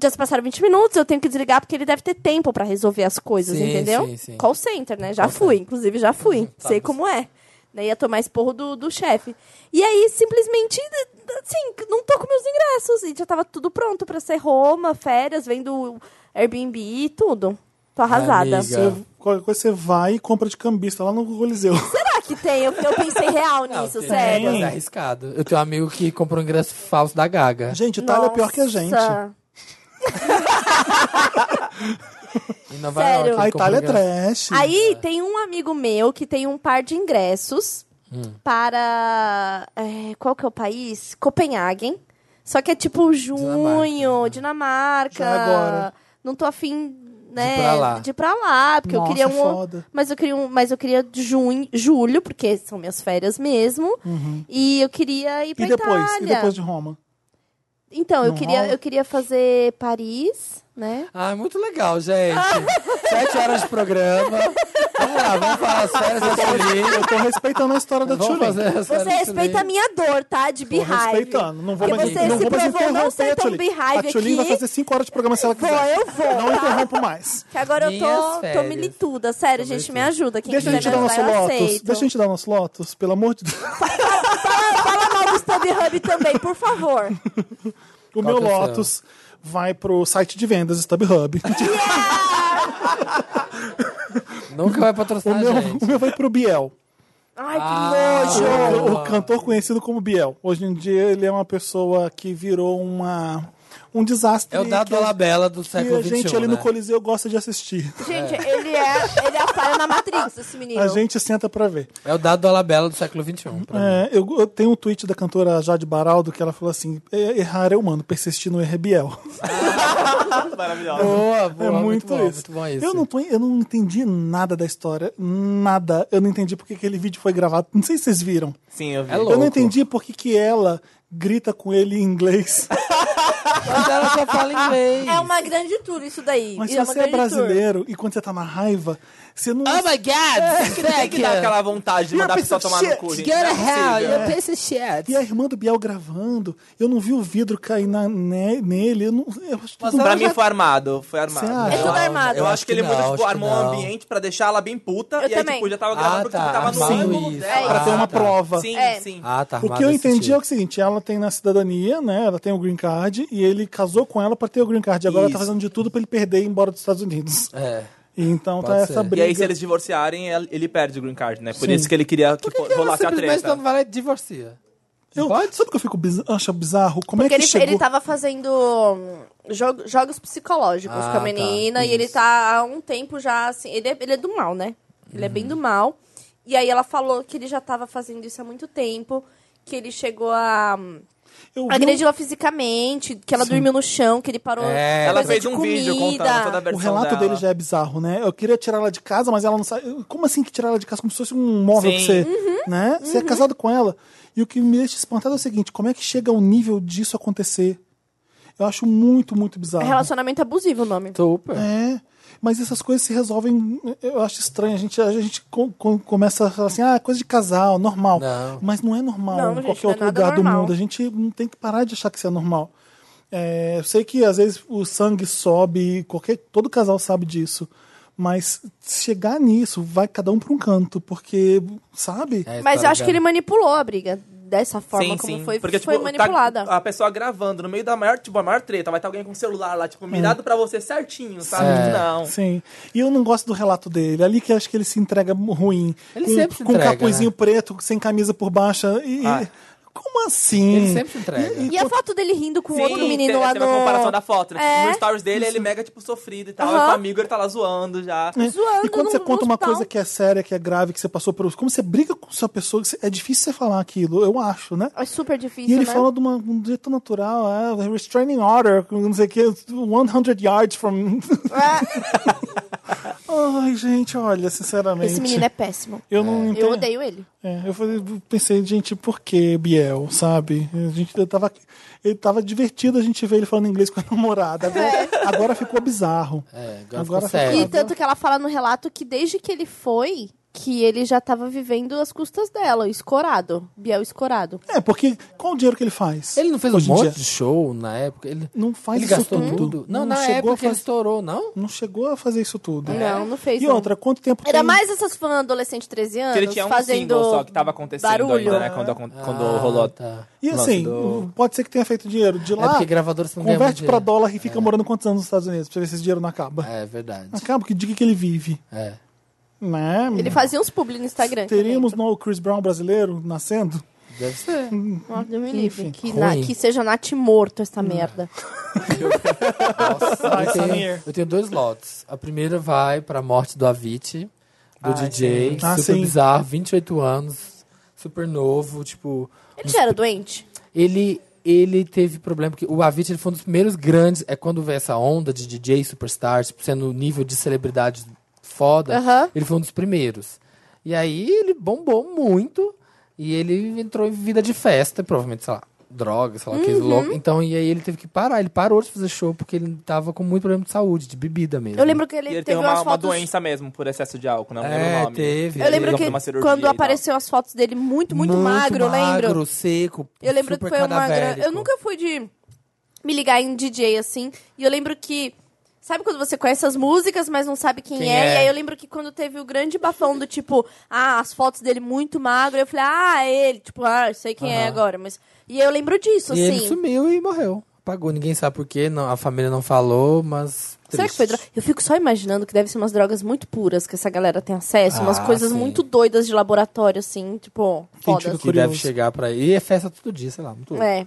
Speaker 4: Já se passaram 20 minutos, eu tenho que desligar porque ele deve ter tempo pra resolver as coisas,
Speaker 3: Sim,
Speaker 4: entendeu?
Speaker 3: sim, sim.
Speaker 4: Call center, né? Já fui, inclusive já fui. Sei como é. Né? Ia tomar esporro do, do chefe. E aí, simplesmente, assim, não tô com meus ingressos. E já tava tudo pronto pra ser Roma, férias, vendo Airbnb e tudo. Tô arrasada.
Speaker 3: amiga.
Speaker 4: Será
Speaker 2: Qualquer coisa você vai e compra de cambista lá no Coliseu.
Speaker 4: Ah, que tem? Eu, eu pensei real
Speaker 3: Não,
Speaker 4: nisso,
Speaker 3: tem-
Speaker 4: sério.
Speaker 3: Mas é arriscado. Eu tenho um amigo que comprou um ingresso falso da Gaga.
Speaker 2: Gente, Itália é pior que a
Speaker 4: Nossa.
Speaker 2: gente.
Speaker 3: Em Nova
Speaker 4: Sério?
Speaker 3: York, ele
Speaker 2: A
Speaker 3: comprou
Speaker 2: Itália é
Speaker 3: um ingresso.
Speaker 2: trash.
Speaker 4: Aí tem um amigo meu que tem um par de ingressos
Speaker 2: Hum.
Speaker 4: para. é, qual que é o país? Copenhagen. Só que é tipo junho, Dinamarca.
Speaker 2: Já é agora.
Speaker 4: Não tô afim, né?
Speaker 3: pra lá.
Speaker 4: de ir pra lá, porque
Speaker 2: Nossa, é
Speaker 4: eu queria um.
Speaker 2: foda.
Speaker 4: Mas eu queria um, mas eu queria junho, julho, porque são minhas férias mesmo. E eu queria ir pra
Speaker 2: Uhum. E depois?
Speaker 4: Itália.
Speaker 2: E depois de Roma?
Speaker 4: Então, eu
Speaker 2: Não
Speaker 4: queria,
Speaker 2: rola?
Speaker 4: eu queria fazer Paris, né?
Speaker 3: Ah, muito legal, gente. Sete horas de programa. Vamos lá, vamos falar as férias da Tchulinha.
Speaker 2: Eu tô respeitando a história da
Speaker 3: Vamos
Speaker 2: Tchulin.
Speaker 3: fazer as férias
Speaker 4: Você
Speaker 3: da
Speaker 4: respeita a
Speaker 3: Tchulinha.
Speaker 4: minha dor, tá? De
Speaker 2: Tô
Speaker 4: beehive.
Speaker 2: respeitando. Não vou
Speaker 3: Porque
Speaker 2: mais,
Speaker 3: você
Speaker 2: não
Speaker 4: se
Speaker 2: vou mais
Speaker 4: provou não
Speaker 2: interromper
Speaker 4: ser
Speaker 2: a
Speaker 4: tão
Speaker 2: Tchulin.
Speaker 4: beehive
Speaker 2: A Tchulin vai
Speaker 4: aqui.
Speaker 2: fazer 5 horas de programa se ela
Speaker 4: Vou,
Speaker 2: quiser.
Speaker 4: eu vou.
Speaker 2: Não
Speaker 4: tá?
Speaker 2: interrompo mais.
Speaker 4: Que agora
Speaker 3: Minhas
Speaker 4: eu tô, tô
Speaker 3: férias.
Speaker 4: milituda. Sério, gente, me ajuda. Quem
Speaker 2: Deixa a
Speaker 4: quiser
Speaker 2: gente
Speaker 4: me
Speaker 2: dar nosso
Speaker 4: ajudar, eu
Speaker 2: Lotus.
Speaker 4: aceito.
Speaker 2: Deixa a gente dar nosso Lotus, pelo amor de Deus.
Speaker 4: Fala mal do Stub Hub também, por favor.
Speaker 2: O meu
Speaker 3: que é o seu?
Speaker 2: Lotus vai pro site de vendas StubHub.
Speaker 3: Nunca vai
Speaker 2: O
Speaker 3: patrocinar
Speaker 2: meu,
Speaker 3: a gente.
Speaker 2: o meu vai pro Biel.
Speaker 4: Ai, que
Speaker 3: Ah.
Speaker 4: nojo.
Speaker 2: O-
Speaker 3: Boa.
Speaker 2: O cantor conhecido como Biel. Hoje em dia ele é uma pessoa que virou uma, um desastre.
Speaker 3: É o dado
Speaker 2: que,
Speaker 3: da Labela do
Speaker 2: que
Speaker 3: século
Speaker 2: a
Speaker 3: XXI,
Speaker 2: gente ali no
Speaker 3: né?
Speaker 2: Coliseu gosta de assistir.
Speaker 4: Ah, Gente, ele é, ele é a falha na Matrix, esse menino.
Speaker 2: A gente senta pra ver.
Speaker 3: É o dado da Labela do século XXI. pra mim.
Speaker 2: É, eu, eu tenho um tweet da cantora Jade Baraldo que ela falou assim: "E- errar é humano, persistir no erro é Biel.
Speaker 5: tá Maravilhosa.
Speaker 3: Boa, boa.
Speaker 2: é muito,
Speaker 3: bom,
Speaker 2: isso.
Speaker 3: Muito bom isso.
Speaker 2: Eu, não tô- eu não entendi nada da história. Nada. Eu não entendi porque aquele vídeo foi gravado. Não sei se vocês viram.
Speaker 5: Sim, eu vi.
Speaker 3: É louco.
Speaker 2: Eu não entendi porque que ela grita com ele em inglês.
Speaker 3: Mas ela só fala inglês.
Speaker 2: um-
Speaker 4: É uma grande tour isso daí.
Speaker 2: Mas
Speaker 4: é
Speaker 2: se
Speaker 4: uma
Speaker 2: você é
Speaker 4: grande tour.
Speaker 2: brasileiro e quando você tá na raiva, você não.
Speaker 3: Oh my
Speaker 2: É.
Speaker 3: God!
Speaker 5: Tem é que dar
Speaker 3: é.
Speaker 5: aquela vontade de
Speaker 2: You're
Speaker 5: mandar a
Speaker 2: piece
Speaker 5: pessoa
Speaker 2: of
Speaker 5: tomar no
Speaker 2: shit.
Speaker 5: cu, gente.
Speaker 3: Get
Speaker 5: Não
Speaker 3: a
Speaker 5: é
Speaker 3: hell,
Speaker 5: possível.
Speaker 3: you're a piece of shit.
Speaker 2: E a irmã do Biel gravando, eu não vi o vidro cair na- ne- nele. Eu não. Eu acho
Speaker 3: Mas
Speaker 2: tudo-
Speaker 5: Pra
Speaker 3: ela
Speaker 5: mim
Speaker 3: já-
Speaker 5: foi armado, foi
Speaker 2: Você
Speaker 5: armado.
Speaker 2: acha?
Speaker 4: É tudo armado.
Speaker 5: Eu acho que ele
Speaker 3: não,
Speaker 5: muda,
Speaker 3: acho
Speaker 5: tipo,
Speaker 3: que
Speaker 5: armou o
Speaker 3: não.
Speaker 5: ambiente pra deixar ela bem puta.
Speaker 4: Eu
Speaker 5: e aí,
Speaker 4: também.
Speaker 5: tipo, já tava
Speaker 3: Ah,
Speaker 5: gravando porque
Speaker 3: tá,
Speaker 5: tipo, tava
Speaker 3: armado
Speaker 5: no ângulo
Speaker 3: isso.
Speaker 5: dela.
Speaker 2: Pra ter
Speaker 3: Ah,
Speaker 2: uma
Speaker 3: tá.
Speaker 2: prova.
Speaker 5: Sim,
Speaker 4: É.
Speaker 5: sim.
Speaker 3: Ah, tá
Speaker 2: O
Speaker 3: armado
Speaker 2: que eu
Speaker 3: nesse
Speaker 2: entendi
Speaker 3: sentido.
Speaker 2: é o seguinte, ela tem na cidadania, né? Ela tem o green card e ele casou com ela pra ter o green card. E agora ela tá
Speaker 5: Isso.
Speaker 2: fazendo de tudo pra ele perder e ir embora dos Estados Unidos.
Speaker 3: É.
Speaker 2: E então tá
Speaker 3: Pode
Speaker 2: essa
Speaker 3: ser.
Speaker 2: briga.
Speaker 5: E aí, se eles divorciarem, ele ele perde o green card, né? Por
Speaker 2: Sim.
Speaker 5: isso que ele queria que,
Speaker 3: Por que,
Speaker 5: fo-
Speaker 3: que ela
Speaker 5: rolasse a
Speaker 3: simplesmente
Speaker 5: treta.
Speaker 3: não vai lá e divorcia?
Speaker 2: eu,
Speaker 3: Pode?
Speaker 2: Sabe o que eu fico biz... acho bizarro? Como
Speaker 4: Porque
Speaker 2: é que
Speaker 4: ele,
Speaker 2: chegou?
Speaker 4: ele tá tava fazendo hum, jogo- jogos psicológicos
Speaker 3: Ah,
Speaker 4: com
Speaker 3: tá.
Speaker 4: a menina e ele tá há um tempo já assim. Ele é, ele é do mal, né? Ele é bem
Speaker 3: Uhum.
Speaker 4: do mal. E aí ela falou que ele já tava fazendo isso há muito tempo, que ele chegou a. hum,
Speaker 2: Eu vi um-
Speaker 4: Agrediu ela fisicamente, que ela dormiu no chão, que ele parou.
Speaker 3: É,
Speaker 5: Ela
Speaker 4: coisa
Speaker 5: fez
Speaker 4: de
Speaker 5: um
Speaker 4: comida.
Speaker 5: vídeo contando toda a
Speaker 2: O
Speaker 5: versão
Speaker 2: relato
Speaker 5: dela.
Speaker 2: dele já é bizarro, né? Eu queria tirar ela de casa, mas ela não sabe. Como assim que tirar ela de casa? Como se fosse um móvel pra
Speaker 5: Sim. Uhum.
Speaker 2: você, né? Você é casado com ela. E o que me deixa espantado é o seguinte: como é que chega ao nível disso acontecer? Eu acho muito, muito bizarro.
Speaker 4: Relacionamento abusivo o nome.
Speaker 3: Super.
Speaker 2: É. Mas essas coisas se resolvem, eu acho estranho. A gente, a gente co- co- começa a falar assim, ah, coisa de casal, normal.
Speaker 3: Não.
Speaker 2: Mas não é normal
Speaker 4: Não,
Speaker 2: em
Speaker 4: gente,
Speaker 2: qualquer
Speaker 4: não é
Speaker 2: outro
Speaker 4: nada
Speaker 2: lugar do
Speaker 4: normal.
Speaker 2: mundo. A gente não tem que parar de achar que isso é normal. É, eu sei que às vezes o sangue sobe, qualquer, todo casal sabe disso. Mas chegar nisso, vai cada um para um canto, porque, sabe?
Speaker 3: É,
Speaker 4: Mas eu
Speaker 3: tá
Speaker 4: acho que ele
Speaker 3: ligado?
Speaker 4: manipulou a briga. Dessa forma
Speaker 5: Sim,
Speaker 4: como
Speaker 5: sim.
Speaker 4: foi,
Speaker 5: Porque,
Speaker 4: foi
Speaker 5: tipo, tá
Speaker 4: manipulada.
Speaker 5: a pessoa gravando no meio da maior, tipo, a maior treta, vai estar alguém com o celular lá,
Speaker 4: É.
Speaker 5: tipo, mirado pra você certinho, sabe? Tipo,
Speaker 3: Sim.
Speaker 5: Não.
Speaker 2: Sim. E eu não gosto do relato dele. Ali que eu acho que ele se entrega ruim.
Speaker 3: Ele
Speaker 2: com,
Speaker 3: sempre se
Speaker 2: Com
Speaker 3: entrega,
Speaker 2: um capuzinho
Speaker 3: né?
Speaker 2: preto, sem camisa por baixo. E,
Speaker 5: Ah.
Speaker 2: Como assim?
Speaker 3: Ele sempre se entrega.
Speaker 4: E a foto dele rindo com o Um outro
Speaker 5: tem-
Speaker 4: menino lá
Speaker 5: teve é a comparação da
Speaker 4: no.
Speaker 5: foto, né?
Speaker 4: É.
Speaker 5: Tipo, no stories dele, ele mega, tipo, sofrido e tal.
Speaker 4: Aham.
Speaker 5: E com o amigo, ele tá lá zoando já.
Speaker 2: É.
Speaker 4: zoando
Speaker 2: e quando
Speaker 4: no-
Speaker 2: você
Speaker 4: no
Speaker 2: conta uma
Speaker 4: hospital.
Speaker 2: coisa que é séria, que é grave, que você passou por. Como você briga com sua pessoa, que você- é difícil você falar aquilo, eu acho, né?
Speaker 4: É super difícil,
Speaker 2: E ele
Speaker 4: né?
Speaker 2: fala de, uma, de um jeito natural, ah, restraining order, não sei o que, 100 yards from.
Speaker 4: Ah,
Speaker 2: Ai, gente, olha, sinceramente.
Speaker 4: Esse menino é péssimo.
Speaker 2: Eu não entendo.
Speaker 4: Eu odeio ele.
Speaker 2: É, eu falei- pensei, gente, por que Biel, sabe? A gente eu tava, ele tava divertido a gente ver ele falando inglês com a namorada. Agora,
Speaker 4: É.
Speaker 2: agora ficou bizarro.
Speaker 3: É, agora,
Speaker 2: Agora
Speaker 3: ficou
Speaker 2: ficou-
Speaker 3: sério.
Speaker 4: E
Speaker 2: Ela-
Speaker 4: tanto que ela fala no relato que desde que ele foi, que ele já tava vivendo às custas dela, escorado. Biel escorado.
Speaker 2: É, porque qual o dinheiro que ele faz?
Speaker 3: Ele não fez um
Speaker 2: hoje em
Speaker 3: monte
Speaker 2: dia?
Speaker 3: de show na época? Ele,
Speaker 2: Não faz
Speaker 3: ele
Speaker 2: isso
Speaker 3: gastou
Speaker 2: tudo.
Speaker 3: tudo? Não, na
Speaker 2: chegou
Speaker 3: época
Speaker 2: a
Speaker 3: que ele
Speaker 2: faz-
Speaker 3: estourou, não?
Speaker 2: Não chegou a fazer isso
Speaker 5: É.
Speaker 2: tudo.
Speaker 4: Não, não fez.
Speaker 2: E
Speaker 4: não.
Speaker 2: outra, quanto tempo
Speaker 4: Era
Speaker 2: tem-
Speaker 4: mais essas fãs adolescentes de 13 anos
Speaker 5: Que ele tinha um
Speaker 4: fazendo
Speaker 5: single só que tava acontecendo
Speaker 4: barulho.
Speaker 5: ainda, né? Quando, quando
Speaker 3: Ah,
Speaker 5: rolou.
Speaker 3: Tá.
Speaker 2: E
Speaker 5: Nossa,
Speaker 2: assim,
Speaker 5: do-
Speaker 2: pode ser que tenha feito dinheiro de
Speaker 3: é
Speaker 2: lá,
Speaker 3: porque gravador você não ganha
Speaker 2: converte
Speaker 3: muito
Speaker 2: pra
Speaker 3: dinheiro.
Speaker 2: dólar e fica morando quantos anos nos Estados Unidos pra ver se esse dinheiro não acaba.
Speaker 3: É verdade.
Speaker 2: Acaba, que diga que ele vive,
Speaker 3: É.
Speaker 2: né?
Speaker 4: Ele fazia uns publi no Instagram.
Speaker 2: Teríamos no Chris Brown brasileiro nascendo?
Speaker 3: Deve ser.
Speaker 4: Ó, Deus me livre. Que,
Speaker 3: ruim.
Speaker 4: na- que seja Nath morto essa merda.
Speaker 3: Nossa, eu, tenho,
Speaker 2: Samir.
Speaker 3: eu tenho dois lotes. A primeira vai pra morte do Avicii, do
Speaker 5: Ai,
Speaker 3: DJ,
Speaker 2: Ah,
Speaker 3: super
Speaker 2: sim.
Speaker 3: bizarro, 28 anos, super novo, tipo...
Speaker 4: Ele já era doente?
Speaker 3: ele ele teve problema porque o Avicii ele foi um dos primeiros grandes é quando veio essa onda de DJ superstars tipo, sendo o nível de celebridade foda
Speaker 4: Aham.
Speaker 3: ele foi um dos primeiros e aí ele bombou muito e ele entrou em vida de festa provavelmente sei lá drogas sei lá que
Speaker 4: Uhum.
Speaker 3: louco então e aí ele teve que parar ele parou de fazer show porque ele tava com muito problema de saúde de bebida mesmo
Speaker 4: Eu lembro que ele,
Speaker 5: E ele tem
Speaker 4: teve
Speaker 5: uma,
Speaker 4: umas
Speaker 5: uma
Speaker 4: fotos...
Speaker 5: doença mesmo por excesso de álcool, né? não lembro o
Speaker 3: é
Speaker 5: nome.
Speaker 3: teve
Speaker 4: Eu lembro
Speaker 5: Ele
Speaker 4: que
Speaker 5: fez uma cirurgia e
Speaker 4: quando
Speaker 5: tal.
Speaker 4: apareceu as fotos dele muito, muito, magro, eu lembro.
Speaker 3: magro seco
Speaker 4: Eu lembro
Speaker 3: super
Speaker 4: que foi uma grande.
Speaker 3: cadavérico.
Speaker 4: Eu nunca fui de me ligar em DJ assim. E eu lembro que. Sabe quando você conhece as músicas, mas não sabe quem,
Speaker 3: Quem
Speaker 4: é?
Speaker 3: é?
Speaker 4: E aí eu lembro que quando teve o grande bafão do tipo, ah, as fotos dele muito magro, eu falei, ah, é ele, tipo, ah, eu sei quem é
Speaker 3: Aham.
Speaker 4: agora, mas. E eu lembro disso,
Speaker 3: E ele
Speaker 4: assim.
Speaker 3: sumiu e morreu. Apagou, ninguém sabe por quê, não, a família não falou, mas.
Speaker 4: Será que é foi droga? Eu fico só imaginando que deve ser umas drogas muito puras que essa galera tem acesso, umas
Speaker 3: Ah,
Speaker 4: coisas
Speaker 3: sim.
Speaker 4: muito doidas de laboratório, assim, tipo,
Speaker 2: tira
Speaker 4: foda.
Speaker 2: o
Speaker 3: Que deve
Speaker 2: Curioso.
Speaker 3: chegar pra ele. E é festa todo dia, sei lá. Muito louco.
Speaker 4: É.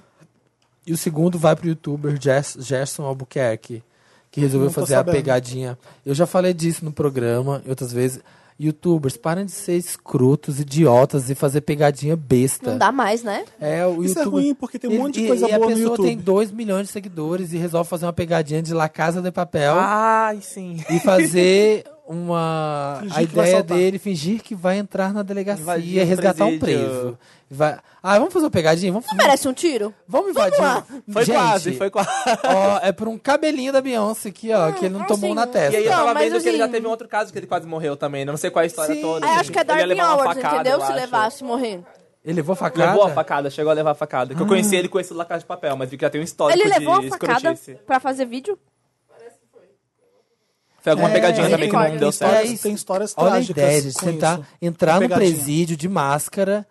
Speaker 3: E o segundo vai pro youtuber Jess- Gerson Albuquerque, que resolveu
Speaker 2: Não tô
Speaker 3: fazer
Speaker 2: sabendo.
Speaker 3: a pegadinha. Eu já falei disso no programa e outras vezes. Youtubers, parem de ser escrotos, idiotas e fazer pegadinha besta.
Speaker 4: Não dá mais, né?
Speaker 3: É, o
Speaker 2: Isso é
Speaker 3: youtuber-
Speaker 2: ruim, porque tem um
Speaker 3: Ele-
Speaker 2: monte de
Speaker 3: e-
Speaker 2: coisa
Speaker 3: e
Speaker 2: boa
Speaker 3: a
Speaker 2: no
Speaker 3: pessoa
Speaker 2: YouTube.
Speaker 3: tem 2 milhões de seguidores e resolve fazer uma pegadinha de La Casa de Papel.
Speaker 4: Ah,
Speaker 5: Ai, sim.
Speaker 3: e fazer uma
Speaker 2: Fingir
Speaker 3: a
Speaker 2: que vai
Speaker 3: ideia
Speaker 2: assaltar.
Speaker 3: dele fingir que vai entrar na delegacia
Speaker 5: Invadir
Speaker 3: e
Speaker 5: o
Speaker 3: resgatar um
Speaker 5: presídio.
Speaker 3: preso. Vai... Ah, vamos fazer uma pegadinha, vamos
Speaker 4: Merece um tiro?
Speaker 3: vamos invadir. um
Speaker 5: Foi
Speaker 3: Gente,
Speaker 5: quase, foi quase.
Speaker 3: ó, é por um cabelinho da Beyoncé aqui, ó, que ele não
Speaker 4: assim,
Speaker 3: tomou na testa.
Speaker 5: E aí eu
Speaker 4: Não,
Speaker 5: tava
Speaker 4: mas
Speaker 5: vendo que ele já
Speaker 4: assim-
Speaker 5: teve um outro caso que ele quase morreu também. Não sei qual é a história
Speaker 3: Sim.
Speaker 5: toda.
Speaker 4: Ah, eu acho que é
Speaker 5: Ele ia
Speaker 4: Darwin
Speaker 5: levar uma
Speaker 4: Awards,
Speaker 5: facada,
Speaker 4: entendeu?
Speaker 5: eu
Speaker 4: Se
Speaker 5: acho.
Speaker 4: levasse morrer.
Speaker 3: Ele levou a facada?
Speaker 5: Levou a facada, chegou a levar a facada. Que eu conheci ele com esse La Casa de Papel, mas vi que já tem um histórico
Speaker 4: Ah. Ele levou
Speaker 5: de
Speaker 4: a facada
Speaker 5: escrotice.
Speaker 4: pra fazer vídeo?
Speaker 5: Foi alguma
Speaker 2: É,
Speaker 5: pegadinha também que não
Speaker 4: misericórdia.
Speaker 5: deu
Speaker 2: Histórias-
Speaker 5: certo.
Speaker 3: certo.
Speaker 2: Tem histórias
Speaker 3: Olha a
Speaker 2: trágicas
Speaker 3: ideia de
Speaker 2: com
Speaker 3: tentar
Speaker 2: isso.
Speaker 3: entrar
Speaker 2: Com
Speaker 3: no
Speaker 2: pegadinha.
Speaker 3: presídio de máscara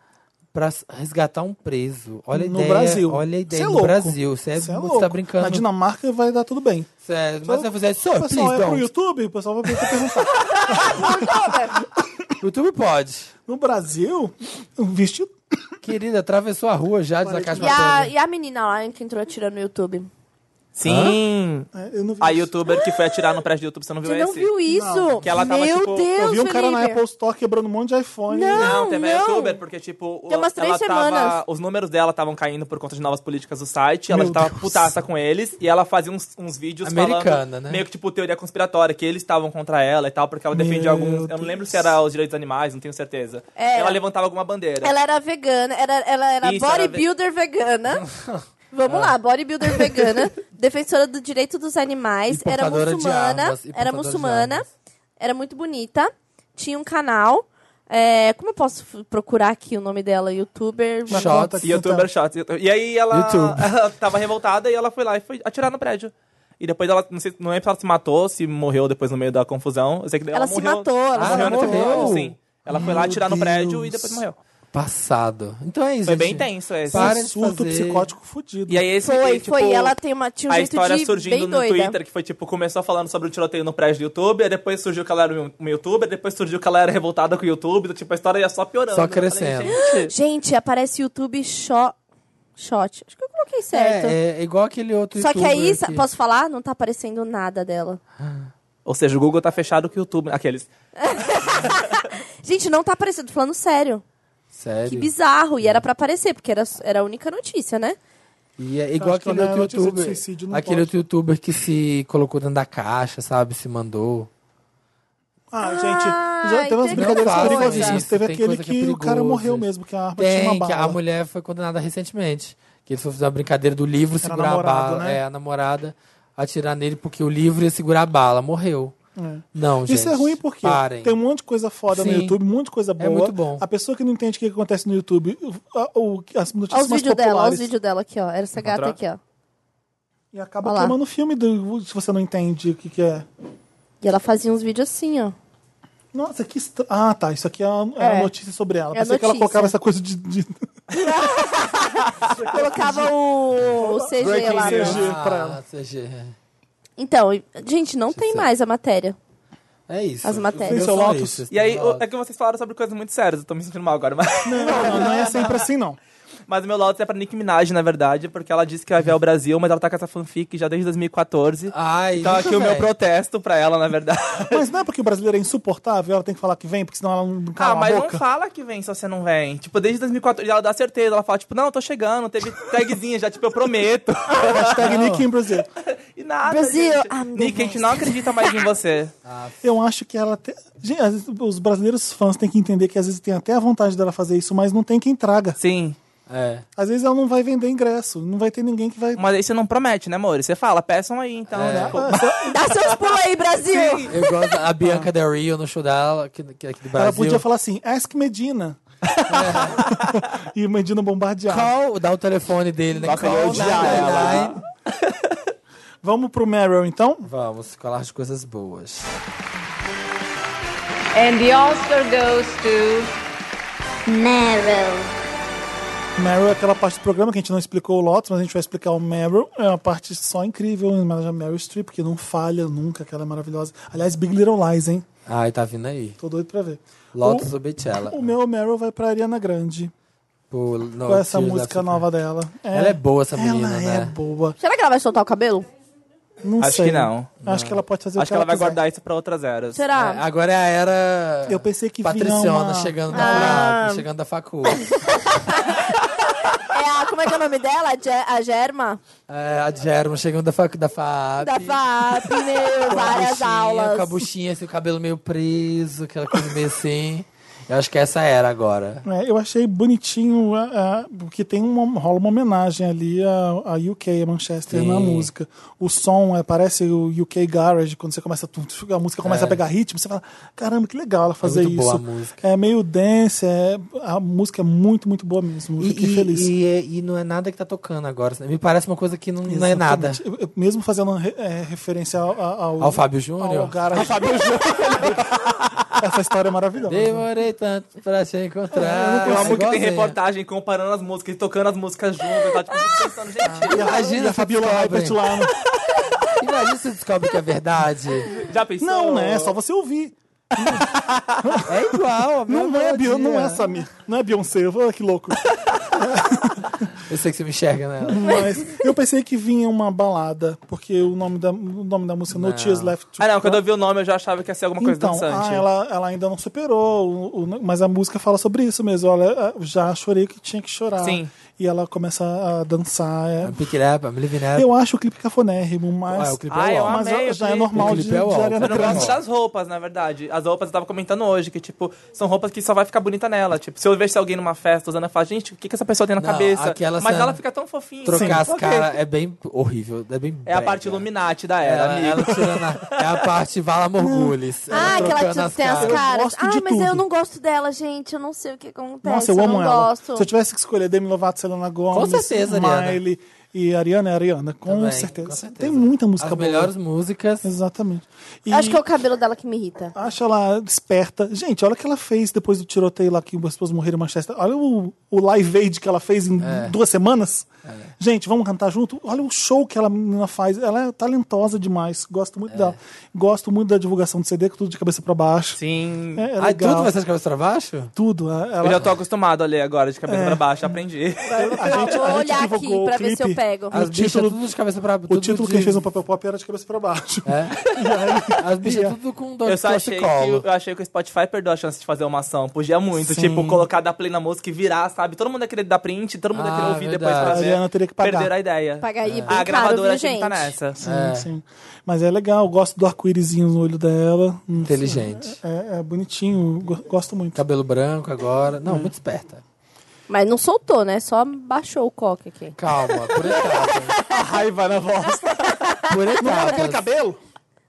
Speaker 3: pra s- resgatar um preso. Olha a
Speaker 2: No
Speaker 3: ideia.
Speaker 2: Brasil.
Speaker 3: Olha a
Speaker 2: Cê
Speaker 3: ideia.
Speaker 2: é
Speaker 3: no
Speaker 2: louco.
Speaker 3: Brasil. Você, é,
Speaker 2: Cê
Speaker 3: você
Speaker 2: louco.
Speaker 3: tá brincando.
Speaker 2: Na Dinamarca vai dar tudo bem.
Speaker 3: Sério, mas você vai fazer só,
Speaker 2: o
Speaker 3: please
Speaker 2: pessoal é pro
Speaker 3: don't.
Speaker 2: YouTube, o pessoal vai poder perguntar.
Speaker 3: YouTube pode.
Speaker 2: No Brasil, vestir
Speaker 3: Querida, atravessou a rua já de La Casa de
Speaker 4: E a,
Speaker 3: Papel.
Speaker 4: e a menina lá que entrou atirando no YouTube?
Speaker 5: Sim.
Speaker 2: É, eu não vi
Speaker 5: A
Speaker 2: isso.
Speaker 5: youtuber que foi atirar no prédio do YouTube, você não viu
Speaker 4: Você
Speaker 5: esse?
Speaker 4: não viu isso?
Speaker 2: Não.
Speaker 5: Que ela tava,
Speaker 4: Meu
Speaker 5: tipo, eu vi
Speaker 4: Deus,
Speaker 2: Eu vi um cara na
Speaker 4: Felipe.
Speaker 2: Apple Store quebrando um monte de iPhone.
Speaker 4: Não,
Speaker 5: Não, teve a
Speaker 4: não.
Speaker 5: youtuber, porque, tipo,
Speaker 4: Tem umas três
Speaker 5: ela tava-
Speaker 4: semanas.
Speaker 5: os números dela estavam caindo por conta de novas políticas do site, ela
Speaker 2: Meu
Speaker 5: já tava
Speaker 2: Deus.
Speaker 5: putaça com eles, e ela fazia uns, uns vídeos
Speaker 3: Americana,
Speaker 5: falando,
Speaker 3: né?
Speaker 5: meio que, tipo, teoria conspiratória, que eles estavam contra ela e tal, porque ela defendia
Speaker 2: Meu
Speaker 5: alguns, eu não
Speaker 2: Deus.
Speaker 5: lembro se era os direitos dos animais, não tenho certeza.
Speaker 4: É.
Speaker 5: Ela levantava alguma bandeira.
Speaker 4: Ela era vegana, era, ela era
Speaker 5: Isso, era ve- Ah.
Speaker 4: bodybuilder vegana. Vamos lá, bodybuilder vegana, defensora do direito dos animais,
Speaker 3: E
Speaker 4: era
Speaker 3: portadora de
Speaker 4: muçulmana,
Speaker 3: armas, e
Speaker 4: era
Speaker 3: portadora de
Speaker 4: muçulmana,
Speaker 3: armas.
Speaker 4: era muito bonita, tinha um canal. é, como eu posso f- procurar aqui o nome dela? Youtuber.
Speaker 2: Mas
Speaker 3: Shots.
Speaker 2: conta aqui,
Speaker 5: E youtuber
Speaker 2: então.
Speaker 5: shots. E aí ela,
Speaker 3: YouTube.
Speaker 5: ela tava revoltada e ela foi lá e foi atirar no prédio. E depois ela, não sei, não lembro se ela se matou, se morreu depois no meio da confusão. Eu sei que daí
Speaker 4: Ela
Speaker 5: ela,
Speaker 4: se
Speaker 5: morreu.
Speaker 4: matou, ela
Speaker 5: Ah,
Speaker 3: se
Speaker 5: morreu no
Speaker 3: matou.
Speaker 5: atropelo, sim. Ela foi lá
Speaker 2: Meu
Speaker 5: atirar no prédio e
Speaker 2: Deus.
Speaker 5: depois morreu.
Speaker 3: Passado. Então é isso.
Speaker 5: Foi
Speaker 3: gente.
Speaker 5: bem tenso esse.
Speaker 3: Para de
Speaker 2: surto
Speaker 3: fazer.
Speaker 2: psicótico fudido.
Speaker 5: E aí esse
Speaker 4: Foi,
Speaker 5: tipo,
Speaker 4: foi. Ela tem uma, tinha um
Speaker 5: a
Speaker 4: jeito
Speaker 5: história
Speaker 4: de
Speaker 5: surgindo
Speaker 4: bem
Speaker 5: no
Speaker 4: doida.
Speaker 5: Twitter, que foi tipo, começou falando sobre o tiroteio no prédio do YouTube, aí depois surgiu que ela era um um youtuber, depois surgiu que ela era revoltada com o YouTube, então, tipo, a história ia só piorando.
Speaker 3: Só
Speaker 5: Eu falei,
Speaker 3: crescendo.
Speaker 5: gente,
Speaker 4: Gente, aparece YouTube Shot. Shot. Acho que eu coloquei certo.
Speaker 3: É, é igual aquele outro
Speaker 4: Só que
Speaker 3: youtuber
Speaker 4: aí, sa- posso falar? Não tá aparecendo nada dela.
Speaker 5: Ou seja, o Google tá fechado que o YouTube. Aqueles.
Speaker 4: Gente, não tá aparecendo, tô falando sério.
Speaker 3: Sério.
Speaker 4: Que bizarro. E era pra aparecer, porque era, era a única notícia, né?
Speaker 3: E é igual
Speaker 2: Acho que
Speaker 3: aquele
Speaker 2: olhar a
Speaker 3: outro
Speaker 2: notícia de
Speaker 3: youtuber.
Speaker 2: suicídio não
Speaker 3: Aquele
Speaker 2: pode.
Speaker 3: outro youtuber que se colocou dentro da caixa, sabe? Se mandou.
Speaker 2: Ah,
Speaker 4: Ah,
Speaker 2: gente, já teve umas
Speaker 4: entendi.
Speaker 2: brincadeiras
Speaker 3: Não fala
Speaker 2: perigosíssimas.
Speaker 3: isso,
Speaker 2: Teve
Speaker 3: tem
Speaker 2: aquele
Speaker 3: coisa
Speaker 2: que,
Speaker 3: que é
Speaker 2: o cara
Speaker 3: perigoso.
Speaker 2: morreu mesmo, que a arma tinha uma
Speaker 3: Tem, que
Speaker 2: bala.
Speaker 3: a mulher foi condenada recentemente. Que ele foi fazer uma brincadeira do livro
Speaker 2: Era
Speaker 3: segurar
Speaker 2: namorado,
Speaker 3: a bala.
Speaker 2: né?
Speaker 3: É, a namorada atirar nele porque o livro ia segurar a bala. Morreu. Não, gente.
Speaker 2: Isso é ruim porque
Speaker 3: Parem.
Speaker 2: tem um monte de coisa foda no
Speaker 3: Sim.
Speaker 2: YouTube, um monte de coisa
Speaker 3: É
Speaker 2: boa.
Speaker 3: muito bom.
Speaker 2: A pessoa que não entende o que acontece no YouTube, o- a- o- as
Speaker 4: Olha
Speaker 2: notícias
Speaker 4: os
Speaker 2: mais
Speaker 4: vídeos dela, olha os
Speaker 2: populares.
Speaker 4: vídeos dela aqui, ó. Era essa gata
Speaker 5: Encontrar?
Speaker 4: aqui, ó.
Speaker 2: E acaba
Speaker 4: Olha lá.
Speaker 2: queimando o filme do- se você não entende o que, que é.
Speaker 4: E ela fazia uns vídeos assim, ó.
Speaker 2: Nossa, que estranho. Ah, tá. Isso aqui é a, é a
Speaker 4: É.
Speaker 2: notícia sobre ela.
Speaker 4: É a
Speaker 2: Pensei que ela
Speaker 4: notícia.
Speaker 2: colocava essa coisa de. de...
Speaker 4: Colocava o, o CG
Speaker 2: Breaking
Speaker 4: lá.
Speaker 2: news.
Speaker 4: né?
Speaker 2: CG pra ela.
Speaker 3: Ah, CG.
Speaker 4: Então, e- gente, não tem
Speaker 3: Sincero.
Speaker 4: mais a matéria.
Speaker 3: É isso.
Speaker 4: As matérias.
Speaker 3: Eu
Speaker 2: Seu
Speaker 3: sou
Speaker 2: Lotus.
Speaker 3: isso.
Speaker 5: E aí,
Speaker 3: Seu
Speaker 5: o- é
Speaker 3: Lotus.
Speaker 5: que vocês falaram sobre coisas muito sérias, eu tô me sentindo mal agora, mas.
Speaker 2: Não, não, não é sempre assim, não.
Speaker 5: Mas o meu Lotus é pra Nicki Minaj, na verdade, porque ela disse que vai vir ao Brasil, mas ela tá com essa fanfic já desde 2014.
Speaker 3: Ai,
Speaker 5: então aqui o meu
Speaker 3: velho.
Speaker 5: protesto pra ela, na verdade.
Speaker 2: Mas não é porque o brasileiro é insuportável, ela tem que falar que vem, porque senão ela não cala
Speaker 5: Ah, mas
Speaker 2: a
Speaker 5: não
Speaker 2: boca.
Speaker 5: fala que vem se você não vem. Tipo, desde 2014, ela dá certeza, ela fala, tipo, não, tô chegando, teve tagzinha já, tipo, eu prometo.
Speaker 2: Hashtag Nick in Brasil.
Speaker 5: E nada,
Speaker 4: Brasil,
Speaker 5: gente.
Speaker 4: I'm the
Speaker 5: Nicki, a gente
Speaker 4: best.
Speaker 5: não acredita mais em você.
Speaker 2: Eu acho que ela. Te... Gente, às vezes, os brasileiros fãs têm que entender que às vezes tem até a vontade dela fazer isso, mas não tem quem traga.
Speaker 5: Sim,
Speaker 3: É.
Speaker 2: Às vezes ela não vai vender ingresso, não vai ter ninguém que vai.
Speaker 5: mas aí você não promete, né, amor? Você fala, peçam aí, então,
Speaker 3: É.
Speaker 5: tipo...
Speaker 2: Ah, essa-
Speaker 4: Dá seus pulos aí, Brasil!
Speaker 3: Eu gosto da a Bianca Del Rio no show dela, que, que é aqui do Brasil.
Speaker 2: Ela podia falar assim, ask Medina.
Speaker 5: É.
Speaker 2: e Medina bombardear.
Speaker 3: Call, dá o telefone dele, né?
Speaker 5: Nossa, ele
Speaker 3: Call
Speaker 5: odia ela.
Speaker 3: 999.
Speaker 2: Vamos pro Meryl, então?
Speaker 3: Vamos falar de coisas boas.
Speaker 6: And the Oscar goes to
Speaker 1: Meryl.
Speaker 2: Meryl é aquela parte do programa que a gente não explicou o Lotus, mas a gente vai explicar o Meryl. É uma parte só incrível em homenagem a Meryl Streep, que não falha nunca, que ela é maravilhosa. Aliás, Big Little Lies, hein?
Speaker 3: Ai, tá vindo aí.
Speaker 2: Tô doido pra ver.
Speaker 3: Lotus
Speaker 2: O-
Speaker 3: ou Betiela.
Speaker 2: O meu Meryl vai pra Ariana Grande.
Speaker 3: Pô, no-
Speaker 2: com essa
Speaker 3: Tears
Speaker 2: música
Speaker 3: of-
Speaker 2: nova dela.
Speaker 3: Ela é boa, essa menina,
Speaker 2: ela
Speaker 3: né?
Speaker 2: é boa.
Speaker 4: Será que ela vai soltar o cabelo?
Speaker 2: Não
Speaker 5: Acho
Speaker 2: sei.
Speaker 5: que não.
Speaker 2: Acho que ela pode fazer o
Speaker 5: Acho que ela vai
Speaker 2: quiser.
Speaker 5: guardar isso pra outras eras.
Speaker 3: É,
Speaker 4: Será?
Speaker 3: agora é a era.
Speaker 2: Eu pensei que vinha
Speaker 3: Patriciona
Speaker 2: uma-
Speaker 3: chegando da
Speaker 4: Ah.
Speaker 3: facu, chegando da facu.
Speaker 4: É a, como é que é o nome dela? A, Ge- a Germa?
Speaker 3: É, a Jerma chegando da facu da FAP.
Speaker 4: Da FAP, meu, várias aulas.
Speaker 3: Com a buchinha, assim, o cabelo meio preso, aquela coisa meio assim. Eu acho que essa era agora.
Speaker 2: É, eu achei bonitinho ah, ah, porque tem uma, rola uma homenagem ali a, UK, a Manchester na
Speaker 3: Sim.
Speaker 2: música. O som é, parece o UK Garage, quando você começa tum, tum, a música começa
Speaker 3: É.
Speaker 2: a pegar ritmo, você fala, caramba, que legal ela fazer
Speaker 3: muito
Speaker 2: isso.
Speaker 3: boa a música.
Speaker 2: É meio dance, é- a música é muito, muito boa mesmo. Eu
Speaker 3: E,
Speaker 2: fiquei
Speaker 3: e-
Speaker 2: feliz.
Speaker 3: e é- e não é nada que tá tocando agora. Me parece uma coisa que não, não é nada.
Speaker 2: Exatamente. Eu- eu- mesmo fazendo re- é, referência ao, ao,
Speaker 3: Ao Fábio
Speaker 2: ao
Speaker 3: Júnior.
Speaker 2: Garage. Essa história é maravilhosa.
Speaker 3: Demorei tanto pra te
Speaker 2: É,
Speaker 3: encontrar. É assim.
Speaker 5: Eu amo que tem
Speaker 3: Igualzinha.
Speaker 5: reportagem comparando as músicas e tocando as músicas juntas. Tá, tipo,
Speaker 2: Ah.
Speaker 5: pensando, gente,
Speaker 2: E a-
Speaker 3: Imagina
Speaker 2: e a
Speaker 3: se
Speaker 2: Fabiola
Speaker 3: descobrem.
Speaker 2: Heipert lá. no-
Speaker 3: Imagina se descobre que é verdade.
Speaker 5: já pensou?
Speaker 2: Não, né? É só você ouvir.
Speaker 3: É igual. a
Speaker 2: Não
Speaker 3: mesma
Speaker 2: é, Beyon- não é
Speaker 3: melodia.
Speaker 2: Samir. Não é Beyoncé. Eu vou- que louco.
Speaker 3: Eu sei que você me enxerga né? nela.
Speaker 2: Mas eu pensei que vinha uma balada, porque o nome da, o nome da música é No Tears Left to
Speaker 5: Ah, não, quando
Speaker 2: Cry-
Speaker 5: eu vi o nome eu já achava que ia ser alguma coisa
Speaker 2: então,
Speaker 5: dançante.
Speaker 2: ah, ela, ela ainda não superou, o- o- mas a música fala sobre isso mesmo. Olha, eu já chorei o que tinha que chorar.
Speaker 5: Sim.
Speaker 2: E ela começa a dançar. é.
Speaker 3: I'm picking up, I'm living up.
Speaker 2: Eu acho o clipe cafonérrimo, mas,
Speaker 3: Ah, o clipe
Speaker 5: Ah,
Speaker 3: é
Speaker 5: eu
Speaker 3: uau.
Speaker 2: mas já-
Speaker 5: amei o
Speaker 2: já é
Speaker 5: clipe.
Speaker 2: normal
Speaker 3: O
Speaker 2: de,
Speaker 3: clipe
Speaker 2: de
Speaker 3: é ótimo.
Speaker 2: Ariana
Speaker 5: Eu não gosto
Speaker 2: Grande.
Speaker 5: das roupas, na verdade. As roupas eu tava comentando hoje, que, tipo, são roupas que só vai ficar bonita nela. Tipo, se eu vejo alguém numa festa usando, eu falo, gente, o que, que essa pessoa tem na
Speaker 3: Não,
Speaker 5: cabeça?
Speaker 3: aquela
Speaker 5: Mas
Speaker 3: cena-
Speaker 5: ela fica tão fofinha.
Speaker 3: Trocar
Speaker 5: Sim,
Speaker 3: as
Speaker 5: ok.
Speaker 3: caras é bem horrível. É, bem
Speaker 5: É a
Speaker 3: brega.
Speaker 5: parte Illuminati da era,
Speaker 3: Ela,
Speaker 5: amigo.
Speaker 3: ela tirando a, é a parte Vala Morgulis.
Speaker 4: Ah,
Speaker 3: ela
Speaker 4: aquela
Speaker 3: trocando
Speaker 4: que tem as
Speaker 2: caras. Eu
Speaker 4: caras.
Speaker 2: gosto
Speaker 4: Ah,
Speaker 2: de
Speaker 4: mas eu
Speaker 2: tudo.
Speaker 4: não gosto dela, gente. Eu não sei o que acontece.
Speaker 2: Nossa, eu, amo
Speaker 4: não
Speaker 2: ela.
Speaker 4: gosto.
Speaker 2: Se eu tivesse que escolher Demi Lovato, Selena Gomes,
Speaker 3: Com certeza, Ariana.
Speaker 2: Miley e Ariana, é Ariana. Com,
Speaker 3: Também,
Speaker 2: certeza.
Speaker 3: com certeza.
Speaker 2: Tem muita música
Speaker 3: As
Speaker 2: boa.
Speaker 3: melhores músicas.
Speaker 2: Exatamente. E-
Speaker 4: Acho que é o cabelo dela que me irrita.
Speaker 2: Acho ela esperta. Gente, olha o que ela fez depois do tiroteio lá que as pessoas morreram em Manchester. Olha o, o live aid que ela fez em duas semanas. Gente, vamos cantar junto? Olha o show que ela menina faz. Ela é talentosa demais. Gosto muito dela. Gosto muito da divulgação do CD, com tudo de cabeça pra baixo.
Speaker 5: Sim.
Speaker 2: É, é
Speaker 3: Ai,
Speaker 2: legal.
Speaker 3: tudo vai ser de cabeça pra baixo?
Speaker 2: Tudo. é- Ela, é,
Speaker 5: Eu já tô acostumado a ler agora, de
Speaker 3: É.
Speaker 5: cabeça pra baixo, aprendi.
Speaker 2: a gente,
Speaker 4: Vou
Speaker 2: a gente
Speaker 4: olhar aqui
Speaker 2: divulgou o
Speaker 4: pra ver se eu
Speaker 2: clipe.
Speaker 4: pego.
Speaker 3: As
Speaker 2: O
Speaker 3: bichas
Speaker 2: título-
Speaker 3: tudo de cabeça pra baixo.
Speaker 2: O título que fez no papel pop era de cabeça pra baixo.
Speaker 3: É. As bichas tudo com dois
Speaker 5: Eu só achei que,
Speaker 3: colo.
Speaker 5: eu achei que o Spotify perdeu a chance de fazer uma ação. Podia muito,
Speaker 2: Sim.
Speaker 5: tipo, colocar dar play na música e virar, sabe? Todo mundo ia querer dar print, todo mundo ia querer
Speaker 3: Ah,
Speaker 5: ouvir depois
Speaker 3: verdade.
Speaker 5: pra ver.
Speaker 2: A Ariana teria que pagar.
Speaker 5: Perderam a ideia.
Speaker 2: É.
Speaker 4: Pagaria bem
Speaker 5: A
Speaker 4: caro,
Speaker 5: gravadora
Speaker 4: viu,
Speaker 5: tinha que
Speaker 4: gente?
Speaker 5: tá nessa.
Speaker 2: Sim,
Speaker 3: É.
Speaker 2: sim. Mas é legal. Gosto do arco-írisinho no olho dela. Hum,
Speaker 3: Inteligente.
Speaker 2: É, é bonitinho. Go- Gosto muito.
Speaker 3: Cabelo branco agora. Não,
Speaker 2: Hum.
Speaker 3: muito esperta.
Speaker 4: Mas não soltou, né? Só baixou o coque aqui.
Speaker 3: Calma, por etapas.
Speaker 2: A raiva na voz.
Speaker 3: Por etapas.
Speaker 2: cabelo?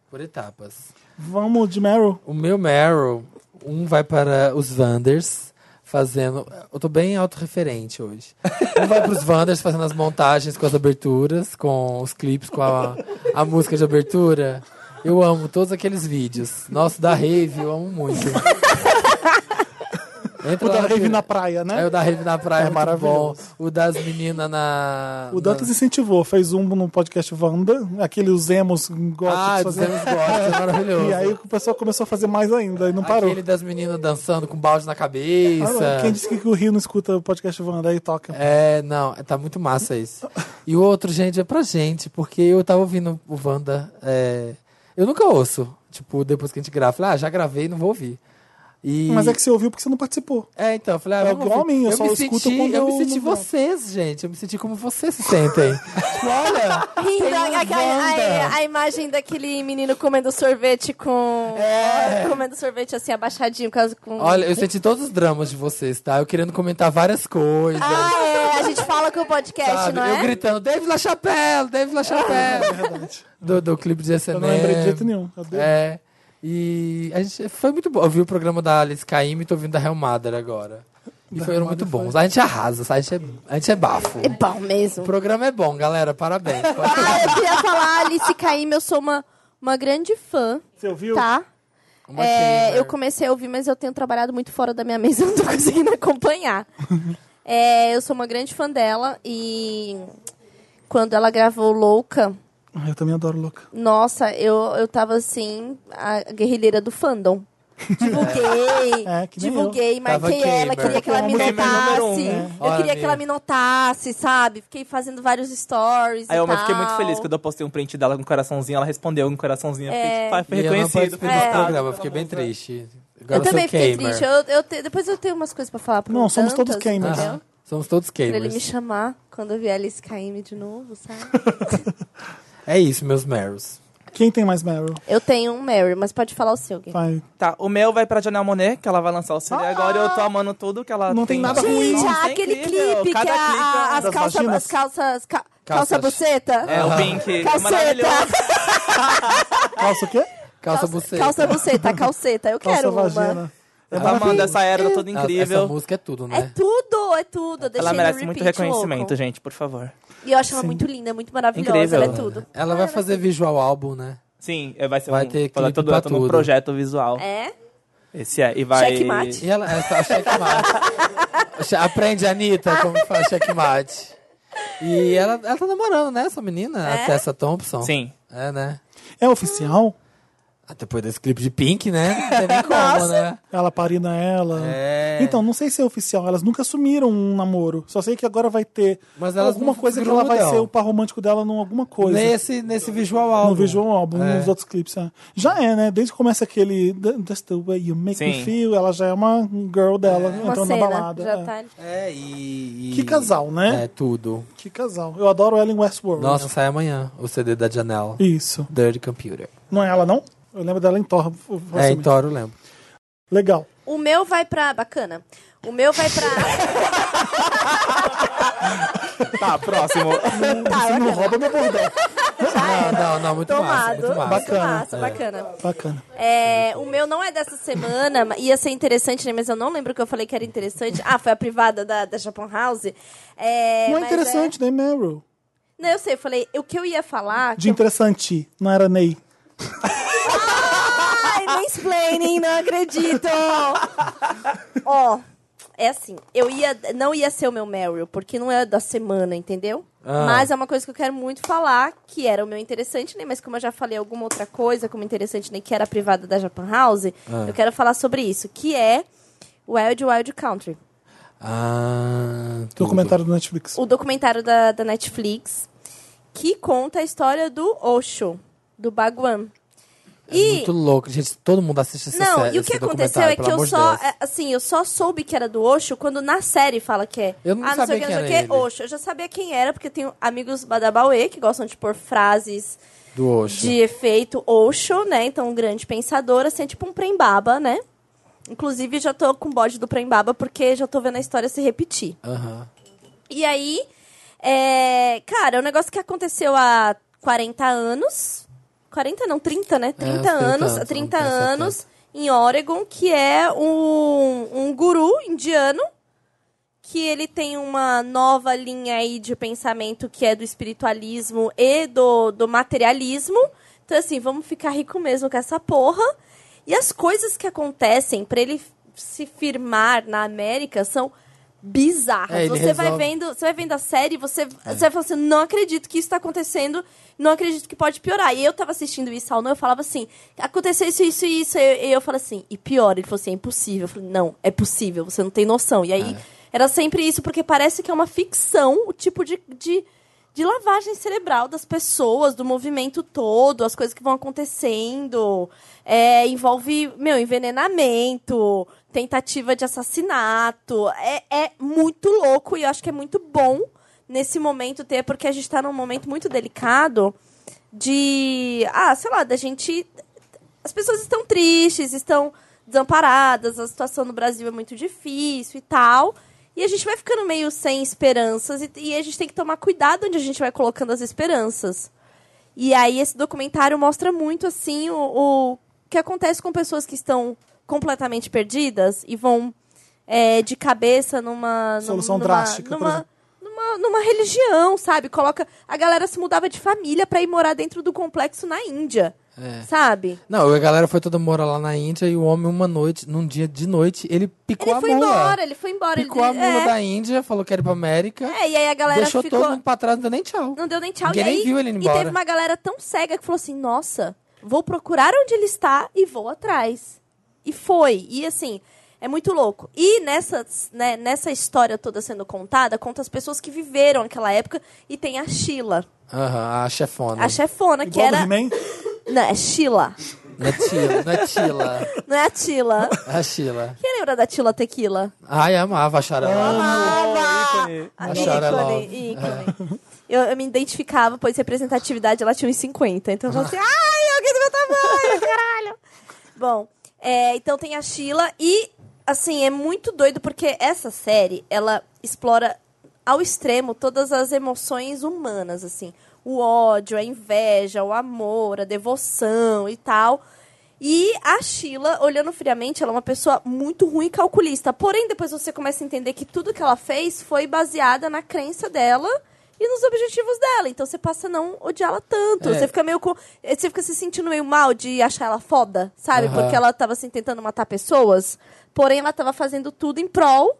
Speaker 3: Por etapas.
Speaker 2: Vamos de Meryl.
Speaker 3: O meu Meryl, um vai para os Vanders, fazendo. Eu tô bem autorreferente hoje. Um vai para os Vanders fazendo as montagens com as aberturas, com os clipes, com a, a música de abertura. Eu amo todos aqueles vídeos. Nossa, da Rave, eu amo muito. Entra
Speaker 2: O da
Speaker 3: lá no-
Speaker 2: Rave na praia, né?
Speaker 3: É, o da Rave na praia,
Speaker 2: É
Speaker 3: é maravilhoso.
Speaker 2: maravilhoso.
Speaker 3: O das meninas na.
Speaker 2: É, O Dantas
Speaker 3: na...
Speaker 2: incentivou, fez um no podcast Wanda, aqueles emos
Speaker 3: Ah,
Speaker 2: gostam
Speaker 3: dos
Speaker 2: de fazer.
Speaker 3: Anos Gosta, é maravilhoso.
Speaker 2: E aí o pessoal começou a fazer mais ainda e não parou.
Speaker 3: Aquele das meninas dançando com balde na cabeça.
Speaker 2: Quem disse que o Rio Ah, não escuta o podcast Wanda aí toca?
Speaker 3: É, não, tá muito massa isso. E o outro, gente, é pra gente, porque eu tava ouvindo o Wanda. é, Eu nunca ouço. Tipo, depois que a gente grava, eu falei, ah, já gravei, não vou ouvir. E...
Speaker 2: Mas é que você ouviu porque você não participou.
Speaker 3: É, então, eu falei, ah,
Speaker 2: É
Speaker 3: vamos
Speaker 2: igual
Speaker 3: ouvir.
Speaker 2: a mim, eu só
Speaker 3: me
Speaker 2: escuto
Speaker 3: senti,
Speaker 2: quando
Speaker 3: Eu
Speaker 2: eu
Speaker 3: me senti
Speaker 2: não vou.
Speaker 3: vocês, gente. Eu me senti como vocês se sentem. Tipo, Olha!
Speaker 2: Tá
Speaker 4: Rindo,
Speaker 3: tem um
Speaker 4: a, a- a-
Speaker 3: Wanda.
Speaker 4: a imagem daquele menino comendo sorvete com.
Speaker 2: É.
Speaker 4: Comendo sorvete assim, abaixadinho, com. as- com-
Speaker 3: Olha, eu senti todos os dramas de vocês, tá? Eu querendo comentar várias coisas.
Speaker 4: Ah, é, a gente fala com o podcast,
Speaker 3: sabe?
Speaker 4: não é?
Speaker 3: Eu gritando, David LaChapelle, David
Speaker 2: É
Speaker 3: LaChapelle. do, do clipe de SNL.
Speaker 2: Eu não lembrei de jeito nenhum. tá Eu dei-
Speaker 3: É. E a gente foi muito bom. Eu vi o programa da Alice Caymmi e tô ouvindo da Real Madre agora. E foram muito bons. A gente arrasa, sabe? A gente é, a gente é bafo.
Speaker 4: É bom mesmo.
Speaker 3: O programa é bom, galera. Parabéns.
Speaker 4: Ah, eu queria falar, Alice Caim, eu sou uma, uma grande fã,
Speaker 2: Você ouviu?
Speaker 4: tá?
Speaker 3: Uma
Speaker 4: É,
Speaker 3: Chamber.
Speaker 4: eu comecei a ouvir, mas eu tenho trabalhado muito fora da minha mesa, eu não tô conseguindo acompanhar. É, eu sou uma grande fã dela e quando ela gravou Louca,
Speaker 2: Ah, Eu também adoro louca.
Speaker 4: nossa, eu, eu tava assim, a guerrilheira do fandom. Divulguei,
Speaker 2: É, que nem eu.
Speaker 4: divulguei,
Speaker 3: Tava
Speaker 4: marquei ela,
Speaker 3: gamer.
Speaker 4: queria que ela me
Speaker 5: Gamer número um,
Speaker 4: notasse.
Speaker 5: né?
Speaker 4: Eu
Speaker 3: Olha
Speaker 4: queria
Speaker 3: aí.
Speaker 4: que ela me notasse, sabe? Fiquei fazendo vários stories. e
Speaker 5: Aí eu fiquei muito
Speaker 4: tal.
Speaker 5: feliz quando eu postei um print dela com um coraçãozinho, ela respondeu com um coraçãozinho. Eu fiquei,
Speaker 4: É.
Speaker 5: tipo, "Ah, foi
Speaker 3: E eu não
Speaker 5: reconhecido.
Speaker 3: participei
Speaker 5: foi
Speaker 3: do
Speaker 5: notado,
Speaker 3: programa, eu
Speaker 5: tá
Speaker 3: fiquei
Speaker 5: bom,
Speaker 3: bem
Speaker 5: tá.
Speaker 3: triste. Agora
Speaker 4: Eu
Speaker 3: sou
Speaker 4: também fiquei
Speaker 3: gamer.
Speaker 4: triste. Eu, eu te- depois eu tenho umas coisas pra falar. porque
Speaker 2: Não, somos
Speaker 4: tantas,
Speaker 2: todos gamers.
Speaker 4: entendeu?
Speaker 3: Ah, somos todos
Speaker 4: Pra ele me
Speaker 3: gamers.
Speaker 4: chamar quando eu vier Alice Caymmi de novo, sabe?
Speaker 3: É isso, meus Meryls.
Speaker 2: Quem tem mais Meryl?
Speaker 4: eu tenho um Mary, mas pode falar o seu, Gui.
Speaker 2: Vai.
Speaker 5: Tá, o meu vai pra Janelle Monet, que ela vai lançar o CD agora. Eu tô amando tudo que ela
Speaker 2: Não tem nada ruim,
Speaker 4: Ah! Gente,
Speaker 5: Nossa, é
Speaker 4: aquele
Speaker 5: incrível.
Speaker 4: clipe que
Speaker 5: Cada
Speaker 4: a-
Speaker 5: clipe
Speaker 4: a-
Speaker 5: é uma-
Speaker 4: as
Speaker 2: das
Speaker 4: calças...
Speaker 2: vaginas?
Speaker 4: As calças... ca- calça
Speaker 3: Calças.
Speaker 4: buceta?
Speaker 5: É, o Pink.
Speaker 4: Calceta.
Speaker 5: Maravilhoso.
Speaker 2: Calça o quê?
Speaker 3: Calça, buceta.
Speaker 4: Calça buceta, calceta. Eu
Speaker 2: Calça
Speaker 4: quero uma.
Speaker 2: vagina.
Speaker 5: Eu tô amando essa era, tá toda
Speaker 3: Nossa,
Speaker 5: incrível.
Speaker 3: Essa música é tudo, né?
Speaker 4: É tudo, é tudo. Deixei
Speaker 5: ela
Speaker 4: ele
Speaker 5: merece
Speaker 4: repeat,
Speaker 5: muito reconhecimento,
Speaker 4: louco.
Speaker 5: gente, por favor.
Speaker 4: E eu acho ela muito linda, muito maravilhosa.
Speaker 5: Incrível.
Speaker 4: Ela é tudo.
Speaker 3: Ela vai fazer visual álbum, né?
Speaker 5: Sim, é, vai ser
Speaker 3: Vai
Speaker 5: um,
Speaker 3: ter
Speaker 5: ela
Speaker 3: clipe
Speaker 5: todo
Speaker 3: pra
Speaker 5: ela tá num
Speaker 3: tudo.
Speaker 5: projeto visual.
Speaker 4: É?
Speaker 5: Esse é, e vai...
Speaker 4: Checkmate.
Speaker 3: E ela, essa, a checkmate. Che- Aprende, Anitta, como que faz checkmate. E ela, ela É. tá namorando, né, essa menina? A Tessa Thompson.
Speaker 5: Sim.
Speaker 3: É, né?
Speaker 2: É oficial?
Speaker 3: Ah, Depois desse clipe de Pink, né? Não tem nem como, né?
Speaker 2: Ela parina ela.
Speaker 3: É.
Speaker 2: Então, não sei se é oficial. Elas nunca assumiram um namoro. Só sei que agora vai ter
Speaker 3: Mas elas
Speaker 2: alguma
Speaker 3: não
Speaker 2: coisa que ela vai
Speaker 3: grudam.
Speaker 2: ser o par romântico dela num alguma coisa.
Speaker 3: Nesse, nesse visual álbum.
Speaker 2: No visual álbum,
Speaker 3: É.
Speaker 2: nos outros clipes. é. Já é, né? Desde que começa aquele That's the way you make me
Speaker 5: Sim.
Speaker 2: feel, ela já é uma girl dela,
Speaker 4: Uma
Speaker 2: entrando na
Speaker 4: cena.
Speaker 2: balada.
Speaker 4: já
Speaker 2: é.
Speaker 4: tá ali.
Speaker 3: É, e... e-
Speaker 2: Que casal, né?
Speaker 3: É, tudo.
Speaker 2: Que casal. Eu adoro ela em Westworld.
Speaker 3: Nossa, sai amanhã o CD da Janelle.
Speaker 2: Isso.
Speaker 3: Dirty Computer.
Speaker 2: Não é ela, não? Eu lembro dela em Thor.
Speaker 3: É, em Toro, lembro.
Speaker 2: Legal.
Speaker 4: O meu vai pra. Bacana. O meu vai pra.
Speaker 5: Tá, próximo.
Speaker 4: Tá,
Speaker 2: Você não rouba meu bordão.
Speaker 3: Não, não, não, muito massa,
Speaker 4: Tomado.
Speaker 3: muito massa.
Speaker 4: Muito massa, bacana.
Speaker 2: Bacana.
Speaker 4: É, o meu não é dessa semana, mas ia ser interessante, né? Mas eu não lembro o que eu falei que era interessante. Ah, foi a privada da, da Japão House. É,
Speaker 2: não é
Speaker 4: mas
Speaker 2: interessante, né, Meryl?
Speaker 4: Não, eu sei, eu falei, o que eu ia falar.
Speaker 2: De
Speaker 4: Que eu...
Speaker 2: interessante, não era Ney.
Speaker 4: Ai, mansplaining, não acredito! Ó, é assim, eu ia. Não ia ser o meu Meryl, porque não é da semana, entendeu?
Speaker 3: Ah.
Speaker 4: Mas é uma coisa que eu quero muito falar, que era o meu interessante, né? Mas como eu já falei alguma outra coisa, como interessante, né? Que era a privada da Japan House,
Speaker 3: Ah.
Speaker 4: eu quero falar sobre isso, que é Wild Wild Country.
Speaker 3: Ah, tudo.
Speaker 2: um Documentário do Netflix.
Speaker 4: o documentário da, da Netflix que conta a história do Osho, do Baguan. e
Speaker 3: É Muito louco, gente. Todo mundo assiste esse
Speaker 4: não,
Speaker 3: esse
Speaker 4: e o que aconteceu
Speaker 3: documentário,
Speaker 4: é que
Speaker 3: pelo
Speaker 4: eu
Speaker 3: amor de
Speaker 4: só,
Speaker 3: Deus.
Speaker 4: é, assim, eu só soube que era do Osho quando na série fala que é.
Speaker 3: Eu não
Speaker 4: ah, não sei
Speaker 3: sabia
Speaker 4: o que,
Speaker 3: quem
Speaker 4: não sei o
Speaker 3: era
Speaker 4: que,
Speaker 3: ele.
Speaker 4: Osho. Eu já sabia quem era, porque eu tenho amigos badabauê que gostam de pôr frases
Speaker 3: Do Osho.
Speaker 4: de efeito Osho, né? Então, um grande pensador, assim, é tipo um Prembaba, né? Inclusive, já tô com o bode do Prembaba, porque já tô vendo a história se repetir.
Speaker 3: Aham.
Speaker 4: E aí, é, cara, é um negócio que aconteceu há 40 anos. 40 não, 30, né? 30
Speaker 3: uns 30
Speaker 4: anos,
Speaker 3: É, anos,
Speaker 4: 30
Speaker 3: vamos pensar
Speaker 4: anos em Oregon, que é um, um guru indiano que ele tem uma nova linha aí de pensamento que é do espiritualismo e do, do materialismo. Então, assim, vamos ficar rico mesmo com essa porra. E as coisas que acontecem pra ele se firmar na América são bizarras.
Speaker 3: É, ele
Speaker 4: você vai
Speaker 3: resolve.
Speaker 4: vendo, você vai vendo a série, você, você vai falando assim, não acredito que isso tá acontecendo, não acredito que pode piorar. E eu tava assistindo isso ao não, eu falava assim, aconteceu isso, isso e isso. E eu, e eu falo assim, e pior, ele falou assim, é impossível. Eu falei, não, é possível, você não tem noção. E aí, era sempre isso, porque parece que é uma ficção, o tipo de, de, de lavagem cerebral das pessoas, do movimento todo, as coisas que vão acontecendo. É, envolve, meu, envenenamento, tentativa de assassinato. É, é muito louco e eu acho que é muito bom nesse momento ter, porque a gente está num momento muito delicado de. Ah, sei lá, da gente as pessoas estão tristes, estão desamparadas, a situação no Brasil é muito difícil e tal. E a gente vai ficando meio sem esperanças e, e a gente tem que tomar cuidado onde a gente vai colocando as esperanças. E aí esse documentário mostra muito assim o, o que acontece com pessoas que estão completamente perdidas e vão é, de cabeça numa num-
Speaker 2: Solução
Speaker 4: numa-
Speaker 2: drástica, por
Speaker 4: numa,
Speaker 2: exemplo.
Speaker 4: numa, numa religião, sabe? Coloca a galera se mudava de família pra ir morar dentro do complexo na Índia,
Speaker 3: É.
Speaker 4: sabe?
Speaker 3: Não, a galera foi toda morar lá na Índia e o homem, uma noite, num dia de noite, ele picou
Speaker 4: Ele foi
Speaker 3: a mula.
Speaker 4: embora, ele foi embora. ele-
Speaker 3: Picou a mula
Speaker 4: é,
Speaker 3: da Índia, falou que era pra América.
Speaker 4: é, e aí a galera
Speaker 3: deixou
Speaker 4: ficou.
Speaker 3: todo mundo pra trás, não deu nem tchau.
Speaker 4: Não deu nem tchau.
Speaker 3: Ninguém
Speaker 4: e
Speaker 3: nem
Speaker 4: aí,
Speaker 3: viu ele indo
Speaker 4: E
Speaker 3: embora.
Speaker 4: teve uma galera tão cega que falou assim: nossa, vou procurar onde ele está e vou atrás. E foi. E assim, é muito louco. E nessa, né, nessa história toda sendo contada, conta as pessoas que viveram aquela época e tem a Sheila,
Speaker 3: Aham, a chefona.
Speaker 4: a chefona, que
Speaker 2: Igual
Speaker 4: era.
Speaker 2: do He-Man?
Speaker 4: Não, é Sheila.
Speaker 3: Não é Tila, não é Tila.
Speaker 4: Não é a Tila.
Speaker 3: É a Sheila.
Speaker 4: Quem lembra da Tila Tequila?
Speaker 3: Ai, amava a Charela.
Speaker 4: Amava! A
Speaker 3: A Shara
Speaker 4: Ah, ícone,
Speaker 3: Love. É.
Speaker 4: ícone. Eu, eu me identificava, pois representatividade ela tinha uns 50. Então eu falava assim, ai, alguém do meu tamanho, caralho! Bom, é, então tem a Sheila e, assim, é muito doido porque essa série, ela explora ao extremo todas as emoções humanas, assim. O ódio, a inveja, o amor, a devoção e tal. E a Sheila, olhando friamente, ela é uma pessoa muito ruim e calculista. Porém, depois você começa a entender que tudo que ela fez foi baseada na crença dela e nos objetivos dela. Então você passa a não odiá-la tanto.
Speaker 3: É.
Speaker 4: Você fica meio com. eh, Você fica se sentindo meio mal de achar ela foda, sabe?
Speaker 3: Aham.
Speaker 4: Porque ela tava assim tentando matar pessoas. Porém, ela tava fazendo tudo em prol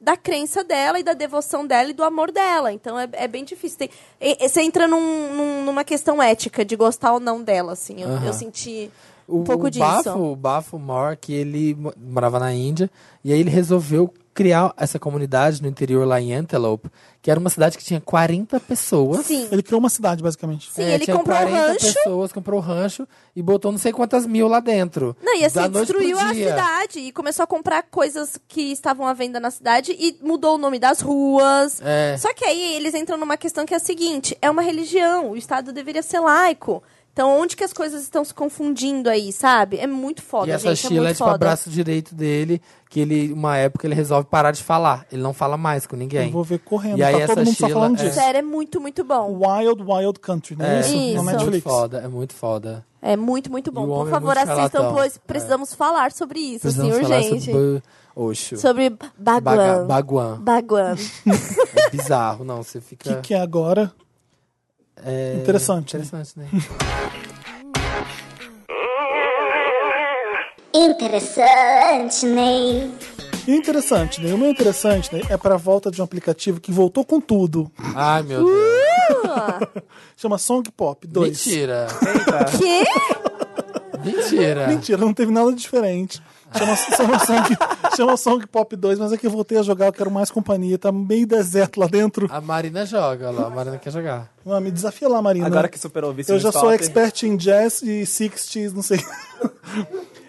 Speaker 4: da crença dela e da devoção dela e do amor dela. Então é, é bem difícil. Tem- e- e você entra num- num- numa questão ética de gostar ou não dela, assim. Eu,
Speaker 3: Aham.
Speaker 4: eu senti.
Speaker 3: O,
Speaker 4: Um pouco
Speaker 3: o
Speaker 4: disso.
Speaker 3: Bafo, o Bafo Mor, que ele mo- morava na Índia, e aí ele resolveu criar essa comunidade no interior lá em Antelope, que era uma cidade que tinha 40 pessoas.
Speaker 4: Sim.
Speaker 2: Ele criou uma cidade, basicamente.
Speaker 4: Sim,
Speaker 3: É,
Speaker 4: ele
Speaker 3: tinha
Speaker 4: comprou o
Speaker 3: 40
Speaker 4: rancho.
Speaker 3: pessoas, comprou o rancho e botou não sei quantas mil lá dentro.
Speaker 4: Não, e assim,
Speaker 3: Da noite pro
Speaker 4: destruiu a
Speaker 3: dia.
Speaker 4: cidade e começou a comprar coisas que estavam à venda na cidade e mudou o nome das ruas.
Speaker 3: É.
Speaker 4: Só que aí eles entram numa questão que é a seguinte: é uma religião, o Estado deveria ser laico. Então, onde que as coisas estão se confundindo aí, sabe? É muito foda,
Speaker 3: E essa
Speaker 4: gente. é
Speaker 3: Sheila
Speaker 4: muito
Speaker 3: é tipo o
Speaker 4: foda.
Speaker 3: braço direito dele, que ele, uma época, ele resolve parar de falar. Ele não fala mais com ninguém.
Speaker 2: Eu vou ver correndo.
Speaker 3: E aí
Speaker 2: tá todo
Speaker 3: essa
Speaker 2: mundo só
Speaker 3: Sheila,
Speaker 2: falando
Speaker 3: é.
Speaker 2: disso.
Speaker 4: Sério, é muito, muito bom.
Speaker 2: Wild Wild Country, não é,
Speaker 3: É.
Speaker 2: isso?
Speaker 4: Isso.
Speaker 2: Na
Speaker 3: É muito
Speaker 2: Netflix.
Speaker 3: foda, é muito foda.
Speaker 4: É muito, muito bom.
Speaker 3: E o
Speaker 4: Por
Speaker 3: homem é
Speaker 4: favor,
Speaker 3: muito
Speaker 4: assistam,
Speaker 3: charlatão. É.
Speaker 4: pois precisamos falar sobre isso,
Speaker 3: Precisamos
Speaker 4: assim,
Speaker 3: falar
Speaker 4: urgente.
Speaker 3: sobre Oxo.
Speaker 4: Sobre,
Speaker 3: Baga-
Speaker 4: Baguan.
Speaker 3: Baguan.
Speaker 4: Baguan.
Speaker 3: É bizarro, não, você
Speaker 2: O que,
Speaker 3: fica...
Speaker 2: que é agora?
Speaker 3: é,
Speaker 2: Interessante, né?
Speaker 3: Interessante, né?
Speaker 1: Interessante, Ney.
Speaker 2: E interessante, né? O meu interessante né? é pra volta de um aplicativo que voltou com tudo.
Speaker 3: Ai, meu Deus.
Speaker 2: Chama Song Pop 2.
Speaker 3: Mentira.
Speaker 4: Quê?
Speaker 3: Mentira.
Speaker 2: Mentira, não teve nada diferente. Chama, chama, Song, chama Song Pop 2, mas é que eu voltei a jogar, eu quero mais companhia. Tá meio deserto lá dentro.
Speaker 3: A Marina joga lá, a Marina quer jogar.
Speaker 2: Ah, me desafia lá, Marina.
Speaker 5: Agora que superou o vício
Speaker 2: Eu
Speaker 5: no
Speaker 2: já sou
Speaker 5: stopper.
Speaker 2: expert em jazz e 60s, não sei.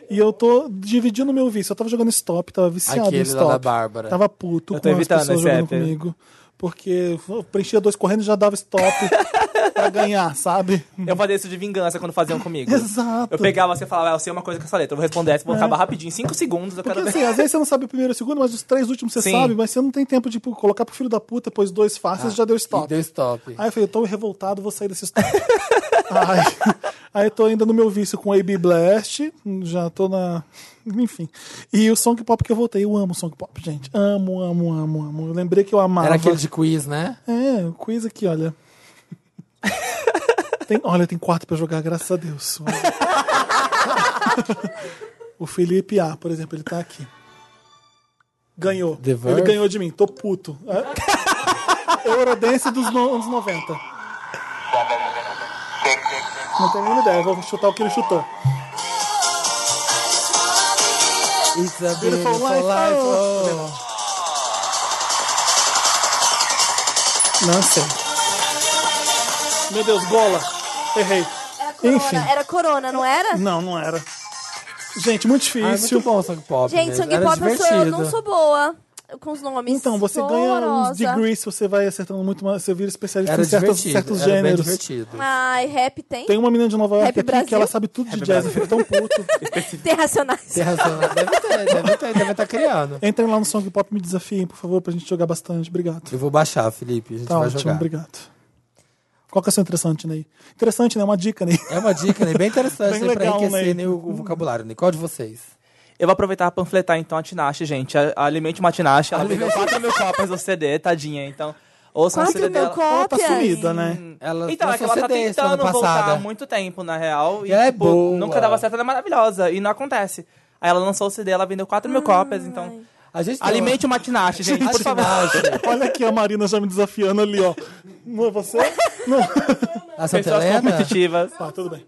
Speaker 2: e eu tô dividindo meu vício. Eu tava jogando stop, tava viciado
Speaker 3: Aquele
Speaker 2: em
Speaker 3: lá
Speaker 2: stop.
Speaker 3: da Bárbara.
Speaker 2: Tava puto
Speaker 5: Eu tô
Speaker 2: com as
Speaker 5: evitando
Speaker 2: pessoas
Speaker 5: esse
Speaker 2: jogando
Speaker 5: app.
Speaker 2: comigo. Porque eu preenchia dois correndo e já dava stop pra ganhar, sabe?
Speaker 5: Eu fazia isso de vingança quando faziam comigo.
Speaker 2: Exato.
Speaker 5: Eu pegava você e falava, ah, eu sei uma coisa com essa letra, eu vou responder essa, vou acabar rapidinho, em 5 segundos, eu
Speaker 2: Porque
Speaker 5: quero ver.
Speaker 2: assim, às vezes você não sabe o primeiro e o segundo, mas os três últimos você
Speaker 5: Sim.
Speaker 2: sabe, mas você não tem tempo de tipo, colocar pro filho da puta, depois dois fáceis
Speaker 5: Ah.
Speaker 2: já deu
Speaker 3: E
Speaker 2: stop.
Speaker 3: deu stop.
Speaker 2: Aí eu falei, eu tô revoltado, vou sair desse estado. aí, aí eu tô ainda no meu vício com AB Blast, já tô na. Enfim. E o Song Pop que eu voltei, eu amo Song Pop, gente. Amo, amo, amo, amo. Eu lembrei que eu amava.
Speaker 3: Era aquele de quiz, né?
Speaker 2: É, o quiz aqui, olha. Tem- olha, tem quarto pra jogar, graças a Deus. o Felipe A, por exemplo, ele tá aqui. Ganhou.
Speaker 3: The
Speaker 2: Ele
Speaker 3: Verve?
Speaker 2: ganhou de mim, tô puto. É. Eurodance dos no- anos 90. Não tenho nenhuma ideia, eu vou chutar o que ele chutou.
Speaker 3: It's a
Speaker 2: Ele
Speaker 3: beautiful
Speaker 2: falou
Speaker 3: life. oh.
Speaker 2: Não sei. Meu Deus, gola. Errei.
Speaker 4: Era corona,
Speaker 2: Enfim.
Speaker 4: era corona, não era?
Speaker 2: Não, não era. Gente, muito
Speaker 3: Ah, é
Speaker 2: difícil.
Speaker 3: muito bom o Song Pop.
Speaker 4: Gente,
Speaker 3: mesmo.
Speaker 4: Song
Speaker 3: Era
Speaker 4: Pop eu, sou, eu não
Speaker 3: divertido.
Speaker 4: sou boa com os nomes.
Speaker 2: Então, você
Speaker 4: Sou
Speaker 2: ganha uns
Speaker 4: horrorosa.
Speaker 2: degrees, você vai acertando muito mais, você vira especialista
Speaker 3: Era
Speaker 2: em certas-
Speaker 3: divertido.
Speaker 2: certos
Speaker 3: era bem
Speaker 2: gêneros.
Speaker 3: divertido.
Speaker 4: Ai, rap tem?
Speaker 2: Tem
Speaker 4: Tem,
Speaker 2: uma menina de Nova York
Speaker 4: Rap
Speaker 2: aqui que
Speaker 4: Brasil?
Speaker 2: ela sabe tudo de jazz, eu fico tão puto.
Speaker 4: racionais.
Speaker 3: um Tem razão. né? Deve ter, deve ter, deve estar criando.
Speaker 2: Entrem lá no Song Pop e me desafiem, por favor, pra gente jogar bastante. Obrigado.
Speaker 3: Eu vou baixar, Felipe. A gente
Speaker 2: Tá
Speaker 3: vai
Speaker 2: ótimo,
Speaker 3: jogar.
Speaker 2: obrigado. Qual que é o seu interessante, Ney? Interessante, né? Uma dica, Ney.
Speaker 3: É uma dica, né? Bem interessante
Speaker 2: Bem
Speaker 3: né? pra
Speaker 2: legal, né?
Speaker 3: enriquecer né? o o vocabulário. Né? Qual de vocês?
Speaker 5: Eu vou aproveitar pra panfletar então a Tinashe, gente. A, a Alimente uma Tinashe, ela vendeu 4 mil cópias do CD, tadinha, então... Ouçam o
Speaker 4: Quatro
Speaker 3: é
Speaker 5: CD
Speaker 4: mil
Speaker 5: dela.
Speaker 2: Ela tá
Speaker 4: cópias.
Speaker 2: sumida, né?
Speaker 3: Ela
Speaker 5: Então, é que
Speaker 3: lançou
Speaker 5: ela tá
Speaker 3: CD esse ano
Speaker 5: tentando voltar
Speaker 3: passado.
Speaker 5: há muito tempo, na real. E,
Speaker 3: Ela é
Speaker 5: tipo,
Speaker 3: boa.
Speaker 5: nunca dava certo, ela é maravilhosa. E não acontece. Aí ela lançou o CD, ela vendeu 4 mil cópias, então...
Speaker 3: A gente tem
Speaker 5: Alimente uma Tinashe, gente,
Speaker 3: uma...
Speaker 5: por favor.
Speaker 3: Atinagem.
Speaker 2: Olha aqui a Marina já me desafiando ali, ó. Não é você? Não.
Speaker 3: A Santa
Speaker 5: Pessoas
Speaker 3: Helena?
Speaker 5: competitivas.
Speaker 2: Tá, tudo bem.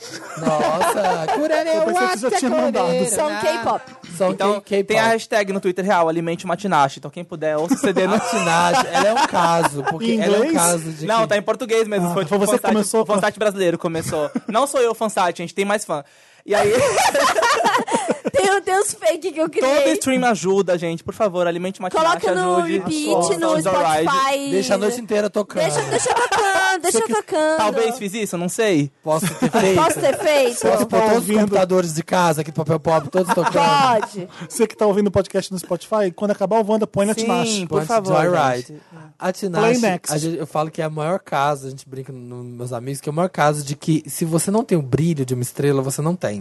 Speaker 3: Nossa.
Speaker 2: Eu pensei que
Speaker 3: Curerewa
Speaker 2: você já tinha mandado.
Speaker 4: São é um K-pop.
Speaker 3: São
Speaker 5: Então,
Speaker 3: K-pop.
Speaker 5: tem a hashtag no Twitter real, Alimente uma Tinashe. Então, quem puder, ouça o CD no...
Speaker 3: Atinagem. Ela é um caso. Porque
Speaker 2: Em
Speaker 3: ela é um
Speaker 2: inglês?
Speaker 3: caso de...
Speaker 5: Não,
Speaker 3: que- então
Speaker 5: tá em português mesmo.
Speaker 2: Ah,
Speaker 5: foi tipo
Speaker 2: foi você que
Speaker 5: fansite,
Speaker 2: começou com-
Speaker 5: fansite brasileiro começou. Não sou eu o fansite, gente, tem mais fã. E aí,
Speaker 4: Tem, tem os fake que eu
Speaker 5: todo
Speaker 4: criei.
Speaker 5: stream ajuda, gente. Por favor, alimente uma
Speaker 4: Coloca
Speaker 5: tinashe,
Speaker 4: no
Speaker 5: ajude.
Speaker 4: repeat,
Speaker 5: Só
Speaker 4: no
Speaker 5: os alright.
Speaker 4: Spotify.
Speaker 3: Deixa a noite inteira tocando.
Speaker 4: Deixa, deixa tocando, deixa tocando.
Speaker 5: Talvez fiz isso, não sei.
Speaker 3: Posso ter feito.
Speaker 4: Posso ter feito?
Speaker 3: Posso pôr todos os
Speaker 2: ouvindo?
Speaker 3: computadores de casa aqui do Papel Pop, todos tocando.
Speaker 4: Pode.
Speaker 2: Você que tá ouvindo o podcast no Spotify, quando acabar o Wanda, põe na Tinashe.
Speaker 5: por
Speaker 3: Ponte
Speaker 5: favor,
Speaker 3: Joyride.
Speaker 5: gente.
Speaker 3: A
Speaker 2: Play
Speaker 3: Tinashe,
Speaker 2: next.
Speaker 3: a gente- eu falo que é a maior caso, a gente brinca nos meus amigos, que é o maior caso de que se você não tem o brilho de uma estrela, você não tem.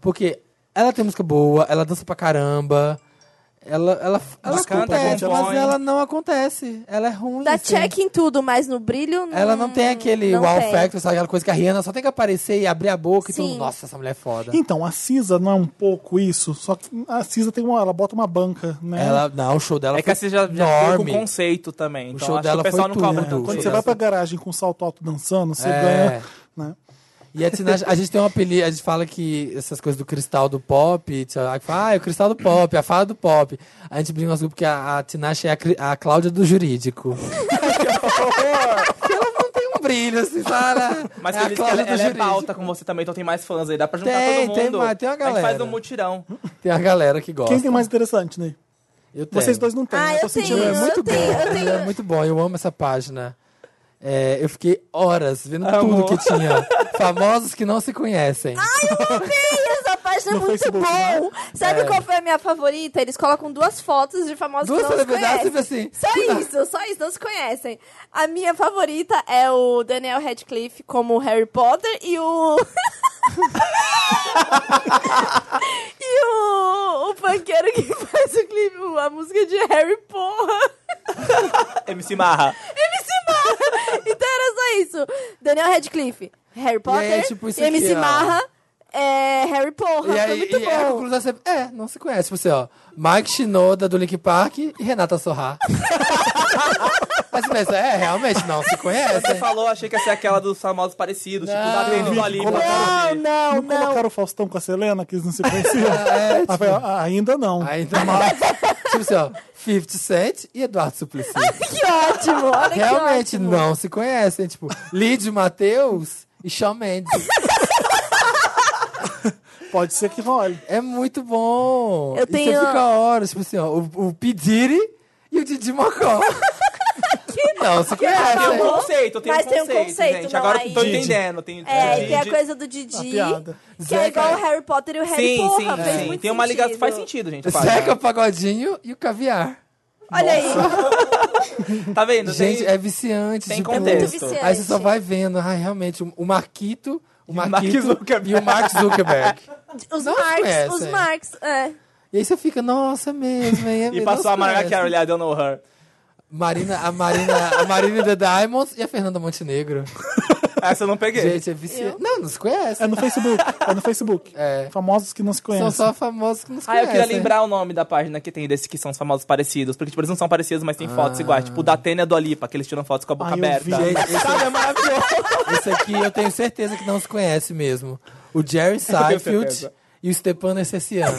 Speaker 3: Porque ela tem música boa, ela dança pra caramba, ela, ela, ela
Speaker 5: Desculpa,
Speaker 3: acontece,
Speaker 5: gente, é
Speaker 3: mas
Speaker 5: compõe.
Speaker 3: ela não acontece. Ela é ruim.
Speaker 4: Dá
Speaker 3: assim.
Speaker 4: check em tudo, mas no brilho. hum,
Speaker 3: Ela não tem aquele
Speaker 4: não
Speaker 3: wow
Speaker 4: tem.
Speaker 3: factor, sabe? Aquela coisa que a Rihanna só tem que aparecer e abrir a boca e
Speaker 4: Sim.
Speaker 3: tudo. Nossa, essa mulher é foda.
Speaker 2: Então, a Cisa não é um pouco isso, só que a Cisa tem uma, ela bota uma banca, né?
Speaker 3: Ela, não, o show dela
Speaker 5: É que
Speaker 3: foi
Speaker 5: você já, já veio
Speaker 3: enorme.
Speaker 5: com conceito também. Então,
Speaker 3: show
Speaker 5: acho
Speaker 3: dela
Speaker 2: É,
Speaker 5: que o pessoal
Speaker 3: foi
Speaker 5: não cobra
Speaker 3: tudo. é
Speaker 5: tanto.
Speaker 2: Quando
Speaker 3: Sim.
Speaker 2: você
Speaker 5: isso.
Speaker 2: vai pra garagem com salto alto dançando, você
Speaker 3: É.
Speaker 2: ganha, né?
Speaker 3: E a Tina, a gente tem um apelido, a gente fala que essas coisas do cristal do pop, a que fala, ah, é o cristal do pop, a fala do pop. A gente brinca no nosso grupo que a, a Tinashe é a, cri- a Cláudia do jurídico. Ela não tem um brilho, assim, Sara.
Speaker 5: Mas
Speaker 3: é
Speaker 5: você
Speaker 3: a
Speaker 5: diz que ela,
Speaker 3: Cláudia do
Speaker 5: ela é
Speaker 3: jurídico.
Speaker 5: pauta com você também, então tem mais fãs aí. Dá pra juntar
Speaker 3: Tem,
Speaker 5: todo
Speaker 3: tem
Speaker 5: mundo.
Speaker 3: mais, tem uma
Speaker 5: A gente faz
Speaker 3: galera.
Speaker 5: um mutirão.
Speaker 3: Tem a galera que gosta.
Speaker 2: Quem tem mais interessante, Ney?
Speaker 3: Eu tenho.
Speaker 2: Vocês dois não têm.
Speaker 4: Ah,
Speaker 2: né?
Speaker 4: eu
Speaker 2: tô sentindo
Speaker 4: tenho.
Speaker 2: isso.
Speaker 3: É muito
Speaker 4: eu tenho,
Speaker 3: bom.
Speaker 4: eu tenho.
Speaker 3: É muito bom, eu amo essa página. É, eu fiquei horas vendo tudo
Speaker 5: Amor.
Speaker 3: que tinha. Famosos que não se conhecem.
Speaker 5: Ah,
Speaker 4: Essa página é
Speaker 2: No
Speaker 4: muito
Speaker 2: Facebook,
Speaker 4: bom. Sabe
Speaker 3: É.
Speaker 4: qual foi a minha favorita? Eles colocam duas fotos de famosos
Speaker 3: Duas
Speaker 4: que não se
Speaker 3: celebridades,
Speaker 4: conhecem.
Speaker 3: sempre assim.
Speaker 4: Só isso, só isso, não se conhecem. A minha favorita é o Daniel Radcliffe como Harry Potter e o. e o, o panqueiro que faz o clipe, a música de Harry Porra.
Speaker 5: MC Marra.
Speaker 4: Então era só isso. Daniel Radcliffe, Harry Potter,
Speaker 3: aí, tipo, isso
Speaker 4: MC
Speaker 3: aqui, ó.
Speaker 4: Marra, é, Harry Porra.
Speaker 3: E
Speaker 4: foi
Speaker 3: aí,
Speaker 4: muito
Speaker 3: e
Speaker 4: bom.
Speaker 3: a conclusão é sempre, é, não se conhece. Tipo assim, ó, Mike Shinoda do Link Park e Renata Sorra. Mas você pensa, é, realmente não se
Speaker 5: Você
Speaker 3: conhecem.
Speaker 5: falou, achei que ia ser aquela dos famosos parecidos, tipo, da Demi do Alipa.
Speaker 4: Não, não,
Speaker 2: Não,
Speaker 4: não.
Speaker 2: colocaram o Faustão com a Selena, que eles não se conheciam?
Speaker 3: É, tipo,
Speaker 2: Ah, foi, ah, ainda não.
Speaker 3: ainda mais. então, Tipo assim, ó, 50 Cent e Eduardo Suplicy.
Speaker 4: Que ótimo, olha que
Speaker 3: Realmente
Speaker 4: ótimo.
Speaker 3: não se conhecem. Tipo, Lídio Matheus e Shawn Mendes.
Speaker 2: Pode ser que role.
Speaker 3: É muito bom.
Speaker 4: Eu
Speaker 3: E
Speaker 4: tenho-
Speaker 3: você fica horas, tipo assim, ó, o, o Pediri e o Didi Mocó. Não, se
Speaker 5: Tem um
Speaker 3: conhece.
Speaker 4: amor.
Speaker 5: conceito, tem
Speaker 4: Mas
Speaker 5: um
Speaker 4: tem um
Speaker 5: conceito,
Speaker 4: conceito,
Speaker 5: gente.
Speaker 4: não,
Speaker 5: Agora
Speaker 4: aí-
Speaker 5: eu tô
Speaker 2: Didi.
Speaker 5: entendendo. Tem,
Speaker 4: É, e
Speaker 5: Didi.
Speaker 4: tem a coisa do Didi,
Speaker 2: Uma piada.
Speaker 4: que
Speaker 3: Zeca. É.
Speaker 4: é igual o Harry Potter e o Harry
Speaker 5: Sim,
Speaker 4: Porra,
Speaker 5: sim,
Speaker 4: fez
Speaker 5: sim.
Speaker 4: muito
Speaker 5: Tem uma ligação, faz sentido, gente. faz.
Speaker 3: Zeca Pagodinho e o Caviar.
Speaker 4: Olha aí,
Speaker 5: Tá vendo?
Speaker 3: Gente,
Speaker 5: Tem-
Speaker 3: é viciante.
Speaker 5: Tem
Speaker 3: tipo,
Speaker 5: contexto. É muito
Speaker 4: viciante.
Speaker 3: Aí você só vai vendo. Ai, realmente, o- o Marquito, o
Speaker 5: Mark
Speaker 3: Marquito
Speaker 5: Zuckerberg.
Speaker 3: e o Mark Zuckerberg.
Speaker 4: os
Speaker 3: Não
Speaker 4: Marx,
Speaker 3: conhece,
Speaker 4: os
Speaker 3: é.
Speaker 4: Marx, é.
Speaker 3: E aí você fica, nossa é mesmo. hein, É
Speaker 5: E
Speaker 3: mesmo,
Speaker 5: passou
Speaker 3: nossa,
Speaker 5: a Mariah
Speaker 3: conhece.
Speaker 5: Carey, I don't know her.
Speaker 3: Marina, a Marina, a Marina The Diamonds e a Fernanda Montenegro.
Speaker 5: Essa eu não peguei.
Speaker 3: Gente, é viciante. Não, não se conhece.
Speaker 2: É no Facebook. É no Facebook.
Speaker 3: É.
Speaker 2: Famosos que não se
Speaker 3: São
Speaker 2: conhecem.
Speaker 3: só famosos que nos
Speaker 5: Ah, eu
Speaker 3: conhecem.
Speaker 5: queria lembrar o nome da página que tem desses que são os famosos parecidos. Porque, tipo, eles não são parecidos, mas tem
Speaker 3: Ah.
Speaker 5: fotos iguais. Tipo, o da Tênia do Alipa, que eles tiram fotos com a boca
Speaker 2: Ah, eu
Speaker 5: aberta.
Speaker 2: vi.
Speaker 3: Gente, esse, é maravilhoso. Esse aqui eu tenho certeza que não se conhece mesmo. O Jerry Seinfeld
Speaker 5: certeza.
Speaker 3: e o Stepan Essenciano.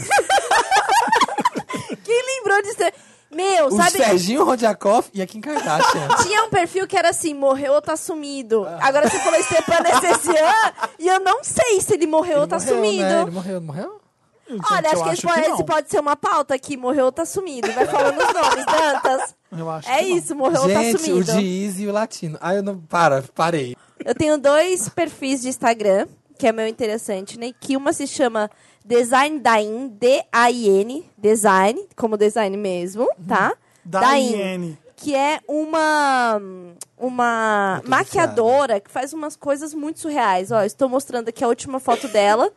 Speaker 4: Quem lembrou de ser... Meu,
Speaker 3: O
Speaker 4: sabe,
Speaker 3: Serginho Rodjakov e a Kim Kardashian.
Speaker 4: tinha um perfil que era assim, morreu ou tá sumido.
Speaker 3: Ah.
Speaker 4: Agora você falou Stepan Essessian, e eu não sei se ele morreu ou tá
Speaker 3: Morreu,
Speaker 4: sumido.
Speaker 3: Né? Ele morreu, não morreu?
Speaker 2: Gente,
Speaker 4: Olha, acho
Speaker 2: eu
Speaker 4: que, esse pode,
Speaker 2: não.
Speaker 4: esse pode ser uma pauta aqui, morreu ou tá sumido. Vai falando os nomes, Dantas.
Speaker 2: Eu acho
Speaker 4: É
Speaker 2: que não.
Speaker 4: isso, morreu ou tá
Speaker 3: Gente, o
Speaker 4: sumido.
Speaker 3: Diz e o Latino. Ah, eu não. Para, parei.
Speaker 4: Eu tenho dois perfis de Instagram, que é meu interessante, né? Que uma se chama Design Dain, D-A-I-N, design, como design mesmo, tá?
Speaker 2: Daiane.
Speaker 4: que é uma uma
Speaker 3: tô
Speaker 4: maquiadora que faz umas coisas muito surreais. Ó, estou mostrando aqui a última foto dela,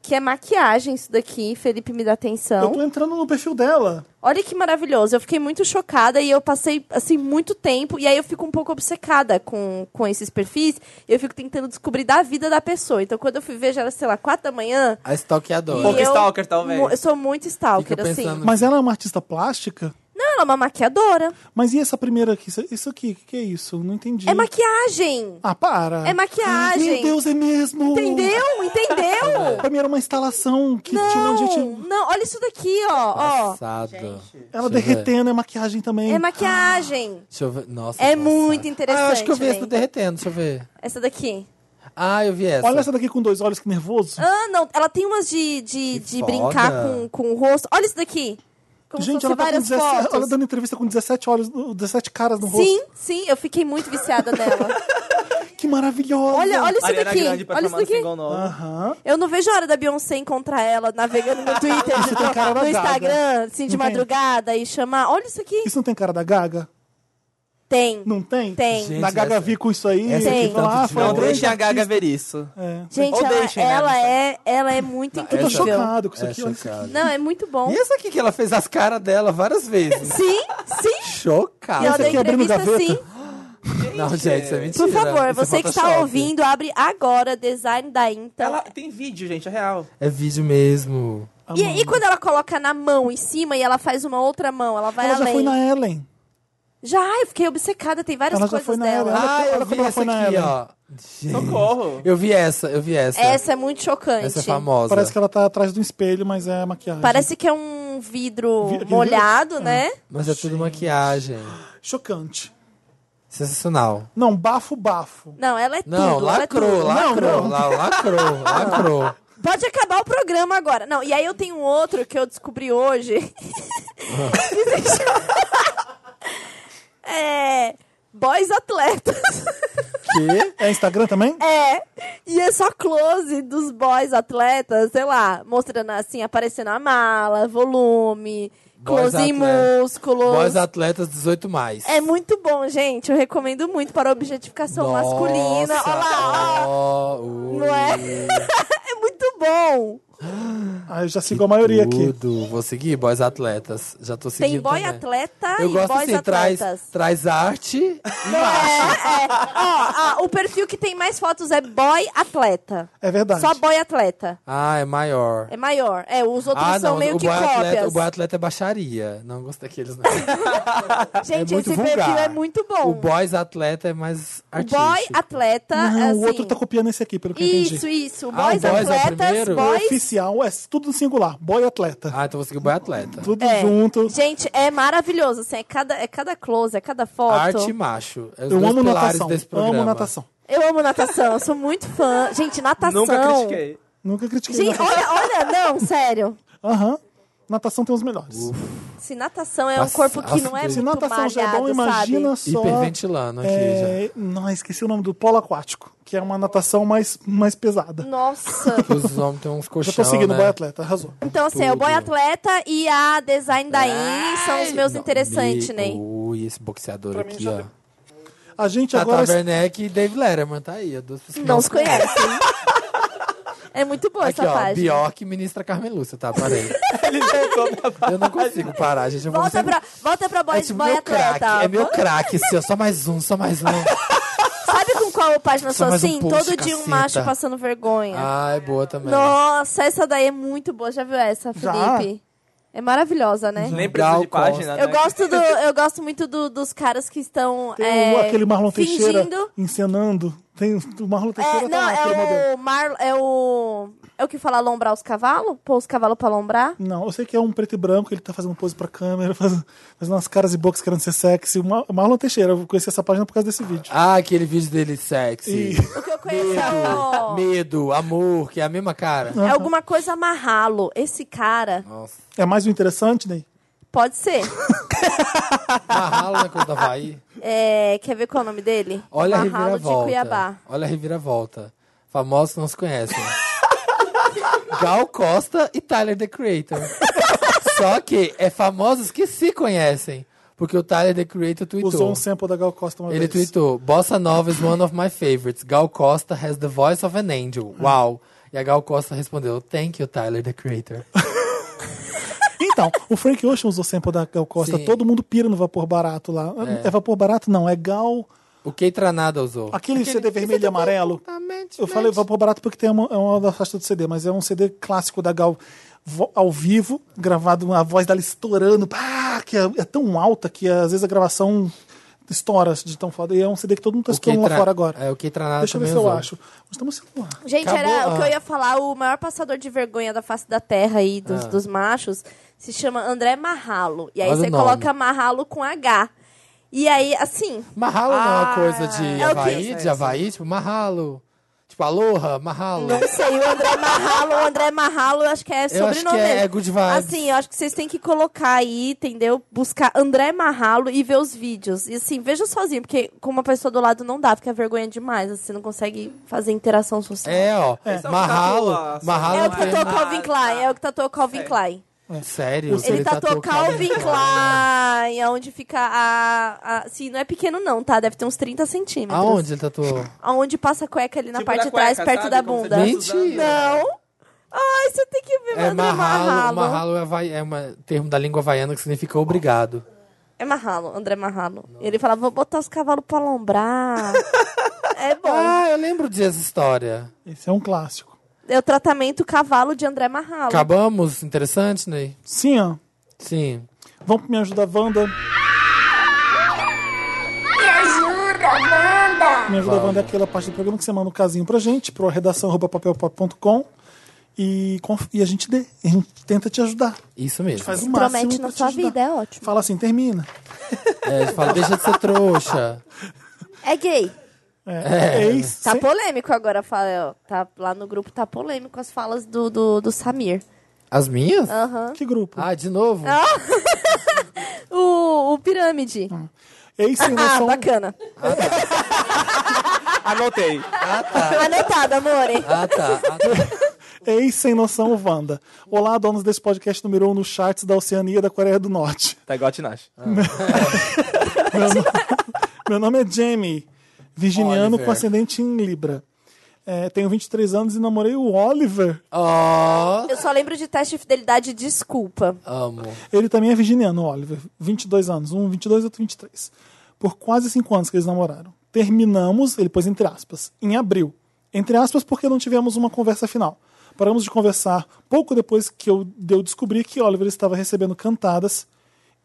Speaker 4: que é maquiagem isso daqui. Felipe me dá atenção.
Speaker 2: Eu tô entrando no perfil dela.
Speaker 4: Olha que maravilhoso. Eu fiquei muito chocada e eu passei, assim, muito tempo. E aí eu fico um pouco obcecada com, com esses perfis. Eu fico tentando descobrir da vida da pessoa. Então, quando eu fui ver, já era, sei lá, quatro da manhã.
Speaker 3: A
Speaker 4: e
Speaker 3: stalkeadora.
Speaker 5: Pouco
Speaker 4: eu-
Speaker 5: stalker, talvez.
Speaker 4: mu- Eu sou muito stalker,
Speaker 3: Fica
Speaker 4: assim.
Speaker 3: pensando-
Speaker 2: Mas ela é uma artista plástica?
Speaker 4: Não, ela é uma maquiadora.
Speaker 2: Mas e essa primeira aqui? Isso- Isso aqui, o que, que é isso? Não entendi.
Speaker 4: É maquiagem!
Speaker 2: Ah, para.
Speaker 4: É
Speaker 2: Meu
Speaker 4: maquiagem.
Speaker 2: Deus, é mesmo.
Speaker 4: Entendeu? Entendeu?
Speaker 2: Pra mim era uma instalação que tinha um
Speaker 4: Não,
Speaker 2: gente...
Speaker 4: não, olha isso daqui, ó. ó.
Speaker 3: Passado.
Speaker 2: Ela
Speaker 3: Deixa eu ver.
Speaker 2: derretendo, é maquiagem também.
Speaker 4: É maquiagem.
Speaker 3: Deixa eu ver. Nossa.
Speaker 4: É
Speaker 3: passado. Ah, eu acho que
Speaker 4: muito
Speaker 3: eu
Speaker 4: interessante,
Speaker 3: vi esse do
Speaker 4: véi.
Speaker 3: derretendo, deixa eu ver.
Speaker 4: Essa daqui.
Speaker 3: Ah, eu vi essa.
Speaker 2: Olha essa daqui com dois olhos, que nervoso.
Speaker 4: Ah, não, ela tem umas de, de,
Speaker 3: Que
Speaker 4: de
Speaker 3: foda.
Speaker 4: brincar com, com o rosto. Olha isso daqui. Como
Speaker 2: Gente,
Speaker 4: se fosse
Speaker 2: ela tá com
Speaker 4: várias
Speaker 2: 17,
Speaker 4: fotos.
Speaker 2: ela dando entrevista com 17 olhos, 17 caras no
Speaker 4: Sim,
Speaker 2: rosto.
Speaker 4: sim, eu fiquei muito viciada nela.
Speaker 2: Que maravilhosa.
Speaker 4: Olha, olha isso
Speaker 5: Ariana
Speaker 4: daqui.
Speaker 5: Grande
Speaker 4: Olha isso
Speaker 5: performando
Speaker 4: daqui.
Speaker 5: single novo.
Speaker 3: Ah,
Speaker 2: Aham.
Speaker 4: Eu não vejo a hora da Beyoncé encontrar ela navegando no Twitter,
Speaker 2: tem cara
Speaker 4: no,
Speaker 2: da
Speaker 4: Instagram, assim, de
Speaker 2: Não tem?
Speaker 4: madrugada e chamar. Olha isso aqui.
Speaker 2: Isso não tem cara da Gaga?
Speaker 4: Tem.
Speaker 2: Não tem?
Speaker 4: Tem.
Speaker 3: Gente,
Speaker 2: da Gaga
Speaker 3: essa-
Speaker 2: Vi com isso aí.
Speaker 3: essa
Speaker 4: aqui
Speaker 2: que fala,
Speaker 3: tanto
Speaker 2: ah,
Speaker 3: de
Speaker 2: foi uma
Speaker 5: Não
Speaker 3: novo.
Speaker 2: grande
Speaker 5: deixem a Gaga
Speaker 2: artista.
Speaker 5: ver isso.
Speaker 2: É.
Speaker 4: Gente,
Speaker 5: Ou
Speaker 4: ela,
Speaker 5: deixem, né,
Speaker 4: ela
Speaker 5: não
Speaker 4: é, ela é muito
Speaker 2: Eu tô
Speaker 3: Essa-
Speaker 4: incrível.
Speaker 2: chocado com isso
Speaker 3: É,
Speaker 2: aqui. olha isso aqui.
Speaker 3: chocado.
Speaker 4: Não, é muito bom.
Speaker 3: E essa aqui que ela fez as caras dela várias vezes.
Speaker 4: Sim, sim.
Speaker 3: Chocada.
Speaker 4: E ela
Speaker 2: Essa
Speaker 4: deu
Speaker 2: Ah, aqui é abrindo
Speaker 4: entrevista
Speaker 2: gaveta?
Speaker 4: sim.
Speaker 3: Não, gente, isso é mentira.
Speaker 4: Por favor,
Speaker 3: Isso é
Speaker 4: você que está
Speaker 3: Photoshop.
Speaker 4: ouvindo, abre agora Design da Inta.
Speaker 5: Ela tem vídeo, gente, é real.
Speaker 3: É vídeo mesmo.
Speaker 4: E, e quando ela coloca na mão em cima e ela faz uma outra mão, ela vai
Speaker 2: Ela já
Speaker 4: além.
Speaker 2: foi na Ellen.
Speaker 4: Já, eu fiquei obcecada, tem várias
Speaker 2: Ela já
Speaker 4: coisas
Speaker 2: foi na
Speaker 4: dela.
Speaker 2: Ellen.
Speaker 3: Ah,
Speaker 2: olha
Speaker 3: eu
Speaker 2: como
Speaker 3: vi
Speaker 2: ela
Speaker 3: essa
Speaker 2: foi na
Speaker 3: aqui,
Speaker 2: Ellen.
Speaker 3: ó. Gente.
Speaker 5: Socorro!
Speaker 3: Eu vi essa, eu vi essa.
Speaker 4: Essa é muito chocante.
Speaker 3: Essa é famosa.
Speaker 2: Parece que ela tá atrás de um espelho, mas é maquiagem.
Speaker 4: Parece que é um vidro
Speaker 2: Vi- Ah. aquele
Speaker 4: molhado, né?
Speaker 3: Mas é tudo maquiagem.
Speaker 2: Chocante.
Speaker 3: Sensacional.
Speaker 2: Não, bafo, bafo.
Speaker 4: Não, ela é
Speaker 3: Não,
Speaker 4: tudo. ela é
Speaker 3: lacrou,
Speaker 4: tudo.
Speaker 3: lacrou, la- lacrou, lacrou.
Speaker 4: Pode acabar o programa agora. Não, e aí eu tenho outro que eu descobri hoje. Me deixou- é. Boys atletas.
Speaker 3: Que?
Speaker 2: É Instagram também?
Speaker 4: É. E é só close dos boys atletas, sei lá, mostrando assim, aparecendo a mala, volume,
Speaker 3: Boys
Speaker 4: close em
Speaker 3: atleta.
Speaker 4: músculos.
Speaker 3: Boys atletas 18 mais.
Speaker 4: É muito bom, gente. Eu recomendo muito para a objetificação
Speaker 3: Nossa,
Speaker 4: masculina. Olha lá, ó.
Speaker 3: ó, ui,
Speaker 4: Não é? é muito bom.
Speaker 2: Ah, eu já sigo a maioria aqui.
Speaker 3: Tudo. Vou seguir boys atletas. Já tô seguindo
Speaker 4: Tem boy
Speaker 3: também.
Speaker 4: atleta
Speaker 3: Eu
Speaker 4: e
Speaker 3: gosto
Speaker 4: boys
Speaker 3: assim,
Speaker 4: atletas.
Speaker 3: traz, traz arte.
Speaker 4: É, é. Ó, ó, o perfil que tem mais fotos é boy atleta.
Speaker 2: É verdade.
Speaker 4: Só boy atleta.
Speaker 3: Ah, é maior.
Speaker 4: É maior. É, os outros
Speaker 3: ah,
Speaker 4: são
Speaker 3: não,
Speaker 4: meio
Speaker 3: o
Speaker 4: que
Speaker 3: boy
Speaker 4: cópias.
Speaker 3: atleta, o boy atleta é baixaria. Não gosto daqueles, não.
Speaker 4: Gente,
Speaker 3: é muito
Speaker 4: esse perfil
Speaker 3: vulgar.
Speaker 4: é muito bom.
Speaker 3: o boys atleta é mais
Speaker 4: O
Speaker 3: artístico.
Speaker 4: boy atleta.
Speaker 2: Não,
Speaker 4: assim,
Speaker 2: o outro tá copiando esse aqui, pelo que eu
Speaker 4: Isso,
Speaker 2: entendi.
Speaker 4: isso.
Speaker 3: Ah, o
Speaker 4: Boys
Speaker 3: boys é o
Speaker 4: atletas,
Speaker 3: primeiro?
Speaker 2: O
Speaker 4: boys.
Speaker 2: Oficial, é tudo no singular. Boy atleta.
Speaker 3: Ah, então vou seguir o boy atleta.
Speaker 2: Tudo
Speaker 4: É.
Speaker 2: junto.
Speaker 4: Gente, é maravilhoso. Assim, é, cada, é cada close, é cada foto.
Speaker 3: Arte e macho. É os
Speaker 2: Eu
Speaker 3: dois
Speaker 2: amo
Speaker 3: pilares
Speaker 2: natação.
Speaker 3: desse
Speaker 2: Eu
Speaker 3: programa.
Speaker 2: amo natação.
Speaker 4: Eu amo natação, eu sou muito fã. Gente, natação.
Speaker 5: Nunca critiquei.
Speaker 2: Nunca critiquei.
Speaker 4: Gente,
Speaker 2: natação.
Speaker 4: olha, olha, não, sério.
Speaker 2: Aham. Natação tem os melhores.
Speaker 4: Se natação é um
Speaker 3: Nossa,
Speaker 4: corpo que não é
Speaker 3: nossa,
Speaker 2: Se
Speaker 4: muito
Speaker 2: natação
Speaker 4: malhado,
Speaker 2: já é bom, imagina só.
Speaker 3: Hiperventilando aqui né, já.
Speaker 2: É, não, esqueci o nome do polo aquático, que é uma natação mais, mais pesada.
Speaker 4: sabe? Nossa.
Speaker 3: Os homens têm uns
Speaker 2: Já
Speaker 3: colchão,
Speaker 2: tô seguindo o
Speaker 3: né?
Speaker 2: boy atleta, arrasou.
Speaker 4: Então, assim, é o
Speaker 3: Tudo.
Speaker 4: boy atleta e a design da In são os meus
Speaker 3: Não,
Speaker 4: interessantes,
Speaker 3: me-
Speaker 4: né?
Speaker 3: Ui, esse boxeador aqui, ó.
Speaker 2: A gente
Speaker 3: Tata
Speaker 2: tá- agora.
Speaker 3: Werneck e Dave Letterman, tá aí. Duas pessoas
Speaker 4: Não os conhecem. é muito boa
Speaker 3: Aqui,
Speaker 4: essa
Speaker 3: ó,
Speaker 4: página.
Speaker 3: Bjork ministra Carmen Lúcia, tá? Parei.
Speaker 5: Ele voltou pra
Speaker 3: Eu não consigo parar, gente. Eu vou
Speaker 4: Volta
Speaker 3: sempre-
Speaker 4: pra, volta pra boy,
Speaker 3: É tipo
Speaker 4: boy
Speaker 3: meu
Speaker 4: atleta.
Speaker 3: craque, é meu craque, assim, ó, só mais um, só mais um.
Speaker 4: Sabe com qual página eu
Speaker 3: Só
Speaker 4: sou
Speaker 3: mais um
Speaker 4: assim?
Speaker 3: post,
Speaker 4: Todo dia um
Speaker 3: caceta.
Speaker 4: macho passando vergonha.
Speaker 3: Ah, é boa também.
Speaker 4: Nossa, essa daí é muito boa. Já viu essa,
Speaker 2: Já?
Speaker 4: Felipe? É maravilhosa, né?
Speaker 5: Nem precisa de
Speaker 3: Gal Costa.
Speaker 5: página,
Speaker 4: Eu
Speaker 5: né?
Speaker 4: gosto, do, eu gosto muito do- dos caras que estão.
Speaker 2: Tem
Speaker 4: é,
Speaker 2: o- aquele Marlon Teixeira
Speaker 4: fingindo.
Speaker 2: encenando. Tem, o Marlon Teixeira tá
Speaker 4: É, não,
Speaker 2: lá, aquele modelo.
Speaker 4: é o, Mar, é o. É o que fala lombrar os cavalos? Pôr os cavalos pra lombrar?
Speaker 2: Não, eu sei que é um preto e branco, ele tá fazendo pose pra câmera, fazendo, fazendo umas caras e bocas querendo ser sexy. O Ma- Marlon Teixeira, eu conheci essa página por causa desse vídeo.
Speaker 3: Ah, aquele vídeo dele sexy.
Speaker 2: E-
Speaker 4: O que eu conheço é o-
Speaker 3: Medo, amor, que é a mesma cara.
Speaker 4: É alguma coisa amarrá-lo. Esse cara.
Speaker 3: Nossa.
Speaker 2: é mais um interessante, Ney?
Speaker 4: Pode ser.
Speaker 3: Marralo né, na conta Havaí.
Speaker 4: É, quer ver qual é o nome dele?
Speaker 3: Olha a
Speaker 4: Amarrá-lo de Cuiabá.
Speaker 3: reviravolta. Olha a reviravolta. Famosos não se conhecem. Gal Costa e Tyler The Creator. Só que é famosos que se conhecem. Porque o Tyler The Creator
Speaker 2: Usou
Speaker 3: tweetou.
Speaker 2: um sample da Gal Costa uma
Speaker 3: Ele
Speaker 2: vez.
Speaker 3: tweetou: Bossa Nova is one of my favorites. Gal Costa has the voice of an angel. Wow. E a Gal Costa respondeu: Thank you, Tyler the Creator.
Speaker 2: Então, o Frank Ocean usou sample da Gal Costa.
Speaker 3: Sim.
Speaker 2: Todo mundo pira no vapor barato lá. É, vapor barato? Não, é Gal.
Speaker 3: O Kei Tranada usou.
Speaker 2: Aquele, CD é
Speaker 4: é
Speaker 2: vermelho e amarelo.
Speaker 3: Exatamente,
Speaker 2: Eu falei vapor barato porque tem uma, é uma da faixa do CD, mas é um CD clássico da Gal vo- ao vivo, gravado, a voz dela estourando, pá, que é, é tão alta que às vezes a gravação estoura de tão foda. E é um CD que todo mundo tá
Speaker 3: O Kei
Speaker 2: escutando lá
Speaker 3: Tra-
Speaker 2: fora agora.
Speaker 3: É, o Kei Tranada
Speaker 2: Deixa eu ver
Speaker 3: também
Speaker 2: se eu
Speaker 3: usou.
Speaker 2: acho. Mas estamos celular.
Speaker 4: Gente,
Speaker 3: Acabou,
Speaker 4: era o que
Speaker 3: ah.
Speaker 4: eu ia falar. O maior passador de vergonha da face da terra aí, dos, dos machos, se chama André Marralo. E aí
Speaker 3: Ah. Olha o
Speaker 4: você
Speaker 3: nome.
Speaker 4: coloca Marralo com H. E aí, assim,
Speaker 3: Marralo não é uma coisa de
Speaker 4: é o quê?
Speaker 3: Havaí, de Havaí, tipo, Marralo. Tipo, Aloha, Marralo.
Speaker 4: não sei, o André Marralo, o André Marralo, eu acho que é
Speaker 3: Eu
Speaker 4: sobrenome
Speaker 3: acho que é,
Speaker 4: dele.
Speaker 3: é Good Vibes.
Speaker 4: Assim, eu acho que vocês têm que colocar aí, entendeu? Buscar André Marralo e ver os vídeos. E assim, veja sozinho, porque com uma pessoa do lado não dá, porque é vergonha demais. assim, Você não consegue fazer interação social. É,
Speaker 3: É, ó.
Speaker 5: Esse é o
Speaker 3: Marralo.
Speaker 5: Tatu, ó,
Speaker 3: Marralo
Speaker 4: o
Speaker 3: é
Speaker 4: que
Speaker 3: uma-
Speaker 4: tatuou
Speaker 5: Ah,
Speaker 4: Calvin Klein, é o que tatuou Calvin Klein.
Speaker 3: Sério? tá
Speaker 2: Ele
Speaker 4: Ele tá tatuou Calvin Klein, aonde fica a, a. Assim, não é pequeno, não, tá? Deve ter uns 30 centímetros.
Speaker 3: Aonde ele tá tatuou?
Speaker 4: Aonde passa a cueca ali na
Speaker 5: Tipo
Speaker 4: parte
Speaker 5: da
Speaker 4: de trás,
Speaker 5: cueca,
Speaker 4: perto
Speaker 5: sabe?
Speaker 4: da
Speaker 5: Como você
Speaker 4: bunda.
Speaker 5: tá
Speaker 3: Mentira.
Speaker 5: usando.
Speaker 4: Não! Ai, você tem que ver,
Speaker 3: É
Speaker 4: André Marralo.
Speaker 3: Marralo. Marralo é, havai- é um termo da língua havaiana que significa obrigado.
Speaker 4: É Marralo, André Marralo. Ele falava, vou botar os cavalos pra lombrar. é bom.
Speaker 3: Ah, eu lembro dessa história.
Speaker 2: Esse é um clássico.
Speaker 4: É o tratamento cavalo de André Marralo.
Speaker 3: Acabamos? Interessante, Ney?
Speaker 2: Sim, ó.
Speaker 3: Sim.
Speaker 2: Vamos pro Me Ajuda Wanda.
Speaker 1: ajuda, Wanda!
Speaker 2: Me ajuda Wanda é aquela parte do programa que você manda um casinho pra gente, pro redação.papelpop.com e, conf- e a gente dê. A gente tenta te ajudar.
Speaker 3: Isso mesmo.
Speaker 2: Faz o máximo.
Speaker 4: Promete na
Speaker 2: pra te
Speaker 4: sua
Speaker 2: ajudar.
Speaker 4: vida, é ótimo.
Speaker 2: Fala assim, termina.
Speaker 3: É, eu falo, deixa de ser trouxa.
Speaker 4: É gay.
Speaker 2: É, ex-
Speaker 4: Tá
Speaker 2: sem-
Speaker 4: polêmico agora, Fael. Tá, lá no grupo tá polêmico as falas do, do, do Samir.
Speaker 3: As minhas?
Speaker 2: Que grupo?
Speaker 3: Ah, de novo?
Speaker 4: O, o Pirâmide.
Speaker 2: É Ex sem
Speaker 4: Ah,
Speaker 2: noção.
Speaker 4: bacana.
Speaker 5: Anotei.
Speaker 4: Ah. Anotado, amore.
Speaker 3: Ah, tá. Ah, tá.
Speaker 2: é Ex sem noção Wanda. Olá, donos desse podcast número 1 um no charts da Oceania e da Coreia do Norte.
Speaker 5: Tá igual a Tinashe.
Speaker 2: Meu nome, meu nome é Jamie, virginiano
Speaker 3: Oliver.
Speaker 2: com ascendente em Libra. É, tenho 23 anos e namorei o Oliver.
Speaker 3: Ó,
Speaker 4: Eu só lembro de teste de fidelidade, desculpa.
Speaker 3: amo.
Speaker 2: Ele também é virginiano, o Oliver. 22 anos. Um 22, outro 23. Por quase 5 anos que eles namoraram. Terminamos, ele pôs entre aspas, em abril. Entre aspas porque não tivemos uma conversa final. Paramos de conversar pouco depois que eu, de eu descobri que Oliver estava recebendo cantadas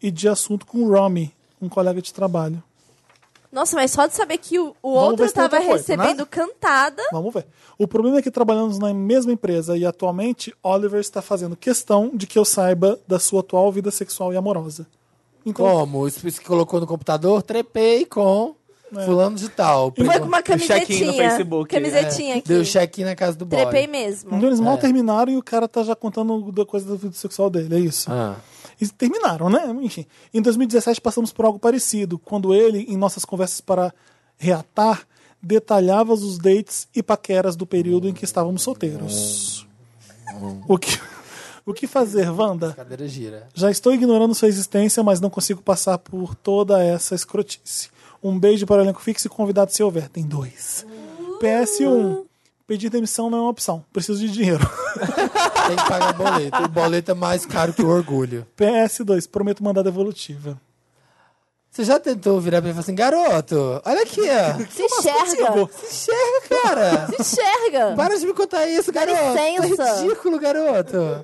Speaker 2: e de assunto com Romy, um colega de trabalho.
Speaker 4: Nossa, mas só de saber que o, o
Speaker 2: Vamos ver
Speaker 4: outro
Speaker 2: se tem
Speaker 4: tava
Speaker 2: outra coisa, né?
Speaker 4: recebendo cantada.
Speaker 2: Vamos ver. O problema é que trabalhamos na mesma empresa e atualmente Oliver está fazendo questão de que eu saiba da sua atual vida sexual e amorosa. Então, Inclu-
Speaker 3: Como? Isso isso que colocou no computador, trepei com fulano de tal. Primo-
Speaker 4: É.
Speaker 3: é,
Speaker 4: Foi com uma
Speaker 5: check-in no
Speaker 4: camisetinha.
Speaker 5: Facebook,
Speaker 4: é. Camisetinha aqui.
Speaker 3: Deu check-in na casa do boy.
Speaker 4: Trepei mesmo.
Speaker 2: Então eles mal terminaram e o cara tá já contando da coisa da vida sexual dele, é isso.
Speaker 3: Ah.
Speaker 2: E terminaram, né? Enfim. Em 2017 passamos por algo parecido, quando ele, em nossas conversas para reatar, detalhava os dates e paqueras do período em que estávamos solteiros. O que, o que fazer, Wanda?
Speaker 3: Cadeira gira.
Speaker 2: Já estou ignorando sua existência, mas não consigo passar por toda essa escrotice. Um beijo para o elenco fixo e convidado se houver. Tem dois. PS1. Pedir demissão não é uma opção. Preciso de dinheiro.
Speaker 3: Tem que pagar boleto. O boleto é mais caro que o orgulho.
Speaker 2: PS2. Prometo mandar devolutiva.
Speaker 3: Você já tentou virar pra mim e falar assim, garoto, olha aqui, ó.
Speaker 4: Se enxerga.
Speaker 3: Se enxerga, cara.
Speaker 4: Se enxerga.
Speaker 3: Para de me contar isso, garoto.
Speaker 4: licença.
Speaker 3: É ridículo, garoto.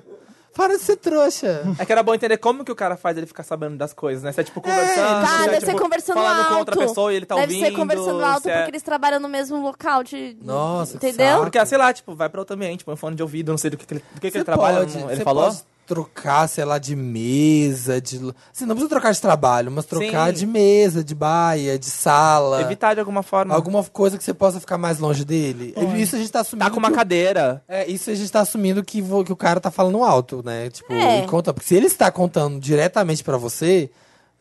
Speaker 3: Para de ser trouxa.
Speaker 5: É que era bom entender como que o cara faz ele ficar sabendo das coisas, né? Você é tipo conversando.
Speaker 4: Tá,
Speaker 5: você é,
Speaker 4: deve
Speaker 5: tipo,
Speaker 4: ser conversando
Speaker 5: falando
Speaker 4: alto.
Speaker 5: com outra pessoa e ele tá
Speaker 4: deve
Speaker 5: ouvindo.
Speaker 4: ser conversando alto
Speaker 5: você é-
Speaker 4: porque eles trabalham no mesmo local de.
Speaker 3: Nossa, que
Speaker 4: Entendeu?
Speaker 3: saco.
Speaker 5: Porque, sei lá, tipo, vai pra outro ambiente, põe fone de ouvido, não sei do que, que ele, do que, que ele trabalha. não- ele
Speaker 3: você
Speaker 5: falou?
Speaker 3: pode trocar, sei lá, de mesa, de... Assim, não precisa trocar de trabalho, mas trocar
Speaker 5: Sim.
Speaker 3: de mesa, de baia, de sala.
Speaker 5: Evitar de alguma forma.
Speaker 3: Alguma coisa que você possa ficar mais longe dele. Isso a gente tá assumindo
Speaker 5: Tá com uma
Speaker 3: que o-
Speaker 5: cadeira.
Speaker 3: É, isso a gente tá assumindo que, vo- que o cara tá falando alto, né? Tipo,
Speaker 4: É.
Speaker 3: ele conta. Porque se ele está contando diretamente pra você,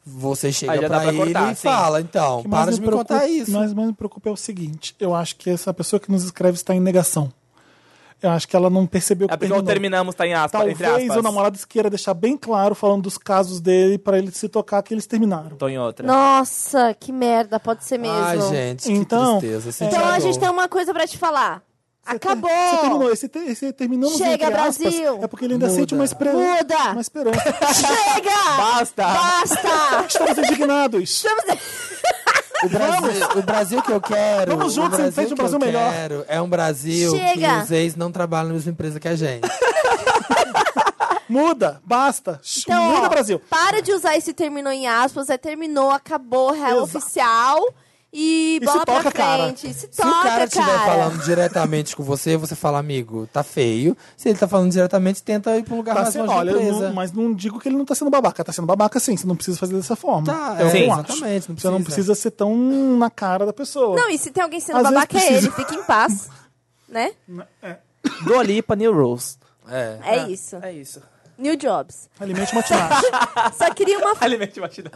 Speaker 3: você chega
Speaker 5: Aí
Speaker 3: pra,
Speaker 5: já dá pra
Speaker 3: ele
Speaker 5: cortar,
Speaker 3: e
Speaker 5: sim.
Speaker 3: fala, então,
Speaker 2: O que mais
Speaker 3: para de me
Speaker 2: preocupa-
Speaker 3: contar isso.
Speaker 2: Mas mais me preocupa é o seguinte. Eu acho que essa pessoa que nos escreve está em negação. Eu acho que ela não percebeu que
Speaker 5: É porque o
Speaker 2: terminou.
Speaker 5: terminamos, tá em aspas, entre
Speaker 2: Talvez
Speaker 5: aspas.
Speaker 2: o namorado queira deixar bem claro, falando dos casos dele, para ele se tocar que eles terminaram.
Speaker 5: Tô em outra.
Speaker 4: Nossa, que merda, pode ser mesmo.
Speaker 3: Ai, gente,
Speaker 2: Então,
Speaker 3: que tristeza. senti
Speaker 4: Então a
Speaker 3: dor.
Speaker 4: gente tem uma coisa pra te falar. Acabou!
Speaker 2: Você terminou. Esse, te, esse terminamos entre
Speaker 4: Chega,
Speaker 2: aspas,
Speaker 4: Brasil!
Speaker 2: É porque ele ainda
Speaker 3: Muda.
Speaker 2: sente uma esperança.
Speaker 4: Muda!
Speaker 2: Uma esperança. Tá,
Speaker 4: Chega!
Speaker 5: Basta!
Speaker 4: Basta!
Speaker 2: Estamos tá indignados.
Speaker 3: O Brasil, o Brasil que eu quero.
Speaker 2: Vamos
Speaker 3: o
Speaker 2: juntos,
Speaker 3: Brasil
Speaker 2: entende um
Speaker 3: que eu
Speaker 2: Brasil melhor.
Speaker 3: quero é um Brasil
Speaker 4: Chega.
Speaker 3: que os ex não trabalham na mesma empresa que a gente.
Speaker 2: Muda. Basta.
Speaker 4: Então,
Speaker 2: Muda,
Speaker 4: ó,
Speaker 2: Brasil.
Speaker 4: para de usar esse terminou em aspas, é terminou, acabou,
Speaker 2: Exato.
Speaker 4: real oficial e
Speaker 2: se
Speaker 4: bola
Speaker 2: toca,
Speaker 4: pra
Speaker 2: cara.
Speaker 4: frente. Se
Speaker 3: Se
Speaker 4: toca,
Speaker 3: o cara estiver
Speaker 4: cara.
Speaker 3: falando diretamente com você, você fala, amigo, tá feio. Se ele tá falando diretamente, tenta ir pra um lugar
Speaker 2: Tá
Speaker 3: mais
Speaker 2: sendo-
Speaker 3: longe
Speaker 2: olha,
Speaker 3: da
Speaker 2: eu
Speaker 3: empresa.
Speaker 2: não, mas não digo que ele não tá sendo babaca. Tá sendo babaca sim, você não precisa fazer dessa forma.
Speaker 3: Tá,
Speaker 2: eu
Speaker 3: é,
Speaker 2: não acho.
Speaker 3: exatamente, não
Speaker 2: Você não
Speaker 3: precisa.
Speaker 2: precisa ser tão na cara da pessoa.
Speaker 4: Não, e se tem alguém sendo
Speaker 2: Às vezes
Speaker 4: babaca é
Speaker 2: precisa.
Speaker 4: ele, fica em paz. Né?
Speaker 5: Dua Lipa, New Rules.
Speaker 3: É.
Speaker 4: É,
Speaker 2: Ah.
Speaker 4: isso.
Speaker 5: É isso.
Speaker 4: New Jobs.
Speaker 2: Alimente uma tinagem.
Speaker 4: Só queria uma
Speaker 5: Alimente batida.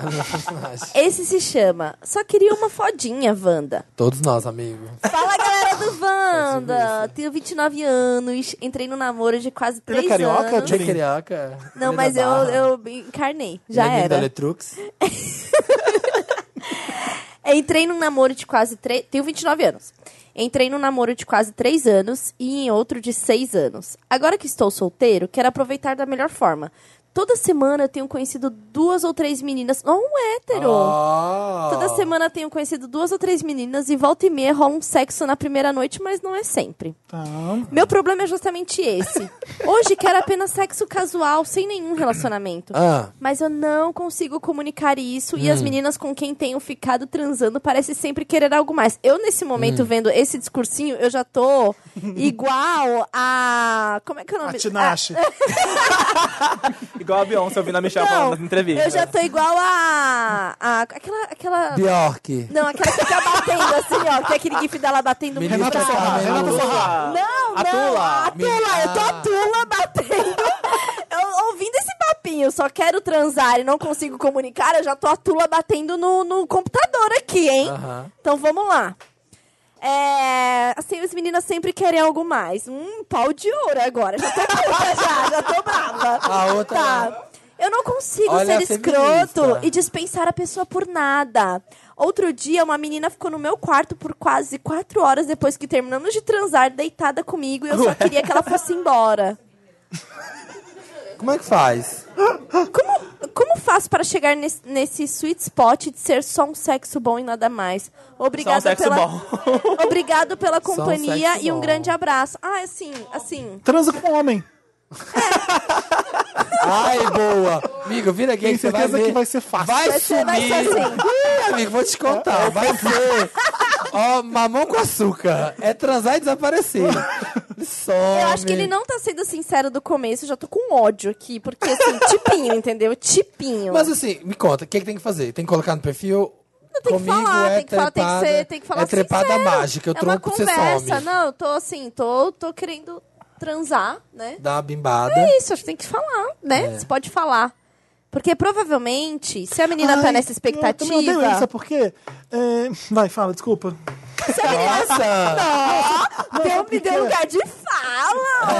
Speaker 4: Esse se chama Só Queria Uma Fodinha, Wanda.
Speaker 3: Todos nós, amigo.
Speaker 2: Tá
Speaker 4: Fala, galera do Wanda! Tenho 29 anos, entrei no namoro de quase 3
Speaker 2: é carioca,
Speaker 4: anos.
Speaker 3: é
Speaker 2: Julie?
Speaker 3: Crioca.
Speaker 4: Não, mas eu, eu encarnei, já
Speaker 3: é Neguinho da
Speaker 4: era.
Speaker 3: Letrux.
Speaker 4: Entrei num namoro de quase 3... Tenho 29 anos. Entrei num namoro de quase 3 anos e em outro de 6 anos. Agora que estou solteiro, quero aproveitar da melhor forma. Toda semana eu tenho conhecido duas ou três meninas. Não um hétero.
Speaker 3: Ah.
Speaker 4: Toda semana eu tenho conhecido duas ou três meninas e volta e meia rola um sexo na primeira noite, mas não é sempre.
Speaker 2: Tá.
Speaker 4: Meu problema é justamente esse. Hoje quero apenas sexo casual, sem nenhum relacionamento.
Speaker 3: Ah.
Speaker 4: Mas eu não consigo comunicar isso e
Speaker 5: Hum.
Speaker 4: as meninas com quem tenho ficado transando parecem sempre querer algo mais. Eu, nesse
Speaker 5: Hum.
Speaker 4: momento, vendo esse discursinho, eu já tô igual a. Como é que é o
Speaker 2: A
Speaker 4: nome?
Speaker 2: Tinashe.
Speaker 5: Igual a Beyoncé ouvindo é a Michelle falando
Speaker 4: Não,
Speaker 5: nas entrevistas.
Speaker 4: eu já tô igual a. a aquela. aquela...
Speaker 3: Bjork.
Speaker 4: Não, aquela que fica batendo assim, ó. Que é aquele gif dela batendo muito
Speaker 3: Ministra
Speaker 4: bravo.
Speaker 3: Carmen Lúcia.
Speaker 5: Olá.
Speaker 4: Não,
Speaker 5: A
Speaker 4: não.
Speaker 5: Tula.
Speaker 4: A Tula. Eu tô a Tula batendo. Eu, ouvindo esse papinho, só quero transar e não consigo comunicar, eu já tô a Tula batendo no, no computador aqui, hein?
Speaker 3: Aham.
Speaker 4: Então vamos lá. É, assim, as meninas sempre querem algo mais. Um pau de ouro agora. Já tô puta, já, já tô brava.
Speaker 3: A outra
Speaker 4: Tá. Eu não consigo
Speaker 3: Olha a
Speaker 4: ser é escroto
Speaker 3: feminista.
Speaker 4: e dispensar a pessoa por nada. Outro dia, uma menina ficou no meu quarto por quase quatro horas depois que terminamos de transar, deitada comigo, e eu só queria que ela fosse embora.
Speaker 3: Como é que faz?
Speaker 4: Como, como faço para chegar nesse, nesse sweet spot de ser só um sexo bom e nada mais? Obrigada
Speaker 5: Só um sexo
Speaker 4: pela,
Speaker 5: bom.
Speaker 4: obrigado pela
Speaker 3: um
Speaker 4: companhia
Speaker 3: sexo
Speaker 4: e um
Speaker 3: bom.
Speaker 4: grande abraço. Ah, assim, assim.
Speaker 2: Transa com um homem.
Speaker 3: Ai, boa. Amigo, vira aqui
Speaker 2: Tenho
Speaker 3: que você vai
Speaker 2: certeza
Speaker 3: ver.
Speaker 2: que vai ser fácil. É,
Speaker 3: Vai,
Speaker 4: Vai
Speaker 3: sumir.
Speaker 4: ser- vai ser assim.
Speaker 3: Ih, amigo, vou te contar. Vai ser. Ó, mamão com açúcar. É transar e desaparecer. Ele Some.
Speaker 4: Eu acho que ele não tá sendo sincero do começo, eu já tô com ódio aqui, porque assim, tipinho, entendeu? Tipinho.
Speaker 3: Mas assim, me conta, o que, que tem que fazer? Tem que colocar no perfil?
Speaker 4: Não, tem
Speaker 3: Comigo
Speaker 4: que falar,
Speaker 3: é
Speaker 4: tem que falar, tem que
Speaker 3: trepada-
Speaker 4: ser, tem que falar
Speaker 3: É trepada
Speaker 4: sincero.
Speaker 3: mágica, eu
Speaker 4: É uma
Speaker 3: tronco você
Speaker 4: conversa,
Speaker 3: some.
Speaker 4: não, eu tô assim, tô, tô querendo transar, né?
Speaker 3: Dá uma bimbada.
Speaker 4: É isso, acho que tem que falar, né?
Speaker 3: É.
Speaker 4: Você pode falar. Porque provavelmente, se a menina tá
Speaker 2: Ai,
Speaker 4: nessa expectativa.
Speaker 2: Eu também odeio isso, sabe por quê? É, Vai, fala, desculpa.
Speaker 3: Nossa! é?
Speaker 2: Não,
Speaker 4: Deu,
Speaker 2: sabe
Speaker 4: tá- me
Speaker 2: por quê?
Speaker 4: deu um lugar de fala!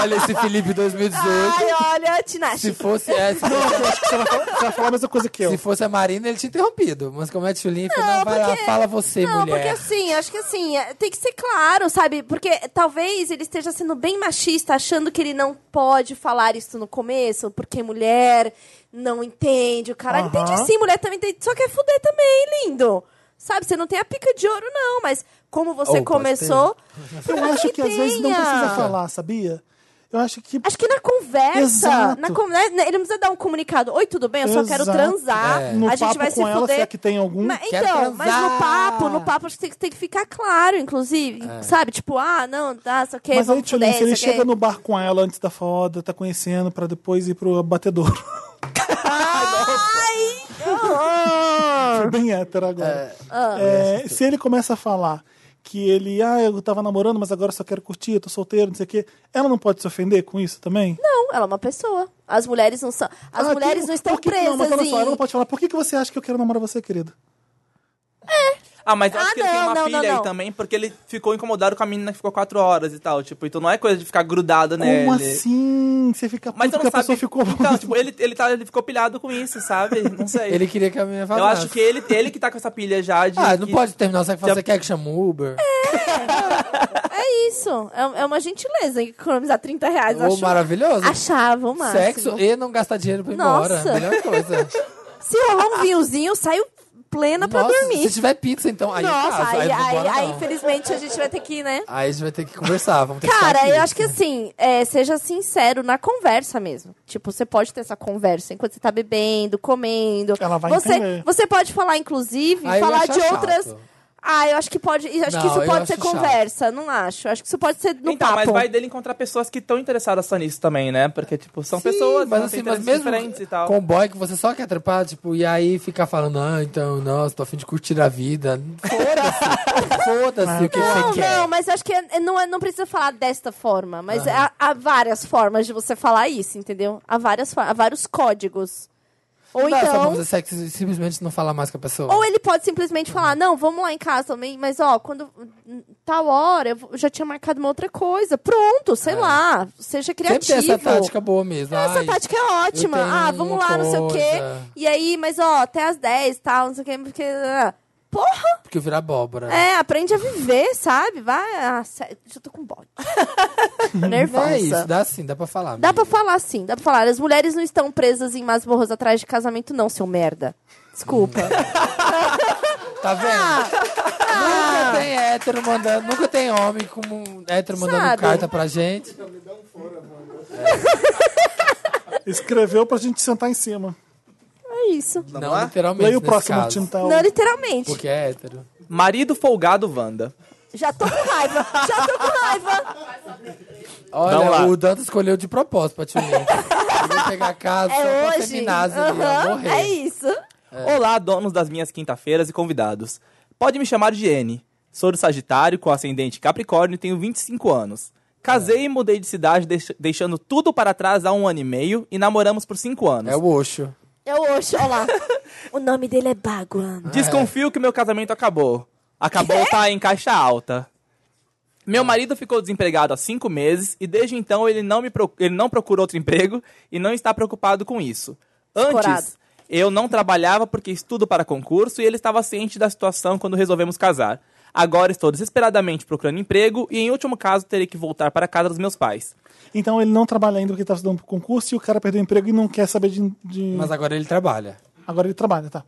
Speaker 3: Olha esse Felipe 2018.
Speaker 4: Ai, olha,
Speaker 3: Se
Speaker 4: Tinashe.
Speaker 3: fosse, é, se,
Speaker 2: Não, eu acho que você vai falar, você vai falar a mesma coisa que eu.
Speaker 3: se fosse a Marina, ele tinha interrompido. Mas como é Tchulinho, não, não
Speaker 4: Não,
Speaker 3: vai lá,
Speaker 4: porque-
Speaker 3: fala você,
Speaker 4: Não,
Speaker 3: mulher.
Speaker 4: porque assim, acho que assim, é, tem que ser claro, sabe? Porque talvez ele esteja sendo bem machista, achando que ele não pode falar isso no começo, porque mulher não entende, o caralho.
Speaker 2: Aham.
Speaker 4: Entende sim, mulher também entende, só quer fuder também, lindo. Sabe, você não tem a pica de ouro, não, mas como você
Speaker 2: Oh,
Speaker 3: Ou pode
Speaker 4: começou.
Speaker 2: Eu
Speaker 4: mas
Speaker 2: acho que às vezes não
Speaker 4: tenha.
Speaker 2: precisa falar, sabia? Eu acho que.
Speaker 4: Acho que na conversa,
Speaker 2: Exato.
Speaker 4: na con- né, ele não precisa dar um comunicado. Oi, tudo bem? Eu só quero
Speaker 2: Exato.
Speaker 4: transar.
Speaker 3: É.
Speaker 2: No
Speaker 4: a gente
Speaker 2: papo
Speaker 4: vai
Speaker 2: com
Speaker 4: se
Speaker 2: ela,
Speaker 4: fuder.
Speaker 2: se é que tem algum.
Speaker 4: Mas,
Speaker 3: Quero
Speaker 4: então, mas no
Speaker 3: transar.
Speaker 4: papo, no papo acho que tem, que- tem que ficar claro, inclusive. Sabe? Tipo, ah, não, tá, só que
Speaker 2: É. Mas aí,
Speaker 4: vamos
Speaker 2: Tchulin,
Speaker 4: fuder,
Speaker 2: se ele
Speaker 4: só que- é-
Speaker 2: chega no bar com ela antes da foda, tá conhecendo, pra depois ir pro abatedouro. Foi bem hétero agora.
Speaker 4: Ah.
Speaker 2: É, se ele começa a falar que ele, ah, eu tava namorando, mas agora só quero curtir, eu tô solteiro, não sei o quê, ela não pode se ofender com isso também?
Speaker 4: Não, ela é uma pessoa. As mulheres não são. As
Speaker 2: Ah,
Speaker 4: mulheres
Speaker 2: que-
Speaker 4: não estão
Speaker 2: por que,
Speaker 4: presas
Speaker 2: Não, mas olha
Speaker 4: em.
Speaker 2: só, ela não pode falar, por que, que você acha que eu quero namorar você, querido?
Speaker 5: Ah, mas
Speaker 4: Ah,
Speaker 5: acho que ele tem
Speaker 4: não,
Speaker 5: uma
Speaker 4: não,
Speaker 5: filha
Speaker 4: não,
Speaker 5: aí
Speaker 4: não.
Speaker 5: também, porque ele ficou incomodado com a menina que ficou quatro horas e tal. Tipo, então não é coisa de ficar grudado nele.
Speaker 2: Como assim? Você fica puto
Speaker 5: Né, Mas eu
Speaker 2: que
Speaker 5: não
Speaker 2: a
Speaker 5: sabe.
Speaker 2: pessoa ficou...
Speaker 5: Então, tipo, ele, ele, tá, ele ficou pilhado com isso, sabe? Não sei.
Speaker 3: Ele queria que a menina
Speaker 5: Eu
Speaker 3: falasse.
Speaker 5: acho que ele, ele que tá com essa pilha já de.
Speaker 3: Ah, não
Speaker 5: que-
Speaker 3: pode terminar o sexo.
Speaker 5: Já-
Speaker 3: Você quer que chame o Uber?
Speaker 4: É isso. É, é uma gentileza economizar 30 reais.
Speaker 3: Ô,
Speaker 4: É, acho-
Speaker 3: maravilhoso.
Speaker 4: Achava o máximo.
Speaker 3: Sexo e não gastar dinheiro pra ir
Speaker 4: Nossa.
Speaker 3: embora. É Melhor coisa.
Speaker 4: Se rolar um vinhozinho, eu saio plena pra
Speaker 3: Nossa,
Speaker 4: dormir.
Speaker 3: Se tiver pizza, então, aí é
Speaker 4: Nossa,
Speaker 3: caso. Aí,
Speaker 4: aí,
Speaker 3: não
Speaker 4: aí,
Speaker 3: bora,
Speaker 4: aí,
Speaker 3: não.
Speaker 4: infelizmente a gente vai ter que, né?
Speaker 3: Aí a gente vai ter que conversar. Vamos ter que
Speaker 4: Cara,
Speaker 3: ficar
Speaker 4: eu
Speaker 3: aqui. né?
Speaker 4: acho que assim, é, seja sincero na conversa mesmo. Tipo, você pode ter essa conversa enquanto você tá bebendo, comendo.
Speaker 2: Ela vai
Speaker 4: você,
Speaker 2: entender.
Speaker 4: Você pode falar, inclusive,
Speaker 3: Ah, eu
Speaker 4: falar
Speaker 3: ia
Speaker 4: de
Speaker 3: achar
Speaker 4: outras.
Speaker 3: chato.
Speaker 4: Ah, eu acho que pode. eu Acho
Speaker 3: Não,
Speaker 4: que isso
Speaker 3: eu
Speaker 4: pode
Speaker 3: acho
Speaker 4: ser
Speaker 3: chato.
Speaker 4: conversa, não acho. Acho que isso pode ser no
Speaker 5: então,
Speaker 4: papo.
Speaker 5: mas vai dele encontrar pessoas que estão interessadas só nisso também, né? Porque, tipo, são
Speaker 3: Sim,
Speaker 5: pessoas
Speaker 3: mas
Speaker 5: são
Speaker 3: assim, mas
Speaker 5: interesses
Speaker 3: mesmo
Speaker 5: diferentes e tal.
Speaker 3: com um boy que você só quer trepar, tipo, e aí ficar falando, ah, então, nossa, tô afim de curtir a vida. Foda-se. Foda-se o que
Speaker 4: Não,
Speaker 3: você quer.
Speaker 4: não, mas eu acho que é- é- não, é- não precisa falar desta forma. Mas há, há várias formas de você falar isso, entendeu? Há, várias, fo- há vários códigos. Ou
Speaker 3: Não, essa
Speaker 4: então.
Speaker 3: blusa sexy e simplesmente não falar mais com a pessoa.
Speaker 4: Ou ele pode simplesmente falar, não, vamos lá em casa também, mas ó, quando tal hora, eu vou- já tinha marcado uma outra coisa. Pronto, sei lá, seja criativo.
Speaker 3: É. Sempre tem essa tática boa mesmo.
Speaker 4: Essa
Speaker 3: Ai,
Speaker 4: tática é ótima.
Speaker 3: eu tenho
Speaker 4: Ah, vamos lá,
Speaker 3: uma
Speaker 4: não sei o
Speaker 3: coisa.
Speaker 4: quê. E aí, mas ó, até as 10 e tal, não sei o quê, porque... ah, Porra!
Speaker 3: Porque eu virar abóbora.
Speaker 4: É, aprende a viver, sabe? Vai. Ah, sério, eu tô com bode. Nervosa.
Speaker 3: É isso, dá sim, dá pra falar.
Speaker 4: Dá pra
Speaker 3: amiga.
Speaker 4: falar sim, dá pra falar. As mulheres não estão presas em masmorras atrás de casamento, não, seu merda. Desculpa. Ah,
Speaker 3: Tá vendo? Nunca tem hétero mandando, nunca tem homem como um hétero mandando
Speaker 4: Sabe?
Speaker 3: carta pra gente.
Speaker 2: Escreveu pra gente sentar em cima.
Speaker 4: É isso.
Speaker 3: Não,
Speaker 5: lá?
Speaker 3: literalmente.
Speaker 2: Leia o
Speaker 3: nesse
Speaker 2: próximo
Speaker 3: caso,
Speaker 2: time tal.
Speaker 4: Não, literalmente.
Speaker 3: Porque é hétero.
Speaker 5: Marido folgado Wanda.
Speaker 4: Já tô com raiva. Já tô com raiva.
Speaker 5: Vamos lá.
Speaker 3: Olha, o Dantas escolheu de propósito pra te unir. Eu vou pegar a casa só
Speaker 4: É
Speaker 3: pra
Speaker 4: hoje.
Speaker 3: feminazi,
Speaker 4: Aham,
Speaker 3: ia morrer.
Speaker 4: é isso.
Speaker 5: É. Olá, donos das minhas quinta-feiras e convidados. Pode me chamar de N. Sou do Sagitário, com ascendente Capricórnio e tenho 25 anos. Casei e mudei de cidade, deix- deixando tudo para trás há um ano e meio e namoramos por cinco anos.
Speaker 3: É o Oxo.
Speaker 4: É o Oxo, olha lá. O nome dele é Baguan.
Speaker 5: Desconfio que meu casamento acabou. Acabou tá em caixa alta. Meu marido ficou desempregado há cinco meses e desde então ele não, me proc- ele não procura outro emprego e não está preocupado com isso. Antes,
Speaker 4: Escorado.
Speaker 5: eu não trabalhava porque estudo para concurso e ele estava ciente da situação quando resolvemos casar. Agora estou desesperadamente procurando emprego e, em último caso, terei que voltar para a casa dos meus pais.
Speaker 2: Então ele não trabalha ainda porque tá estudando pro concurso e o cara perdeu o emprego e não quer saber de. de-
Speaker 3: Mas agora ele trabalha.
Speaker 2: Agora ele trabalha, tá.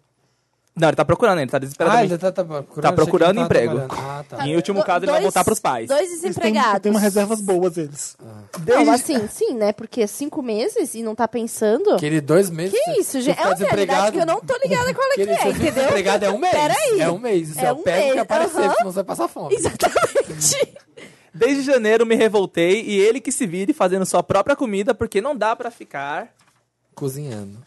Speaker 5: Não, ele está procurando, ele está
Speaker 3: Ah, ele
Speaker 5: desesperadamente.
Speaker 3: tá, tá procurando,
Speaker 5: Tá procurando
Speaker 3: achei que ele tava
Speaker 5: emprego.
Speaker 3: trabalhando. Ah, tá.
Speaker 5: Em último
Speaker 4: Do-
Speaker 5: caso, ele vai
Speaker 4: dois-
Speaker 5: voltar para os pais.
Speaker 4: Dois
Speaker 2: Eles têm,
Speaker 4: desempregados.
Speaker 2: têm umas reservas boas eles.
Speaker 5: Ah.
Speaker 4: Não, assim, sim, né? Porque cinco meses e não tá pensando. Que,
Speaker 3: Aquele dois meses. tá
Speaker 4: isso, gente? É uma realidade
Speaker 3: desempregado.
Speaker 4: que eu não tô ligada qual é que
Speaker 3: Aquele
Speaker 4: é,
Speaker 3: seu
Speaker 4: entendeu?
Speaker 3: desempregado é um mês.
Speaker 4: Peraí.
Speaker 3: É um mês. Isso
Speaker 4: É
Speaker 3: é,
Speaker 4: um
Speaker 3: o pé
Speaker 4: mês,
Speaker 3: que aparecer,
Speaker 4: aham.
Speaker 3: senão você vai passar fome.
Speaker 4: Exatamente.
Speaker 5: Desde janeiro me revoltei e ele que se vire fazendo sua própria comida porque não dá pra ficar
Speaker 3: Cozinhando.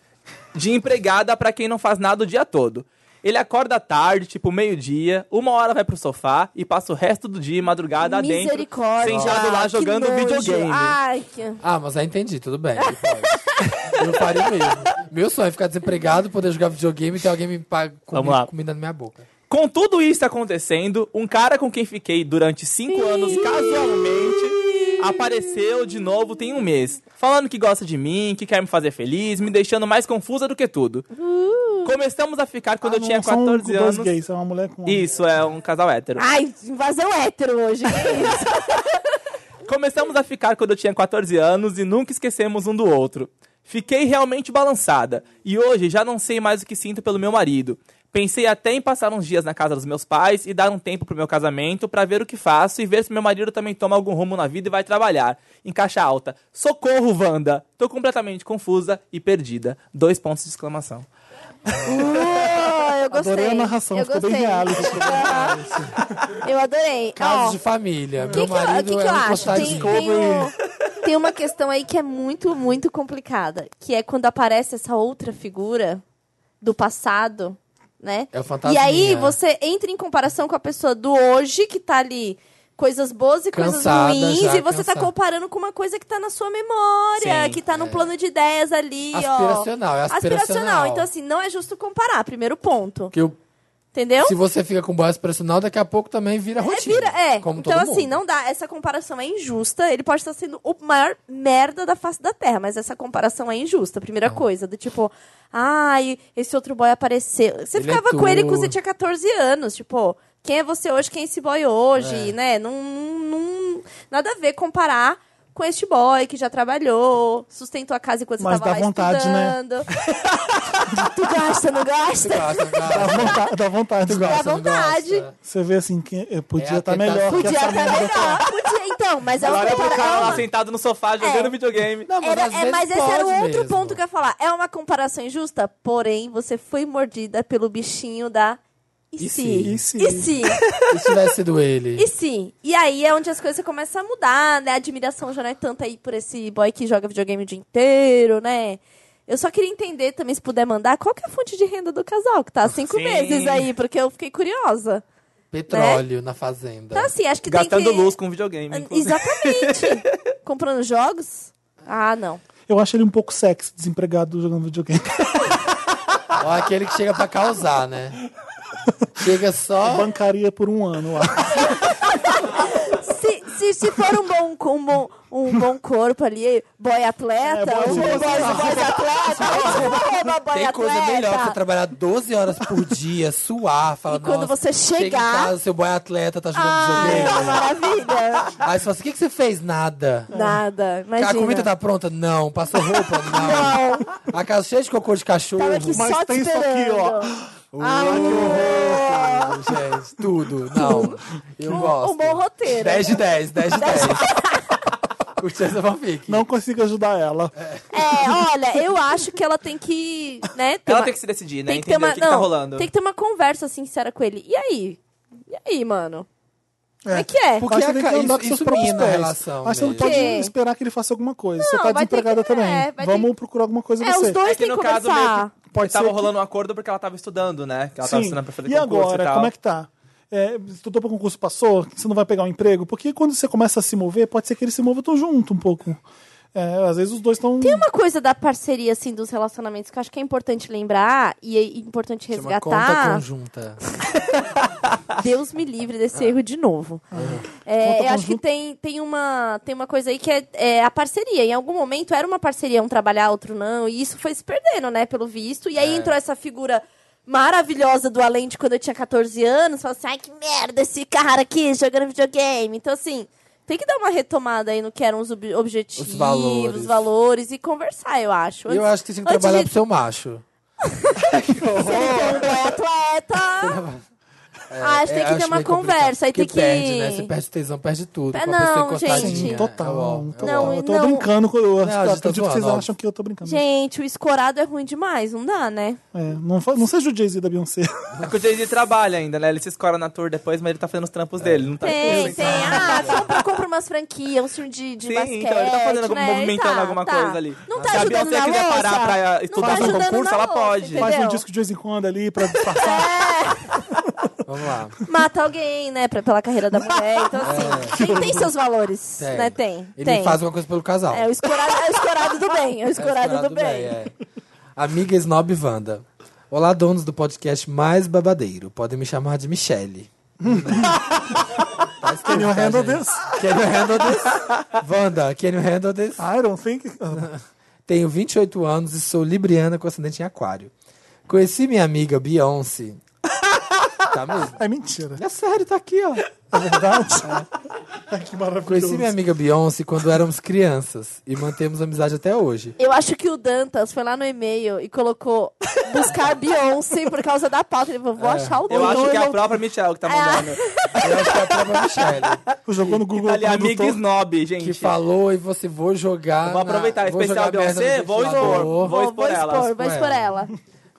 Speaker 5: de empregada pra quem não faz nada o dia todo. Ele acorda tarde, tipo meio-dia, uma hora vai pro sofá e passa o resto do dia e madrugada adentro,
Speaker 4: Misericórdia. Ah,
Speaker 5: sentado lá
Speaker 4: que
Speaker 5: jogando
Speaker 4: nojo.
Speaker 5: videogame.
Speaker 4: Ai, que...
Speaker 3: Ah, mas aí entendi, tudo bem. ele pode. eu faria o mesmo. Meu sonho é ficar desempregado, poder jogar videogame e ter alguém me pagar
Speaker 5: Vamos lá.
Speaker 3: comida, comida na minha boca.
Speaker 5: Com tudo isso acontecendo, um cara com quem fiquei durante cinco anos casualmente apareceu de novo tem um mês, falando que gosta de mim, que quer me fazer feliz, me deixando mais confusa do que tudo. Começamos a ficar quando
Speaker 2: Ah,
Speaker 5: eu tinha
Speaker 2: não, são
Speaker 5: 14
Speaker 2: dois
Speaker 5: anos.
Speaker 2: gays, é uma mulher com um homem.
Speaker 5: Isso, é um casal hétero.
Speaker 4: Ai, invasão hétero hoje.
Speaker 5: Começamos a ficar quando eu tinha 14 anos e nunca esquecemos um do outro. Fiquei realmente balançada e hoje já não sei mais o que sinto pelo meu marido. Pensei até em passar uns dias na casa dos meus pais e dar um tempo pro meu casamento pra ver o que faço e ver se meu marido também toma algum rumo na vida e vai trabalhar. Em caixa alta. Socorro, Wanda! Tô completamente confusa e perdida. Dois pontos de exclamação.
Speaker 4: Uou, Ah, eu gostei.
Speaker 2: Adorei a narração,
Speaker 4: eu
Speaker 2: ficou
Speaker 4: gostei.
Speaker 2: bem reality.
Speaker 4: Eu adorei.
Speaker 3: Casos
Speaker 4: Ó,
Speaker 3: de família.
Speaker 4: que
Speaker 3: Meu
Speaker 4: que eu-
Speaker 3: marido
Speaker 4: que
Speaker 3: é
Speaker 4: que eu
Speaker 3: um
Speaker 4: acho?
Speaker 3: postadinho.
Speaker 4: Tem- um- tem o- Tem uma questão aí que é muito, muito complicada. Que é quando aparece essa outra figura do passado, né?
Speaker 3: É o
Speaker 4: E
Speaker 3: fantasminha.
Speaker 4: aí você entra em comparação com a pessoa do hoje que tá ali. Coisas boas e coisas
Speaker 3: Cansada
Speaker 4: ruins.
Speaker 3: já,
Speaker 4: e você tá
Speaker 3: cansada. é.
Speaker 4: comparando com uma coisa que tá na sua memória.
Speaker 5: Sim,
Speaker 4: que tá num plano de ideias ali,
Speaker 3: Aspiracional, é
Speaker 4: ó.
Speaker 3: aspiracional.
Speaker 4: Então, assim, não é justo comparar. Primeiro ponto.
Speaker 3: Porque eu-
Speaker 4: Entendeu?
Speaker 3: se você fica com boas personal, daqui a pouco também vira
Speaker 4: É,
Speaker 3: rotina.
Speaker 4: vira, é.
Speaker 3: Como
Speaker 4: então,
Speaker 3: todo
Speaker 4: assim,
Speaker 3: mundo.
Speaker 4: não dá. Essa comparação é injusta. Ele pode estar sendo o maior merda da face da Terra, mas essa comparação é injusta. Primeira coisa, do tipo, ai, esse outro boy apareceu. Você
Speaker 3: Ele é
Speaker 4: ficava com ele quando
Speaker 3: tudo.
Speaker 4: você tinha 14 anos, tipo, quem é você hoje, quem é esse boy hoje, né? Não, não, não- Nada a ver comparar com este boy que já trabalhou, sustentou a casa enquanto
Speaker 2: Mas
Speaker 4: você tava
Speaker 2: dá
Speaker 4: lá
Speaker 2: vontade, né?
Speaker 4: estudando. tu gosta, não
Speaker 3: Gosta,
Speaker 4: gosta?
Speaker 2: Dá
Speaker 3: gosta,
Speaker 2: vontade. Dá vontade.
Speaker 3: gosta, não
Speaker 4: É vontade.
Speaker 3: gosta.
Speaker 2: Você vê assim, que eu podia
Speaker 3: É a
Speaker 2: estar
Speaker 5: tá
Speaker 3: tentação.
Speaker 2: melhor. que
Speaker 4: Podia
Speaker 2: essa
Speaker 4: estar
Speaker 2: menina.
Speaker 4: melhor. Podia, então, mas é uma
Speaker 5: Olha pro cara
Speaker 4: comparação.
Speaker 5: lá sentado no sofá
Speaker 4: É.
Speaker 5: jogando videogame.
Speaker 3: Não,
Speaker 4: Era-
Speaker 3: às
Speaker 4: é,
Speaker 3: vezes
Speaker 4: mas esse era o
Speaker 3: pode
Speaker 4: outro
Speaker 3: mesmo.
Speaker 4: ponto que eu ia falar. É uma comparação injusta, porém, você foi mordida pelo bichinho da. E
Speaker 3: E
Speaker 4: se?
Speaker 2: E se?
Speaker 4: E se?
Speaker 3: E se tivesse sido ele?
Speaker 4: E se? E aí é onde as coisas começam a mudar, né? A admiração já não é tanta aí por esse boy que joga videogame o dia inteiro, né? Eu só queria entender também, se puder mandar, qual que é a fonte de renda do casal, que tá há cinco
Speaker 5: Sim.
Speaker 4: meses aí, porque eu fiquei curiosa.
Speaker 3: Petróleo na fazenda.
Speaker 4: Então, assim, acho que
Speaker 5: Gastando
Speaker 4: tem que...
Speaker 5: luz com né? videogame. inclusive.
Speaker 4: Exatamente. Comprando jogos? Ah, não.
Speaker 2: Eu acho ele um pouco sexy, desempregado jogando videogame.
Speaker 3: Ó, aquele que chega pra causar, né? Chega só.
Speaker 2: Bancaria por um ano, eu acho.
Speaker 4: Se, se, se for um bom, co- um, bom, um bom corpo ali, boy atleta,
Speaker 2: É, boy
Speaker 4: um bom boy,
Speaker 2: atleta.
Speaker 4: boy atleta, um bom boy
Speaker 3: Tem
Speaker 4: atleta.
Speaker 3: coisa melhor que você trabalhar 12 horas por dia, suar, falar,
Speaker 4: E quando
Speaker 3: "Nossa,
Speaker 4: você
Speaker 3: chega em
Speaker 4: chegar- Ah.
Speaker 3: casa, seu boy atleta tá jogando
Speaker 4: Ai,
Speaker 3: videogame.
Speaker 4: uma maravilha.
Speaker 3: Aí você fala assim, o que, que você fez? Nada.
Speaker 4: Nada, imagina.
Speaker 3: A comida tá pronta? Não. Passou roupa? Não. A casa cheia de cocô de cachorro?
Speaker 4: Tava aqui
Speaker 2: Mas
Speaker 4: só te
Speaker 2: tem isso aqui, ó.
Speaker 4: esperando. Ah,
Speaker 3: Não, gente, tudo. Não. Eu gosto.
Speaker 4: um, um bom roteiro.
Speaker 3: 10 de 10, 10 de 10. Curtiu essa fanfic?
Speaker 2: Não consigo ajudar ela.
Speaker 4: É, olha, eu acho que ela tem que, né, ter
Speaker 5: Ela
Speaker 4: uma-
Speaker 5: tem que se decidir, né?
Speaker 4: tem que ter
Speaker 5: Entender
Speaker 4: uma,
Speaker 5: o que,
Speaker 4: não,
Speaker 5: que tá rolando.
Speaker 4: Tem que ter uma conversa assim, sincera com ele. E aí? E aí, mano? Como
Speaker 2: É.
Speaker 4: é que é?
Speaker 3: Porque
Speaker 2: Acho que tem que
Speaker 3: a-
Speaker 2: andar com
Speaker 3: isso-
Speaker 2: seus
Speaker 3: isso
Speaker 2: próprios
Speaker 3: mina a
Speaker 2: pés.
Speaker 3: relação
Speaker 2: Acho que não
Speaker 3: mesmo.
Speaker 2: pode
Speaker 4: Porque-
Speaker 2: esperar que ele faça alguma coisa. Você
Speaker 4: Não,
Speaker 2: tá
Speaker 4: vai ter que-
Speaker 2: desempregada também.
Speaker 4: é, vai ter
Speaker 2: Vamos
Speaker 4: que-
Speaker 2: procurar alguma coisa
Speaker 4: É,
Speaker 2: você.
Speaker 4: os dois
Speaker 5: É que
Speaker 4: têm que
Speaker 5: no caso meio
Speaker 4: conversar.
Speaker 5: que
Speaker 2: Pode
Speaker 5: tava
Speaker 2: ser que-
Speaker 5: rolando um acordo porque ela tava estudando, né? Que ela
Speaker 3: tá
Speaker 5: tava
Speaker 2: Sim.
Speaker 5: estudando pra fazer
Speaker 2: E
Speaker 5: concurso e
Speaker 2: agora,
Speaker 5: tal.
Speaker 2: como é que tá? É, estudou para concurso, passou? Você não vai pegar um emprego? Porque quando você começa a se mover, pode ser que eles se movam tão junto um pouco. É, às vezes os dois estão.
Speaker 4: Tem uma coisa da parceria, assim, dos relacionamentos que eu acho que é importante lembrar e é importante
Speaker 3: Chama conta
Speaker 4: resgatar.
Speaker 3: conjunta.
Speaker 4: Deus me livre desse erro de novo. É,
Speaker 2: Conta
Speaker 4: eu acho que
Speaker 2: conjunta.
Speaker 4: tem, tem, uma, tem uma coisa aí que é, é a parceria. Em algum momento era uma parceria, um trabalhar, outro não. E isso foi se perdendo, né, pelo visto. E
Speaker 3: É.
Speaker 4: aí entrou essa figura maravilhosa do Além de quando eu tinha 14 anos. Falou assim, ai, que merda esse cara aqui jogando videogame. Então, assim, tem que dar uma retomada aí no que eram os ob- objetivos,
Speaker 3: Os valores.
Speaker 4: os valores e conversar, eu acho.
Speaker 3: Eu acho que você tem que
Speaker 4: antes
Speaker 3: trabalhar
Speaker 4: de-
Speaker 3: pro seu macho.
Speaker 4: Então, é atleta. acho que tem
Speaker 3: É,
Speaker 4: que ter uma
Speaker 3: meio complicado,
Speaker 4: conversa. Aí tem
Speaker 3: porque
Speaker 4: que.
Speaker 3: perde, né? Você perde o tesão, perde tudo.
Speaker 4: É,
Speaker 3: com a pessoa
Speaker 4: não,
Speaker 3: encostadinha.
Speaker 4: gente.
Speaker 2: Sim,
Speaker 3: É
Speaker 2: total.
Speaker 3: bom, é
Speaker 2: total.
Speaker 3: bom.
Speaker 2: eu tô
Speaker 4: não.
Speaker 2: brincando com. Eu,
Speaker 3: Não, a gente tá
Speaker 2: acredito que vocês
Speaker 3: zoando,
Speaker 2: acham que eu tô brincando.
Speaker 4: Gente, o escorado é ruim demais, não dá, né?
Speaker 2: É, não, fa- não seja o Jay-Z da Beyoncé.
Speaker 5: É que o Jay-Z trabalha ainda, né? Ele se escora na tour depois, mas ele tá fazendo os trampos dele. Não tá
Speaker 4: Tem,
Speaker 5: 100%.
Speaker 4: tem. Ah, compra, compra umas franquias, um filme de, de
Speaker 5: Sim,
Speaker 4: basquete.
Speaker 5: então ele tá fazendo, algum-
Speaker 4: né? Ele
Speaker 5: movimentando
Speaker 4: tá,
Speaker 5: alguma
Speaker 4: tá.
Speaker 5: coisa ali.
Speaker 4: Não tá
Speaker 5: Se a
Speaker 4: ajudando
Speaker 5: Beyoncé
Speaker 4: na
Speaker 5: quiser
Speaker 4: louça,
Speaker 5: parar pra eh,
Speaker 4: não
Speaker 5: estudar
Speaker 4: tá
Speaker 5: pra um
Speaker 4: ajudando
Speaker 5: concurso,
Speaker 4: na
Speaker 5: ela
Speaker 4: louça,
Speaker 5: pode.
Speaker 4: entendeu?
Speaker 2: Faz um disco de vez em quando ali pra disfarçar.
Speaker 3: Vamos lá.
Speaker 4: É, Mata alguém, né? Pra, pela carreira da mulher. Então,
Speaker 5: É.
Speaker 4: assim, tem, tem seus valores,
Speaker 3: Tem.
Speaker 4: né? Tem.
Speaker 3: Ele
Speaker 4: tem.
Speaker 3: faz um uma coisa pelo casal.
Speaker 4: É o escorado, é o escorado do bem. É o escorado, do bem.
Speaker 3: é. Amiga Snob Wanda. Olá, donos do podcast mais babadeiro. Podem me chamar de Michele. tá
Speaker 2: Can
Speaker 3: escrito,
Speaker 2: you
Speaker 3: tá,
Speaker 2: handle
Speaker 3: gente?
Speaker 2: this?
Speaker 3: Can you handle this? Wanda, can you handle this?
Speaker 2: I don't think. Ah,
Speaker 3: Tenho 28 anos e sou libriana com ascendente em aquário. Conheci minha amiga Beyoncé. tá mesmo?
Speaker 2: É mentira.
Speaker 3: É sério, tá aqui, ó.
Speaker 2: É verdade? Ai, que maravilhoso.
Speaker 3: Conheci minha amiga Beyoncé quando éramos crianças e mantemos amizade até hoje.
Speaker 4: Eu acho que o Dantas foi lá no e-mail e colocou buscar Beyoncé por causa da pauta. Ele falou, vou achar o
Speaker 5: Eu
Speaker 4: dono.
Speaker 5: acho que é a própria Michelle que tá mandando.
Speaker 4: Ah.
Speaker 3: Eu acho que é a própria Michelle.
Speaker 2: Jogou no Google.
Speaker 5: Tá ali, amiga
Speaker 2: Tradutor.
Speaker 5: snob, gente.
Speaker 3: que falou e você vou jogar.
Speaker 5: Eu vou aproveitar,
Speaker 3: na, vou
Speaker 5: especial
Speaker 3: jogar merda
Speaker 5: Beyoncé,
Speaker 3: no
Speaker 5: vou
Speaker 3: ventilador.
Speaker 5: expor. Vou expor ela.
Speaker 4: expor, vou
Speaker 3: Expor
Speaker 4: expor ela.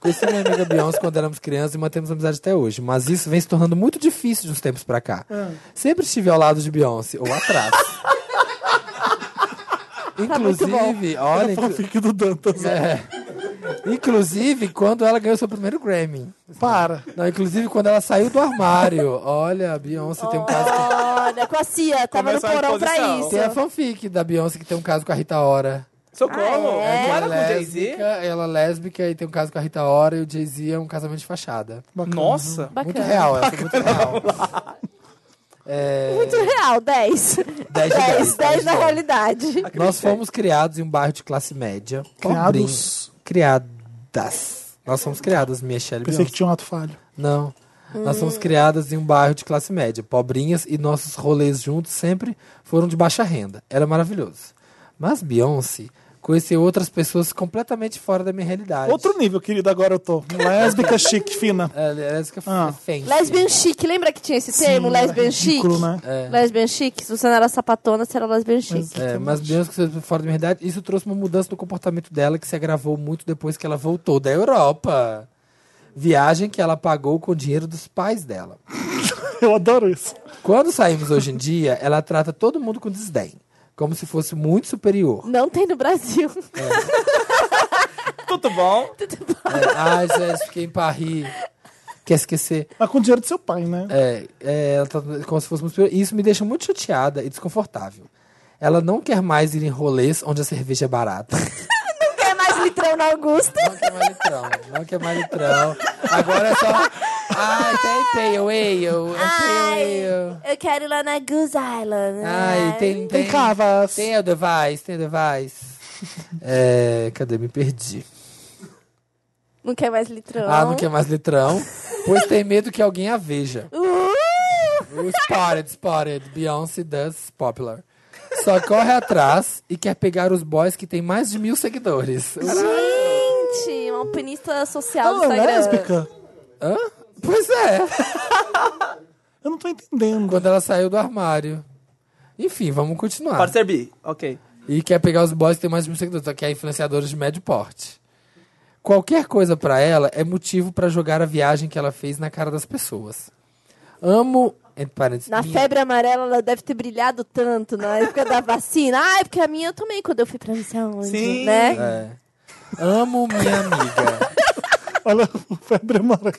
Speaker 3: Conheci minha amiga Beyoncé quando éramos crianças e mantemos amizade até hoje. Mas isso vem se tornando muito difícil de uns tempos pra cá. Sempre estive ao lado de Beyoncé, ou atrás. Inclusive, olha.
Speaker 2: Era
Speaker 3: inclu-
Speaker 2: fanfic do Dantas.
Speaker 3: é. Inclusive, quando ela ganhou seu primeiro Grammy.
Speaker 2: Para.
Speaker 3: Não, inclusive quando ela saiu do armário. Olha, a Beyoncé tem um caso que
Speaker 4: Olha, com a Cia, tava
Speaker 5: Começou a
Speaker 4: no porão pra
Speaker 5: imposição.
Speaker 4: isso.
Speaker 3: Tem a fanfic da Beyoncé que tem um caso com a Rita Ora.
Speaker 5: Socorro.
Speaker 4: Ah, é?
Speaker 3: Ela
Speaker 5: Não era com o Jay-Z?
Speaker 3: lésbica, Ela é lésbica e tem um caso com a Rita Ora e o Jay-Z é um casamento de fachada.
Speaker 5: Nossa.
Speaker 4: Bacana.
Speaker 3: Muito real, essa muito real. É,
Speaker 4: Muito real, 10.
Speaker 3: 10 de 10.
Speaker 4: 10, 10 na realidade.
Speaker 3: Nós fomos criados em um bairro de classe média.
Speaker 2: Criados?
Speaker 3: Pobrinho. Criadas. Nós fomos criadas, Michelle
Speaker 2: Pensei
Speaker 3: Beyoncé.
Speaker 2: que tinha um ato falho.
Speaker 3: Não. Nós
Speaker 4: Hum.
Speaker 3: fomos criadas em um bairro de classe média, pobrinhas, e nossos rolês juntos sempre foram de baixa renda. Era maravilhoso. Mas Beyoncé conheceu outras pessoas completamente fora da minha realidade.
Speaker 2: Outro nível, querido, agora é eu tô. Lésbica, chique, fina.
Speaker 3: É, lésbica
Speaker 2: Ah.
Speaker 3: fancy.
Speaker 4: Lesbian chique, lembra que tinha esse termo?
Speaker 2: era
Speaker 4: Lesbian
Speaker 2: ridículo,
Speaker 4: chique?
Speaker 2: né?
Speaker 3: É.
Speaker 4: Lesbian chique? Se você não era sapatona, você era lesbian chique.
Speaker 3: É, mas Beyoncé que saiu fora da minha realidade, isso trouxe uma mudança no comportamento dela que se agravou muito depois que ela voltou da Europa. Viagem que ela pagou com o dinheiro dos pais dela.
Speaker 2: Eu adoro isso.
Speaker 3: Quando saímos hoje em dia, ela trata todo mundo com desdém, como se fosse muito superior.
Speaker 4: Não tem no Brasil.
Speaker 5: Tudo bom?
Speaker 3: É, Ai, gente, fiquei em Paris. Quer esquecer?
Speaker 2: Mas com o dinheiro do seu pai, né?
Speaker 3: É, é, ela tá como se fosse muito superior. E isso me deixa muito chateada e desconfortável. Ela não quer mais ir em rolês onde a cerveja é barata.
Speaker 4: Não quer mais litrão na Augusta.
Speaker 3: Não que é mais litrão, não que é mais litrão. Agora é só. Ai, tem pale ale, é pale ale.
Speaker 2: Cava.
Speaker 4: Eu quero ir lá na Goose Island.
Speaker 3: Ai, tem,
Speaker 2: Tem cavas.
Speaker 3: Tem o device, tem o device. É, cadê? Me perdi.
Speaker 4: Não quer mais litrão.
Speaker 3: Ah, não quer mais litrão. Pois tem medo que alguém a veja.
Speaker 4: Uh!
Speaker 3: O Spotted, spotted. Beyoncé does popular. Só corre atrás e quer pegar os boys que tem mais de mil seguidores.
Speaker 4: Gente, uma alpinista social
Speaker 3: Ah,
Speaker 4: do
Speaker 2: Ela é
Speaker 4: Instagram.
Speaker 2: lésbica?
Speaker 3: Hã? Pois é.
Speaker 2: Eu não tô entendendo.
Speaker 3: Quando ela saiu do armário. Enfim, vamos continuar.
Speaker 5: Pode ser bi. Ok.
Speaker 3: E quer pegar os boys que tem mais de mil seguidores, só que é influenciadores de médio porte. Qualquer coisa pra ela é motivo pra jogar a viagem que ela fez na cara das pessoas. Amo, entre parênteses,
Speaker 4: Na
Speaker 3: minha-
Speaker 4: febre amarela, ela deve ter brilhado tanto na época da vacina. Ai, porque a minha eu tomei quando eu fui pra não sei aonde,
Speaker 5: Sim.
Speaker 4: né?
Speaker 3: É. Amo minha amiga.
Speaker 2: Olha o febre amarela.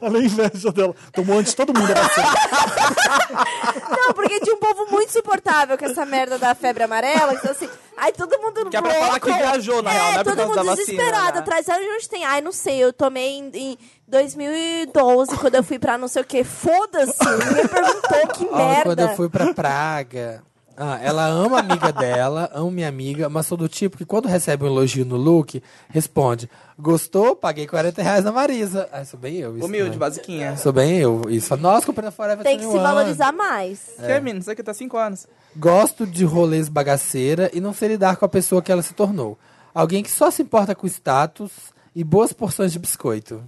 Speaker 2: Olha a inveja dela. Tomou antes de todo mundo. ela saiu.
Speaker 4: Não, porque tinha um povo muito insuportável com essa merda da febre amarela. Então, assim, ai, todo mundo no
Speaker 5: Que é pra falar que viajou, na
Speaker 4: é,
Speaker 5: real, não é por
Speaker 4: todo
Speaker 5: causa
Speaker 4: mundo
Speaker 5: da vacina.
Speaker 4: desesperado
Speaker 5: né?
Speaker 4: atrás. Aí onde tem? Ai, não sei, eu tomei em, em 2012, quando eu fui pra não sei o quê. Foda-se, ninguém perguntou
Speaker 5: Ah,
Speaker 4: que
Speaker 3: Olha,
Speaker 4: merda.
Speaker 3: quando eu fui pra Praga. Ah, ela ama a amiga dela, ama minha amiga, mas sou do tipo que quando recebe um elogio no look, responde: Gostou? Paguei 40 reais na Marisa. Ah, sou bem eu. Isso,
Speaker 5: Humilde,
Speaker 3: né?
Speaker 5: basiquinha.
Speaker 3: Sou bem eu. Isso. Nós comprando Forever
Speaker 4: Tem que se
Speaker 3: 21.
Speaker 4: valorizar mais.
Speaker 5: Que é, menino? Isso aqui tá 5 anos.
Speaker 3: Gosto de rolês bagaceira e não sei lidar com a pessoa que ela se tornou. Alguém que só se importa com status e boas porções de biscoito.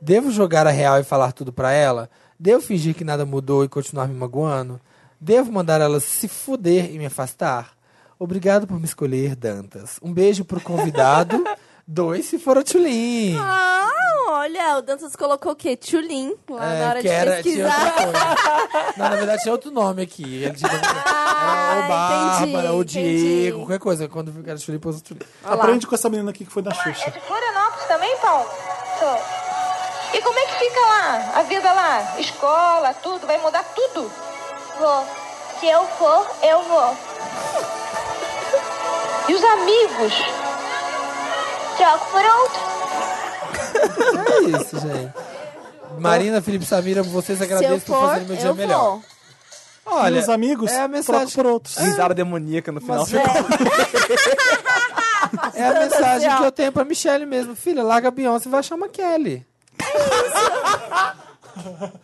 Speaker 3: Devo jogar a real e falar tudo pra ela? Devo fingir que nada mudou e continuar me magoando? Devo mandar ela se fuder e me afastar? Obrigado por me escolher, Dantas. Um beijo pro convidado. Dois se for o Tchulin.
Speaker 4: Ah, olha, o Dantas colocou o quê? Tchulin, lá
Speaker 3: É,
Speaker 4: Ah, na
Speaker 3: que
Speaker 4: hora de
Speaker 3: era- tinha outra
Speaker 4: pesquisar.
Speaker 3: coisa. Não, na verdade tinha outro nome aqui. Ele tinha- era o
Speaker 4: Ah, entendi,
Speaker 3: Bárbara, o
Speaker 4: entendi.
Speaker 3: Diego, qualquer coisa. Quando eu era Chuli, pôs o Chuli.
Speaker 4: Olha lá.
Speaker 2: Aprende com essa menina aqui que foi na
Speaker 3: É,
Speaker 2: Xuxa.
Speaker 7: É de Florianópolis também, Paulo? Sou. E como é que fica lá? A vida lá? Escola, tudo? Vai mudar tudo?
Speaker 1: Vou. Se eu for, eu vou.
Speaker 7: E os amigos?
Speaker 1: Troco por outro.
Speaker 3: É isso, gente. Marina, Felipe Samira, vocês
Speaker 4: Se eu
Speaker 3: agradeço por
Speaker 4: for,
Speaker 3: fazerem meu dia
Speaker 4: eu
Speaker 3: melhor.
Speaker 4: vou.
Speaker 2: Olha,
Speaker 3: Olha,
Speaker 2: os amigos,
Speaker 3: é a mensagem-
Speaker 2: troca por outros.
Speaker 5: Risada demoníaca no final.
Speaker 3: Mas é a mensagem que eu tenho pra Michelle mesmo. Filha, larga a Beyoncé e vai chamar Kelly.
Speaker 4: É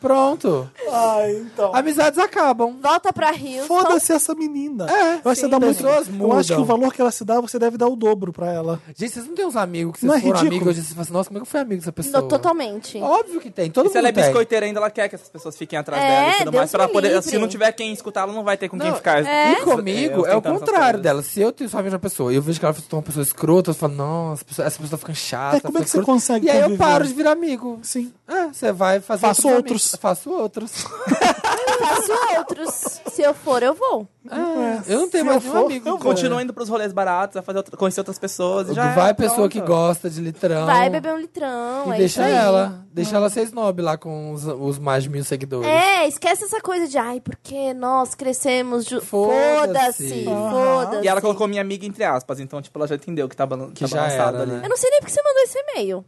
Speaker 3: Pronto.
Speaker 2: Ai, então.
Speaker 3: Amizades acabam.
Speaker 4: Volta pra Rio.
Speaker 2: Foda-se essa menina.
Speaker 3: É,
Speaker 2: eu acho que
Speaker 3: sim,
Speaker 2: você dá muito.
Speaker 3: pessoas
Speaker 2: Eu acho
Speaker 3: mudam.
Speaker 2: que o valor que ela se dá, você deve dar o dobro pra ela.
Speaker 3: Gente, vocês não têm uns amigos que
Speaker 2: Não é
Speaker 3: vocês foram amigos
Speaker 2: ridículo?
Speaker 3: hoje e vocês falam assim, nossa, como é que eu fui amigo dessa pessoa?
Speaker 4: No- totalmente.
Speaker 3: Óbvio que tem, todo
Speaker 5: Se ela é
Speaker 3: mundo tem.
Speaker 5: biscoiteira ainda, ela quer que essas pessoas fiquem atrás
Speaker 4: É,
Speaker 5: dela e tudo
Speaker 4: Deus
Speaker 5: mais. Pra ela
Speaker 4: me
Speaker 5: poder,
Speaker 4: livre.
Speaker 5: se não tiver quem escutar, ela não vai ter com quem
Speaker 3: Não,
Speaker 5: ficar.
Speaker 3: E comigo é, o contrário dela. Se eu tenho somente uma pessoa e eu vejo que ela é uma pessoa escrota, eu falo, nossa, essa pessoa- essa pessoa fica chata.
Speaker 2: É, como é que
Speaker 3: fica
Speaker 2: você
Speaker 3: escrota."
Speaker 2: consegue
Speaker 3: E aí eu
Speaker 2: conviver?
Speaker 3: paro de virar amigo.
Speaker 2: Sim.
Speaker 3: É, você vai fazer
Speaker 2: Faço
Speaker 3: amigos.
Speaker 2: outros.
Speaker 3: Faço outros.
Speaker 4: Faço outros. Se eu for, eu vou.
Speaker 3: É, eu não tenho
Speaker 2: Se
Speaker 3: mais
Speaker 2: eu
Speaker 3: nenhum
Speaker 2: for,
Speaker 3: amigo.
Speaker 2: eu
Speaker 3: cara.
Speaker 5: Continua indo pros rolês baratos, vai fazer outra- conhecer outras pessoas. e Já
Speaker 3: Vai
Speaker 5: é,
Speaker 3: pessoa
Speaker 5: pronto.
Speaker 3: que gosta de litrão.
Speaker 4: Vai beber um litrão.
Speaker 3: Então, E
Speaker 4: é
Speaker 3: deixa
Speaker 4: isso aí.
Speaker 3: ela. Deixa ela ser snob lá com os, os mais de mil seguidores.
Speaker 4: É, esquece essa coisa de, ai, porque nós crescemos... Ju...
Speaker 3: Foda-se.
Speaker 4: Foda-se,
Speaker 2: Aham.
Speaker 4: foda-se.
Speaker 5: E ela colocou minha amiga entre aspas, então, tipo, ela já entendeu que tá, balan
Speaker 3: Que
Speaker 5: tá
Speaker 3: já
Speaker 5: balançado
Speaker 3: era,
Speaker 5: ali.
Speaker 3: né?
Speaker 4: Eu não sei nem porque você mandou esse e-mail.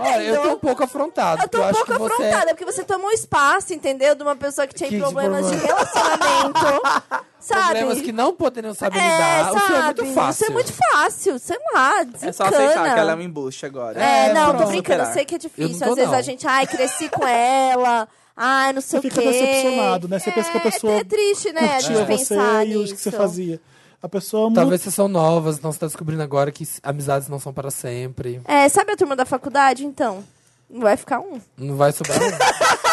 Speaker 3: Olha, eu tô um pouco afrontado.
Speaker 4: Eu tô
Speaker 3: porque
Speaker 4: um
Speaker 3: acho
Speaker 4: pouco
Speaker 3: que você é-
Speaker 4: afrontada, porque você tomou espaço, entendeu? De uma pessoa que tinha
Speaker 3: Que de
Speaker 4: problemas de
Speaker 3: problema.
Speaker 4: relacionamento. sabe?
Speaker 3: problemas que não poderiam saber
Speaker 4: É,
Speaker 3: lidar.
Speaker 4: sabe?
Speaker 3: O seu é muito fácil.
Speaker 4: Isso é muito fácil, sei lá, desencana.
Speaker 5: É só aceitar que ela é um embuste agora.
Speaker 4: É,
Speaker 3: É,
Speaker 4: não,
Speaker 3: pronto.
Speaker 4: tô brincando, eu
Speaker 5: Superar.
Speaker 4: sei que é
Speaker 3: Eu
Speaker 4: difícil.
Speaker 3: não tô,
Speaker 4: Às vezes
Speaker 3: não.
Speaker 4: a gente, ai, cresci com ela, ai, não sei
Speaker 2: Você
Speaker 4: o quê.
Speaker 2: fica decepcionado, né? Você pensa que a
Speaker 4: É,
Speaker 2: pessoa
Speaker 4: É triste, né, a gente
Speaker 2: Tinha você
Speaker 4: pensar
Speaker 2: e
Speaker 4: nisso.
Speaker 2: os que você fazia. A pessoa muda.
Speaker 3: Talvez vocês são novas, então você tá descobrindo agora que s- amizades não são para sempre.
Speaker 4: É, sabe a turma da faculdade, então? Não vai ficar um.
Speaker 3: Não vai sobrar ninguém.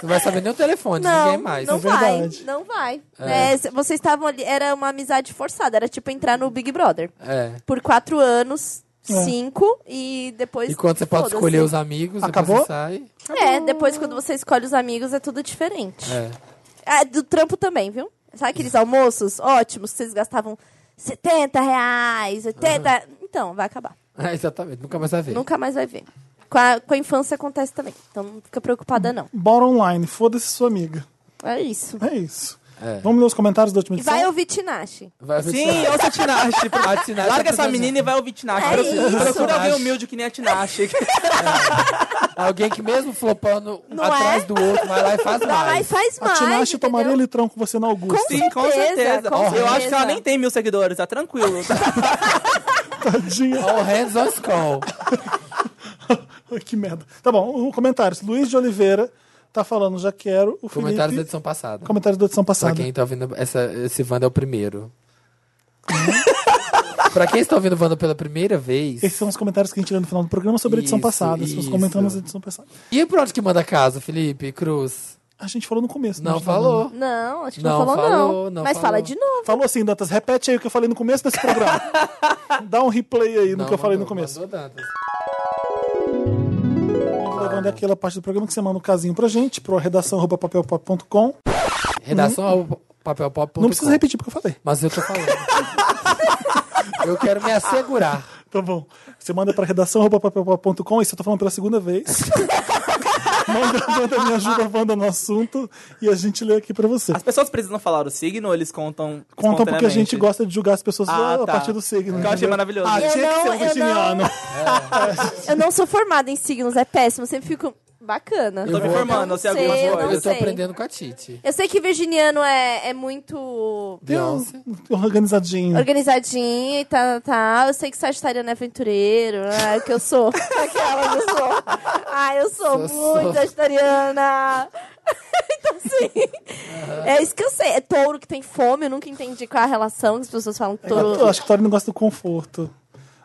Speaker 3: Não vai saber nem o telefone, de
Speaker 4: não,
Speaker 3: ninguém mais.
Speaker 4: não
Speaker 2: É
Speaker 4: vai,
Speaker 2: verdade.
Speaker 4: não vai. É, c- vocês estavam ali, era uma amizade forçada, era tipo entrar no Big Brother.
Speaker 3: É.
Speaker 4: Por quatro anos,
Speaker 2: É.
Speaker 4: cinco, e depois...
Speaker 3: E quando você pode
Speaker 4: foda-se.
Speaker 3: escolher os amigos,
Speaker 2: Acabou?
Speaker 3: depois você sai.
Speaker 4: É, depois quando você escolhe os amigos é tudo diferente.
Speaker 3: É.
Speaker 4: Ah, do trampo também, viu? Sabe aqueles almoços ótimos que vocês gastavam 70 reais, 80... Então, vai acabar.
Speaker 3: É, exatamente, nunca mais vai ver.
Speaker 4: Nunca mais vai ver. Com a, com a infância acontece também. Então não fica preocupada, não.
Speaker 2: Bora online, foda-se sua amiga.
Speaker 4: É isso. Então-
Speaker 2: É isso. Vamos ler os comentários da última
Speaker 4: E
Speaker 2: edição.
Speaker 4: vai ouvir Tinashe.
Speaker 3: Vai ver
Speaker 5: Sim, ouça a Tinashe.
Speaker 3: A Tinashe tá
Speaker 5: Larga essa
Speaker 3: presente.
Speaker 5: menina e vai ouvir Tinashe.
Speaker 4: É
Speaker 5: Procura-
Speaker 4: isso.
Speaker 5: Procura alguém
Speaker 3: Tinashe.
Speaker 5: humilde que nem é a Tinashe.
Speaker 3: Alguém que mesmo flopando um
Speaker 4: Não
Speaker 3: atrás
Speaker 4: é?
Speaker 3: do outro, vai lá e faz
Speaker 4: Vai lá e
Speaker 3: mais.
Speaker 4: faz
Speaker 2: A
Speaker 4: mais.
Speaker 2: Tinashe
Speaker 4: entendeu?
Speaker 2: tomaria litrão com você na Augusta.
Speaker 5: Sim, com
Speaker 4: certeza,
Speaker 5: certeza.
Speaker 4: com
Speaker 5: Eu acho que
Speaker 4: certeza.
Speaker 5: ela nem tem mil seguidores, tá tranquilo.
Speaker 2: Tadinha.
Speaker 3: All hands on skull.
Speaker 2: Ai, que merda. Tá bom, o comentário. Luiz de Oliveira tá falando, já quero. O Felipe...
Speaker 3: Comentários da edição passada.
Speaker 2: Comentários da edição
Speaker 3: Pra
Speaker 2: passada.
Speaker 3: quem tá ouvindo, essa, esse Wanda é o primeiro. pra quem está ouvindo Wanda pela primeira vez.
Speaker 2: Esses são os comentários que a gente leu no final do programa sobre a edição
Speaker 3: Isso,
Speaker 2: passada. As pessoas
Speaker 3: isso.
Speaker 2: comentando na edição passada.
Speaker 3: E por onde que manda casa, Felipe? Cruz?
Speaker 2: A gente falou no começo. né? A
Speaker 3: Não
Speaker 2: gente tava lendo.
Speaker 3: falou.
Speaker 4: Não, acho que não,
Speaker 3: Não
Speaker 4: falou,
Speaker 3: falou,
Speaker 4: não.
Speaker 3: não
Speaker 4: Mas
Speaker 3: falou.
Speaker 4: fala de novo.
Speaker 2: Falou assim, Dantas, repete aí o que eu falei no começo desse programa. Dá um replay aí no que eu falei no começo.
Speaker 3: mandou Dantas.
Speaker 2: Levando aquela parte do programa que você manda um casinho pra gente, pro redação.papelpop.com.
Speaker 3: Redação ao papelpop.com.
Speaker 2: Não precisa repetir porque eu falei.
Speaker 3: Mas eu tô falando. eu quero me assegurar.
Speaker 2: Tá bom. Você manda pra redação.papelpop.com, isso eu tô falando pela segunda vez. manda, manda me ajuda, manda no assunto e a gente lê aqui pra você.
Speaker 5: As pessoas precisam falar o signo ou eles contam
Speaker 2: Contam porque a gente
Speaker 5: espontaneamente?
Speaker 2: gosta de julgar as pessoas
Speaker 5: Ah,
Speaker 2: a
Speaker 5: tá.
Speaker 2: partir do signo.
Speaker 5: Que eu achei
Speaker 2: entendeu?
Speaker 5: maravilhoso.
Speaker 2: Ah,
Speaker 5: Eu
Speaker 2: tinha
Speaker 4: não-
Speaker 2: que ser um
Speaker 4: eu não-
Speaker 2: virginiano.
Speaker 4: Eu não sou formada em signos, é péssimo. Eu sempre fico bacana.
Speaker 3: Eu
Speaker 5: Tô me
Speaker 3: vou-
Speaker 5: formando,
Speaker 4: Não
Speaker 5: eu sei algumas
Speaker 4: sei,
Speaker 5: coisas.
Speaker 3: Eu tô
Speaker 4: sei.
Speaker 3: aprendendo com a Titi.
Speaker 4: Eu sei que virginiano é, é muito
Speaker 2: Tem um-
Speaker 3: Beyoncé.
Speaker 2: organizadinho.
Speaker 4: organizadinho e tal, tal. Eu sei que sagitariano é aventureiro, né? Que eu sou. Aquela que eu sou. Ah, eu sou
Speaker 3: Sou, sou.
Speaker 4: muito sagitariana. então, assim, é isso que eu sei. É touro que tem fome, eu nunca entendi qual é a relação que as pessoas falam
Speaker 3: É
Speaker 4: que
Speaker 2: Eu
Speaker 4: touro...
Speaker 2: acho É que o Tori não gosta do conforto.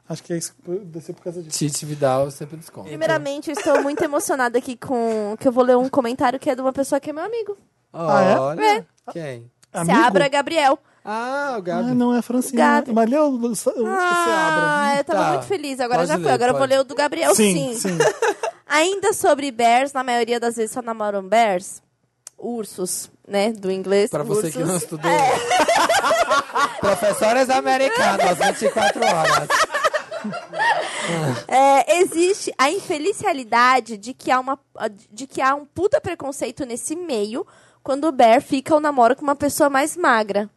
Speaker 2: Acho que é isso que desceu por causa disso.
Speaker 3: Titi Vidal, eu sempre desconto.
Speaker 4: Primeiramente, eu estou muito emocionada aqui com... Que eu vou ler um comentário que é de uma pessoa que é meu amigo.
Speaker 2: é?
Speaker 3: Olha. Quem?
Speaker 2: Amigo?
Speaker 4: Seabra Gabriel.
Speaker 3: Ah, o Gabi.
Speaker 2: Ah, não, é a Francina.
Speaker 4: Gabi.
Speaker 2: Mas lê o, o, o
Speaker 3: é
Speaker 2: Seabra.
Speaker 4: Ah, eu tava
Speaker 3: Tá.
Speaker 4: muito feliz. Agora
Speaker 3: Pode
Speaker 4: já
Speaker 3: ler,
Speaker 4: foi. Agora eu vou
Speaker 3: pode.
Speaker 4: ler o do Gabriel,
Speaker 2: Sim, sim.
Speaker 4: Ainda sobre bears, na maioria das vezes só namoram bears, ursos, né, do inglês.
Speaker 3: Pra você que não
Speaker 4: ursos.
Speaker 3: estudou. Professoras americanas, 24 horas.
Speaker 4: É, existe a infelicidade de que há uma, de que há um puta preconceito nesse meio quando o bear fica ou namora com uma pessoa mais magra.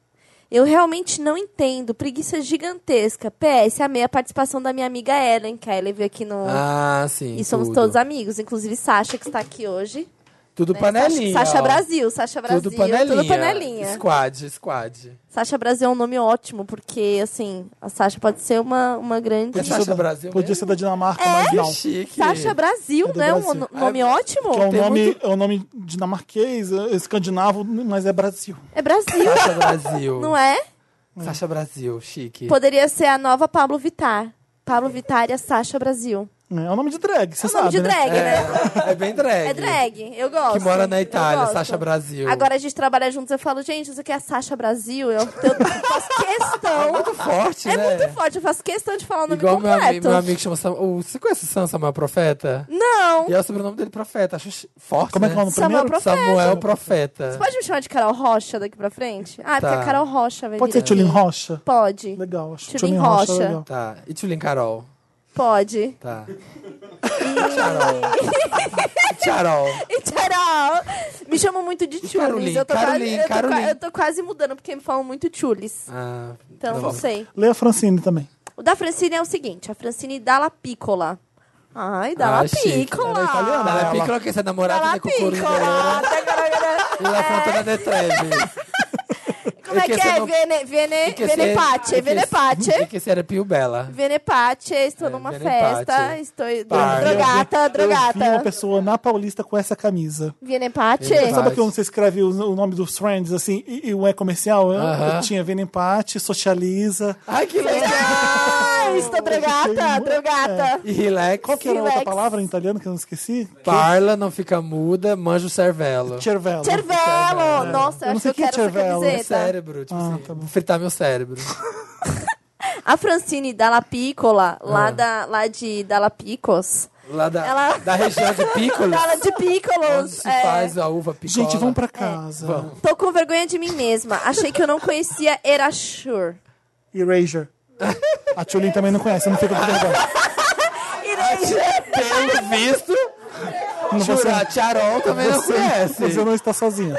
Speaker 4: Eu realmente não entendo. Preguiça gigantesca. PS, amei a participação da minha amiga Ellen, que a Ellen veio aqui no.
Speaker 3: Ah, sim.
Speaker 4: e somos
Speaker 3: tudo.
Speaker 4: todos amigos, inclusive Sasha, que está aqui hoje.
Speaker 3: Tudo
Speaker 4: né?
Speaker 3: panelinha.
Speaker 4: Sasha, Sasha
Speaker 3: ó.
Speaker 4: Brasil, Sasha Brasil.
Speaker 3: Tudo panelinha.
Speaker 4: Tudo panelinha.
Speaker 3: Squad, squad.
Speaker 4: Sasha Brasil é um nome ótimo, porque, assim, a Sasha pode ser uma, uma grande.
Speaker 3: É Sasha Brasil
Speaker 2: Podia
Speaker 3: mesmo?
Speaker 2: ser da Dinamarca,
Speaker 4: É,
Speaker 2: mas não.
Speaker 3: Que chique.
Speaker 4: Sasha Brasil,
Speaker 2: É do
Speaker 4: não é um
Speaker 2: Brasil.
Speaker 4: no- nome ótimo?
Speaker 2: Que é, o
Speaker 3: Tem
Speaker 2: nome,
Speaker 3: muito-
Speaker 2: é o nome dinamarquês, é escandinavo, mas é Brasil.
Speaker 4: É Brasil,
Speaker 3: Sasha Brasil.
Speaker 4: não é?
Speaker 3: Sasha Brasil, chique.
Speaker 4: Poderia ser a nova Pablo Vittar. Pablo Vittar e a Sasha Brasil.
Speaker 2: É o nome de drag, você
Speaker 4: É o
Speaker 2: sabe.
Speaker 4: nome de
Speaker 2: né?
Speaker 4: drag, né?
Speaker 3: É bem drag.
Speaker 4: É drag, eu gosto.
Speaker 3: Que mora na
Speaker 4: eu
Speaker 3: Itália,
Speaker 4: gosto.
Speaker 3: Sasha Brasil.
Speaker 4: Agora a gente trabalha juntos, eu falo, gente, isso aqui é Sasha Brasil. Eu, eu faço
Speaker 3: É
Speaker 4: questão.
Speaker 3: muito forte,
Speaker 4: É
Speaker 3: né?
Speaker 4: muito forte, eu faço questão de falar o nome
Speaker 3: Igual meu, ami-
Speaker 4: completo.
Speaker 3: meu amigo chama Sam... o- Você conhece o Sam Samuel Profeta?
Speaker 4: Não,
Speaker 3: E é o sobrenome dele Profeta. Acho chi- forte,
Speaker 2: Como é
Speaker 3: né?
Speaker 2: que é o nome
Speaker 4: Samuel
Speaker 2: primeiro?
Speaker 4: Profeta.
Speaker 3: Samuel Profeta.
Speaker 4: pode me chamar de Carol Rocha daqui pra frente? Ah,
Speaker 3: Tá.
Speaker 4: porque a Carol Rocha vai
Speaker 2: Pode
Speaker 4: vir
Speaker 2: ser Tulin
Speaker 4: aqui.
Speaker 2: Rocha?
Speaker 4: Pode.
Speaker 2: Legal, acho que
Speaker 4: Tulin
Speaker 2: Tulin Rocha,
Speaker 4: Rocha.
Speaker 2: é legal.
Speaker 3: Tá. E Tulin Carol?
Speaker 4: Pode.
Speaker 3: Tá. Charol. Charol.
Speaker 4: E tcharam! Me chamam muito de Chulis.
Speaker 3: Caroline,
Speaker 4: eu, tô quase-
Speaker 3: Caroline,
Speaker 4: eu tô qua-
Speaker 3: Caroline.
Speaker 4: eu tô quase mudando, porque me falam muito Chulis.
Speaker 3: Ah,
Speaker 4: Então,
Speaker 3: tá
Speaker 4: não
Speaker 3: bom.
Speaker 4: sei.
Speaker 2: Lê a Francine também.
Speaker 4: O da Francine é o seguinte, a Francine Dalla Piccola. Ai, Dalla
Speaker 3: Ah, chique.
Speaker 4: Piccola!
Speaker 3: Ela é italiana, né?
Speaker 2: ela.
Speaker 3: Ela piccola que essa namorada
Speaker 4: Dalla
Speaker 3: né, com o couro
Speaker 4: Piccola! Tá,
Speaker 3: E la frontona de treve.
Speaker 4: É. Como é
Speaker 3: E
Speaker 4: que
Speaker 3: que esse
Speaker 4: é?
Speaker 3: não-
Speaker 4: Vene,
Speaker 3: E
Speaker 4: vene,
Speaker 3: que se- e
Speaker 4: venepace,
Speaker 3: que- E
Speaker 4: venepace.
Speaker 3: que se era Pio Bella.
Speaker 4: Venepace, estou
Speaker 3: É,
Speaker 4: numa
Speaker 3: venepace. Tá,
Speaker 4: festa, estou...
Speaker 3: Par.
Speaker 4: Drogata,
Speaker 2: Eu vi uma
Speaker 4: drogata.
Speaker 2: pessoa na Paulista com essa camisa.
Speaker 4: Venepace.
Speaker 3: Venepace.
Speaker 2: É, Sabe quando você escreve o, o nome dos friends, assim, e, e um é comercial? Eu- Eu,
Speaker 3: Aham.
Speaker 2: tinha Vendo Empate, Socializa.
Speaker 3: Ai, que legal!
Speaker 4: Ah, estou drogata, drogata.
Speaker 3: E relax.
Speaker 2: Qual que era a outra
Speaker 4: Relax.
Speaker 2: palavra em italiano que eu não esqueci?
Speaker 4: é?
Speaker 3: Parla, não fica muda, manja o cervelo.
Speaker 2: Cervello.
Speaker 4: Cervelo! Nossa, eu
Speaker 2: Eu não
Speaker 4: acho que
Speaker 2: sei
Speaker 4: eu
Speaker 2: o que é
Speaker 4: quero essa
Speaker 2: cervelo.
Speaker 3: Meu
Speaker 4: camiseta.
Speaker 3: cérebro, tipo
Speaker 2: Ah,
Speaker 3: assim,
Speaker 2: tá bom.
Speaker 3: fritar meu cérebro.
Speaker 4: A Francine Dalla Piccola,
Speaker 2: Ah.
Speaker 4: lá, da, lá de Dalla Picos.
Speaker 3: Lá da,
Speaker 4: Ela-
Speaker 3: da região de Pícolos,
Speaker 4: Dalla de
Speaker 3: onde
Speaker 4: Piccolos.
Speaker 3: se
Speaker 4: é.
Speaker 3: faz a uva picola.
Speaker 2: Gente, vamos pra casa.
Speaker 4: Tô com vergonha de mim mesma. Achei que eu não conhecia Erasure.
Speaker 2: Erasure. A Tulin também não conhece, eu não fico com vergonha.
Speaker 3: Pelo visto,
Speaker 2: Não, você,
Speaker 3: Chura- Charol também não
Speaker 2: você,
Speaker 3: conhece.
Speaker 2: você não está sozinha.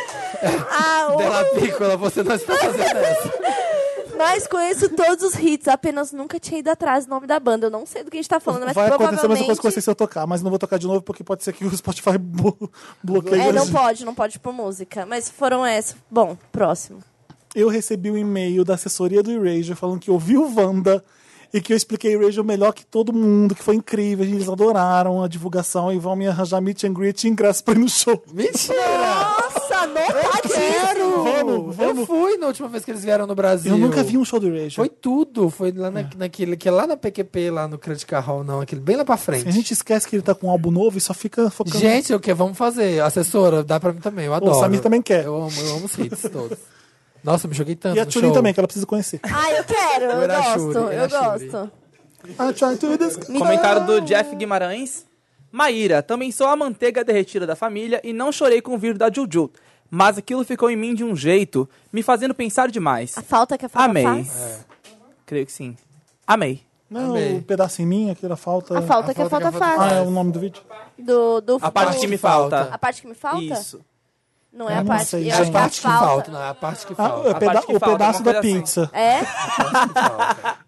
Speaker 4: Ah, o-
Speaker 3: Della Piccola, você não está fazendo essa.
Speaker 4: Mas conheço todos os hits, apenas nunca tinha ido atrás do nome da banda. Eu não sei do que a gente tá falando, mas
Speaker 2: Vai acontecer a mesma
Speaker 4: provavelmente...
Speaker 2: coisa com você se eu tocar, mas não vou tocar de novo porque pode ser que o Spotify blo- bloqueie.
Speaker 4: É, não
Speaker 2: isso.
Speaker 4: pode, não pode por música. Mas foram essas. Bom, próximo.
Speaker 2: Eu recebi um e-mail da assessoria do Erasure falando que ouviu Wanda e que eu expliquei Erasure melhor que todo mundo, que foi incrível, eles adoraram a divulgação e vão me arranjar meet and greet e ingresso pra ir no show.
Speaker 3: Mentira!
Speaker 4: Nossa, notadíssimo!
Speaker 2: Vamos,
Speaker 3: Eu
Speaker 2: vamos.
Speaker 3: fui na última vez que eles vieram no Brasil.
Speaker 2: Eu nunca vi um show do Erasure.
Speaker 3: Foi tudo. Foi lá na, naquele, que é lá na PQP, lá no Critical Hall, não, aquele bem lá pra frente.
Speaker 2: A gente esquece que ele tá com um álbum novo e só fica focando.
Speaker 3: Gente, o que vamos fazer? Assessora, dá pra mim também, eu adoro.
Speaker 2: Samir também quer.
Speaker 3: Eu amo, eu amo os hits todos. Nossa, me joguei tanto
Speaker 2: e a
Speaker 3: no
Speaker 2: Tulin
Speaker 3: show.
Speaker 2: também, que ela precisa conhecer.
Speaker 4: Ah, eu quero, eu,
Speaker 3: era
Speaker 4: gosto,
Speaker 3: Shuri,
Speaker 4: eu
Speaker 3: era Shuri.
Speaker 4: gosto.
Speaker 2: I try to this-
Speaker 5: Comentário do Jeff Guimarães. Maíra, também sou a manteiga derretida da família e não chorei com o vírus da Juju. Mas aquilo ficou em mim de um jeito, me fazendo pensar demais.
Speaker 4: A falta que a falta
Speaker 5: Amei.
Speaker 4: faz.
Speaker 5: Creio que sim. Amei.
Speaker 2: Não,
Speaker 3: Amei.
Speaker 2: o pedaço em mim, aquela falta.
Speaker 4: A falta que a falta
Speaker 2: Ah,
Speaker 4: faz.
Speaker 2: é o nome do vídeo?
Speaker 4: Do, do,
Speaker 5: A parte
Speaker 4: do-
Speaker 5: que me falta.
Speaker 4: A parte que me falta?
Speaker 5: Isso.
Speaker 4: Não é
Speaker 2: Eu
Speaker 4: a
Speaker 2: não
Speaker 4: parte.
Speaker 2: sei,
Speaker 4: eu
Speaker 2: gente.
Speaker 4: acho
Speaker 3: A
Speaker 4: que é a
Speaker 3: parte que falta,
Speaker 4: falta.
Speaker 3: não, é a parte que
Speaker 2: Ah,
Speaker 3: falta.
Speaker 2: o peda-
Speaker 5: que
Speaker 2: o
Speaker 5: falta,
Speaker 2: pedaço
Speaker 5: alguma
Speaker 2: da
Speaker 5: coisa assim.
Speaker 2: pizza.
Speaker 4: É?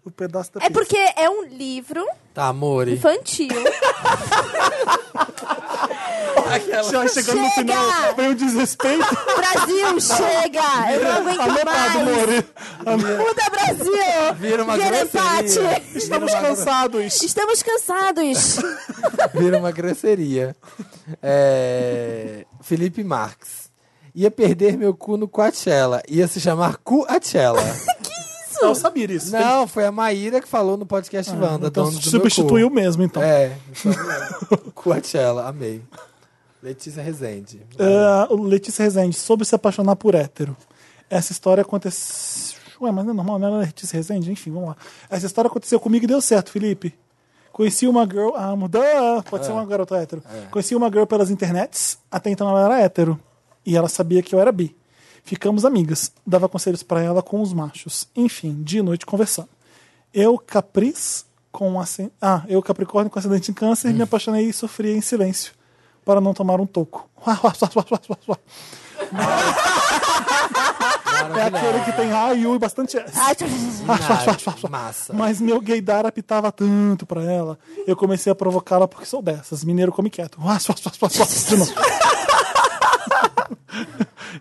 Speaker 2: O pedaço da
Speaker 4: É
Speaker 2: pizza.
Speaker 4: porque é um livro
Speaker 3: Tá, amore.
Speaker 4: infantil.
Speaker 2: Já chegando no
Speaker 4: Chega!
Speaker 2: final, veio o desrespeito.
Speaker 4: Brasil, chega! Eu não aguento
Speaker 2: Anotado,
Speaker 4: mais!
Speaker 2: Mori.
Speaker 4: Puta Brasil!
Speaker 3: Vira uma
Speaker 4: Vira
Speaker 3: grosseria.
Speaker 4: empate!
Speaker 2: Estamos cansados.
Speaker 4: Estamos cansados!
Speaker 3: Vira uma grosseria. É, Felipe Marques. Ia perder meu cu no Coachella. Ia se chamar Coachella.
Speaker 2: Não sabia isso.
Speaker 3: Não, foi a Maíra que falou no podcast Wanda.
Speaker 2: então
Speaker 3: dono do meu
Speaker 2: substituiu
Speaker 3: cu.
Speaker 2: mesmo, então.
Speaker 3: É. então, é. Coachella, amei. Letícia Rezende.
Speaker 2: Ah, o Letícia Rezende, sobre se apaixonar por hétero. Essa história aconteceu. Ué, mas não é normal, não era Letícia Rezende? Enfim, vamos lá. Essa história aconteceu comigo e deu certo, Felipe. Conheci uma girl. Ah, mudou! Pode ser uma garota hétero. Conheci uma girl pelas internets, até então ela era hétero. E ela sabia que eu era bi. Ficamos amigas, dava conselhos pra ela com os machos. Enfim, de noite conversando. Eu, Capris, com acen... Ah, eu, Capricórnio, com acidente em câncer, me apaixonei e sofria em silêncio. Para não tomar um toco. É aquele que tem A e U e bastante S.
Speaker 4: Ai, tch-
Speaker 3: Maravilhosa. Massa.
Speaker 2: Mas meu gaydar apitava tanto pra ela. Eu comecei a provocá-la porque sou dessas. Mineiro come quieto. De novo.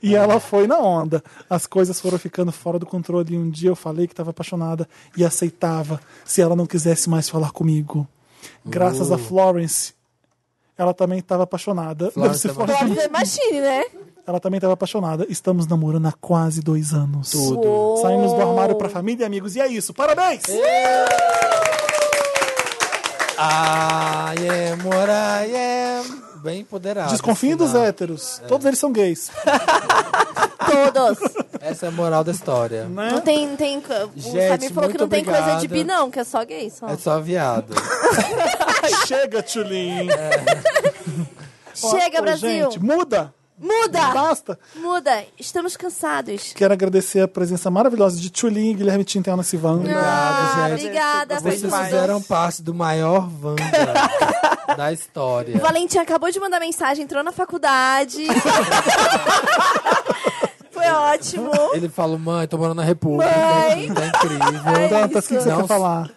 Speaker 2: E ela foi na onda. As coisas foram ficando fora do controle. E um dia eu falei que estava apaixonada e aceitava se ela não quisesse mais falar comigo. Graças a Florence, ela também estava apaixonada.
Speaker 3: Florence
Speaker 2: Deve ser
Speaker 3: é
Speaker 2: Florence.
Speaker 4: Flores and Machine, né?
Speaker 2: Ela também estava apaixonada. Estamos namorando há quase dois anos.
Speaker 4: Uou.
Speaker 2: Saímos do armário pra família e amigos. E é isso. Parabéns!
Speaker 3: I am what I am. Bem empoderado. assim,
Speaker 2: Desconfiem dos
Speaker 3: Sinal.
Speaker 2: héteros. Todos eles são gays.
Speaker 4: Todos.
Speaker 3: Essa é a moral da história.
Speaker 2: Né?
Speaker 4: Não tem. não tem o
Speaker 3: Gente,
Speaker 4: Samir falou que
Speaker 3: muito
Speaker 4: não tem coisa de
Speaker 3: obrigado.
Speaker 4: bi, não, que é só gay. Só.
Speaker 3: É só viado.
Speaker 2: Chega, Tulin.
Speaker 4: Chega, Brasil!
Speaker 2: Gente, muda.
Speaker 4: Muda!
Speaker 2: Basta.
Speaker 4: Muda! Estamos cansados.
Speaker 2: Quero agradecer a presença maravilhosa de Tulin e Guilherme Tintel nesse van.
Speaker 3: Obrigado,
Speaker 4: Ah,
Speaker 3: gente.
Speaker 4: obrigada,
Speaker 3: Vocês
Speaker 4: pessoal.
Speaker 3: fizeram parte do maior Wanda da história.
Speaker 4: Valentim acabou de mandar mensagem, entrou na faculdade. Foi ótimo.
Speaker 3: Ele falou, mãe, tô morando na República.
Speaker 4: Mãe!
Speaker 3: Tá incrível.
Speaker 4: É
Speaker 2: Dantas, o que que você
Speaker 3: Não,
Speaker 2: quer falar?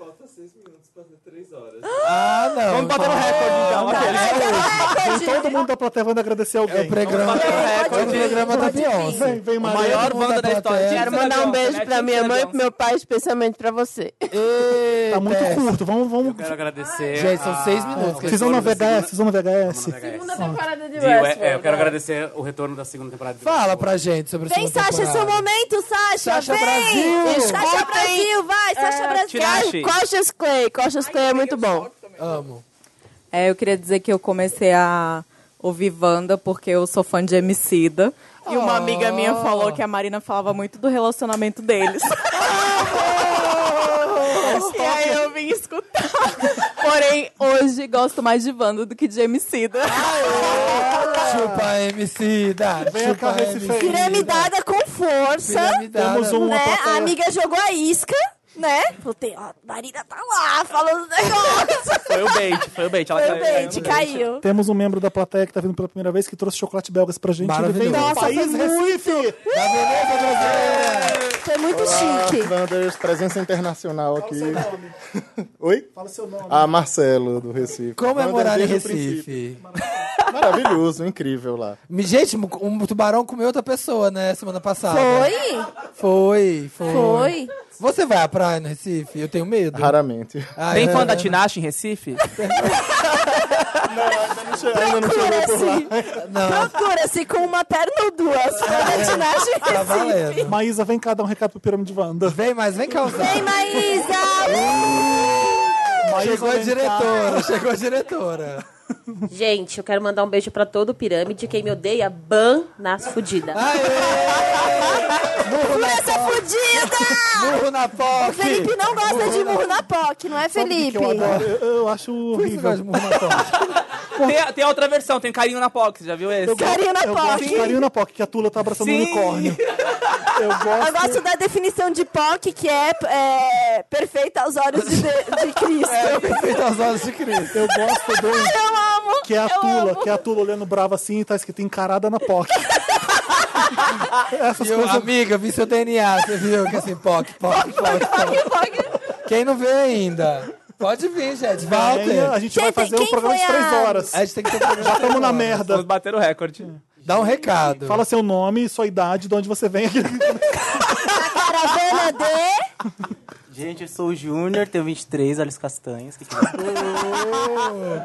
Speaker 3: Ah, não.
Speaker 5: Vamos bater no recorde,
Speaker 4: Tá.
Speaker 5: então. aquele.
Speaker 4: é,
Speaker 2: Todo mundo da plateia vai agradecer alguém.
Speaker 3: É o programa,
Speaker 5: Vamos bater
Speaker 3: é
Speaker 5: o
Speaker 3: o
Speaker 5: recorde.
Speaker 3: programa da
Speaker 4: Pode vir.
Speaker 3: Beyoncé.
Speaker 2: Vem, vem,
Speaker 5: O
Speaker 2: Maria.
Speaker 5: maior
Speaker 3: todo mundo da
Speaker 5: banda da história.
Speaker 3: plateia.
Speaker 5: Tinha
Speaker 8: Quero
Speaker 5: que ser da
Speaker 8: mandar um
Speaker 5: Beyoncé,
Speaker 8: beijo
Speaker 5: né?
Speaker 8: pra
Speaker 5: Tinha que ser
Speaker 8: minha
Speaker 5: da
Speaker 8: mãe e
Speaker 5: Beyoncé.
Speaker 8: pro meu pai, especialmente pra você.
Speaker 2: Tá muito
Speaker 3: Eita.
Speaker 2: curto. Vamos, vamos.
Speaker 9: Quero agradecer.
Speaker 3: Gente, são seis minutos. que
Speaker 2: Vocês vão na VHS? Vocês vão na VHS?
Speaker 8: Segunda temporada de
Speaker 9: E eu, é, é, eu
Speaker 8: Westworld.
Speaker 9: quero agradecer o retorno da segunda temporada. de
Speaker 3: Fala
Speaker 9: Westworld.
Speaker 3: pra gente sobre
Speaker 4: Vem,
Speaker 3: segunda
Speaker 4: Sasha, é seu
Speaker 3: temporada.
Speaker 4: momento, Sasha!
Speaker 3: Sasha
Speaker 4: vem!
Speaker 3: Brasil! É,
Speaker 4: Sasha
Speaker 8: Escutem.
Speaker 4: Brasil, vai, Sasha Brasil!
Speaker 5: Tirashi.
Speaker 8: Cautious Clay. Cautious Clay é muito bom.
Speaker 3: Amo.
Speaker 10: É, eu queria dizer que eu comecei a ouvir Wanda porque eu sou fã de Emicida. E uma amiga minha falou que a Marina falava muito do relacionamento deles. e aí eu vim escutar. Porém, hoje gosto mais de Wanda do que de Emicida.
Speaker 3: Chupa MC da.
Speaker 2: Vem cá
Speaker 3: Chupa
Speaker 2: ver esse
Speaker 3: MC.
Speaker 2: feio.
Speaker 4: Piramidada com força,
Speaker 3: Piramidada.
Speaker 2: Temos um- Uma
Speaker 4: né?
Speaker 2: plateia.
Speaker 4: A amiga jogou a isca Né? Voltei, ó, Marina tá lá falando os negócios.
Speaker 5: Foi o bait, foi o bait. Ela
Speaker 4: Foi o
Speaker 5: caiu.
Speaker 4: bait, caiu.
Speaker 2: Temos um membro da plateia que tá vindo pela primeira vez que trouxe chocolate belgas pra gente. Ele veio do
Speaker 11: Maravilhoso.
Speaker 2: país Recife.
Speaker 11: Da beleza brasileira!
Speaker 4: Foi muito
Speaker 11: Olá,
Speaker 4: chique.
Speaker 11: Flanders, presença internacional aqui. Oi?
Speaker 2: Fala seu nome.
Speaker 11: Ah, Marcelo, do Recife.
Speaker 3: Como é
Speaker 11: Flanders
Speaker 3: morar em
Speaker 11: desde o princípio.
Speaker 3: Recife?
Speaker 11: Maravilhoso, incrível lá.
Speaker 3: Me- Gente, um- um tubarão comeu outra pessoa, né? Semana passada.
Speaker 4: Foi?
Speaker 3: Foi, foi.
Speaker 4: Foi?
Speaker 3: Você vai à praia no Recife? Eu tenho medo.
Speaker 11: Raramente.
Speaker 3: Ah,
Speaker 5: Tem
Speaker 3: é,
Speaker 5: fã
Speaker 3: né?
Speaker 5: da Tinashe em Recife?
Speaker 11: Ainda não chegou por lá.
Speaker 3: Não,
Speaker 4: Procura-se com uma perna ou duas.
Speaker 3: tá valendo.
Speaker 2: Maísa, vem cá dar um recado pro Pirâmide Wanda.
Speaker 3: Vem, mas vem causar.
Speaker 4: Vem, Maísa!
Speaker 3: Chegou a
Speaker 2: vem
Speaker 3: diretora, chegou a diretora.
Speaker 12: Gente, eu quero mandar um beijo pra todo o Pirâmide. Quem me odeia, ban nas fudidas.
Speaker 3: Murro na
Speaker 4: Essa fudida!
Speaker 3: POC, murro na POC.
Speaker 4: Felipe não gosta de murro na POC, não é, Felipe?
Speaker 2: Eu, adoro, eu, eu acho
Speaker 3: Você
Speaker 2: horrível.
Speaker 3: gosta de murro na POC?
Speaker 5: tem, tem a outra versão, tem carinho na POC, você já viu esse?
Speaker 4: Carinho na
Speaker 2: Eu gosto de
Speaker 4: POC.
Speaker 2: carinho na POC, que a Tula tá abraçando um
Speaker 5: Sim.
Speaker 2: unicórnio. Eu gosto.
Speaker 4: Eu gosto da definição de POC, que é, é, perfeita aos olhos de, de Cristo.
Speaker 3: É, Feito aos olhos de Cristo.
Speaker 2: Eu gosto do.
Speaker 4: Eu amo!
Speaker 2: Que é a
Speaker 4: eu
Speaker 2: Tula,
Speaker 4: amo.
Speaker 2: que é a Tula olhando brava assim e tá escrito encarada na POC. Essas
Speaker 3: E eu,
Speaker 2: coisas.
Speaker 3: amiga, vi seu DNA, você viu? Que assim, POC, POC, POC, POC. Quem não veio ainda? Pode vir, gente.
Speaker 2: Aí a
Speaker 3: Walter.
Speaker 2: gente
Speaker 4: Gente,
Speaker 2: vai fazer um
Speaker 4: quem
Speaker 2: programa de
Speaker 4: foi
Speaker 2: três
Speaker 4: a-
Speaker 2: horas.
Speaker 3: A gente tem que ter um programa
Speaker 2: Já
Speaker 3: de
Speaker 2: estamos na
Speaker 3: horas.
Speaker 2: merda.
Speaker 5: Vamos bater o recorde.
Speaker 3: Dá um recado.
Speaker 2: Fala seu nome, sua idade, de onde você vem.
Speaker 4: Caravana de...
Speaker 13: Gente, eu sou o Júnior, tenho 23, olhos castanhos. que que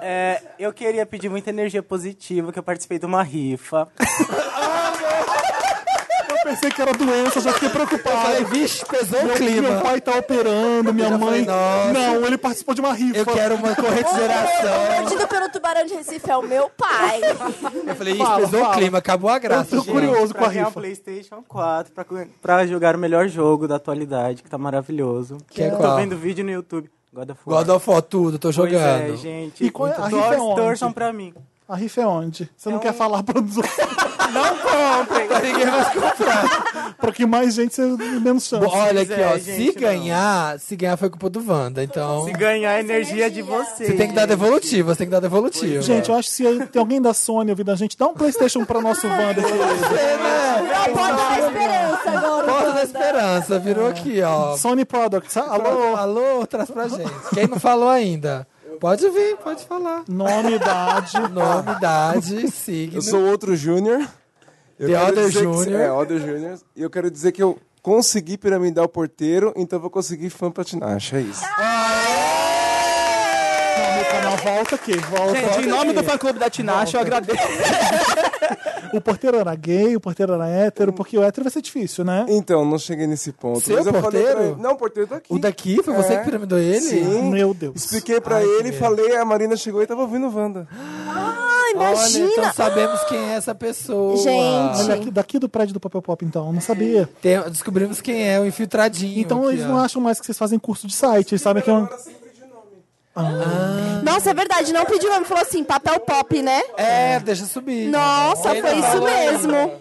Speaker 13: é? É, eu queria pedir muita energia positiva, que eu participei de uma rifa.
Speaker 2: Eu pensei que era doença, já fiquei
Speaker 3: Eu
Speaker 2: preocupado.
Speaker 3: falei, vixe, pesou o
Speaker 2: Meu, meu
Speaker 3: clima.
Speaker 2: pai tá operando, minha
Speaker 3: já falei,
Speaker 2: mãe.
Speaker 3: nossa.
Speaker 2: não, ele participou de uma rifa.
Speaker 3: Eu quero uma
Speaker 4: O
Speaker 3: corretização.
Speaker 4: perdido pelo tubarão de Recife é o meu pai.
Speaker 3: Eu falei, ixi,
Speaker 2: Fala,
Speaker 3: pesou o
Speaker 2: fala.
Speaker 3: clima, acabou a
Speaker 2: Eu
Speaker 3: graça.
Speaker 2: tô
Speaker 3: gente.
Speaker 2: curioso com a
Speaker 13: pra ganhar o
Speaker 2: rifa.
Speaker 13: PlayStation 4, pra, co- pra jogar o melhor jogo da atualidade, que tá maravilhoso.
Speaker 3: Que é
Speaker 13: eu
Speaker 3: qual?
Speaker 13: tô vendo vídeo no YouTube. God of War.
Speaker 3: God of War, tudo, tô
Speaker 13: Pois
Speaker 3: jogando.
Speaker 13: é, gente.
Speaker 2: E qual é- a
Speaker 13: Muito-
Speaker 2: rifa é
Speaker 13: Torce-
Speaker 2: onde?
Speaker 13: torçam pra mim.
Speaker 2: A rifa é onde? Você não
Speaker 13: É
Speaker 2: quer
Speaker 13: um-
Speaker 2: falar para os outros.
Speaker 3: Pra ninguém mais comprar.
Speaker 2: Pra que mais gente, você menos chance.
Speaker 3: Bom, Olha aqui, ó.
Speaker 13: é,
Speaker 3: se
Speaker 13: gente, não.
Speaker 3: ganhar, se ganhar foi culpa do Wanda. Então.
Speaker 13: Se ganhar a energia de vocês.
Speaker 3: Você tem que dar devolutiva, você tem que dar devolutiva.
Speaker 2: é. Gente, eu acho que se tem alguém da Sony ouvindo a gente, dá um Playstation pra nosso Wander.
Speaker 4: É o porta da esperança agora.
Speaker 3: Porta da Esperança, virou aqui, ó.
Speaker 2: Sony Products, alô,
Speaker 3: Alô, alô, traz pra gente. Quem não falou ainda, pode vir, pode falar.
Speaker 2: nome, idade.
Speaker 3: Nome, idade, signo.
Speaker 14: Eu sou outro Júnior. Eu
Speaker 3: né? The
Speaker 14: quero
Speaker 3: other
Speaker 14: dizer que-
Speaker 3: Júnior.
Speaker 14: É, Other Júnior. E eu quero dizer que eu consegui piramidar o porteiro, então eu vou conseguir fã patinache. É isso.
Speaker 2: Tá.
Speaker 3: É.
Speaker 2: Não, meu canal, volta aqui, volta.
Speaker 5: Gente, em nome do fã clube da Tinashe, eu agradeço.
Speaker 2: O porteiro era gay, o porteiro era
Speaker 3: Hum.
Speaker 2: hétero, porque o hétero vai ser difícil, né?
Speaker 14: Então, não cheguei nesse ponto.
Speaker 3: Seu
Speaker 14: mas eu falei pra
Speaker 3: porteiro?
Speaker 14: ele. Não, o porteiro daqui.
Speaker 3: O daqui, foi você
Speaker 14: É.
Speaker 3: que piramidou ele?
Speaker 14: Sim.
Speaker 2: Meu Deus.
Speaker 14: Expliquei pra
Speaker 3: Ai, que
Speaker 14: ele,
Speaker 3: merda.
Speaker 14: falei, a Marina chegou e tava ouvindo Wanda.
Speaker 4: Ah,
Speaker 3: Olha,
Speaker 4: imagina.
Speaker 3: então sabemos quem é essa pessoa.
Speaker 4: Gente.
Speaker 2: Olha, aqui- daqui do prédio do Papel Pop, então, eu não sabia.
Speaker 3: Tem- descobrimos quem é, o infiltradinho.
Speaker 2: Então
Speaker 3: É. aqui,
Speaker 2: eles
Speaker 3: ó.
Speaker 2: não acham mais que vocês fazem curso de site, eles sabem que é um...
Speaker 4: Nossa, é verdade, não pediu nome, falou assim, papel pop, né?
Speaker 3: É, deixa subir.
Speaker 4: Nossa,
Speaker 3: Ele
Speaker 4: foi isso
Speaker 3: falou ainda.
Speaker 4: mesmo.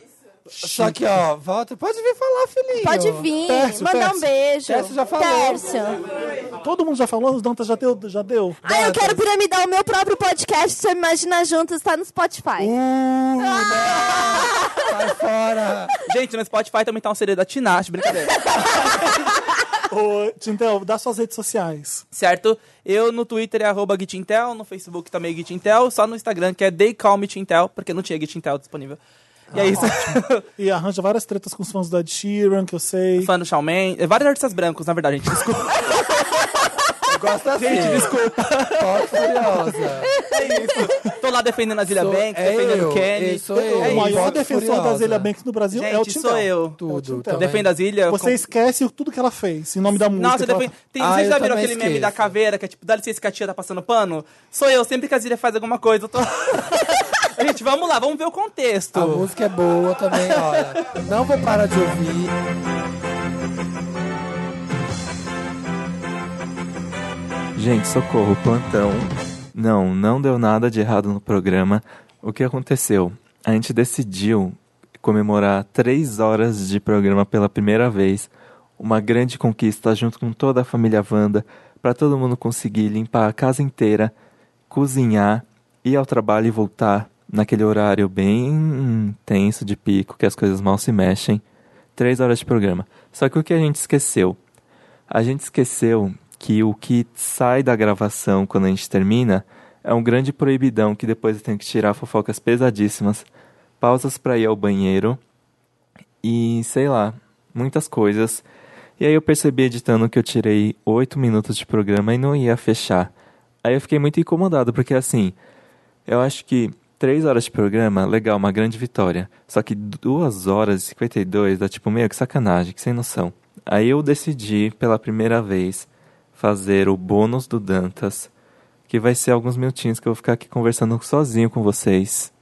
Speaker 3: Só que, ó, volta. Pode vir falar, filhinho.
Speaker 4: Pode vir,
Speaker 2: Tércio,
Speaker 4: mandar
Speaker 2: Tércio.
Speaker 4: um beijo.
Speaker 3: Tércio já falou.
Speaker 4: Tércio.
Speaker 2: Todo mundo já falou, os Dantas já deu, já deu.
Speaker 4: Ah, eu quero piramidar o meu próprio podcast, você imagina juntas, tá no
Speaker 3: Uh,
Speaker 4: Spotify.
Speaker 3: Sai fora.
Speaker 5: Gente, no Spotify também tá um CD da Tinashe, brincadeira.
Speaker 2: Ô, Tintel, dá suas redes sociais.
Speaker 5: certo? Eu no Twitter é arroba Gitintel, no Facebook também é Gitintel, só no Instagram que é They Call Me Tintel, porque não tinha Gitintel disponível. E é isso.
Speaker 2: E arranja várias tretas com os fãs do Ed Sheeran, que eu sei.
Speaker 5: Fã do Shawn Mendes. é, Vários artistas brancos, na verdade, gente. Desculpa.
Speaker 3: Gosta assim. Gente, desculpa. Tô furiosa.
Speaker 5: Tô lá defendendo a Zilia
Speaker 3: Sou-
Speaker 5: Banks,
Speaker 3: é
Speaker 5: defendendo
Speaker 3: eu,
Speaker 5: o Kenny.
Speaker 3: eu sou eu.
Speaker 2: o
Speaker 5: É
Speaker 3: isso.
Speaker 2: maior
Speaker 3: Foda
Speaker 2: defensor
Speaker 3: Furiosa.
Speaker 2: da Zélia Banks no Brasil é o
Speaker 5: Gente,
Speaker 2: Tintel.
Speaker 5: sou eu.
Speaker 3: Tudo.
Speaker 2: Então,
Speaker 3: também.
Speaker 5: Defendo a Zilia.
Speaker 2: Você esquece tudo que ela fez em nome da música.
Speaker 5: Nossa,
Speaker 2: que ela-
Speaker 5: depois, tem,
Speaker 3: Ah,
Speaker 5: vocês
Speaker 3: eu
Speaker 5: já viram
Speaker 3: também
Speaker 5: aquele meme
Speaker 3: esqueço.
Speaker 5: da caveira, que é tipo, dá licença que a tia tá passando pano? Sou eu, sempre que a Zilia faz alguma coisa, eu tô... Gente, vamos lá, vamos ver o contexto.
Speaker 3: A música é boa também, olha. Não vou parar de ouvir.
Speaker 15: Gente, socorro, plantão. Não, não deu nada de errado no programa. O que aconteceu? A gente decidiu comemorar três horas de programa pela primeira vez Uma grande conquista junto com toda a família Wanda para todo mundo conseguir limpar a casa inteira, cozinhar, ir ao trabalho e voltar naquele horário bem tenso de pico que as coisas mal se mexem. Três horas de programa. Só que o que a gente esqueceu? A gente esqueceu que o que sai da gravação quando a gente termina é um grande proibidão que depois eu tenho que tirar fofocas pesadíssimas, pausas para ir ao banheiro e sei lá, muitas coisas. E aí eu percebi editando que eu tirei oito minutos de programa e não ia fechar. Aí eu fiquei muito incomodado, porque assim, eu acho que três horas de programa, legal, uma grande vitória. Só que duas horas e 52 dá tipo meio que sacanagem, que sem noção. Aí eu decidi pela primeira vez fazer o bônus do Dantas, que vai ser alguns minutinhos que eu vou ficar aqui conversando sozinho com vocês.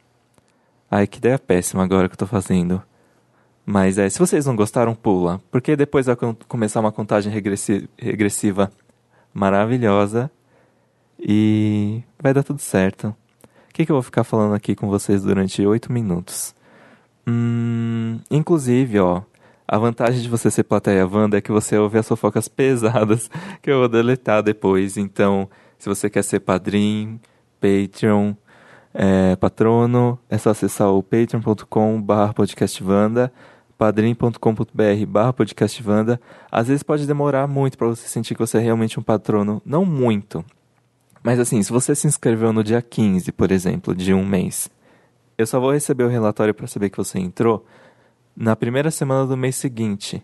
Speaker 15: Ai, que ideia péssima agora que eu tô fazendo. Mas é, se vocês não gostaram, pula. Porque depois vai con- começar uma contagem regressi- regressiva maravilhosa. E vai dar tudo certo. O que, que eu vou ficar falando aqui com vocês durante oito minutos? Hum, inclusive, ó. A vantagem de você ser plateia Wanda é que você ouve as fofocas pesadas que eu vou deletar depois. Então, se você quer ser padrinho, Patreon, é, patrono, é só acessar o patreon.com barra podcastvanda, padrim.com.br barra podcastvanda. Às vezes pode demorar muito para você sentir que você é realmente um patrono. Não muito, mas assim, se você se inscreveu no dia 15, por exemplo, de um mês, eu só vou receber o relatório para saber que você entrou na primeira semana do mês seguinte.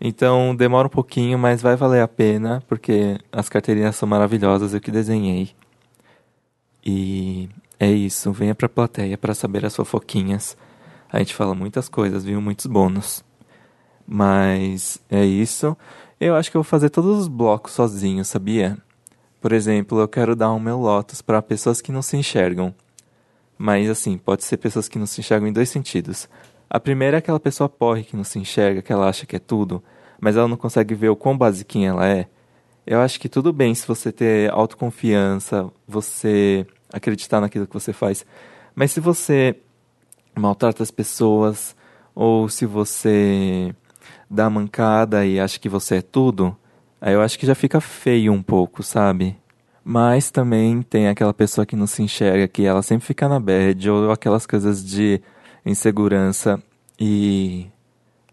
Speaker 15: Então demora um pouquinho, mas vai valer a pena, porque as carteirinhas são maravilhosas, eu que desenhei. E é isso, venha pra plateia para saber as fofoquinhas. A gente fala muitas coisas, viu? Muitos bônus. Mas é isso. Eu acho que eu vou fazer todos os blocos sozinho, sabia? Por exemplo, eu quero dar o meu Lotus para pessoas que não se enxergam. Mas assim, pode ser pessoas que não se enxergam em dois sentidos. A primeira é aquela pessoa porre que não se enxerga, que ela acha que é tudo, mas ela não consegue ver o quão basiquinha ela é. Eu acho que tudo bem se você ter autoconfiança, você acreditar naquilo que você faz. Mas se você maltrata as pessoas, ou se você dá mancada e acha que você é tudo, aí eu acho que já fica feio um pouco, sabe? Mas também tem aquela pessoa que não se enxerga, que ela sempre fica na bad, ou aquelas coisas de insegurança e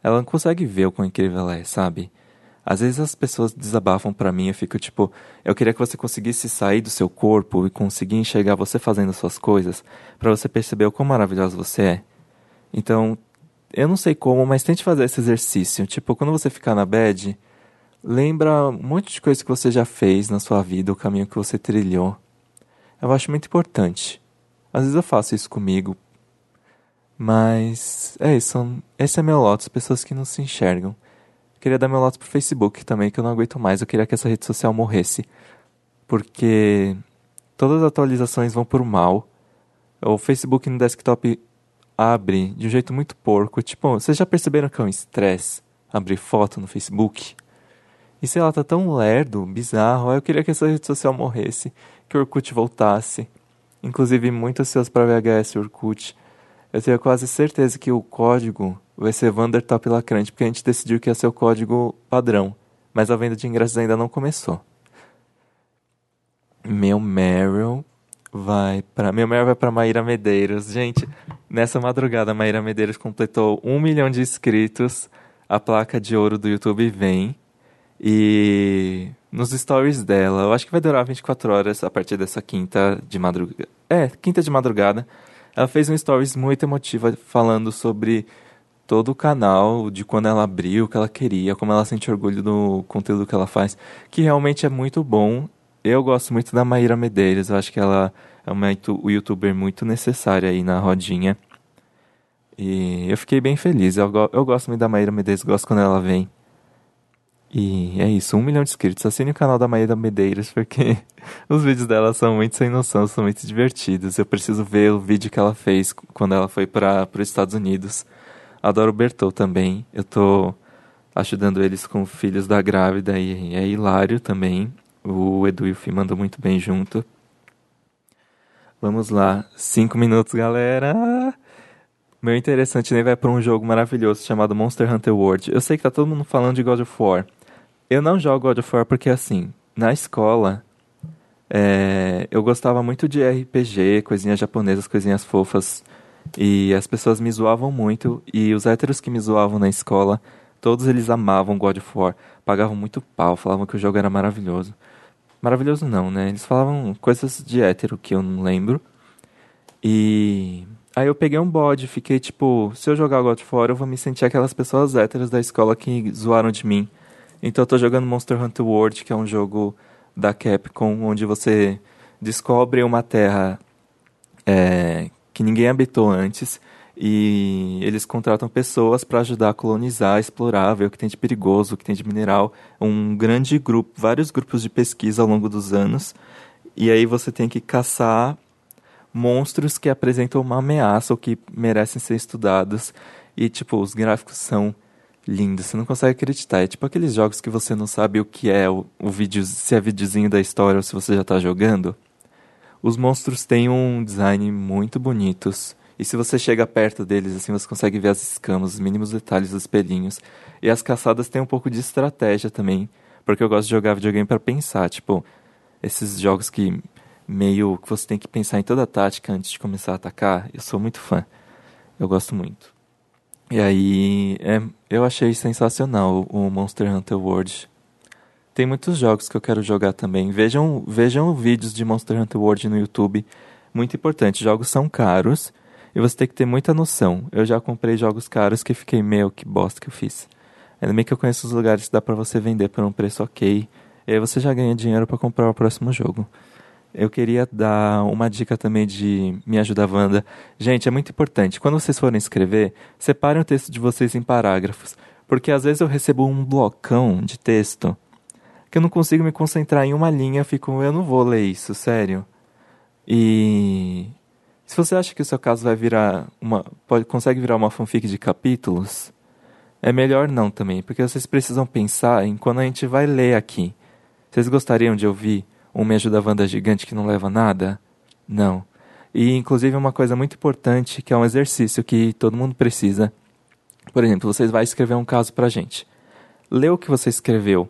Speaker 15: ela não consegue ver o quão incrível ela é, sabe? Às vezes as pessoas desabafam pra mim, eu fico tipo, eu queria que você conseguisse sair do seu corpo e conseguir enxergar você fazendo as suas coisas, pra você perceber o quão maravilhosa você é. Então, eu não sei como, mas tente fazer esse exercício. Tipo, quando você ficar na bed, lembra um monte de coisa que você já fez na sua vida, o caminho que você trilhou. Eu acho muito importante. Às vezes eu faço isso comigo, mas é isso. Esse é meu lotus, pessoas que não se enxergam. Queria dar meu lotus pro Facebook também, que eu não aguento mais. Eu queria que essa rede social morresse. Porque todas as atualizações vão pro mal. O Facebook no desktop abre de um jeito muito porco. Tipo, vocês já perceberam que é um estresse abrir foto no Facebook? E sei lá, tá tão lerdo, bizarro. Aí Eu queria que essa rede social morresse, que o Orkut voltasse. Inclusive, muito ansioso pra VHS e Orkut. Eu tenho quase certeza que o código vai ser Vandertop Lacrante, porque a gente decidiu que ia ser o código padrão. Mas a venda de ingressos ainda não começou. Meu Meryl vai para Meu Meryl vai pra Maíra Medeiros. Gente, nessa madrugada a Maíra Medeiros completou um milhão de inscritos. A placa de ouro do YouTube vem. E nos stories dela, eu acho que vai durar 24 horas a partir dessa quinta de madrugada. É, quinta de madrugada. Ela fez um stories muito emotiva falando sobre todo o canal, de quando ela abriu, o que ela queria, como ela sente orgulho do conteúdo que ela faz, que realmente é muito bom. Eu gosto muito da Maíra Medeiros, eu acho que ela é uma itu- youtuber muito necessária aí na rodinha. E eu fiquei bem feliz. Eu, go- eu gosto muito da Maíra Medeiros, gosto quando ela vem. E é isso, um milhão de inscritos. Assine o canal da Maíra Medeiros, porque os vídeos dela são muito sem noção, são muito divertidos. Eu preciso ver o vídeo que ela fez c- quando ela foi para os Estados Unidos. Adoro o Bertol também. Eu tô ajudando eles com Filhos da Grávida e é hilário também. O Edu e o Fih mandam muito bem junto. Vamos lá, cinco minutos, galera. Meu interessante nem vai pra um jogo maravilhoso chamado Monster Hunter World. Eu sei que tá todo mundo falando de God of War. Eu não jogo God of War porque, assim, na escola, é, eu gostava muito de RPG, coisinhas japonesas, coisinhas fofas. E as pessoas me zoavam muito. E os héteros que me zoavam na escola, todos eles amavam God of War. Pagavam muito pau, falavam que o jogo era maravilhoso. Maravilhoso não, né? Eles falavam coisas de hétero que eu não lembro. E aí eu peguei um bode, fiquei tipo, se eu jogar God of War, eu vou me sentir aquelas pessoas héteras da escola que zoaram de mim. Então eu tô jogando Monster Hunter World, que é um jogo da Capcom, onde você descobre uma terra é, que ninguém habitou antes e eles contratam pessoas para ajudar a colonizar, explorar, ver o que tem de perigoso, o que tem de mineral. Um grande grupo, vários grupos de pesquisa ao longo dos anos. E aí você tem que caçar monstros que é, apresentam uma ameaça ou que merecem ser estudados. E, tipo, os gráficos são lindos, você não consegue acreditar. É tipo aqueles jogos que você não sabe o que é o, o vídeo, se é videozinho da história ou se você já tá jogando. Os monstros têm um design muito bonitos. E se você chega perto deles, assim, você consegue ver as escamas, os mínimos detalhes dos pelinhos. E as caçadas têm um pouco de estratégia também, porque eu gosto de jogar videogame para pensar, tipo, esses jogos que meio que você tem que pensar em toda a tática antes de começar a atacar, eu sou muito fã. Eu gosto muito. E aí, é, eu achei sensacional o Monster Hunter World. Tem muitos jogos que eu quero jogar também. Vejam, vejam vídeos de Monster Hunter World no YouTube. Muito importante, jogos são caros e você tem que ter muita noção. Eu já comprei jogos caros que fiquei meio que bosta que eu fiz. Ainda bem que eu conheço os lugares que dá para você vender por um preço ok. E aí você já ganha dinheiro para comprar o próximo jogo. Eu queria dar uma dica também de Me Ajuda Wanda. Gente, é muito importante. Quando vocês forem escrever, separem o texto de vocês em parágrafos. Porque às vezes eu recebo um blocão de texto que eu não consigo me concentrar em uma linha. Eu fico, eu não vou ler isso, sério. E se você acha que o seu caso vai virar uma. Pode, consegue virar uma fanfic de capítulos, é melhor não também. Porque vocês precisam pensar em quando a gente vai ler aqui. Vocês gostariam de ouvir um Me Ajuda Wanda gigante que não leva nada? Não. E, inclusive, uma coisa muito importante, que é um exercício que todo mundo precisa. Por exemplo, vocês vai escrever um caso pra gente. Lê o que você escreveu.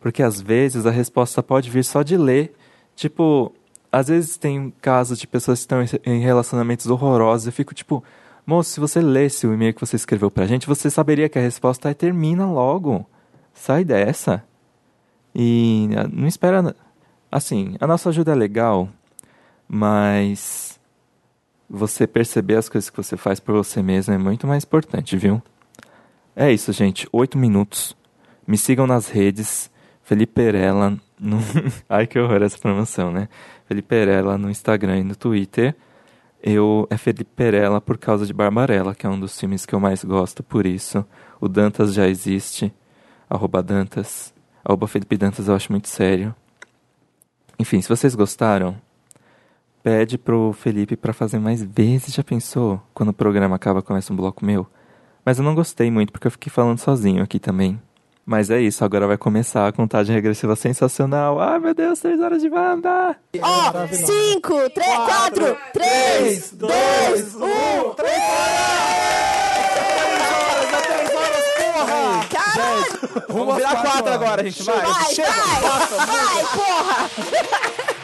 Speaker 15: Porque, às vezes, a resposta pode vir só de ler. Tipo, às vezes tem casos de pessoas que estão em relacionamentos horrorosos. Eu fico, tipo... Moço, se você lesse o e-mail que você escreveu pra gente, você saberia que a resposta é termina logo. Sai dessa. E ah, não espera assim, a nossa ajuda é legal, mas você perceber as coisas que você faz por você mesmo é muito mais importante, viu? É isso, gente. Oito minutos. Me sigam nas redes. Felipe Perella no... Ai, que horror essa promoção, né? Felipe Perella no Instagram e no Twitter. Eu... É Felipe Perella por causa de Barbarella, que é um dos filmes que eu mais gosto, por isso. O Dantas já existe. Arroba Dantas. Arroba Felipe Dantas eu acho muito sério. Enfim, se vocês gostaram, pede pro Felipe para fazer mais vezes. Já pensou? Quando o programa acaba, começa um bloco meu. Mas eu não gostei muito porque eu fiquei falando sozinho aqui também. Mas é isso, agora vai começar a contagem regressiva sensacional. Ai meu Deus, três horas de banda!
Speaker 8: Ó, 5, 3, 4, 3,
Speaker 4: um,
Speaker 8: 2, 1, 3!
Speaker 5: Vamos virar Tá quatro agora, gente. Vai.
Speaker 8: Vai, vai, vai, porra!